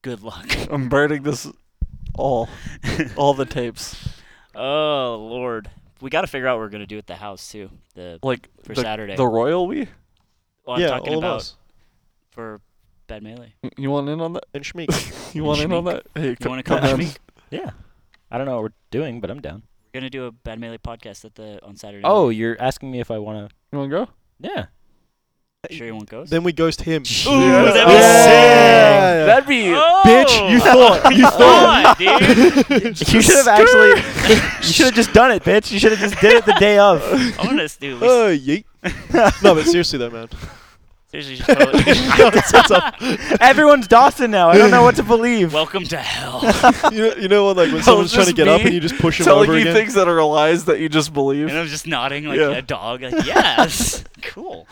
Speaker 3: Good luck.
Speaker 1: I'm burning this all, all the tapes.
Speaker 3: oh Lord, we got to figure out what we're gonna do at the house too. The
Speaker 1: Like
Speaker 3: for
Speaker 1: the,
Speaker 3: Saturday.
Speaker 1: the royal we.
Speaker 3: Well, I'm
Speaker 2: yeah,
Speaker 3: talking
Speaker 2: all
Speaker 3: about
Speaker 2: of us.
Speaker 3: for Bad Melee.
Speaker 1: You want in on that?
Speaker 2: And Shmeek.
Speaker 1: You want in on
Speaker 3: Shmeek.
Speaker 1: that? Hey,
Speaker 3: You want to
Speaker 1: come
Speaker 3: come with
Speaker 1: on.
Speaker 3: me?
Speaker 4: Yeah, I don't know what we're doing, but I'm down.
Speaker 3: We're gonna do a Bad Melee podcast at the on Saturday.
Speaker 4: Oh, you're asking me if I want to?
Speaker 1: You want to go?
Speaker 4: Yeah.
Speaker 3: sure you won't go?
Speaker 2: then we ghost him.
Speaker 3: that'd be
Speaker 2: Yeah. sick.
Speaker 1: That'd be.
Speaker 3: Oh!
Speaker 2: Bitch, you thought. You thought.
Speaker 3: thought, dude.
Speaker 4: You should have actually. you should have just done it, bitch. You should have just did it the day of.
Speaker 3: I want us to do. We
Speaker 2: Oh, yeet. no, but seriously though, man.
Speaker 3: seriously should totally.
Speaker 4: Everyone's Dawson now. I don't know what to believe.
Speaker 3: Welcome to hell.
Speaker 2: You know, you know what? Like when someone's trying to
Speaker 1: just
Speaker 2: get up
Speaker 1: me
Speaker 2: and you just push them
Speaker 1: Telling
Speaker 2: over
Speaker 1: you
Speaker 2: again.
Speaker 1: things that are lies that you just believe.
Speaker 3: And I'm just nodding like
Speaker 1: Yeah.
Speaker 3: a dog. Like yes, cool.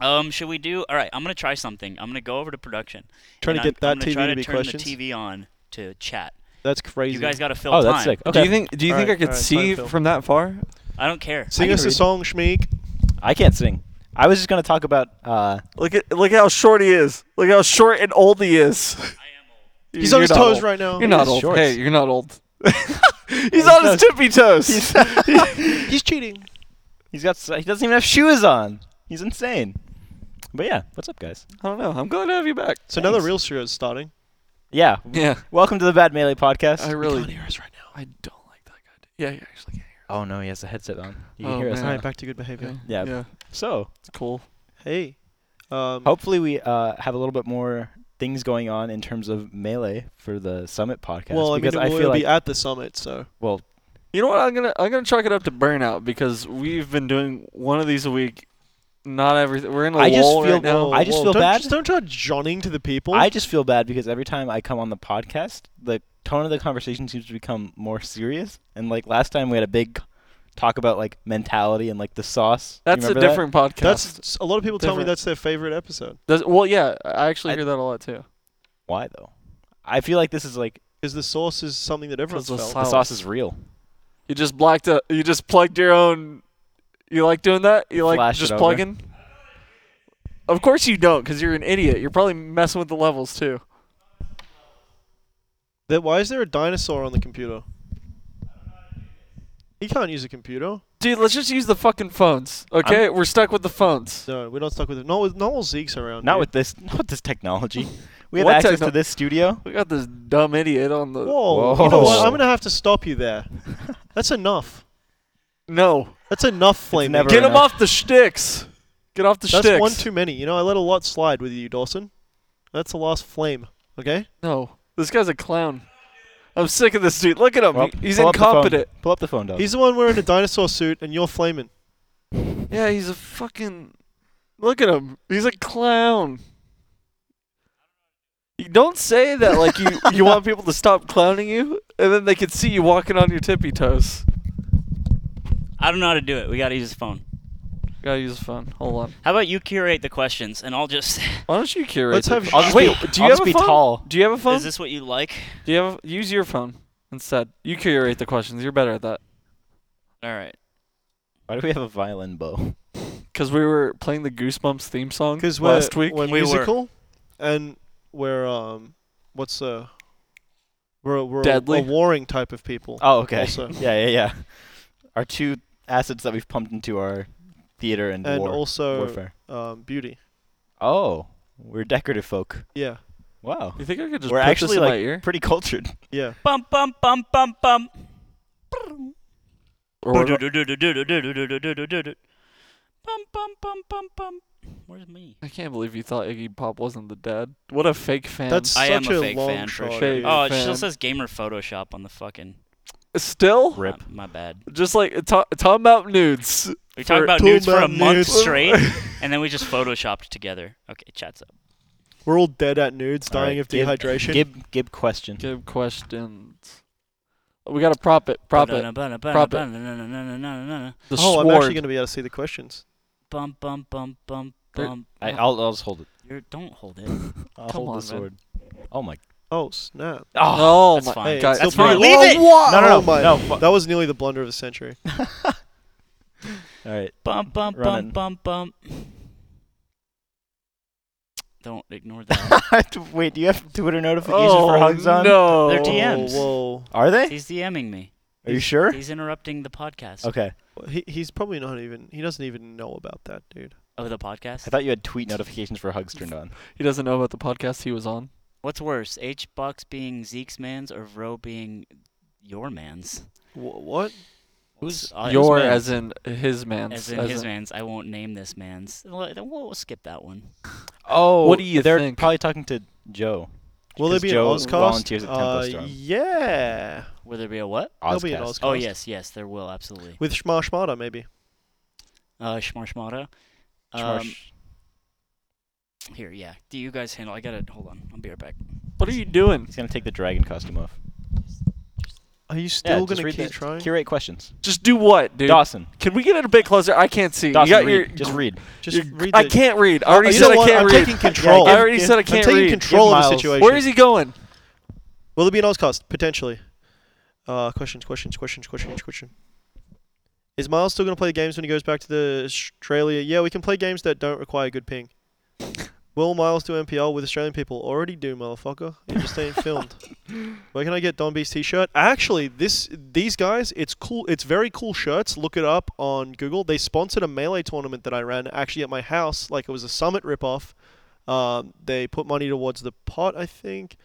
Speaker 3: um, should we do? All right, I'm gonna try something. I'm gonna go over to production.
Speaker 2: Trying to
Speaker 3: and I'm-
Speaker 2: get that
Speaker 3: I'm gonna
Speaker 2: TV
Speaker 3: try
Speaker 2: to be
Speaker 3: turn
Speaker 2: questions.
Speaker 3: the TV on to chat.
Speaker 2: That's crazy.
Speaker 3: You guys gotta fill
Speaker 4: Oh,
Speaker 3: time.
Speaker 4: that's sick. Okay.
Speaker 1: Do you think? Do you think
Speaker 2: Alright,
Speaker 1: I could
Speaker 2: alright, fine,
Speaker 1: see
Speaker 2: Phil.
Speaker 1: from that far?
Speaker 3: I don't care.
Speaker 2: Sing
Speaker 4: I can
Speaker 2: us a
Speaker 4: read.
Speaker 2: song, Shmeek.
Speaker 4: I can't sing. I was just gonna talk about. Uh,
Speaker 1: Look at look at how short he is. Look how short and old he is.
Speaker 2: He's
Speaker 1: You're
Speaker 2: on his
Speaker 1: not
Speaker 2: toes
Speaker 1: old.
Speaker 2: right now.
Speaker 1: You're not
Speaker 4: has
Speaker 1: old.
Speaker 4: shorts.
Speaker 1: Hey, you're not old. He's on his
Speaker 4: does.
Speaker 1: tippy toes.
Speaker 2: He's cheating.
Speaker 4: he's got. s- He doesn't even have shoes on. He's insane. But yeah, what's up, guys?
Speaker 1: I don't know. I'm glad to have you back.
Speaker 2: So now the
Speaker 4: Thanks.
Speaker 2: real show is starting.
Speaker 4: Yeah.
Speaker 1: Yeah,
Speaker 4: Welcome to the Bad Melee podcast.
Speaker 1: I really.
Speaker 2: hear us right now.
Speaker 1: I don't like that guy. Yeah, you actually can
Speaker 4: oh no, he has a headset on. You can
Speaker 1: Oh,
Speaker 4: hear us.
Speaker 1: man.
Speaker 2: All
Speaker 4: now.
Speaker 2: right, back to good behavior.
Speaker 1: hear.
Speaker 4: Yeah.
Speaker 1: yeah,
Speaker 4: So
Speaker 1: it's cool.
Speaker 2: Hey. Um,
Speaker 4: hopefully we uh, have a little bit more things going on in terms of melee for the summit podcast.
Speaker 2: well, I mean,
Speaker 4: because I
Speaker 2: we'll
Speaker 4: feel
Speaker 2: be
Speaker 4: like
Speaker 2: at the summit, so
Speaker 4: well,
Speaker 1: You know what? I'm gonna I'm gonna chalk it up to burnout because we've been doing one of these a week. Not everything. We're in a
Speaker 4: I just
Speaker 1: lull
Speaker 4: feel-
Speaker 1: right now.
Speaker 4: I just feel
Speaker 2: don't,
Speaker 4: bad.
Speaker 2: Just don't try johnning to the people.
Speaker 4: I just feel bad because every time I come on the podcast, the tone of the conversation seems to become more serious. And like last time, we had a big talk about like mentality and like the sauce. You
Speaker 1: That's a
Speaker 4: remember that?
Speaker 1: different podcast.
Speaker 2: that's a lot of people tell me
Speaker 1: Different.
Speaker 2: that's their favorite episode.
Speaker 1: Does- well, yeah. I actually
Speaker 4: I-
Speaker 1: hear that a lot too.
Speaker 4: Why though? I feel like this is like
Speaker 2: Because the source is something that everyone's
Speaker 1: Because the
Speaker 2: felt.
Speaker 1: Wow.
Speaker 4: the sauce is real.
Speaker 1: You just blacked a, You just plugged your own. You like doing that? uh, You like
Speaker 4: Flash it
Speaker 1: just
Speaker 4: over.
Speaker 1: plugging? Of course you don't, because you're an idiot. You're probably messing with the levels too.
Speaker 2: That why is there a dinosaur on the computer? He can't use a computer.
Speaker 1: Dude, let's just use the fucking phones. Okay, we're stuck with the phones.
Speaker 2: No, we're not stuck with it. Not with not all Zeke's around.
Speaker 4: Not
Speaker 2: dude.
Speaker 4: with this, not with this technology. We have
Speaker 1: What
Speaker 4: access
Speaker 1: techno-
Speaker 4: to this studio.
Speaker 1: We got this dumb idiot on the.
Speaker 2: Whoa! You know what?
Speaker 4: Whoa.
Speaker 2: I'm gonna have to stop you there. That's enough.
Speaker 1: No,
Speaker 2: That's enough flame.
Speaker 4: never
Speaker 1: get
Speaker 4: enough.
Speaker 1: him off the shticks. Get off the
Speaker 2: That's
Speaker 1: shticks.
Speaker 2: one too many. You know, I let a lot slide with you, Dawson. That's the last flame. Okay.
Speaker 1: No, this guy's a clown. I'm sick of this dude. Look at him.
Speaker 4: Well,
Speaker 1: He- He's
Speaker 4: pull up the phone.
Speaker 1: incompetent.
Speaker 4: Pull up the phone, dog.
Speaker 2: He's the one wearing a dinosaur suit, and you're flaming.
Speaker 1: Yeah, he's a fucking. Look at him. He's a clown. You don't say that like you, you want people to stop clowning you, and then they can see you walking on your tippy toes.
Speaker 3: I don't know how to do it. We gotta use his phone.
Speaker 1: Gotta use the phone. Hold on.
Speaker 3: How about you curate the questions, and I'll just.
Speaker 1: Why don't you curate?
Speaker 2: Let's
Speaker 1: the-
Speaker 2: have I'll just
Speaker 1: Wait,
Speaker 4: be-
Speaker 1: do you
Speaker 4: I'll
Speaker 1: have
Speaker 4: just
Speaker 1: a
Speaker 4: be
Speaker 1: phone?
Speaker 4: tall.
Speaker 1: Do you have a phone?
Speaker 3: Is this what you like?
Speaker 1: do you have? A, use your phone instead. You curate the questions. You're better at that.
Speaker 3: All right.
Speaker 4: Why do we have a violin bow?
Speaker 1: Cause we were playing the Goosebumps theme song
Speaker 2: Because we're,
Speaker 1: last week.
Speaker 2: we're
Speaker 3: we were-
Speaker 2: musical, and we're um, what's uh, we're we're a-
Speaker 1: Deadly.
Speaker 2: a warring type of people.
Speaker 4: Oh, okay.
Speaker 2: Also.
Speaker 4: Yeah, yeah, yeah. Our two assets that we've pumped into our theater and,
Speaker 2: and
Speaker 4: war
Speaker 2: also
Speaker 4: warfare.
Speaker 2: um, beauty.
Speaker 4: Oh, we're decorative folk.
Speaker 2: Yeah,
Speaker 4: Wow,
Speaker 1: You think I could just
Speaker 4: we're
Speaker 1: put
Speaker 4: actually
Speaker 1: this in
Speaker 4: like
Speaker 1: my ear?
Speaker 4: pretty cultured.
Speaker 2: yeah.
Speaker 3: Bum bum bum bum bum.
Speaker 1: Or
Speaker 3: Bum
Speaker 1: what-
Speaker 3: bum bum bum bum. Where's me?
Speaker 1: I can't believe you thought Iggy Pop wasn't the dad. What a fake fan.
Speaker 2: That's
Speaker 3: I am
Speaker 2: such
Speaker 3: a
Speaker 2: a,
Speaker 3: fake
Speaker 2: long
Speaker 3: fan for
Speaker 2: shot.
Speaker 1: sure.
Speaker 2: dude.
Speaker 3: Oh, it
Speaker 1: fan.
Speaker 3: still says gamer Photoshop on the fucking.
Speaker 1: still
Speaker 4: Rip.
Speaker 3: My, my bad.
Speaker 1: just like to- talking about nudes.
Speaker 3: We talked
Speaker 1: For-
Speaker 3: about
Speaker 2: Talk
Speaker 3: nudes for a
Speaker 2: about
Speaker 3: month
Speaker 2: nudes.
Speaker 3: straight, and then we just photoshopped together. Okay, chat's up.
Speaker 2: We're all dead at nudes,
Speaker 4: All right,
Speaker 2: dying of
Speaker 4: Gib-
Speaker 2: dehydration.
Speaker 4: Gib, Gib question.
Speaker 1: Give questions. We gotta prop it. Prop
Speaker 3: Oh,
Speaker 1: it. Prop it.
Speaker 3: it.
Speaker 1: The
Speaker 2: oh, I'm
Speaker 1: sword.
Speaker 2: actually going to be able to see the questions.
Speaker 3: Bum bum bum bum
Speaker 1: There-
Speaker 3: bum.
Speaker 4: I,
Speaker 3: No,
Speaker 4: I'll, I'll just hold it.
Speaker 3: you're- don't hold it.
Speaker 4: I'll
Speaker 1: Come
Speaker 4: hold
Speaker 1: on,
Speaker 4: the
Speaker 1: man.
Speaker 4: sword. Oh my.
Speaker 2: Oh snap!
Speaker 1: oh
Speaker 4: Oh.
Speaker 3: that's
Speaker 1: my
Speaker 3: fine.
Speaker 1: god.
Speaker 3: That's
Speaker 1: That's
Speaker 3: fine.
Speaker 1: fine.
Speaker 3: Leave it!
Speaker 4: No, no,
Speaker 2: Oh
Speaker 4: no,
Speaker 2: my-
Speaker 4: no. fu-
Speaker 2: That was nearly the blunder of the century.
Speaker 4: All right.
Speaker 3: Bum bum bum
Speaker 4: Running.
Speaker 3: bum bum. Don't ignore that.
Speaker 4: Wait, do you have Twitter notifications for
Speaker 1: Oh
Speaker 4: Hugzon?
Speaker 1: no.
Speaker 3: They're DMs.
Speaker 2: Whoa,
Speaker 4: Are they?
Speaker 3: He's DMing me.
Speaker 4: Are you sure?
Speaker 3: He's interrupting the podcast.
Speaker 4: Okay.
Speaker 2: whoa! He, he's probably not even. He doesn't even know about that, dude.
Speaker 3: Oh, the podcast.
Speaker 4: I thought you had tweet notifications for Hugs turned on.
Speaker 1: He doesn't know about the podcast he was on.
Speaker 3: What's worse, H Box being Zeke's man's or Vro being your man's?
Speaker 2: Wh- what?
Speaker 3: Who's uh,
Speaker 1: Your
Speaker 3: his
Speaker 1: as in his man.
Speaker 3: man's? as in his man's? I won't name this man's. We'll, then we'll skip that one.
Speaker 4: Oh,
Speaker 1: What do you
Speaker 4: They're
Speaker 1: think?
Speaker 4: probably talking to Joe.
Speaker 2: Will there
Speaker 4: Because
Speaker 2: be an
Speaker 4: Joe
Speaker 2: Ozcast?
Speaker 4: volunteers at
Speaker 2: uh,
Speaker 4: Tempest Run.
Speaker 2: yeah,
Speaker 3: Will there be a what?
Speaker 2: There'll be an
Speaker 4: Ozcast.
Speaker 2: Ozcast.
Speaker 3: Oh yes, yes, there will absolutely.
Speaker 2: with Schmarshmada maybe.
Speaker 3: Uh, Schmarshmada. Um,
Speaker 4: Schmarsh.
Speaker 3: here, yeah. Do you guys handle? I gotta hold on. I'll be right back.
Speaker 1: What are you doing?
Speaker 4: He's gonna take the dragon costume off.
Speaker 2: Are you
Speaker 4: Yeah,
Speaker 2: still
Speaker 4: just
Speaker 2: gonna
Speaker 4: read
Speaker 2: keep
Speaker 4: the-
Speaker 2: trying?
Speaker 4: Curate questions.
Speaker 1: Just do what, dude?
Speaker 4: Dawson.
Speaker 1: Can we get it a bit closer? I can't see.
Speaker 4: Dawson,
Speaker 1: you got
Speaker 4: read.
Speaker 1: your.
Speaker 4: just read. Oh,
Speaker 2: Just
Speaker 1: your-
Speaker 2: read.
Speaker 1: I
Speaker 2: the- Oh,
Speaker 1: can't read. I already
Speaker 2: you
Speaker 1: said
Speaker 2: know
Speaker 1: I
Speaker 2: what?
Speaker 1: can't
Speaker 2: I'm
Speaker 1: read.
Speaker 2: taking control.
Speaker 1: I already
Speaker 2: Give-
Speaker 1: said I
Speaker 2: I'm
Speaker 1: can't
Speaker 2: taking
Speaker 1: read.
Speaker 2: control
Speaker 4: Give
Speaker 2: of the
Speaker 4: Miles-
Speaker 2: situation.
Speaker 1: Where is he going?
Speaker 2: Will there be an Ozcast potentially? Uh, questions, questions, questions, questions, question. Is Miles still going to play games when he goes back to the Australia? Yeah, we can play games that don't require good ping. Will Miles do MPL with Australian people? Already do, motherfucker. It just ain't filmed. Where can I get Don B's t-shirt? Actually, this these guys, it's cool. It's very cool shirts. Look it up on Google. They sponsored a melee tournament that I ran actually at my house. Like it was a summit ripoff. Um, they put money towards the pot, I think.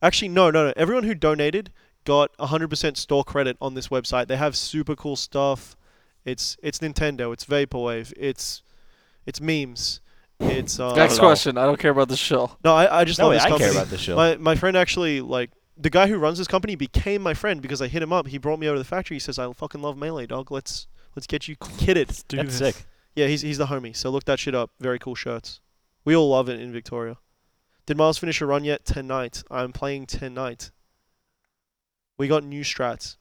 Speaker 2: Actually, no, no, no. Everyone who donated got 100% store credit on this website. They have super cool stuff. It's it's Nintendo. It's vaporwave. It's it's memes. It's uh,
Speaker 1: Next
Speaker 4: at all.
Speaker 1: question. I don't care about the show.
Speaker 2: no, I, I just
Speaker 4: No,
Speaker 2: love
Speaker 4: wait,
Speaker 2: this
Speaker 4: I
Speaker 2: company.
Speaker 4: care about this show.
Speaker 2: My my friend actually like the guy who runs this company became my friend because I hit him up. He brought me over to the factory. He says, "I fucking love melee, dog. Let's let's get you kitted."
Speaker 4: That's sick.
Speaker 2: Yeah, he's he's the homie. So look that shit up. Very cool shirts. We all love it in Victoria. Did Miles finish a run yet? Tonight. I'm playing tonight. We got new strats.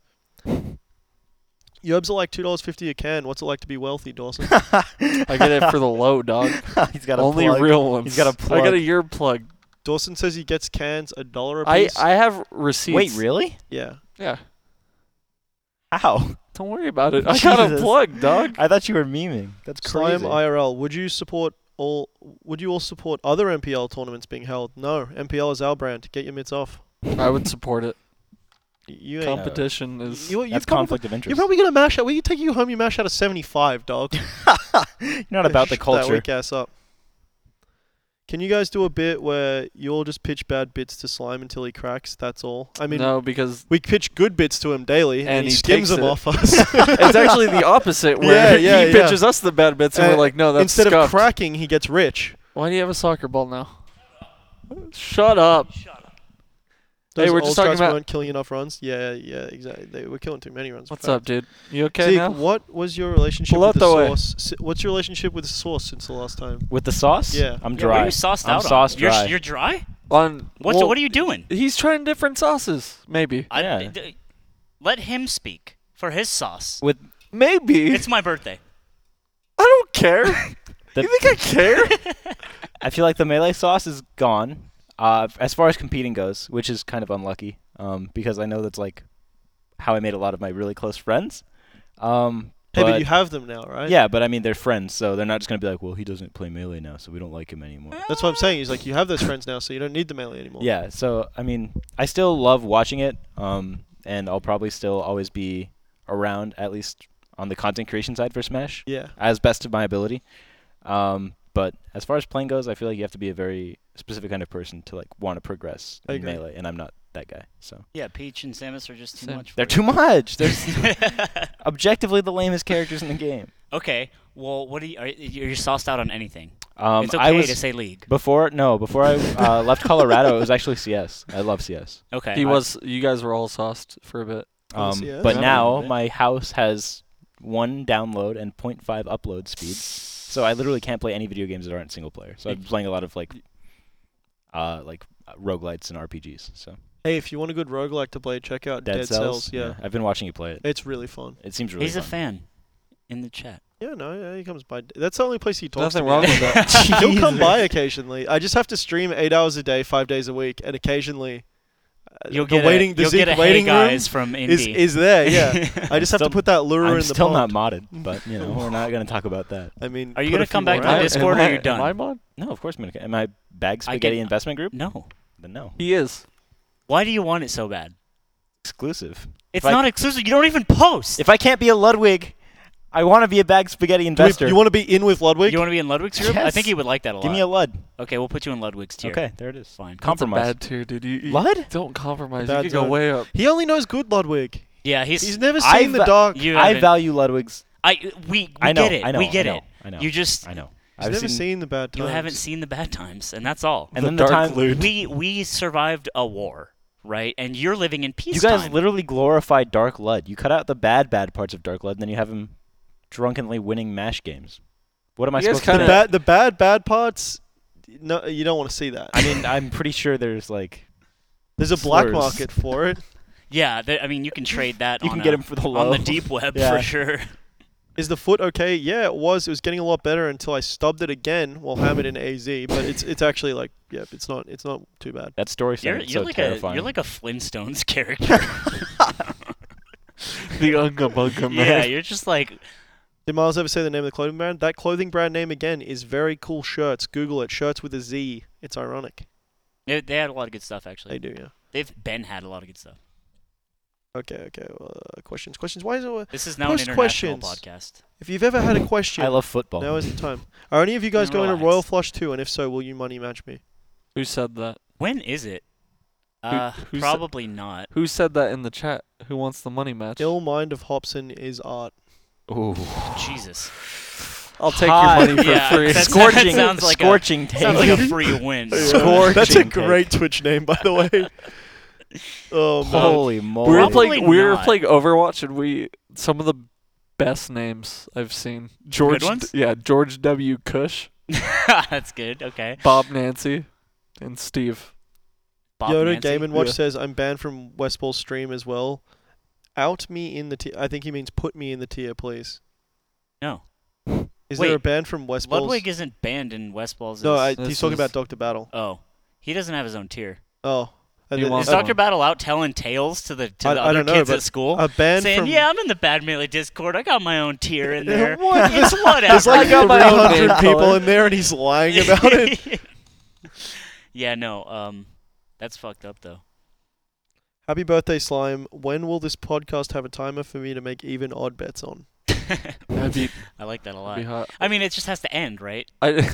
Speaker 2: Yobs are like two dollars fifty a can. What's it like to be wealthy, Dawson?
Speaker 1: I get it for the low, dog.
Speaker 4: He's got a
Speaker 1: Only
Speaker 4: plug.
Speaker 1: real ones.
Speaker 4: got
Speaker 1: I
Speaker 4: a
Speaker 1: got
Speaker 4: plug.
Speaker 1: a year plug.
Speaker 2: Dawson says he gets cans a dollar a
Speaker 1: I,
Speaker 2: piece.
Speaker 1: I have receipts.
Speaker 4: Wait, really?
Speaker 2: yeah.
Speaker 1: Yeah.
Speaker 4: How?
Speaker 1: Don't worry about it. I got a
Speaker 4: Jesus.
Speaker 1: plug, dog.
Speaker 4: I thought you were memeing. That's
Speaker 2: Slime
Speaker 4: crazy.
Speaker 2: IRL, would you support all? Would you all support other MPL tournaments being held? No, MPL is our brand. Get your mitts off.
Speaker 1: I would support it.
Speaker 2: Y- You ain't.
Speaker 1: Competition
Speaker 2: You,
Speaker 1: is.
Speaker 2: you- you're
Speaker 4: That's
Speaker 2: probably-
Speaker 4: conflict of
Speaker 2: You're
Speaker 4: interest.
Speaker 2: probably gonna mash out. We can take you home. You mash out a 75, dog.
Speaker 4: You're not about the
Speaker 2: Shut That
Speaker 4: culture.
Speaker 2: weak ass up. Can you guys do a bit where you all just pitch bad bits to slime until he cracks? That's all. I mean,
Speaker 1: no, because
Speaker 2: we pitch good bits to him daily, and,
Speaker 1: And
Speaker 2: he,
Speaker 1: he
Speaker 2: skims
Speaker 1: takes
Speaker 2: them
Speaker 1: it.
Speaker 2: off us.
Speaker 1: it's actually the opposite
Speaker 2: Yeah,
Speaker 1: where
Speaker 2: yeah,
Speaker 1: he
Speaker 2: yeah.
Speaker 1: pitches us the bad bits and
Speaker 2: Uh,
Speaker 1: we're like, no, that's
Speaker 2: Instead
Speaker 1: scuffed.
Speaker 2: of cracking, he gets rich.
Speaker 1: Why do you have a soccer ball now? Shut up. Hey,
Speaker 2: Those
Speaker 1: we're just
Speaker 2: old
Speaker 1: talking
Speaker 2: guys
Speaker 1: about-
Speaker 2: weren't killing enough runs. Yeah, yeah, exactly. They were killing too many runs. in
Speaker 1: What's
Speaker 2: fact.
Speaker 1: up, dude? You okay
Speaker 2: Zeke,
Speaker 1: now?
Speaker 2: what was your relationship
Speaker 1: Pull
Speaker 2: with
Speaker 1: out
Speaker 2: the
Speaker 1: the way.
Speaker 2: sauce? Si- What's your relationship with the sauce since the last time?
Speaker 4: With the sauce?
Speaker 2: Yeah.
Speaker 3: Yeah,
Speaker 4: I'm
Speaker 3: what
Speaker 4: dry.
Speaker 3: are you sauced
Speaker 4: I'm
Speaker 3: out
Speaker 4: sauce
Speaker 3: on? You're,
Speaker 4: dry.
Speaker 3: s- you're dry.
Speaker 1: On
Speaker 3: What's
Speaker 1: well,
Speaker 3: what are you doing?
Speaker 1: He's trying different sauces, maybe.
Speaker 3: I,
Speaker 4: Yeah.
Speaker 3: d- d- let him speak for his sauce.
Speaker 4: With
Speaker 1: Maybe.
Speaker 3: It's my birthday.
Speaker 1: I don't care.
Speaker 4: the,
Speaker 1: you think I care?
Speaker 4: I feel like the melee sauce is gone. Uh, f- as far as competing goes, which is kind of unlucky, um, because I know that's like how I made a lot of my really close friends. Um,
Speaker 2: Hey, but
Speaker 4: but-
Speaker 2: you have them now, right?
Speaker 4: yeah, but I mean they're friends, so they're not just gonna be like, well, he doesn't play melee now, so we don't like him anymore.
Speaker 2: That's what I'm saying. He's like, you have those friends now, so you don't need the melee anymore.
Speaker 4: Yeah, so I mean, I still love watching it, um, and I'll probably still always be around at least on the content creation side for Smash
Speaker 2: Yeah.
Speaker 4: as best of my ability. Um, but as far as playing goes, I feel like you have to be a very specific kind of person to like want to progress
Speaker 2: I
Speaker 4: in
Speaker 2: agree.
Speaker 4: melee, and I'm not that guy. So
Speaker 3: Yeah, Peach and Samus are just too
Speaker 1: Same.
Speaker 3: much.
Speaker 4: they're
Speaker 3: for
Speaker 4: too much. They're
Speaker 3: you.
Speaker 4: objectively the lamest characters in the game.
Speaker 3: okay. Well, what do you? Are, you- you're sauced out on anything.
Speaker 4: Um,
Speaker 3: it's okay
Speaker 4: I was
Speaker 3: to say league.
Speaker 4: before no before I uh, left Colorado. It was actually CS. I love CS.
Speaker 3: Okay.
Speaker 1: He
Speaker 4: I-
Speaker 1: was. You guys were all sauced for a bit.
Speaker 2: Oh,
Speaker 4: Um,
Speaker 2: CS?
Speaker 4: But
Speaker 2: Yeah.
Speaker 4: now my house has one download and 0.5 upload speed, so I literally can't play any video games that aren't single player. So I'm playing a lot of like, uh, like uh, roguelites and RPGs. So
Speaker 2: Hey, if you want a good roguelike to play, check out
Speaker 4: Dead, Cells.
Speaker 2: Yeah.
Speaker 4: I've been watching you play it.
Speaker 2: It's really fun.
Speaker 4: It seems really.
Speaker 3: He's
Speaker 4: fun.
Speaker 3: a fan. In the chat.
Speaker 2: Yeah, no, yeah, he comes by. That's the only place he talks.
Speaker 1: Nothing
Speaker 2: to me.
Speaker 1: wrong with that.
Speaker 2: He'll come by occasionally. I just have to stream eight hours a day, five days a week, and occasionally uh,
Speaker 3: You'll
Speaker 2: the
Speaker 3: get
Speaker 2: waiting,
Speaker 3: a,
Speaker 2: the
Speaker 3: you'll
Speaker 2: Zeke
Speaker 3: get a hey
Speaker 2: waiting
Speaker 3: guys from
Speaker 2: room is
Speaker 3: Indy.
Speaker 2: is there. Yeah, I just have to
Speaker 4: still-
Speaker 2: put that lure
Speaker 4: I'm
Speaker 2: in the
Speaker 4: still
Speaker 2: pond.
Speaker 4: not modded, but you know we're not going to talk about that.
Speaker 2: I mean,
Speaker 3: Are you
Speaker 2: put a
Speaker 3: gonna
Speaker 2: few
Speaker 3: come back
Speaker 2: more
Speaker 3: to
Speaker 2: hours.
Speaker 1: Am I-
Speaker 3: Discord
Speaker 1: am
Speaker 3: or
Speaker 1: I-
Speaker 3: you're done?
Speaker 1: Am I mod?
Speaker 4: No, of course I'm going to. Am I Bag
Speaker 3: I
Speaker 4: Spaghetti
Speaker 3: can-
Speaker 4: Investment Group?
Speaker 3: no.
Speaker 4: Then no.
Speaker 1: He is.
Speaker 3: Why do you want it so bad?
Speaker 4: Exclusive.
Speaker 3: It's
Speaker 4: I-
Speaker 3: not exclusive. You don't even post.
Speaker 4: If I can't be a Ludwig, I want to be a Bag
Speaker 2: Do
Speaker 4: Spaghetti
Speaker 2: we-
Speaker 4: Investor.
Speaker 2: you want to be in with Ludwig?
Speaker 3: you want to be in Ludwig's group? I
Speaker 4: Yes.
Speaker 3: think he would like that a lot.
Speaker 4: Give me a Lud.
Speaker 3: okay, we'll put you in Ludwig's tier.
Speaker 4: Okay, there it is.
Speaker 3: Fine.
Speaker 4: Compromise.
Speaker 1: That's a bad tier, dude. You, you
Speaker 4: Lud?
Speaker 1: don't compromise.
Speaker 2: Bad
Speaker 1: You could go
Speaker 2: zone.
Speaker 1: way up.
Speaker 2: he only knows good Ludwig.
Speaker 3: Yeah, he's.
Speaker 2: He's never seen
Speaker 4: I've-
Speaker 2: the dark.
Speaker 3: you
Speaker 4: I
Speaker 3: haven't-
Speaker 4: value Ludwig's.
Speaker 3: I we, we
Speaker 4: I know.
Speaker 3: get it.
Speaker 4: I know.
Speaker 3: we get
Speaker 4: I know,
Speaker 3: it.
Speaker 4: I know.
Speaker 3: You just
Speaker 4: I know.
Speaker 2: He's
Speaker 4: I've
Speaker 2: never seen,
Speaker 4: seen,
Speaker 2: the bad
Speaker 3: you
Speaker 2: times.
Speaker 3: haven't seen the bad times, and that's all.
Speaker 4: and
Speaker 1: the
Speaker 4: then the
Speaker 1: dark
Speaker 4: time
Speaker 1: loot.
Speaker 3: We we survived a war, right? And you're living in peace.
Speaker 4: you guys literally glorify Dark Lud. You cut out the bad, bad parts of Dark Lud, and then you have him drunkenly winning Mash games. What am I
Speaker 1: You guys
Speaker 4: supposed to
Speaker 2: the
Speaker 1: kinda-
Speaker 4: do?
Speaker 2: bad, the bad, bad parts. No, you don't want to see that.
Speaker 4: I mean, I'm pretty sure there's like
Speaker 2: There's a black
Speaker 4: slurs.
Speaker 2: market for it.
Speaker 3: Yeah, th- I mean, you can trade that.
Speaker 4: you
Speaker 3: on
Speaker 4: can get
Speaker 3: a-
Speaker 4: him for the
Speaker 3: on
Speaker 4: low.
Speaker 3: the deep web
Speaker 4: Yeah.
Speaker 3: for sure.
Speaker 2: Is the foot okay? Yeah, it was. It was getting a lot better until I stubbed it again while hammered in AZ. But it's it's actually like yeah, it's not it's not too bad.
Speaker 4: That story sounds
Speaker 3: You're, you're
Speaker 4: so
Speaker 3: like
Speaker 4: terrifying.
Speaker 3: a you're like a Flintstones character.
Speaker 1: The Unga Bunga
Speaker 3: yeah,
Speaker 1: man.
Speaker 3: you're just like
Speaker 2: Did Miles ever say the name of the clothing brand? That clothing brand name again is very cool shirts. Google it. Shirts with a Z. It's ironic.
Speaker 3: they, they had a lot of good stuff
Speaker 2: They
Speaker 3: actually.
Speaker 2: do, yeah.
Speaker 3: They've been had a lot of good stuff.
Speaker 2: Okay, okay. Well, uh, questions, questions. Why is it?
Speaker 3: This is now
Speaker 2: Post
Speaker 3: an international
Speaker 2: questions.
Speaker 3: podcast.
Speaker 2: If you've ever had a question,
Speaker 4: I love football.
Speaker 2: now is the time. Are any of you guys
Speaker 3: Mm,
Speaker 2: going to
Speaker 3: relax.
Speaker 2: Royal Flush too? And if so, will you money match me?
Speaker 1: Who said that?
Speaker 3: When is it? Uh,
Speaker 1: who said-
Speaker 3: probably not.
Speaker 1: Who said that in the chat? Who wants the money match?
Speaker 2: Ill mind of Hobson is art.
Speaker 4: Ooh.
Speaker 3: Jesus.
Speaker 1: I'll take
Speaker 4: Hot.
Speaker 1: your money for
Speaker 3: Yeah,
Speaker 1: free.
Speaker 3: that's-
Speaker 4: Scorching,
Speaker 3: sounds like a-
Speaker 4: scorching take.
Speaker 3: Sounds like a free win.
Speaker 4: Scorching
Speaker 2: That's a
Speaker 4: take.
Speaker 2: great Twitch name, by the way. oh man.
Speaker 4: Holy
Speaker 1: we
Speaker 4: moly!
Speaker 1: were playing. We were
Speaker 3: not.
Speaker 1: playing Overwatch, and we some of the best names I've seen. George.
Speaker 3: ones?
Speaker 1: Yeah, George W. Cush,
Speaker 3: That's good. Okay.
Speaker 1: Bob Nancy, and Steve.
Speaker 3: Bob
Speaker 2: Yoda
Speaker 3: Nancy.
Speaker 2: Game and Watch
Speaker 1: Yeah.
Speaker 2: says I'm banned from Westball's stream as well. Out me in the tier. I think he means put me in the tier, please.
Speaker 3: No.
Speaker 2: Is
Speaker 3: Wait,
Speaker 2: there a ban from Westball's?
Speaker 3: Ludwig isn't banned in West Balls.
Speaker 2: no, I,
Speaker 1: This
Speaker 2: he's talking
Speaker 1: is-
Speaker 2: about Doctor Battle.
Speaker 3: oh, he doesn't have his own tier.
Speaker 2: Oh, I
Speaker 1: He
Speaker 2: thi-
Speaker 1: wants
Speaker 3: Is
Speaker 1: Oh.
Speaker 3: Doctor Battle out telling tales to the to
Speaker 2: I-
Speaker 3: the
Speaker 2: I
Speaker 3: other
Speaker 2: don't know,
Speaker 3: kids
Speaker 2: but
Speaker 3: at school?
Speaker 2: a ban
Speaker 3: saying,
Speaker 2: from
Speaker 3: "Yeah, I'm in the Bad Melee Discord. I got my own tier in there.
Speaker 2: What?
Speaker 3: It's whatever."
Speaker 2: There's like
Speaker 1: I got my own
Speaker 2: 300
Speaker 1: name
Speaker 2: people
Speaker 1: color.
Speaker 2: in there, and he's lying about it.
Speaker 3: yeah, no. Um, that's fucked up though.
Speaker 2: Happy birthday, slime. When will this podcast have a timer for me to make even odd bets on?
Speaker 1: That'd be,
Speaker 3: I like that a
Speaker 1: that'd be
Speaker 3: lot.
Speaker 1: hot.
Speaker 3: I mean, it just has to end, right?
Speaker 1: I,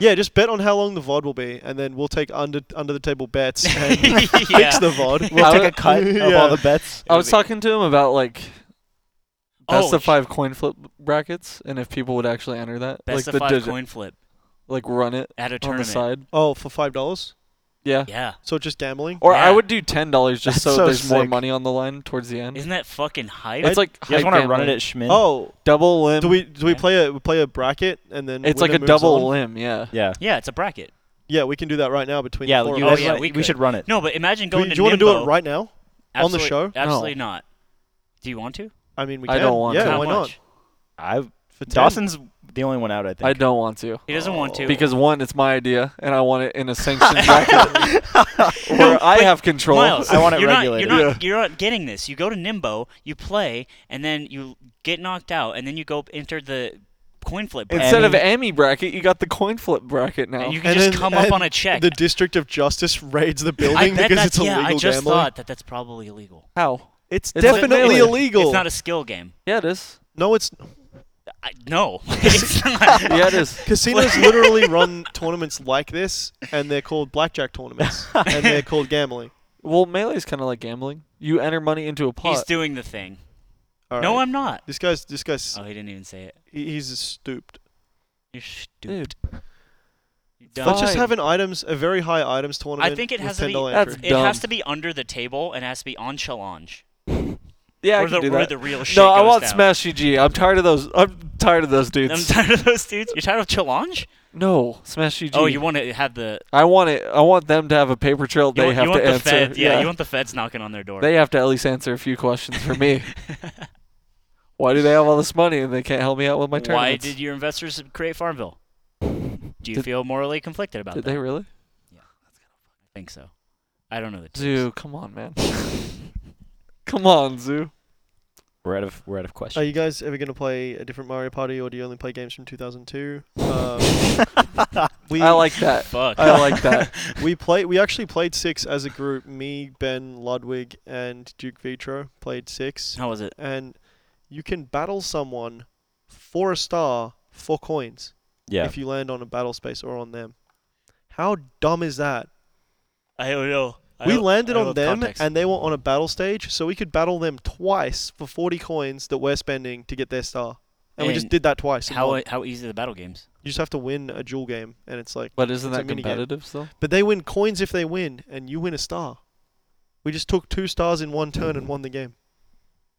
Speaker 2: Yeah, just bet on how long the vod will be, and then we'll take under under the table bets and fix
Speaker 3: yeah.
Speaker 2: the vod.
Speaker 4: We'll
Speaker 1: I
Speaker 4: take
Speaker 1: wa-
Speaker 4: a cut of
Speaker 2: Yeah.
Speaker 4: all the bets.
Speaker 1: I was talking to him about like best
Speaker 3: Oh,
Speaker 1: of five coin flip brackets, and if people would actually enter that,
Speaker 3: Best
Speaker 1: like
Speaker 3: of
Speaker 1: the
Speaker 3: five
Speaker 1: digit,
Speaker 3: coin flip
Speaker 1: like run it
Speaker 3: at a
Speaker 1: on the
Speaker 3: tournament.
Speaker 1: side.
Speaker 2: Oh, for five dollars?
Speaker 1: Yeah.
Speaker 3: Yeah,
Speaker 2: So just gambling?
Speaker 1: Or I
Speaker 3: Yeah.
Speaker 1: would do ten dollars
Speaker 2: That's
Speaker 1: just so,
Speaker 2: so
Speaker 1: there's more
Speaker 2: sick.
Speaker 1: money on the line towards the end.
Speaker 3: isn't that fucking hype?
Speaker 1: it's like
Speaker 4: You guys
Speaker 1: hype
Speaker 4: want to run it
Speaker 1: gambling.
Speaker 4: at Schmin?
Speaker 2: Oh,
Speaker 1: double limb.
Speaker 2: do we do we
Speaker 3: Yeah.
Speaker 2: play a we play a bracket and then
Speaker 1: it's like
Speaker 2: winner
Speaker 1: a
Speaker 2: moves
Speaker 1: double
Speaker 2: on?
Speaker 1: limb. Yeah.
Speaker 4: yeah.
Speaker 3: yeah, it's a bracket.
Speaker 2: Yeah, we can do that right now between
Speaker 4: Yeah,
Speaker 2: the four of
Speaker 4: you
Speaker 3: Oh,
Speaker 4: guys
Speaker 2: us.
Speaker 3: yeah,
Speaker 4: run-
Speaker 3: we
Speaker 4: we,
Speaker 3: could.
Speaker 4: should run it.
Speaker 3: No, but imagine
Speaker 2: do,
Speaker 3: going
Speaker 2: you-
Speaker 3: to
Speaker 2: do you want to do it
Speaker 3: Nimbo.
Speaker 2: right now? on the
Speaker 3: Absolute-
Speaker 2: show?
Speaker 3: Absolutely not. Do you want to?
Speaker 2: I mean, we
Speaker 1: I
Speaker 2: can.
Speaker 1: don't want
Speaker 2: yeah,
Speaker 1: to.
Speaker 3: How
Speaker 2: why not?
Speaker 3: much?
Speaker 4: I've
Speaker 2: For 10.
Speaker 4: Dawson's the only one out. I think.
Speaker 1: I don't want to
Speaker 3: He doesn't want to
Speaker 1: because one, it's my idea, and I want it in a sanctioned bracket where I have control.
Speaker 3: Miles,
Speaker 4: I want it
Speaker 3: you're
Speaker 4: regulated.
Speaker 3: Not, you're not, you're not getting this. You go to Nimbo, you play, and then you get knocked out, and then you go enter the coin flip. bracket,
Speaker 1: Instead of
Speaker 4: Emmy.
Speaker 1: Emmy bracket, you got the coin flip bracket now.
Speaker 3: and you can
Speaker 2: And
Speaker 3: just
Speaker 2: then-
Speaker 3: come up
Speaker 2: and
Speaker 3: on a check.
Speaker 2: The District of Justice raids the building
Speaker 3: I bet
Speaker 2: because
Speaker 3: that's,
Speaker 2: it's illegal
Speaker 3: yeah, I just
Speaker 2: gambling.
Speaker 3: thought that that's probably illegal.
Speaker 1: How?
Speaker 2: It's
Speaker 1: It's definitely
Speaker 2: definitely
Speaker 1: illegal.
Speaker 2: illegal.
Speaker 3: It's not a skill game.
Speaker 1: Yeah, it is.
Speaker 2: No, it's
Speaker 3: I, no, it's not.
Speaker 1: yeah, it is.
Speaker 2: casinos literally run tournaments like this, and they're called blackjack tournaments, and they're called gambling.
Speaker 1: Well, melee is kind of like gambling. You enter money into a pot.
Speaker 3: He's doing the thing.
Speaker 2: All
Speaker 3: No,
Speaker 2: right.
Speaker 3: I'm not.
Speaker 2: This guy's this guy's
Speaker 3: Oh, he didn't even say it.
Speaker 2: he- he's stooped.
Speaker 3: You're stupid.
Speaker 1: Dude,
Speaker 3: You're
Speaker 1: That's
Speaker 3: dumb.
Speaker 2: Let's just
Speaker 1: Fine.
Speaker 2: have an items a very high items tournament.
Speaker 3: think it
Speaker 2: with
Speaker 3: has to be-
Speaker 2: $10
Speaker 1: That's
Speaker 2: entry.
Speaker 3: it
Speaker 1: dumb.
Speaker 3: has to be under the table and it has to be on challenge.
Speaker 1: yeah, I
Speaker 3: where
Speaker 1: can
Speaker 3: the,
Speaker 1: do
Speaker 3: where
Speaker 1: that.
Speaker 3: the real shit
Speaker 1: No, I
Speaker 3: goes
Speaker 1: want
Speaker 3: down.
Speaker 1: Smash GG. I'm tired of those. I'm tired of those
Speaker 3: I'm
Speaker 1: dudes.
Speaker 3: tired of those dudes. You're tired of challenge?
Speaker 1: no, Smash GG.
Speaker 3: Oh, you want to have the
Speaker 1: I want it. I want them to have a paper trail.
Speaker 3: you
Speaker 1: They
Speaker 3: want,
Speaker 1: have
Speaker 3: you want
Speaker 1: to
Speaker 3: the
Speaker 1: answer.
Speaker 3: feds? Yeah, you want the feds knocking on their door.
Speaker 1: they have to at least answer a few questions for me. Why do they have all this money and they can't help me out with my
Speaker 3: Why
Speaker 1: tournaments?
Speaker 3: did your investors create Farmville? Do you
Speaker 1: Did-
Speaker 3: feel morally conflicted about
Speaker 1: Did
Speaker 3: that?
Speaker 1: they really?
Speaker 3: I think so. I don't know the
Speaker 1: Zoo, come on, man. come on, Zoo.
Speaker 4: We're out of we're out of
Speaker 2: Are
Speaker 4: questions.
Speaker 2: you guys ever gonna play a different Mario Party, or do you only play games from 2002? Um, we
Speaker 1: I like that.
Speaker 3: Fuck.
Speaker 1: I like that.
Speaker 2: we play we actually played six as a group. Me, Ben, Ludwig, and Duke Vitro played six,
Speaker 3: How was it?
Speaker 2: and you can battle someone for a star for coins
Speaker 4: Yeah.
Speaker 2: if you land on a battle space or on them. How dumb is that?
Speaker 3: I don't know. I
Speaker 2: we
Speaker 3: don't-
Speaker 2: landed
Speaker 3: I
Speaker 2: on
Speaker 3: don't
Speaker 2: them
Speaker 3: context.
Speaker 2: and they were on a battle stage, so we could battle them twice for 40 coins that we're spending to get their star. And, we just
Speaker 3: And
Speaker 2: did that twice. and
Speaker 3: how
Speaker 2: won.
Speaker 3: how easy are the battle games?
Speaker 2: you just have to win a duel game, and it's like.
Speaker 1: But isn't
Speaker 2: It's a
Speaker 1: that
Speaker 2: minigame.
Speaker 1: competitive still?
Speaker 2: But they win coins if they win, and you win a star. We just took two stars in one turn
Speaker 3: Mm.
Speaker 2: and won the game.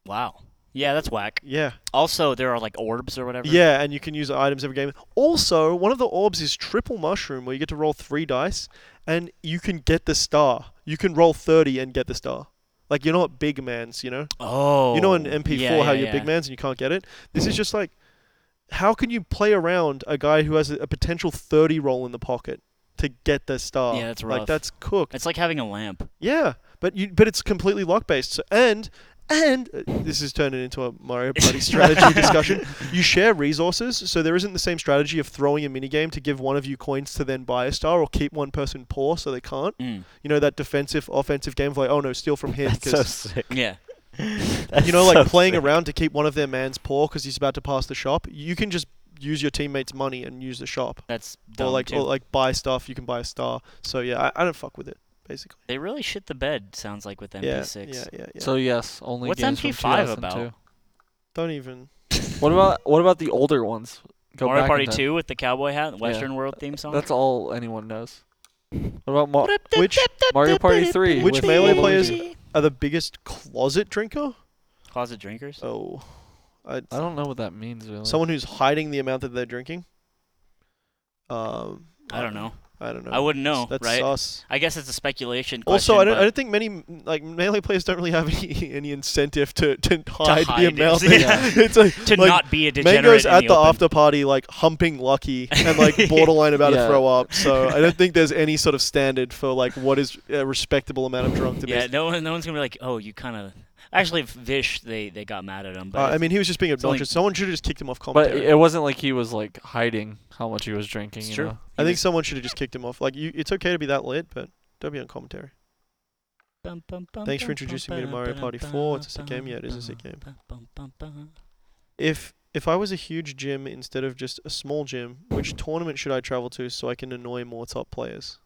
Speaker 3: Wow. Yeah, that's whack.
Speaker 2: Yeah.
Speaker 3: Also, there are like orbs or whatever.
Speaker 2: Yeah, and you can use items every game. Also, one of the orbs is triple mushroom, where you get to roll three dice, and you can get the star. You can roll 30 and get the star. Like, you're not big mans, you know?
Speaker 3: Oh.
Speaker 2: You know in MP4
Speaker 3: yeah,
Speaker 2: how
Speaker 3: yeah,
Speaker 2: you're
Speaker 3: yeah.
Speaker 2: big man's and you can't get it? This is just like how can you play around a guy who has a, a potential 30 roll in the pocket to get the star?
Speaker 3: Yeah, that's rough.
Speaker 2: Like that's cooked.
Speaker 3: It's like having a lamp.
Speaker 2: Yeah, but you but it's completely luck based. So and and uh, this is turning into a Mario Party strategy discussion. You share resources, so there isn't the same strategy of throwing a minigame to give one of you coins to then buy a star or keep one person poor so they can't.
Speaker 3: Mm.
Speaker 2: You know that defensive offensive game of like, oh no, steal from him
Speaker 4: That's so sick.
Speaker 3: Yeah.
Speaker 2: you know, like playing
Speaker 4: around.
Speaker 2: around to keep one of their man's poor because he's about to pass the shop. You can just use your teammate's money and use the shop,
Speaker 3: That's
Speaker 2: or
Speaker 3: dumb
Speaker 2: like,
Speaker 3: too.
Speaker 2: or like buy stuff. You can buy a star. So yeah, I, I don't fuck with it basically.
Speaker 3: they really shit the bed. Sounds like with
Speaker 2: yeah,
Speaker 3: MP6.
Speaker 2: yeah, yeah, yeah.
Speaker 1: So yes, only
Speaker 3: What's
Speaker 1: games from
Speaker 3: MP5 about?
Speaker 1: 2002.
Speaker 2: don't even.
Speaker 1: What about what about the older ones? Go
Speaker 3: Mario
Speaker 1: back
Speaker 3: Party
Speaker 1: in time.
Speaker 3: 2 with the cowboy hat, and Western World theme song.
Speaker 1: That's all anyone knows. What about Mar-
Speaker 2: Which
Speaker 1: Mario Party 3?
Speaker 2: Which
Speaker 1: with
Speaker 2: melee
Speaker 1: Luigi?
Speaker 2: players- are the biggest closet drinker?
Speaker 3: Closet drinkers.
Speaker 2: Oh, I,
Speaker 1: I don't know what that means really.
Speaker 2: someone who's hiding the amount that they're drinking. Um,
Speaker 3: I don't know.
Speaker 2: I don't know.
Speaker 3: I wouldn't know,
Speaker 2: That's
Speaker 3: right?
Speaker 2: sus.
Speaker 3: I guess it's a speculation.
Speaker 2: Also,
Speaker 3: question,
Speaker 2: I don't, I
Speaker 3: but-
Speaker 2: don't think many m- like melee players don't really have any, any incentive to, to, hide,
Speaker 3: hide
Speaker 2: the amount.
Speaker 3: it,
Speaker 2: that-
Speaker 1: yeah.
Speaker 2: it's like
Speaker 3: to
Speaker 2: like,
Speaker 3: not be a degenerate
Speaker 2: Mango's
Speaker 3: in
Speaker 2: at
Speaker 3: the,
Speaker 2: the,
Speaker 3: open.
Speaker 2: after party, like humping Lucky and like borderline about
Speaker 1: Yeah.
Speaker 2: to throw up. So I don't think there's any sort of standard for like what is a respectable amount of drunk to
Speaker 3: Yeah,
Speaker 2: be.
Speaker 3: no one, no one's gonna be like, oh, you kind of. Actually, Vish, they they got mad at him, but
Speaker 2: Uh, I mean, he was just being
Speaker 3: It's only-
Speaker 2: obnoxious. Someone should have just kicked him off
Speaker 1: But
Speaker 2: commentary.
Speaker 1: it wasn't like he was like hiding how much he was drinking.
Speaker 3: it's
Speaker 1: you
Speaker 3: true.
Speaker 1: know?
Speaker 2: I think someone should have just kicked him off. Like, you, it's okay to be that lit, but don't be on commentary. Thanks for introducing me to Mario Party 4. It's a sick game. Yeah, it is a sick game. If if I was a huge gym instead of just a small gym, which tournament should I travel to so I can annoy more top players?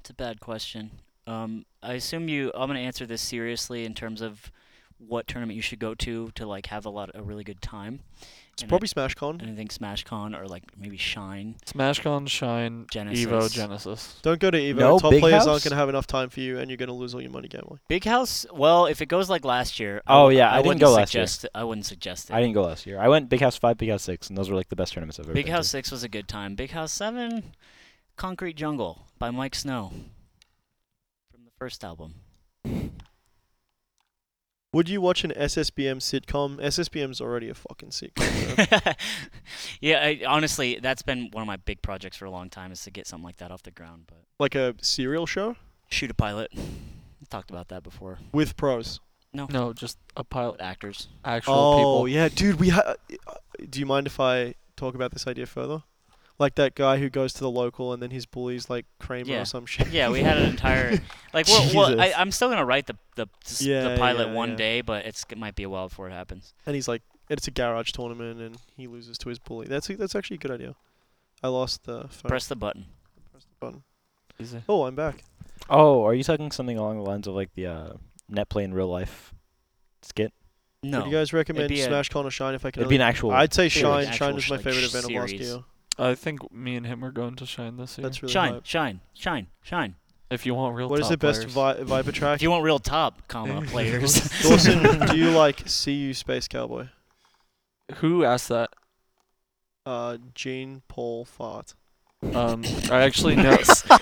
Speaker 3: It's a bad question. Um, I assume you. I'm gonna answer this seriously in terms of what tournament you should go to to like have a lot a really good time.
Speaker 2: It's
Speaker 3: And I-
Speaker 2: probably SmashCon.
Speaker 3: and I think Smash Con or like maybe Shine.
Speaker 1: Smash Con, Shine, Evo,
Speaker 3: Genesis.
Speaker 1: Genesis.
Speaker 2: Don't go to Evo.
Speaker 4: No,
Speaker 2: top
Speaker 4: Big
Speaker 2: players aren't
Speaker 4: House?
Speaker 2: going to have enough time for you, and you're going to lose all your money gambling.
Speaker 3: Big House. Well, if it goes like last year.
Speaker 4: Oh,
Speaker 3: wou-
Speaker 4: yeah, I didn't
Speaker 3: wouldn't
Speaker 4: go last year.
Speaker 3: suggest I wouldn't suggest it.
Speaker 4: I didn't go last year. I went Big House Five, Big House Six, and those were like the best tournaments I've ever
Speaker 3: Big
Speaker 4: been
Speaker 3: House
Speaker 4: to.
Speaker 3: Six was a good time. Big House Seven, Concrete Jungle by Mike Snow from the first album.
Speaker 2: Would you watch an SSBM sitcom? SSBM's already a fucking sitcom. though.
Speaker 3: yeah, I, honestly, that's been one of my big projects for a long time is to get something like that off the ground. But
Speaker 2: like a serial show
Speaker 3: shoot a pilot. We talked about that before.
Speaker 2: with pros.
Speaker 1: No, just a pile
Speaker 3: With actors.
Speaker 1: actual
Speaker 2: oh
Speaker 1: people.
Speaker 2: yeah, dude. We ha- do you mind if I talk about this idea further? Like that guy who goes to the local and then his bullies like Kramer
Speaker 3: Yeah.
Speaker 2: or some shit.
Speaker 3: Yeah, we had an entire like. Well, well I,
Speaker 4: Jesus.
Speaker 3: I'm still gonna write the the, s-
Speaker 2: Yeah,
Speaker 3: the pilot
Speaker 2: yeah,
Speaker 3: one
Speaker 2: yeah.
Speaker 3: day, but it's it might be a while before it happens.
Speaker 2: and he's like And it's a garage tournament, and he loses to his bully. That's that's actually a good idea. I lost the phone
Speaker 3: Press the button.
Speaker 2: button.
Speaker 1: Easy.
Speaker 2: Oh, I'm back.
Speaker 4: Oh, are you talking something along the lines of like the uh, net play in real life skit?
Speaker 3: No.
Speaker 2: Would you guys recommend
Speaker 3: be a-
Speaker 2: Smash Con or Shine if I can?
Speaker 4: It'd be an
Speaker 2: only-
Speaker 4: actual.
Speaker 2: I'd say
Speaker 3: it'd be
Speaker 2: Shine.
Speaker 3: an
Speaker 2: Shine
Speaker 3: actual
Speaker 2: is
Speaker 3: sh-
Speaker 2: my
Speaker 3: like,
Speaker 2: favorite event of last
Speaker 3: series.
Speaker 2: year.
Speaker 1: I think me and him are going to shine this year.
Speaker 2: That's really
Speaker 3: shine,
Speaker 2: hype.
Speaker 3: shine, shine, shine.
Speaker 1: if you want real.
Speaker 2: What is
Speaker 1: top
Speaker 2: the best
Speaker 1: players.
Speaker 2: vi- Viper track?
Speaker 3: If you want real top, comma players.
Speaker 2: Dawson, do you like CU Space Cowboy?
Speaker 1: Who asked that?
Speaker 2: Uh, Gene Paul Fart.
Speaker 1: Um, I actually know.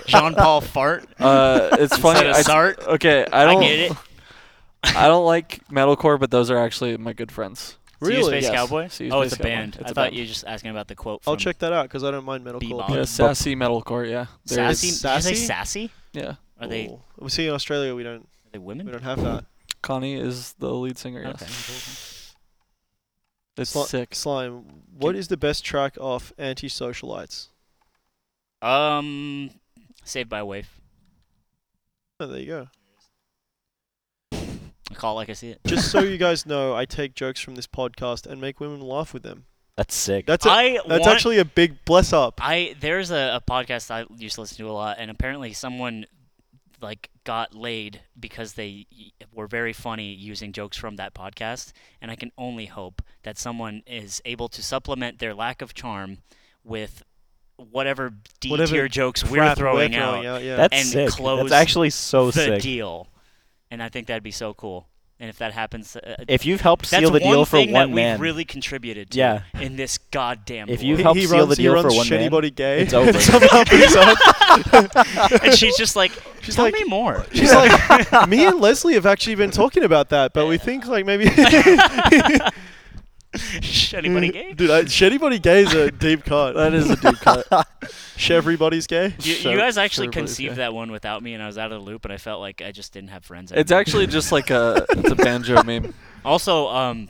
Speaker 3: Jean Paul fart.
Speaker 1: Uh, it's funny.
Speaker 3: Instead of
Speaker 1: I-
Speaker 3: Sart.
Speaker 1: okay, I
Speaker 3: I
Speaker 1: don't.
Speaker 3: get it.
Speaker 1: I don't like metalcore, but those are actually my good friends.
Speaker 3: See you, Space
Speaker 1: Yes.
Speaker 3: Cowboy?
Speaker 1: See you,
Speaker 3: oh,
Speaker 1: Space
Speaker 3: it's a
Speaker 1: Cowboy.
Speaker 3: band.
Speaker 1: It's
Speaker 3: I
Speaker 1: a
Speaker 3: thought
Speaker 1: band.
Speaker 3: you were just asking about the quote.
Speaker 2: I'll
Speaker 3: from
Speaker 2: check that out because I don't mind metalcore.
Speaker 3: Bebop.
Speaker 1: Yeah,
Speaker 3: Bop.
Speaker 1: sassy metalcore. Yeah, There is-
Speaker 3: Sassy. Did you say
Speaker 2: Sassy?
Speaker 3: sassy?
Speaker 1: Yeah,
Speaker 3: Are they, are
Speaker 2: Ooh. We see in Australia we don't
Speaker 3: they
Speaker 2: we
Speaker 3: women?
Speaker 2: don't have that.
Speaker 1: Connie is the lead singer. Yes,
Speaker 3: Okay.
Speaker 1: it's
Speaker 2: Sli-
Speaker 1: sick.
Speaker 2: Slime. What is the best track off Anti Socialites?
Speaker 3: Um, Saved by a Wave.
Speaker 2: Oh, there you go.
Speaker 3: I call it like I see it.
Speaker 2: Just so you guys know, I take jokes from this podcast and make women laugh with them.
Speaker 4: That's sick.
Speaker 2: That's a,
Speaker 3: I
Speaker 2: that's
Speaker 3: want,
Speaker 2: actually a big bless up.
Speaker 3: I there's a, a podcast I used to listen to a lot, and apparently someone like got laid because they y- were very funny using jokes from that podcast. And I can only hope that someone is able to supplement their lack of charm with whatever D
Speaker 2: Whatever
Speaker 3: tier jokes we're
Speaker 2: Crap,
Speaker 3: throwing, out,
Speaker 2: yeah.
Speaker 4: That's
Speaker 3: and
Speaker 4: sick.
Speaker 3: close
Speaker 4: That's actually so
Speaker 3: the
Speaker 4: sick.
Speaker 3: deal. And I think that'd be so cool. And if that happens, uh,
Speaker 4: If you've helped
Speaker 3: that's
Speaker 4: seal the
Speaker 3: one
Speaker 4: deal for
Speaker 3: thing that
Speaker 4: one
Speaker 3: we've
Speaker 4: man,
Speaker 3: really contributed to
Speaker 4: Yeah.
Speaker 3: in this goddamn
Speaker 4: If
Speaker 2: he,
Speaker 4: you've
Speaker 3: world.
Speaker 4: helped
Speaker 2: he
Speaker 4: seal the
Speaker 2: runs, he
Speaker 4: deal for
Speaker 2: runs
Speaker 4: one
Speaker 2: shitty
Speaker 4: man,
Speaker 2: body gay.
Speaker 4: it's over.
Speaker 2: Somehow picks up.
Speaker 3: and she's just like,
Speaker 2: She's
Speaker 3: tell
Speaker 2: like-
Speaker 3: me more.
Speaker 2: She's like, me and Leslie have actually been talking about that, but we think like maybe.
Speaker 3: Shh, Anybody
Speaker 1: Mm.
Speaker 3: gay?
Speaker 2: Dude, I, shitty body gay is a deep cut.
Speaker 1: That is a deep cut.
Speaker 2: Everybody's gay.
Speaker 3: You,
Speaker 1: Sure-
Speaker 3: you guys actually
Speaker 1: sure, but it's
Speaker 3: conceived
Speaker 1: gay.
Speaker 3: that one without me, and I was out of the loop, and I felt like I just didn't have friends.
Speaker 1: It's
Speaker 3: anymore.
Speaker 1: actually just like a it's a banjo meme.
Speaker 3: also um,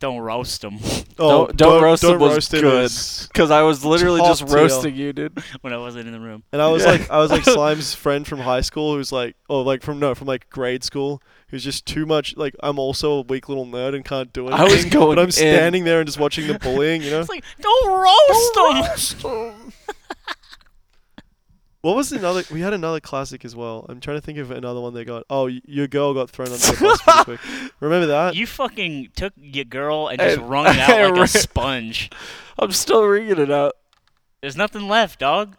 Speaker 3: don't roast them
Speaker 2: Oh,
Speaker 1: Don't- Don't Roast Him
Speaker 2: Don't
Speaker 1: was
Speaker 2: Roast Him
Speaker 1: good.
Speaker 2: is-
Speaker 1: Because I was literally
Speaker 2: Top
Speaker 1: just
Speaker 2: tier.
Speaker 1: roasting you, dude.
Speaker 3: when I wasn't in the room.
Speaker 2: And I was
Speaker 1: Yeah.
Speaker 2: like, I was like Slime's friend from high school who's like, oh, like from no, from like grade school, who's just too much. Like, I'm also a weak little nerd and can't do
Speaker 1: I
Speaker 2: anything.
Speaker 1: was going
Speaker 2: but I'm
Speaker 1: in.
Speaker 2: standing there and just watching the bullying. You know.
Speaker 3: It's like don't roast them.
Speaker 2: What was another? We had another classic as well. I'm trying to think of another one they got. Oh, y- your girl got thrown under the bus pretty quick. Remember that?
Speaker 3: You fucking took your girl and just
Speaker 1: And-
Speaker 3: wrung it out like
Speaker 1: Uh, Right.
Speaker 3: a sponge.
Speaker 1: I'm still reading it out.
Speaker 3: There's nothing left, dog.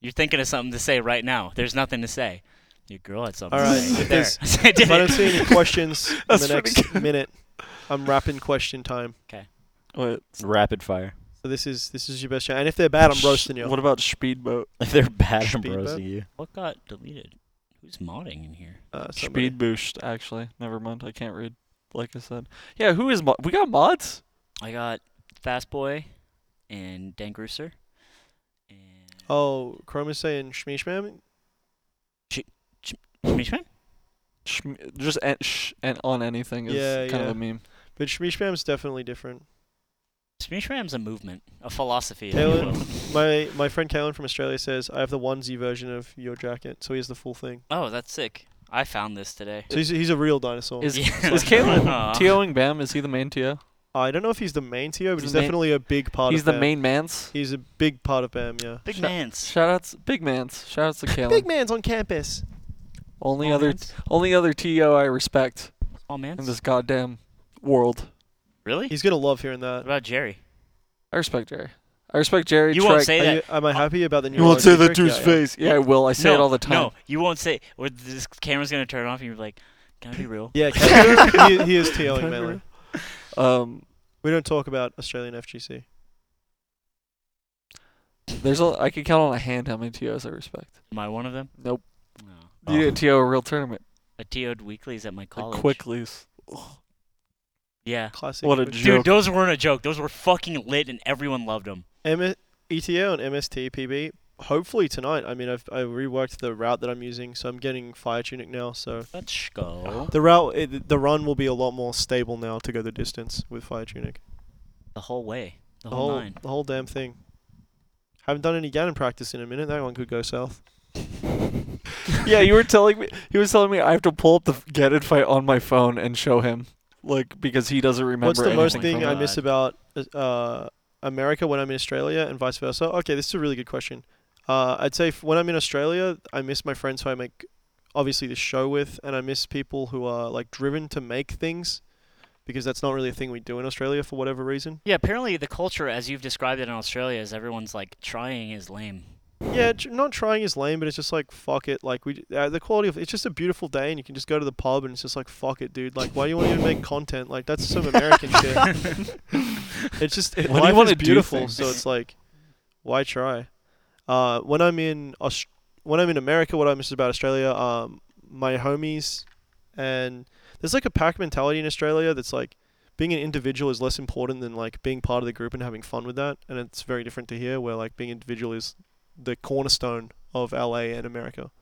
Speaker 3: You're thinking of something to say right now. There's nothing to say. Your girl had something
Speaker 2: All
Speaker 3: to
Speaker 2: right,
Speaker 3: say.
Speaker 2: if
Speaker 3: There.
Speaker 2: there's-
Speaker 3: I did
Speaker 2: if I don't
Speaker 3: it.
Speaker 2: see any questions in the
Speaker 1: That's pretty
Speaker 2: next minute, I'm wrapping question time.
Speaker 1: Wait,
Speaker 4: rapid fire.
Speaker 2: So this is this is your best shot. And if they're bad, I'm roasting you.
Speaker 1: What about speedboat?
Speaker 4: If they're bad, I'm
Speaker 2: Speedboat?
Speaker 4: roasting you.
Speaker 3: What got deleted? Who's modding in here?
Speaker 2: Uh, somebody.
Speaker 1: Speed boost. Actually, never mind. I can't read. Like I said. Yeah, who is mod? We got mods.
Speaker 3: I got Fast Boy and Dan Gruser. And
Speaker 2: Oh, Chromosay and Schmishmam.
Speaker 3: Schmishman?
Speaker 1: Shm just an- sh- and on anything is
Speaker 2: Yeah,
Speaker 1: kind
Speaker 2: yeah.
Speaker 1: of a meme.
Speaker 2: But Schmishmam's definitely different.
Speaker 3: Schmishman's a movement, a philosophy. If you
Speaker 2: Kaelin,
Speaker 3: will.
Speaker 2: my my friend Kaelin from Australia says I have the onesie version of your jacket, so he has the full thing.
Speaker 3: Oh, that's sick. I found this today.
Speaker 2: So he's, he's a real dinosaur.
Speaker 1: Is
Speaker 3: Yeah.
Speaker 1: is Kalen
Speaker 3: Aw.
Speaker 1: TOing Bam? Is he the main TO?
Speaker 2: I don't know if he's the main TO, but
Speaker 1: He's
Speaker 2: he's
Speaker 1: the main-
Speaker 2: definitely a big part
Speaker 1: He's
Speaker 2: of
Speaker 1: the
Speaker 2: BAM.
Speaker 1: main man's.
Speaker 2: He's a big part of BAM, yeah.
Speaker 3: Big
Speaker 1: Shut-
Speaker 3: man's.
Speaker 1: Shoutouts, big man's. Shoutouts to Kalen.
Speaker 2: Big man's on campus.
Speaker 1: Only
Speaker 3: All
Speaker 1: other,
Speaker 3: man's.
Speaker 1: only other TO I respect
Speaker 3: All man's.
Speaker 1: in this goddamn world.
Speaker 3: really?
Speaker 2: He's gonna love hearing
Speaker 3: What
Speaker 2: that.
Speaker 3: about Jerry?
Speaker 1: I respect Jerry. I respect Jerry.
Speaker 3: You won't
Speaker 1: Trek-
Speaker 3: say
Speaker 2: Are
Speaker 3: that.
Speaker 2: you, am
Speaker 1: Uh,
Speaker 2: I happy about the new?
Speaker 1: You won't say that to
Speaker 2: trick? Yeah,
Speaker 1: his
Speaker 2: yeah.
Speaker 1: face. Yeah, I will. I say
Speaker 3: no,
Speaker 1: it all the time.
Speaker 3: No, you won't say. Or this camera's gonna turn off, and you're like, "Can I be real?"
Speaker 2: Yeah, Kaelin, he, he is TOing mainly.
Speaker 1: Um,
Speaker 2: We don't talk about Australian FGC.
Speaker 1: there's a. I can count on a hand how many TOs I respect.
Speaker 3: Am I one of them?
Speaker 1: Nope.
Speaker 3: No.
Speaker 4: Oh,
Speaker 1: You get TO a real tournament.
Speaker 3: I TO'd weeklies at my
Speaker 1: Like
Speaker 3: college.
Speaker 1: Quicklies.
Speaker 3: Yeah.
Speaker 2: Classic.
Speaker 1: What a
Speaker 2: J-
Speaker 1: joke.
Speaker 3: Dude, those weren't a joke. Those were fucking lit, and everyone loved them.
Speaker 2: M- ETO and MSTPB. Hopefully tonight. I mean, I've I reworked the route that I'm using, so I'm getting fire tunic now. So
Speaker 3: Let's go.
Speaker 2: the route, it, the run will be a lot more stable now to go the distance with fire tunic.
Speaker 3: The whole way. The
Speaker 2: The
Speaker 3: whole
Speaker 2: whole,
Speaker 3: nine.
Speaker 2: the whole damn thing. Haven't done any Ganon practice in a minute. That one could go south.
Speaker 1: yeah, you were telling me. He was telling me I have to pull up the Get It fight on my phone and show him. like because he doesn't remember.
Speaker 2: What's the most
Speaker 1: anything
Speaker 2: thing
Speaker 1: from
Speaker 2: I
Speaker 1: it.
Speaker 2: miss about uh, America when I'm in Australia and vice versa? Okay, this is a really good question. Uh, I'd say f- when I'm in Australia, I miss my friends who I make obviously the show with, and I miss people who are like driven to make things because that's not really a thing we do in Australia for whatever reason.
Speaker 3: Yeah, apparently the culture, as you've described it in Australia, is everyone's like trying is lame.
Speaker 2: Yeah, tr- not trying is lame, but it's just like fuck it. Like we, uh, the quality of it's just a beautiful day, and you can just go to the pub, and it's just like fuck it, dude. Like why do you want to even make content? Like that's some American shit. It's just it,
Speaker 1: Why do you
Speaker 2: life
Speaker 1: wanna
Speaker 2: is
Speaker 1: do
Speaker 2: beautiful,
Speaker 1: things?
Speaker 2: so it's like why try? Uh, when I'm in Aus- when I'm in America, what I miss about Australia, um, my homies, and there's like a pack mentality in Australia that's like being an individual is less important than like being part of the group and having fun with that, and it's very different to here where like being individual is the cornerstone of LA and America.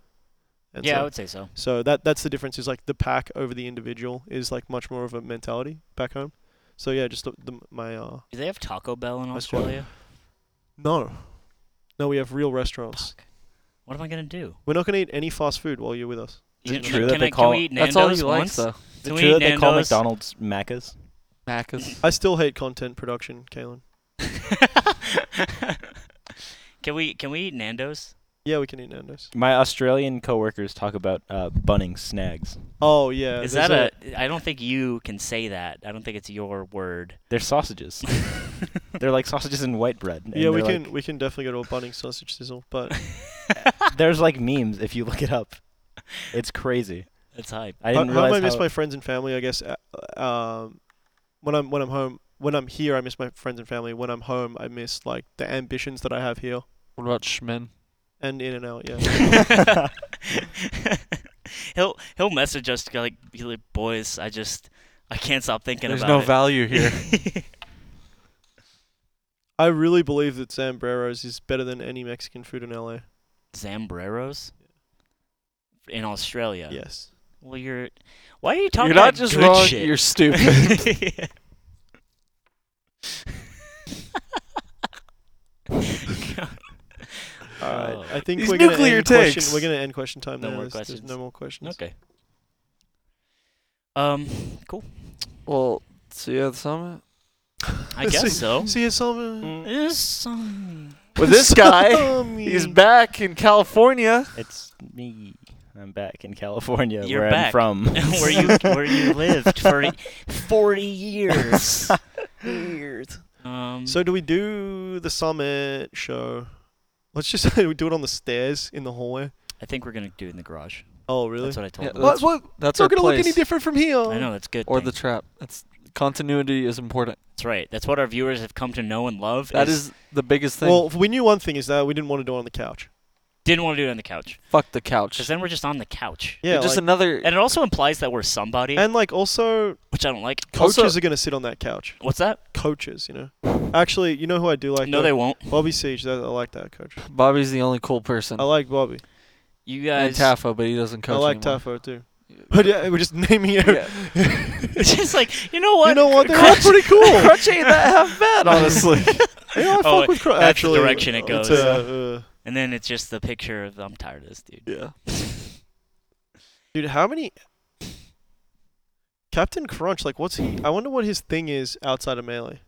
Speaker 2: And
Speaker 3: yeah, I
Speaker 2: so,
Speaker 3: would say so.
Speaker 2: so that that's the difference is like the pack over the individual is like much more of a mentality back home. So yeah, just the, the, my uh,
Speaker 3: Do they have Taco Bell in
Speaker 2: That's true.
Speaker 3: Australia?
Speaker 2: no. No, we have real restaurants.
Speaker 3: Fuck. What am I gonna do?
Speaker 2: We're not going to eat any fast food while you're with us.
Speaker 4: Is it
Speaker 3: You-
Speaker 4: true that
Speaker 3: can
Speaker 4: they
Speaker 3: I,
Speaker 4: call-
Speaker 3: can we eat Nando's
Speaker 1: That's all he likes
Speaker 3: once?
Speaker 1: though.
Speaker 3: Can we
Speaker 4: True
Speaker 3: eat
Speaker 4: that they call
Speaker 3: Nando's?
Speaker 4: McDonald's Macca's?
Speaker 1: Macca's.
Speaker 2: I still hate content production, Kalen.
Speaker 3: can we can we eat Nando's?
Speaker 2: Yeah, we can eat Nando's.
Speaker 4: My Australian coworkers talk about uh, bunning snags.
Speaker 2: Oh, yeah.
Speaker 3: Is
Speaker 2: there's
Speaker 3: that a? I don't think you can say that. I don't think it's your word.
Speaker 4: They're sausages. they're like sausages in white bread. and
Speaker 2: Yeah, we
Speaker 4: they're
Speaker 2: can
Speaker 4: like-
Speaker 2: we can definitely go to a bunning sausage sizzle, but
Speaker 4: there's like memes if you look it up. It's crazy.
Speaker 3: That's hype.
Speaker 4: I
Speaker 2: how,
Speaker 4: didn't
Speaker 2: how
Speaker 4: realize
Speaker 2: do I miss
Speaker 4: how-
Speaker 2: my friends and family? I guess uh, um, when I'm when I'm home, when I'm here, I miss my friends and family. When I'm home, I miss like the ambitions that I have here
Speaker 1: What about Schmin?
Speaker 2: and in and out. Yeah,
Speaker 3: he'll he'll message us to go like, be like, boys, I just I can't stop thinking
Speaker 1: There's no
Speaker 3: about
Speaker 1: value
Speaker 3: it.
Speaker 1: here.
Speaker 2: I really believe that Zambreros is better than any Mexican food in LA.
Speaker 3: Zambreros in Australia.
Speaker 2: Yes,
Speaker 3: Well, you're. Why are you talking?
Speaker 1: you're not
Speaker 3: about
Speaker 1: just
Speaker 3: good
Speaker 1: wrong.
Speaker 3: Shit?
Speaker 1: You're stupid.
Speaker 2: all right.
Speaker 3: Oh.
Speaker 2: I think
Speaker 1: These
Speaker 2: we're gonna
Speaker 1: nuclear
Speaker 2: end question.
Speaker 1: takes.
Speaker 2: We're gonna end question time.
Speaker 3: No
Speaker 2: there.
Speaker 3: more
Speaker 2: There's- there's
Speaker 3: questions.
Speaker 2: no more questions.
Speaker 3: okay. Um. Cool.
Speaker 1: well, see you at the summit.
Speaker 3: I guess so. Mm.
Speaker 2: See you, Salma.
Speaker 3: Is, um,
Speaker 1: With this guy,
Speaker 2: Salmi.
Speaker 1: he's back in California.
Speaker 4: It's me. I'm back in California,
Speaker 3: You're
Speaker 4: where
Speaker 3: back.
Speaker 4: I'm from.
Speaker 3: where you where you lived for forty years.
Speaker 2: Weird.
Speaker 3: Um,
Speaker 2: So do we do the summit show? Let's just we do it on the stairs in the hallway.
Speaker 3: I think we're gonna do it in the garage.
Speaker 2: Oh, really?
Speaker 3: That's what I told
Speaker 1: Yeah,
Speaker 3: them.
Speaker 1: that's-
Speaker 2: what?
Speaker 1: That's
Speaker 2: It's not
Speaker 1: our
Speaker 2: gonna look
Speaker 1: place.
Speaker 2: any different from here.
Speaker 3: I know that's good.
Speaker 1: or
Speaker 3: thing.
Speaker 1: the trap. That's continuity is important.
Speaker 3: that's right. That's what our viewers have come to know and love.
Speaker 1: That is the biggest thing.
Speaker 2: Well, we knew one thing is that we didn't want to do it on the couch.
Speaker 3: didn't want to do it on the couch
Speaker 1: fuck the couch.
Speaker 3: because then we're just on the couch,
Speaker 2: Yeah,
Speaker 1: You're just
Speaker 2: like-
Speaker 1: another.
Speaker 3: and it also implies that we're somebody,
Speaker 2: and like also
Speaker 3: which I don't like.
Speaker 2: coaches
Speaker 1: Also-
Speaker 2: are gonna sit on that couch.
Speaker 3: What's that?
Speaker 2: Coaches, you know. Actually, you know who I do like?
Speaker 3: no,
Speaker 2: though?
Speaker 3: they Um, won't.
Speaker 2: Bobby Siege. That, I like that coach.
Speaker 1: Bobby's the only cool person.
Speaker 2: I like Bobby.
Speaker 3: You
Speaker 1: and
Speaker 3: guys.
Speaker 1: Taffo, but he doesn't coach
Speaker 2: I like
Speaker 1: anymore.
Speaker 2: Taffo too. But yeah, we're just naming it.
Speaker 1: Yeah.
Speaker 3: It's just like you know what?
Speaker 2: You know what? They're all
Speaker 3: Crotch-
Speaker 2: pretty cool.
Speaker 1: Crutch ain't that half bad, honestly.
Speaker 2: Yeah, I fuck
Speaker 3: Oh,
Speaker 2: with Cro-
Speaker 3: that's the
Speaker 2: actually,
Speaker 3: direction it
Speaker 2: it's,
Speaker 3: goes.
Speaker 2: uh, uh,
Speaker 3: and then it's just the picture of I'm tired of this dude.
Speaker 1: yeah.
Speaker 2: Dude, how many Captain Crunch? Like, what's he? I wonder what his thing is outside of melee.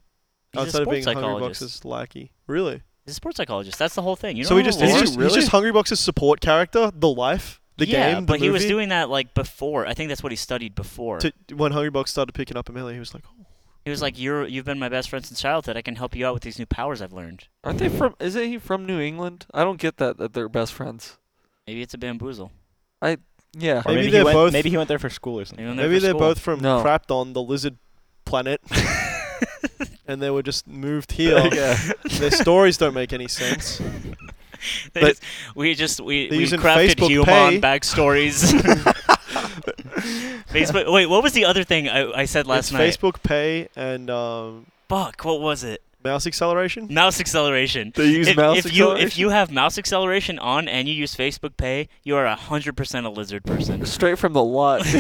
Speaker 3: He's a
Speaker 2: outside of
Speaker 3: sports
Speaker 2: being Hungry
Speaker 3: psychologist.
Speaker 2: Box's lackey, really?
Speaker 3: He's a sports psychologist. That's the whole thing. You know
Speaker 2: so he just
Speaker 1: know
Speaker 2: he's
Speaker 1: Lauren?
Speaker 2: just, he's
Speaker 1: Really?
Speaker 2: just Hungry Box's support character, the life, the
Speaker 3: yeah,
Speaker 2: game, the
Speaker 3: but he was
Speaker 2: movie.
Speaker 3: doing that like before. I think that's what he studied before.
Speaker 2: To- when Hungry Box started picking up a melee, he was like, oh.
Speaker 3: he was like, "You're you've been my best friend since childhood. I can help you out with these new powers I've learned."
Speaker 1: Aren't they from? Isn't he from New England? I don't get that that they're best friends.
Speaker 3: Maybe it's a bamboozle.
Speaker 1: Yeah,
Speaker 4: Or
Speaker 2: Maybe
Speaker 4: maybe,
Speaker 2: they're
Speaker 4: he went,
Speaker 2: both-
Speaker 4: maybe he went there for school or something.
Speaker 3: Maybe, when they're
Speaker 2: maybe
Speaker 3: for
Speaker 2: they're
Speaker 3: school.
Speaker 2: both from
Speaker 1: No.
Speaker 2: Crapton, the lizard planet, and they were just moved here.
Speaker 1: yeah.
Speaker 2: Their stories don't make any sense.
Speaker 3: They
Speaker 2: but-
Speaker 3: just- we just we
Speaker 2: They're
Speaker 3: we
Speaker 2: using
Speaker 3: crafted
Speaker 2: Facebook
Speaker 3: human
Speaker 2: Pay.
Speaker 3: backstories. Facebook. Wait, what was the other thing I, I said last
Speaker 2: it's
Speaker 3: night?
Speaker 2: Facebook Pay and um,
Speaker 3: Fuck, what was it?
Speaker 2: mouse acceleration.
Speaker 3: Mouse acceleration.
Speaker 1: They use
Speaker 3: if,
Speaker 1: mouse
Speaker 3: if you if
Speaker 1: acceleration?
Speaker 3: you have mouse acceleration on and you use Facebook Pay, you are hundred percent a lizard person.
Speaker 1: Straight from the lot.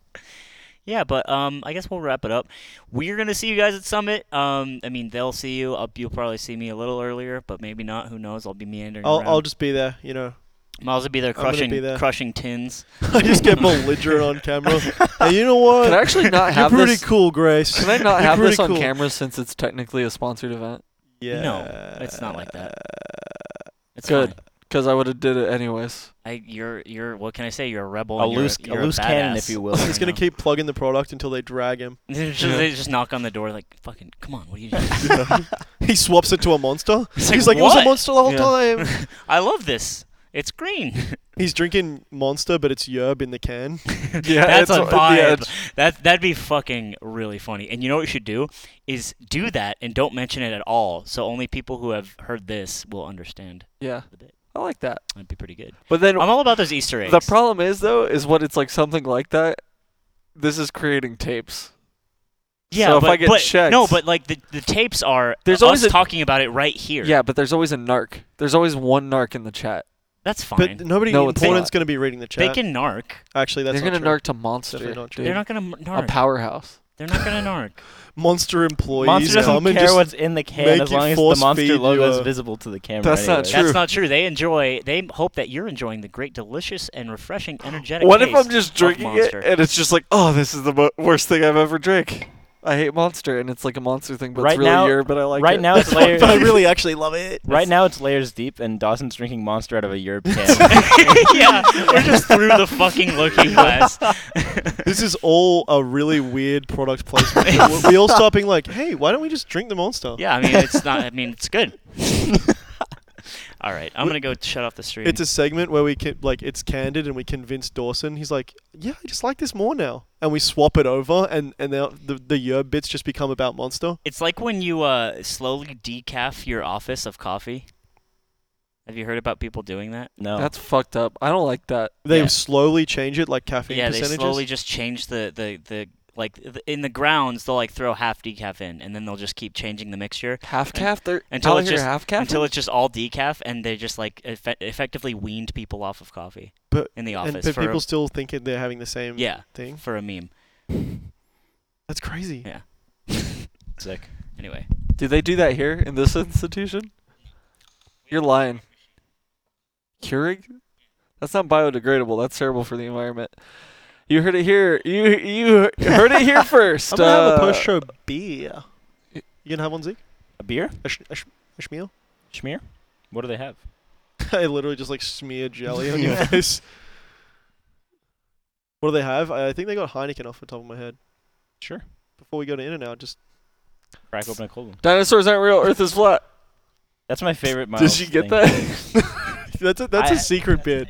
Speaker 3: yeah, but um, I guess we'll wrap it up. We're gonna see you guys at Summit. Um, I mean, they'll see you. Up, you'll probably see me a little earlier, but maybe not. Who knows? I'll be meandering
Speaker 2: I'll,
Speaker 3: around.
Speaker 2: I'll just be there, you know.
Speaker 3: Miles would be there
Speaker 2: I'm gonna
Speaker 3: crushing
Speaker 2: be there.
Speaker 3: crushing tins.
Speaker 2: I just get belligerent on camera. Hey, you know what?
Speaker 1: Can I actually not
Speaker 2: You're
Speaker 1: have
Speaker 2: pretty
Speaker 1: this?
Speaker 2: cool, Grace.
Speaker 1: Can I not
Speaker 2: You're
Speaker 1: have this
Speaker 2: pretty
Speaker 1: on
Speaker 2: cool.
Speaker 1: camera since it's technically a sponsored event?
Speaker 2: Yeah.
Speaker 3: No, it's not like that. It's
Speaker 1: Good.
Speaker 3: fine.
Speaker 1: Because I would have did it anyways.
Speaker 3: I, you're you're what can I say? You're a rebel.
Speaker 4: A
Speaker 3: and you're
Speaker 4: loose,
Speaker 3: you're
Speaker 4: a loose cannon, if
Speaker 3: badass.
Speaker 4: you will.
Speaker 3: I
Speaker 2: He's gonna
Speaker 3: know.
Speaker 2: keep plugging the product until they drag him.
Speaker 3: They just, they just knock on the door like, "Fucking, come on, what are you doing?"
Speaker 2: He swaps it to a monster.
Speaker 3: It's
Speaker 2: He's like, it was a
Speaker 3: "What?
Speaker 2: monster the whole
Speaker 1: Yeah.
Speaker 2: time.
Speaker 3: I love this. It's green.
Speaker 2: He's drinking monster, but it's yerb in the can.
Speaker 1: Yeah,
Speaker 3: That's
Speaker 1: it's
Speaker 3: a
Speaker 1: on the edge.
Speaker 3: vibe. That that'd be fucking really funny. And you know what you should do is do that and don't mention it at all. So only people who have heard this will understand.
Speaker 1: Yeah,
Speaker 3: the bit.
Speaker 1: I like that.
Speaker 3: That'd be pretty good.
Speaker 1: But then
Speaker 3: I'm all about those Easter eggs.
Speaker 1: the problem is though, is what it's like something like that. This is creating tapes.
Speaker 3: yeah,
Speaker 1: so if
Speaker 3: but,
Speaker 1: I get
Speaker 3: but
Speaker 1: checked-
Speaker 3: no, but like the, the tapes are
Speaker 1: There's
Speaker 3: there's
Speaker 1: always
Speaker 3: always
Speaker 1: a-
Speaker 3: talking about it right here.
Speaker 1: Yeah, but there's always a narc. There's always one narc in the chat.
Speaker 3: that's fine.
Speaker 2: But nobody
Speaker 1: No, it's
Speaker 2: important's
Speaker 1: not.
Speaker 2: gonna be reading the
Speaker 3: they
Speaker 2: chat.
Speaker 3: can narc.
Speaker 2: Actually, that's
Speaker 1: They're
Speaker 2: not
Speaker 1: gonna
Speaker 2: true.
Speaker 1: narc to monster.
Speaker 2: Definitely not true.
Speaker 1: dude.
Speaker 3: They're not gonna m- narc.
Speaker 1: a powerhouse.
Speaker 3: They're not gonna narc.
Speaker 2: Monster employees
Speaker 4: Monster doesn't
Speaker 2: come and
Speaker 4: care
Speaker 2: just
Speaker 4: what's in the can
Speaker 2: make
Speaker 4: as
Speaker 2: you
Speaker 4: long as the
Speaker 2: force feed
Speaker 4: monster
Speaker 2: you
Speaker 4: logo is
Speaker 2: a-
Speaker 4: visible to the camera.
Speaker 1: That's not
Speaker 4: anyways.
Speaker 1: True.
Speaker 3: That's not true. They enjoy. They hope that you're enjoying the great, delicious, and refreshing energetic.
Speaker 1: What if
Speaker 3: taste
Speaker 1: I'm just
Speaker 3: of
Speaker 1: drinking it
Speaker 3: Monster.
Speaker 1: and it's just like, oh, this is the mo- worst thing I've ever drank. I hate monster, and it's like a monster thing, but it's
Speaker 4: Right
Speaker 1: really
Speaker 4: now-
Speaker 1: your. But I like
Speaker 4: right
Speaker 1: it.
Speaker 4: now it's layered.
Speaker 2: but I really actually love it.
Speaker 4: right now it's layers deep, and Dawson's drinking monster out of a Europe can.
Speaker 3: yeah, we're just through the fucking looking glass.
Speaker 2: This is all a really weird product placement. we, we all start being like, hey, why don't we just drink the monster?
Speaker 3: Yeah, I mean it's not. I mean it's good. All right, I'm gonna go shut off the stream.
Speaker 2: It's a segment where we can like it's candid and we convince Dawson. He's like, yeah, I just like this more now, and we swap it over, and and now the the yerb bits just become about monster.
Speaker 3: It's like when you uh, slowly decaf your office of coffee. Have you heard about people doing that?
Speaker 4: no,
Speaker 1: That's fucked up. I don't like that.
Speaker 2: They
Speaker 3: Yeah.
Speaker 2: slowly change it like caffeine
Speaker 3: yeah, they
Speaker 2: percentages.
Speaker 3: slowly just change the the the like th- in the grounds they'll like throw half decaf in and then they'll just keep changing the mixture
Speaker 1: Half calf. They're
Speaker 3: until
Speaker 1: out
Speaker 3: it's
Speaker 1: here
Speaker 3: just-
Speaker 1: half calf.
Speaker 3: until it's just all decaf and they just like effe- effectively weaned people off of coffee
Speaker 2: But-
Speaker 3: in the
Speaker 2: and
Speaker 3: office
Speaker 2: but
Speaker 3: for a-
Speaker 2: people still think it- they're having the same
Speaker 3: yeah
Speaker 2: thing.
Speaker 3: for a meme.
Speaker 2: That's crazy.
Speaker 3: Yeah.
Speaker 4: sick.
Speaker 3: Anyway,
Speaker 1: Do they do that here in this institution? You're lying. Keurig? That's not biodegradable. That's terrible for the environment. You heard it here. You you heard it here 1st
Speaker 2: I'm gonna have a
Speaker 1: Uh,
Speaker 2: post show beer. You gonna have one, Zeke?
Speaker 4: A beer?
Speaker 2: A, sh- a, sh- a schmeal?
Speaker 4: Schmear? What do they have?
Speaker 2: I literally just like smear jelly on your face. What do they have? I I think they got Heineken off the top of my head.
Speaker 4: Sure.
Speaker 2: Before we go to In and Out, just
Speaker 4: Crack open a cold one.
Speaker 1: Dinosaurs aren't real. Earth is flat.
Speaker 4: That's my favorite. Miles
Speaker 1: Did you get
Speaker 4: thing.
Speaker 1: that?
Speaker 2: that's a that's a
Speaker 4: I-
Speaker 2: secret bit.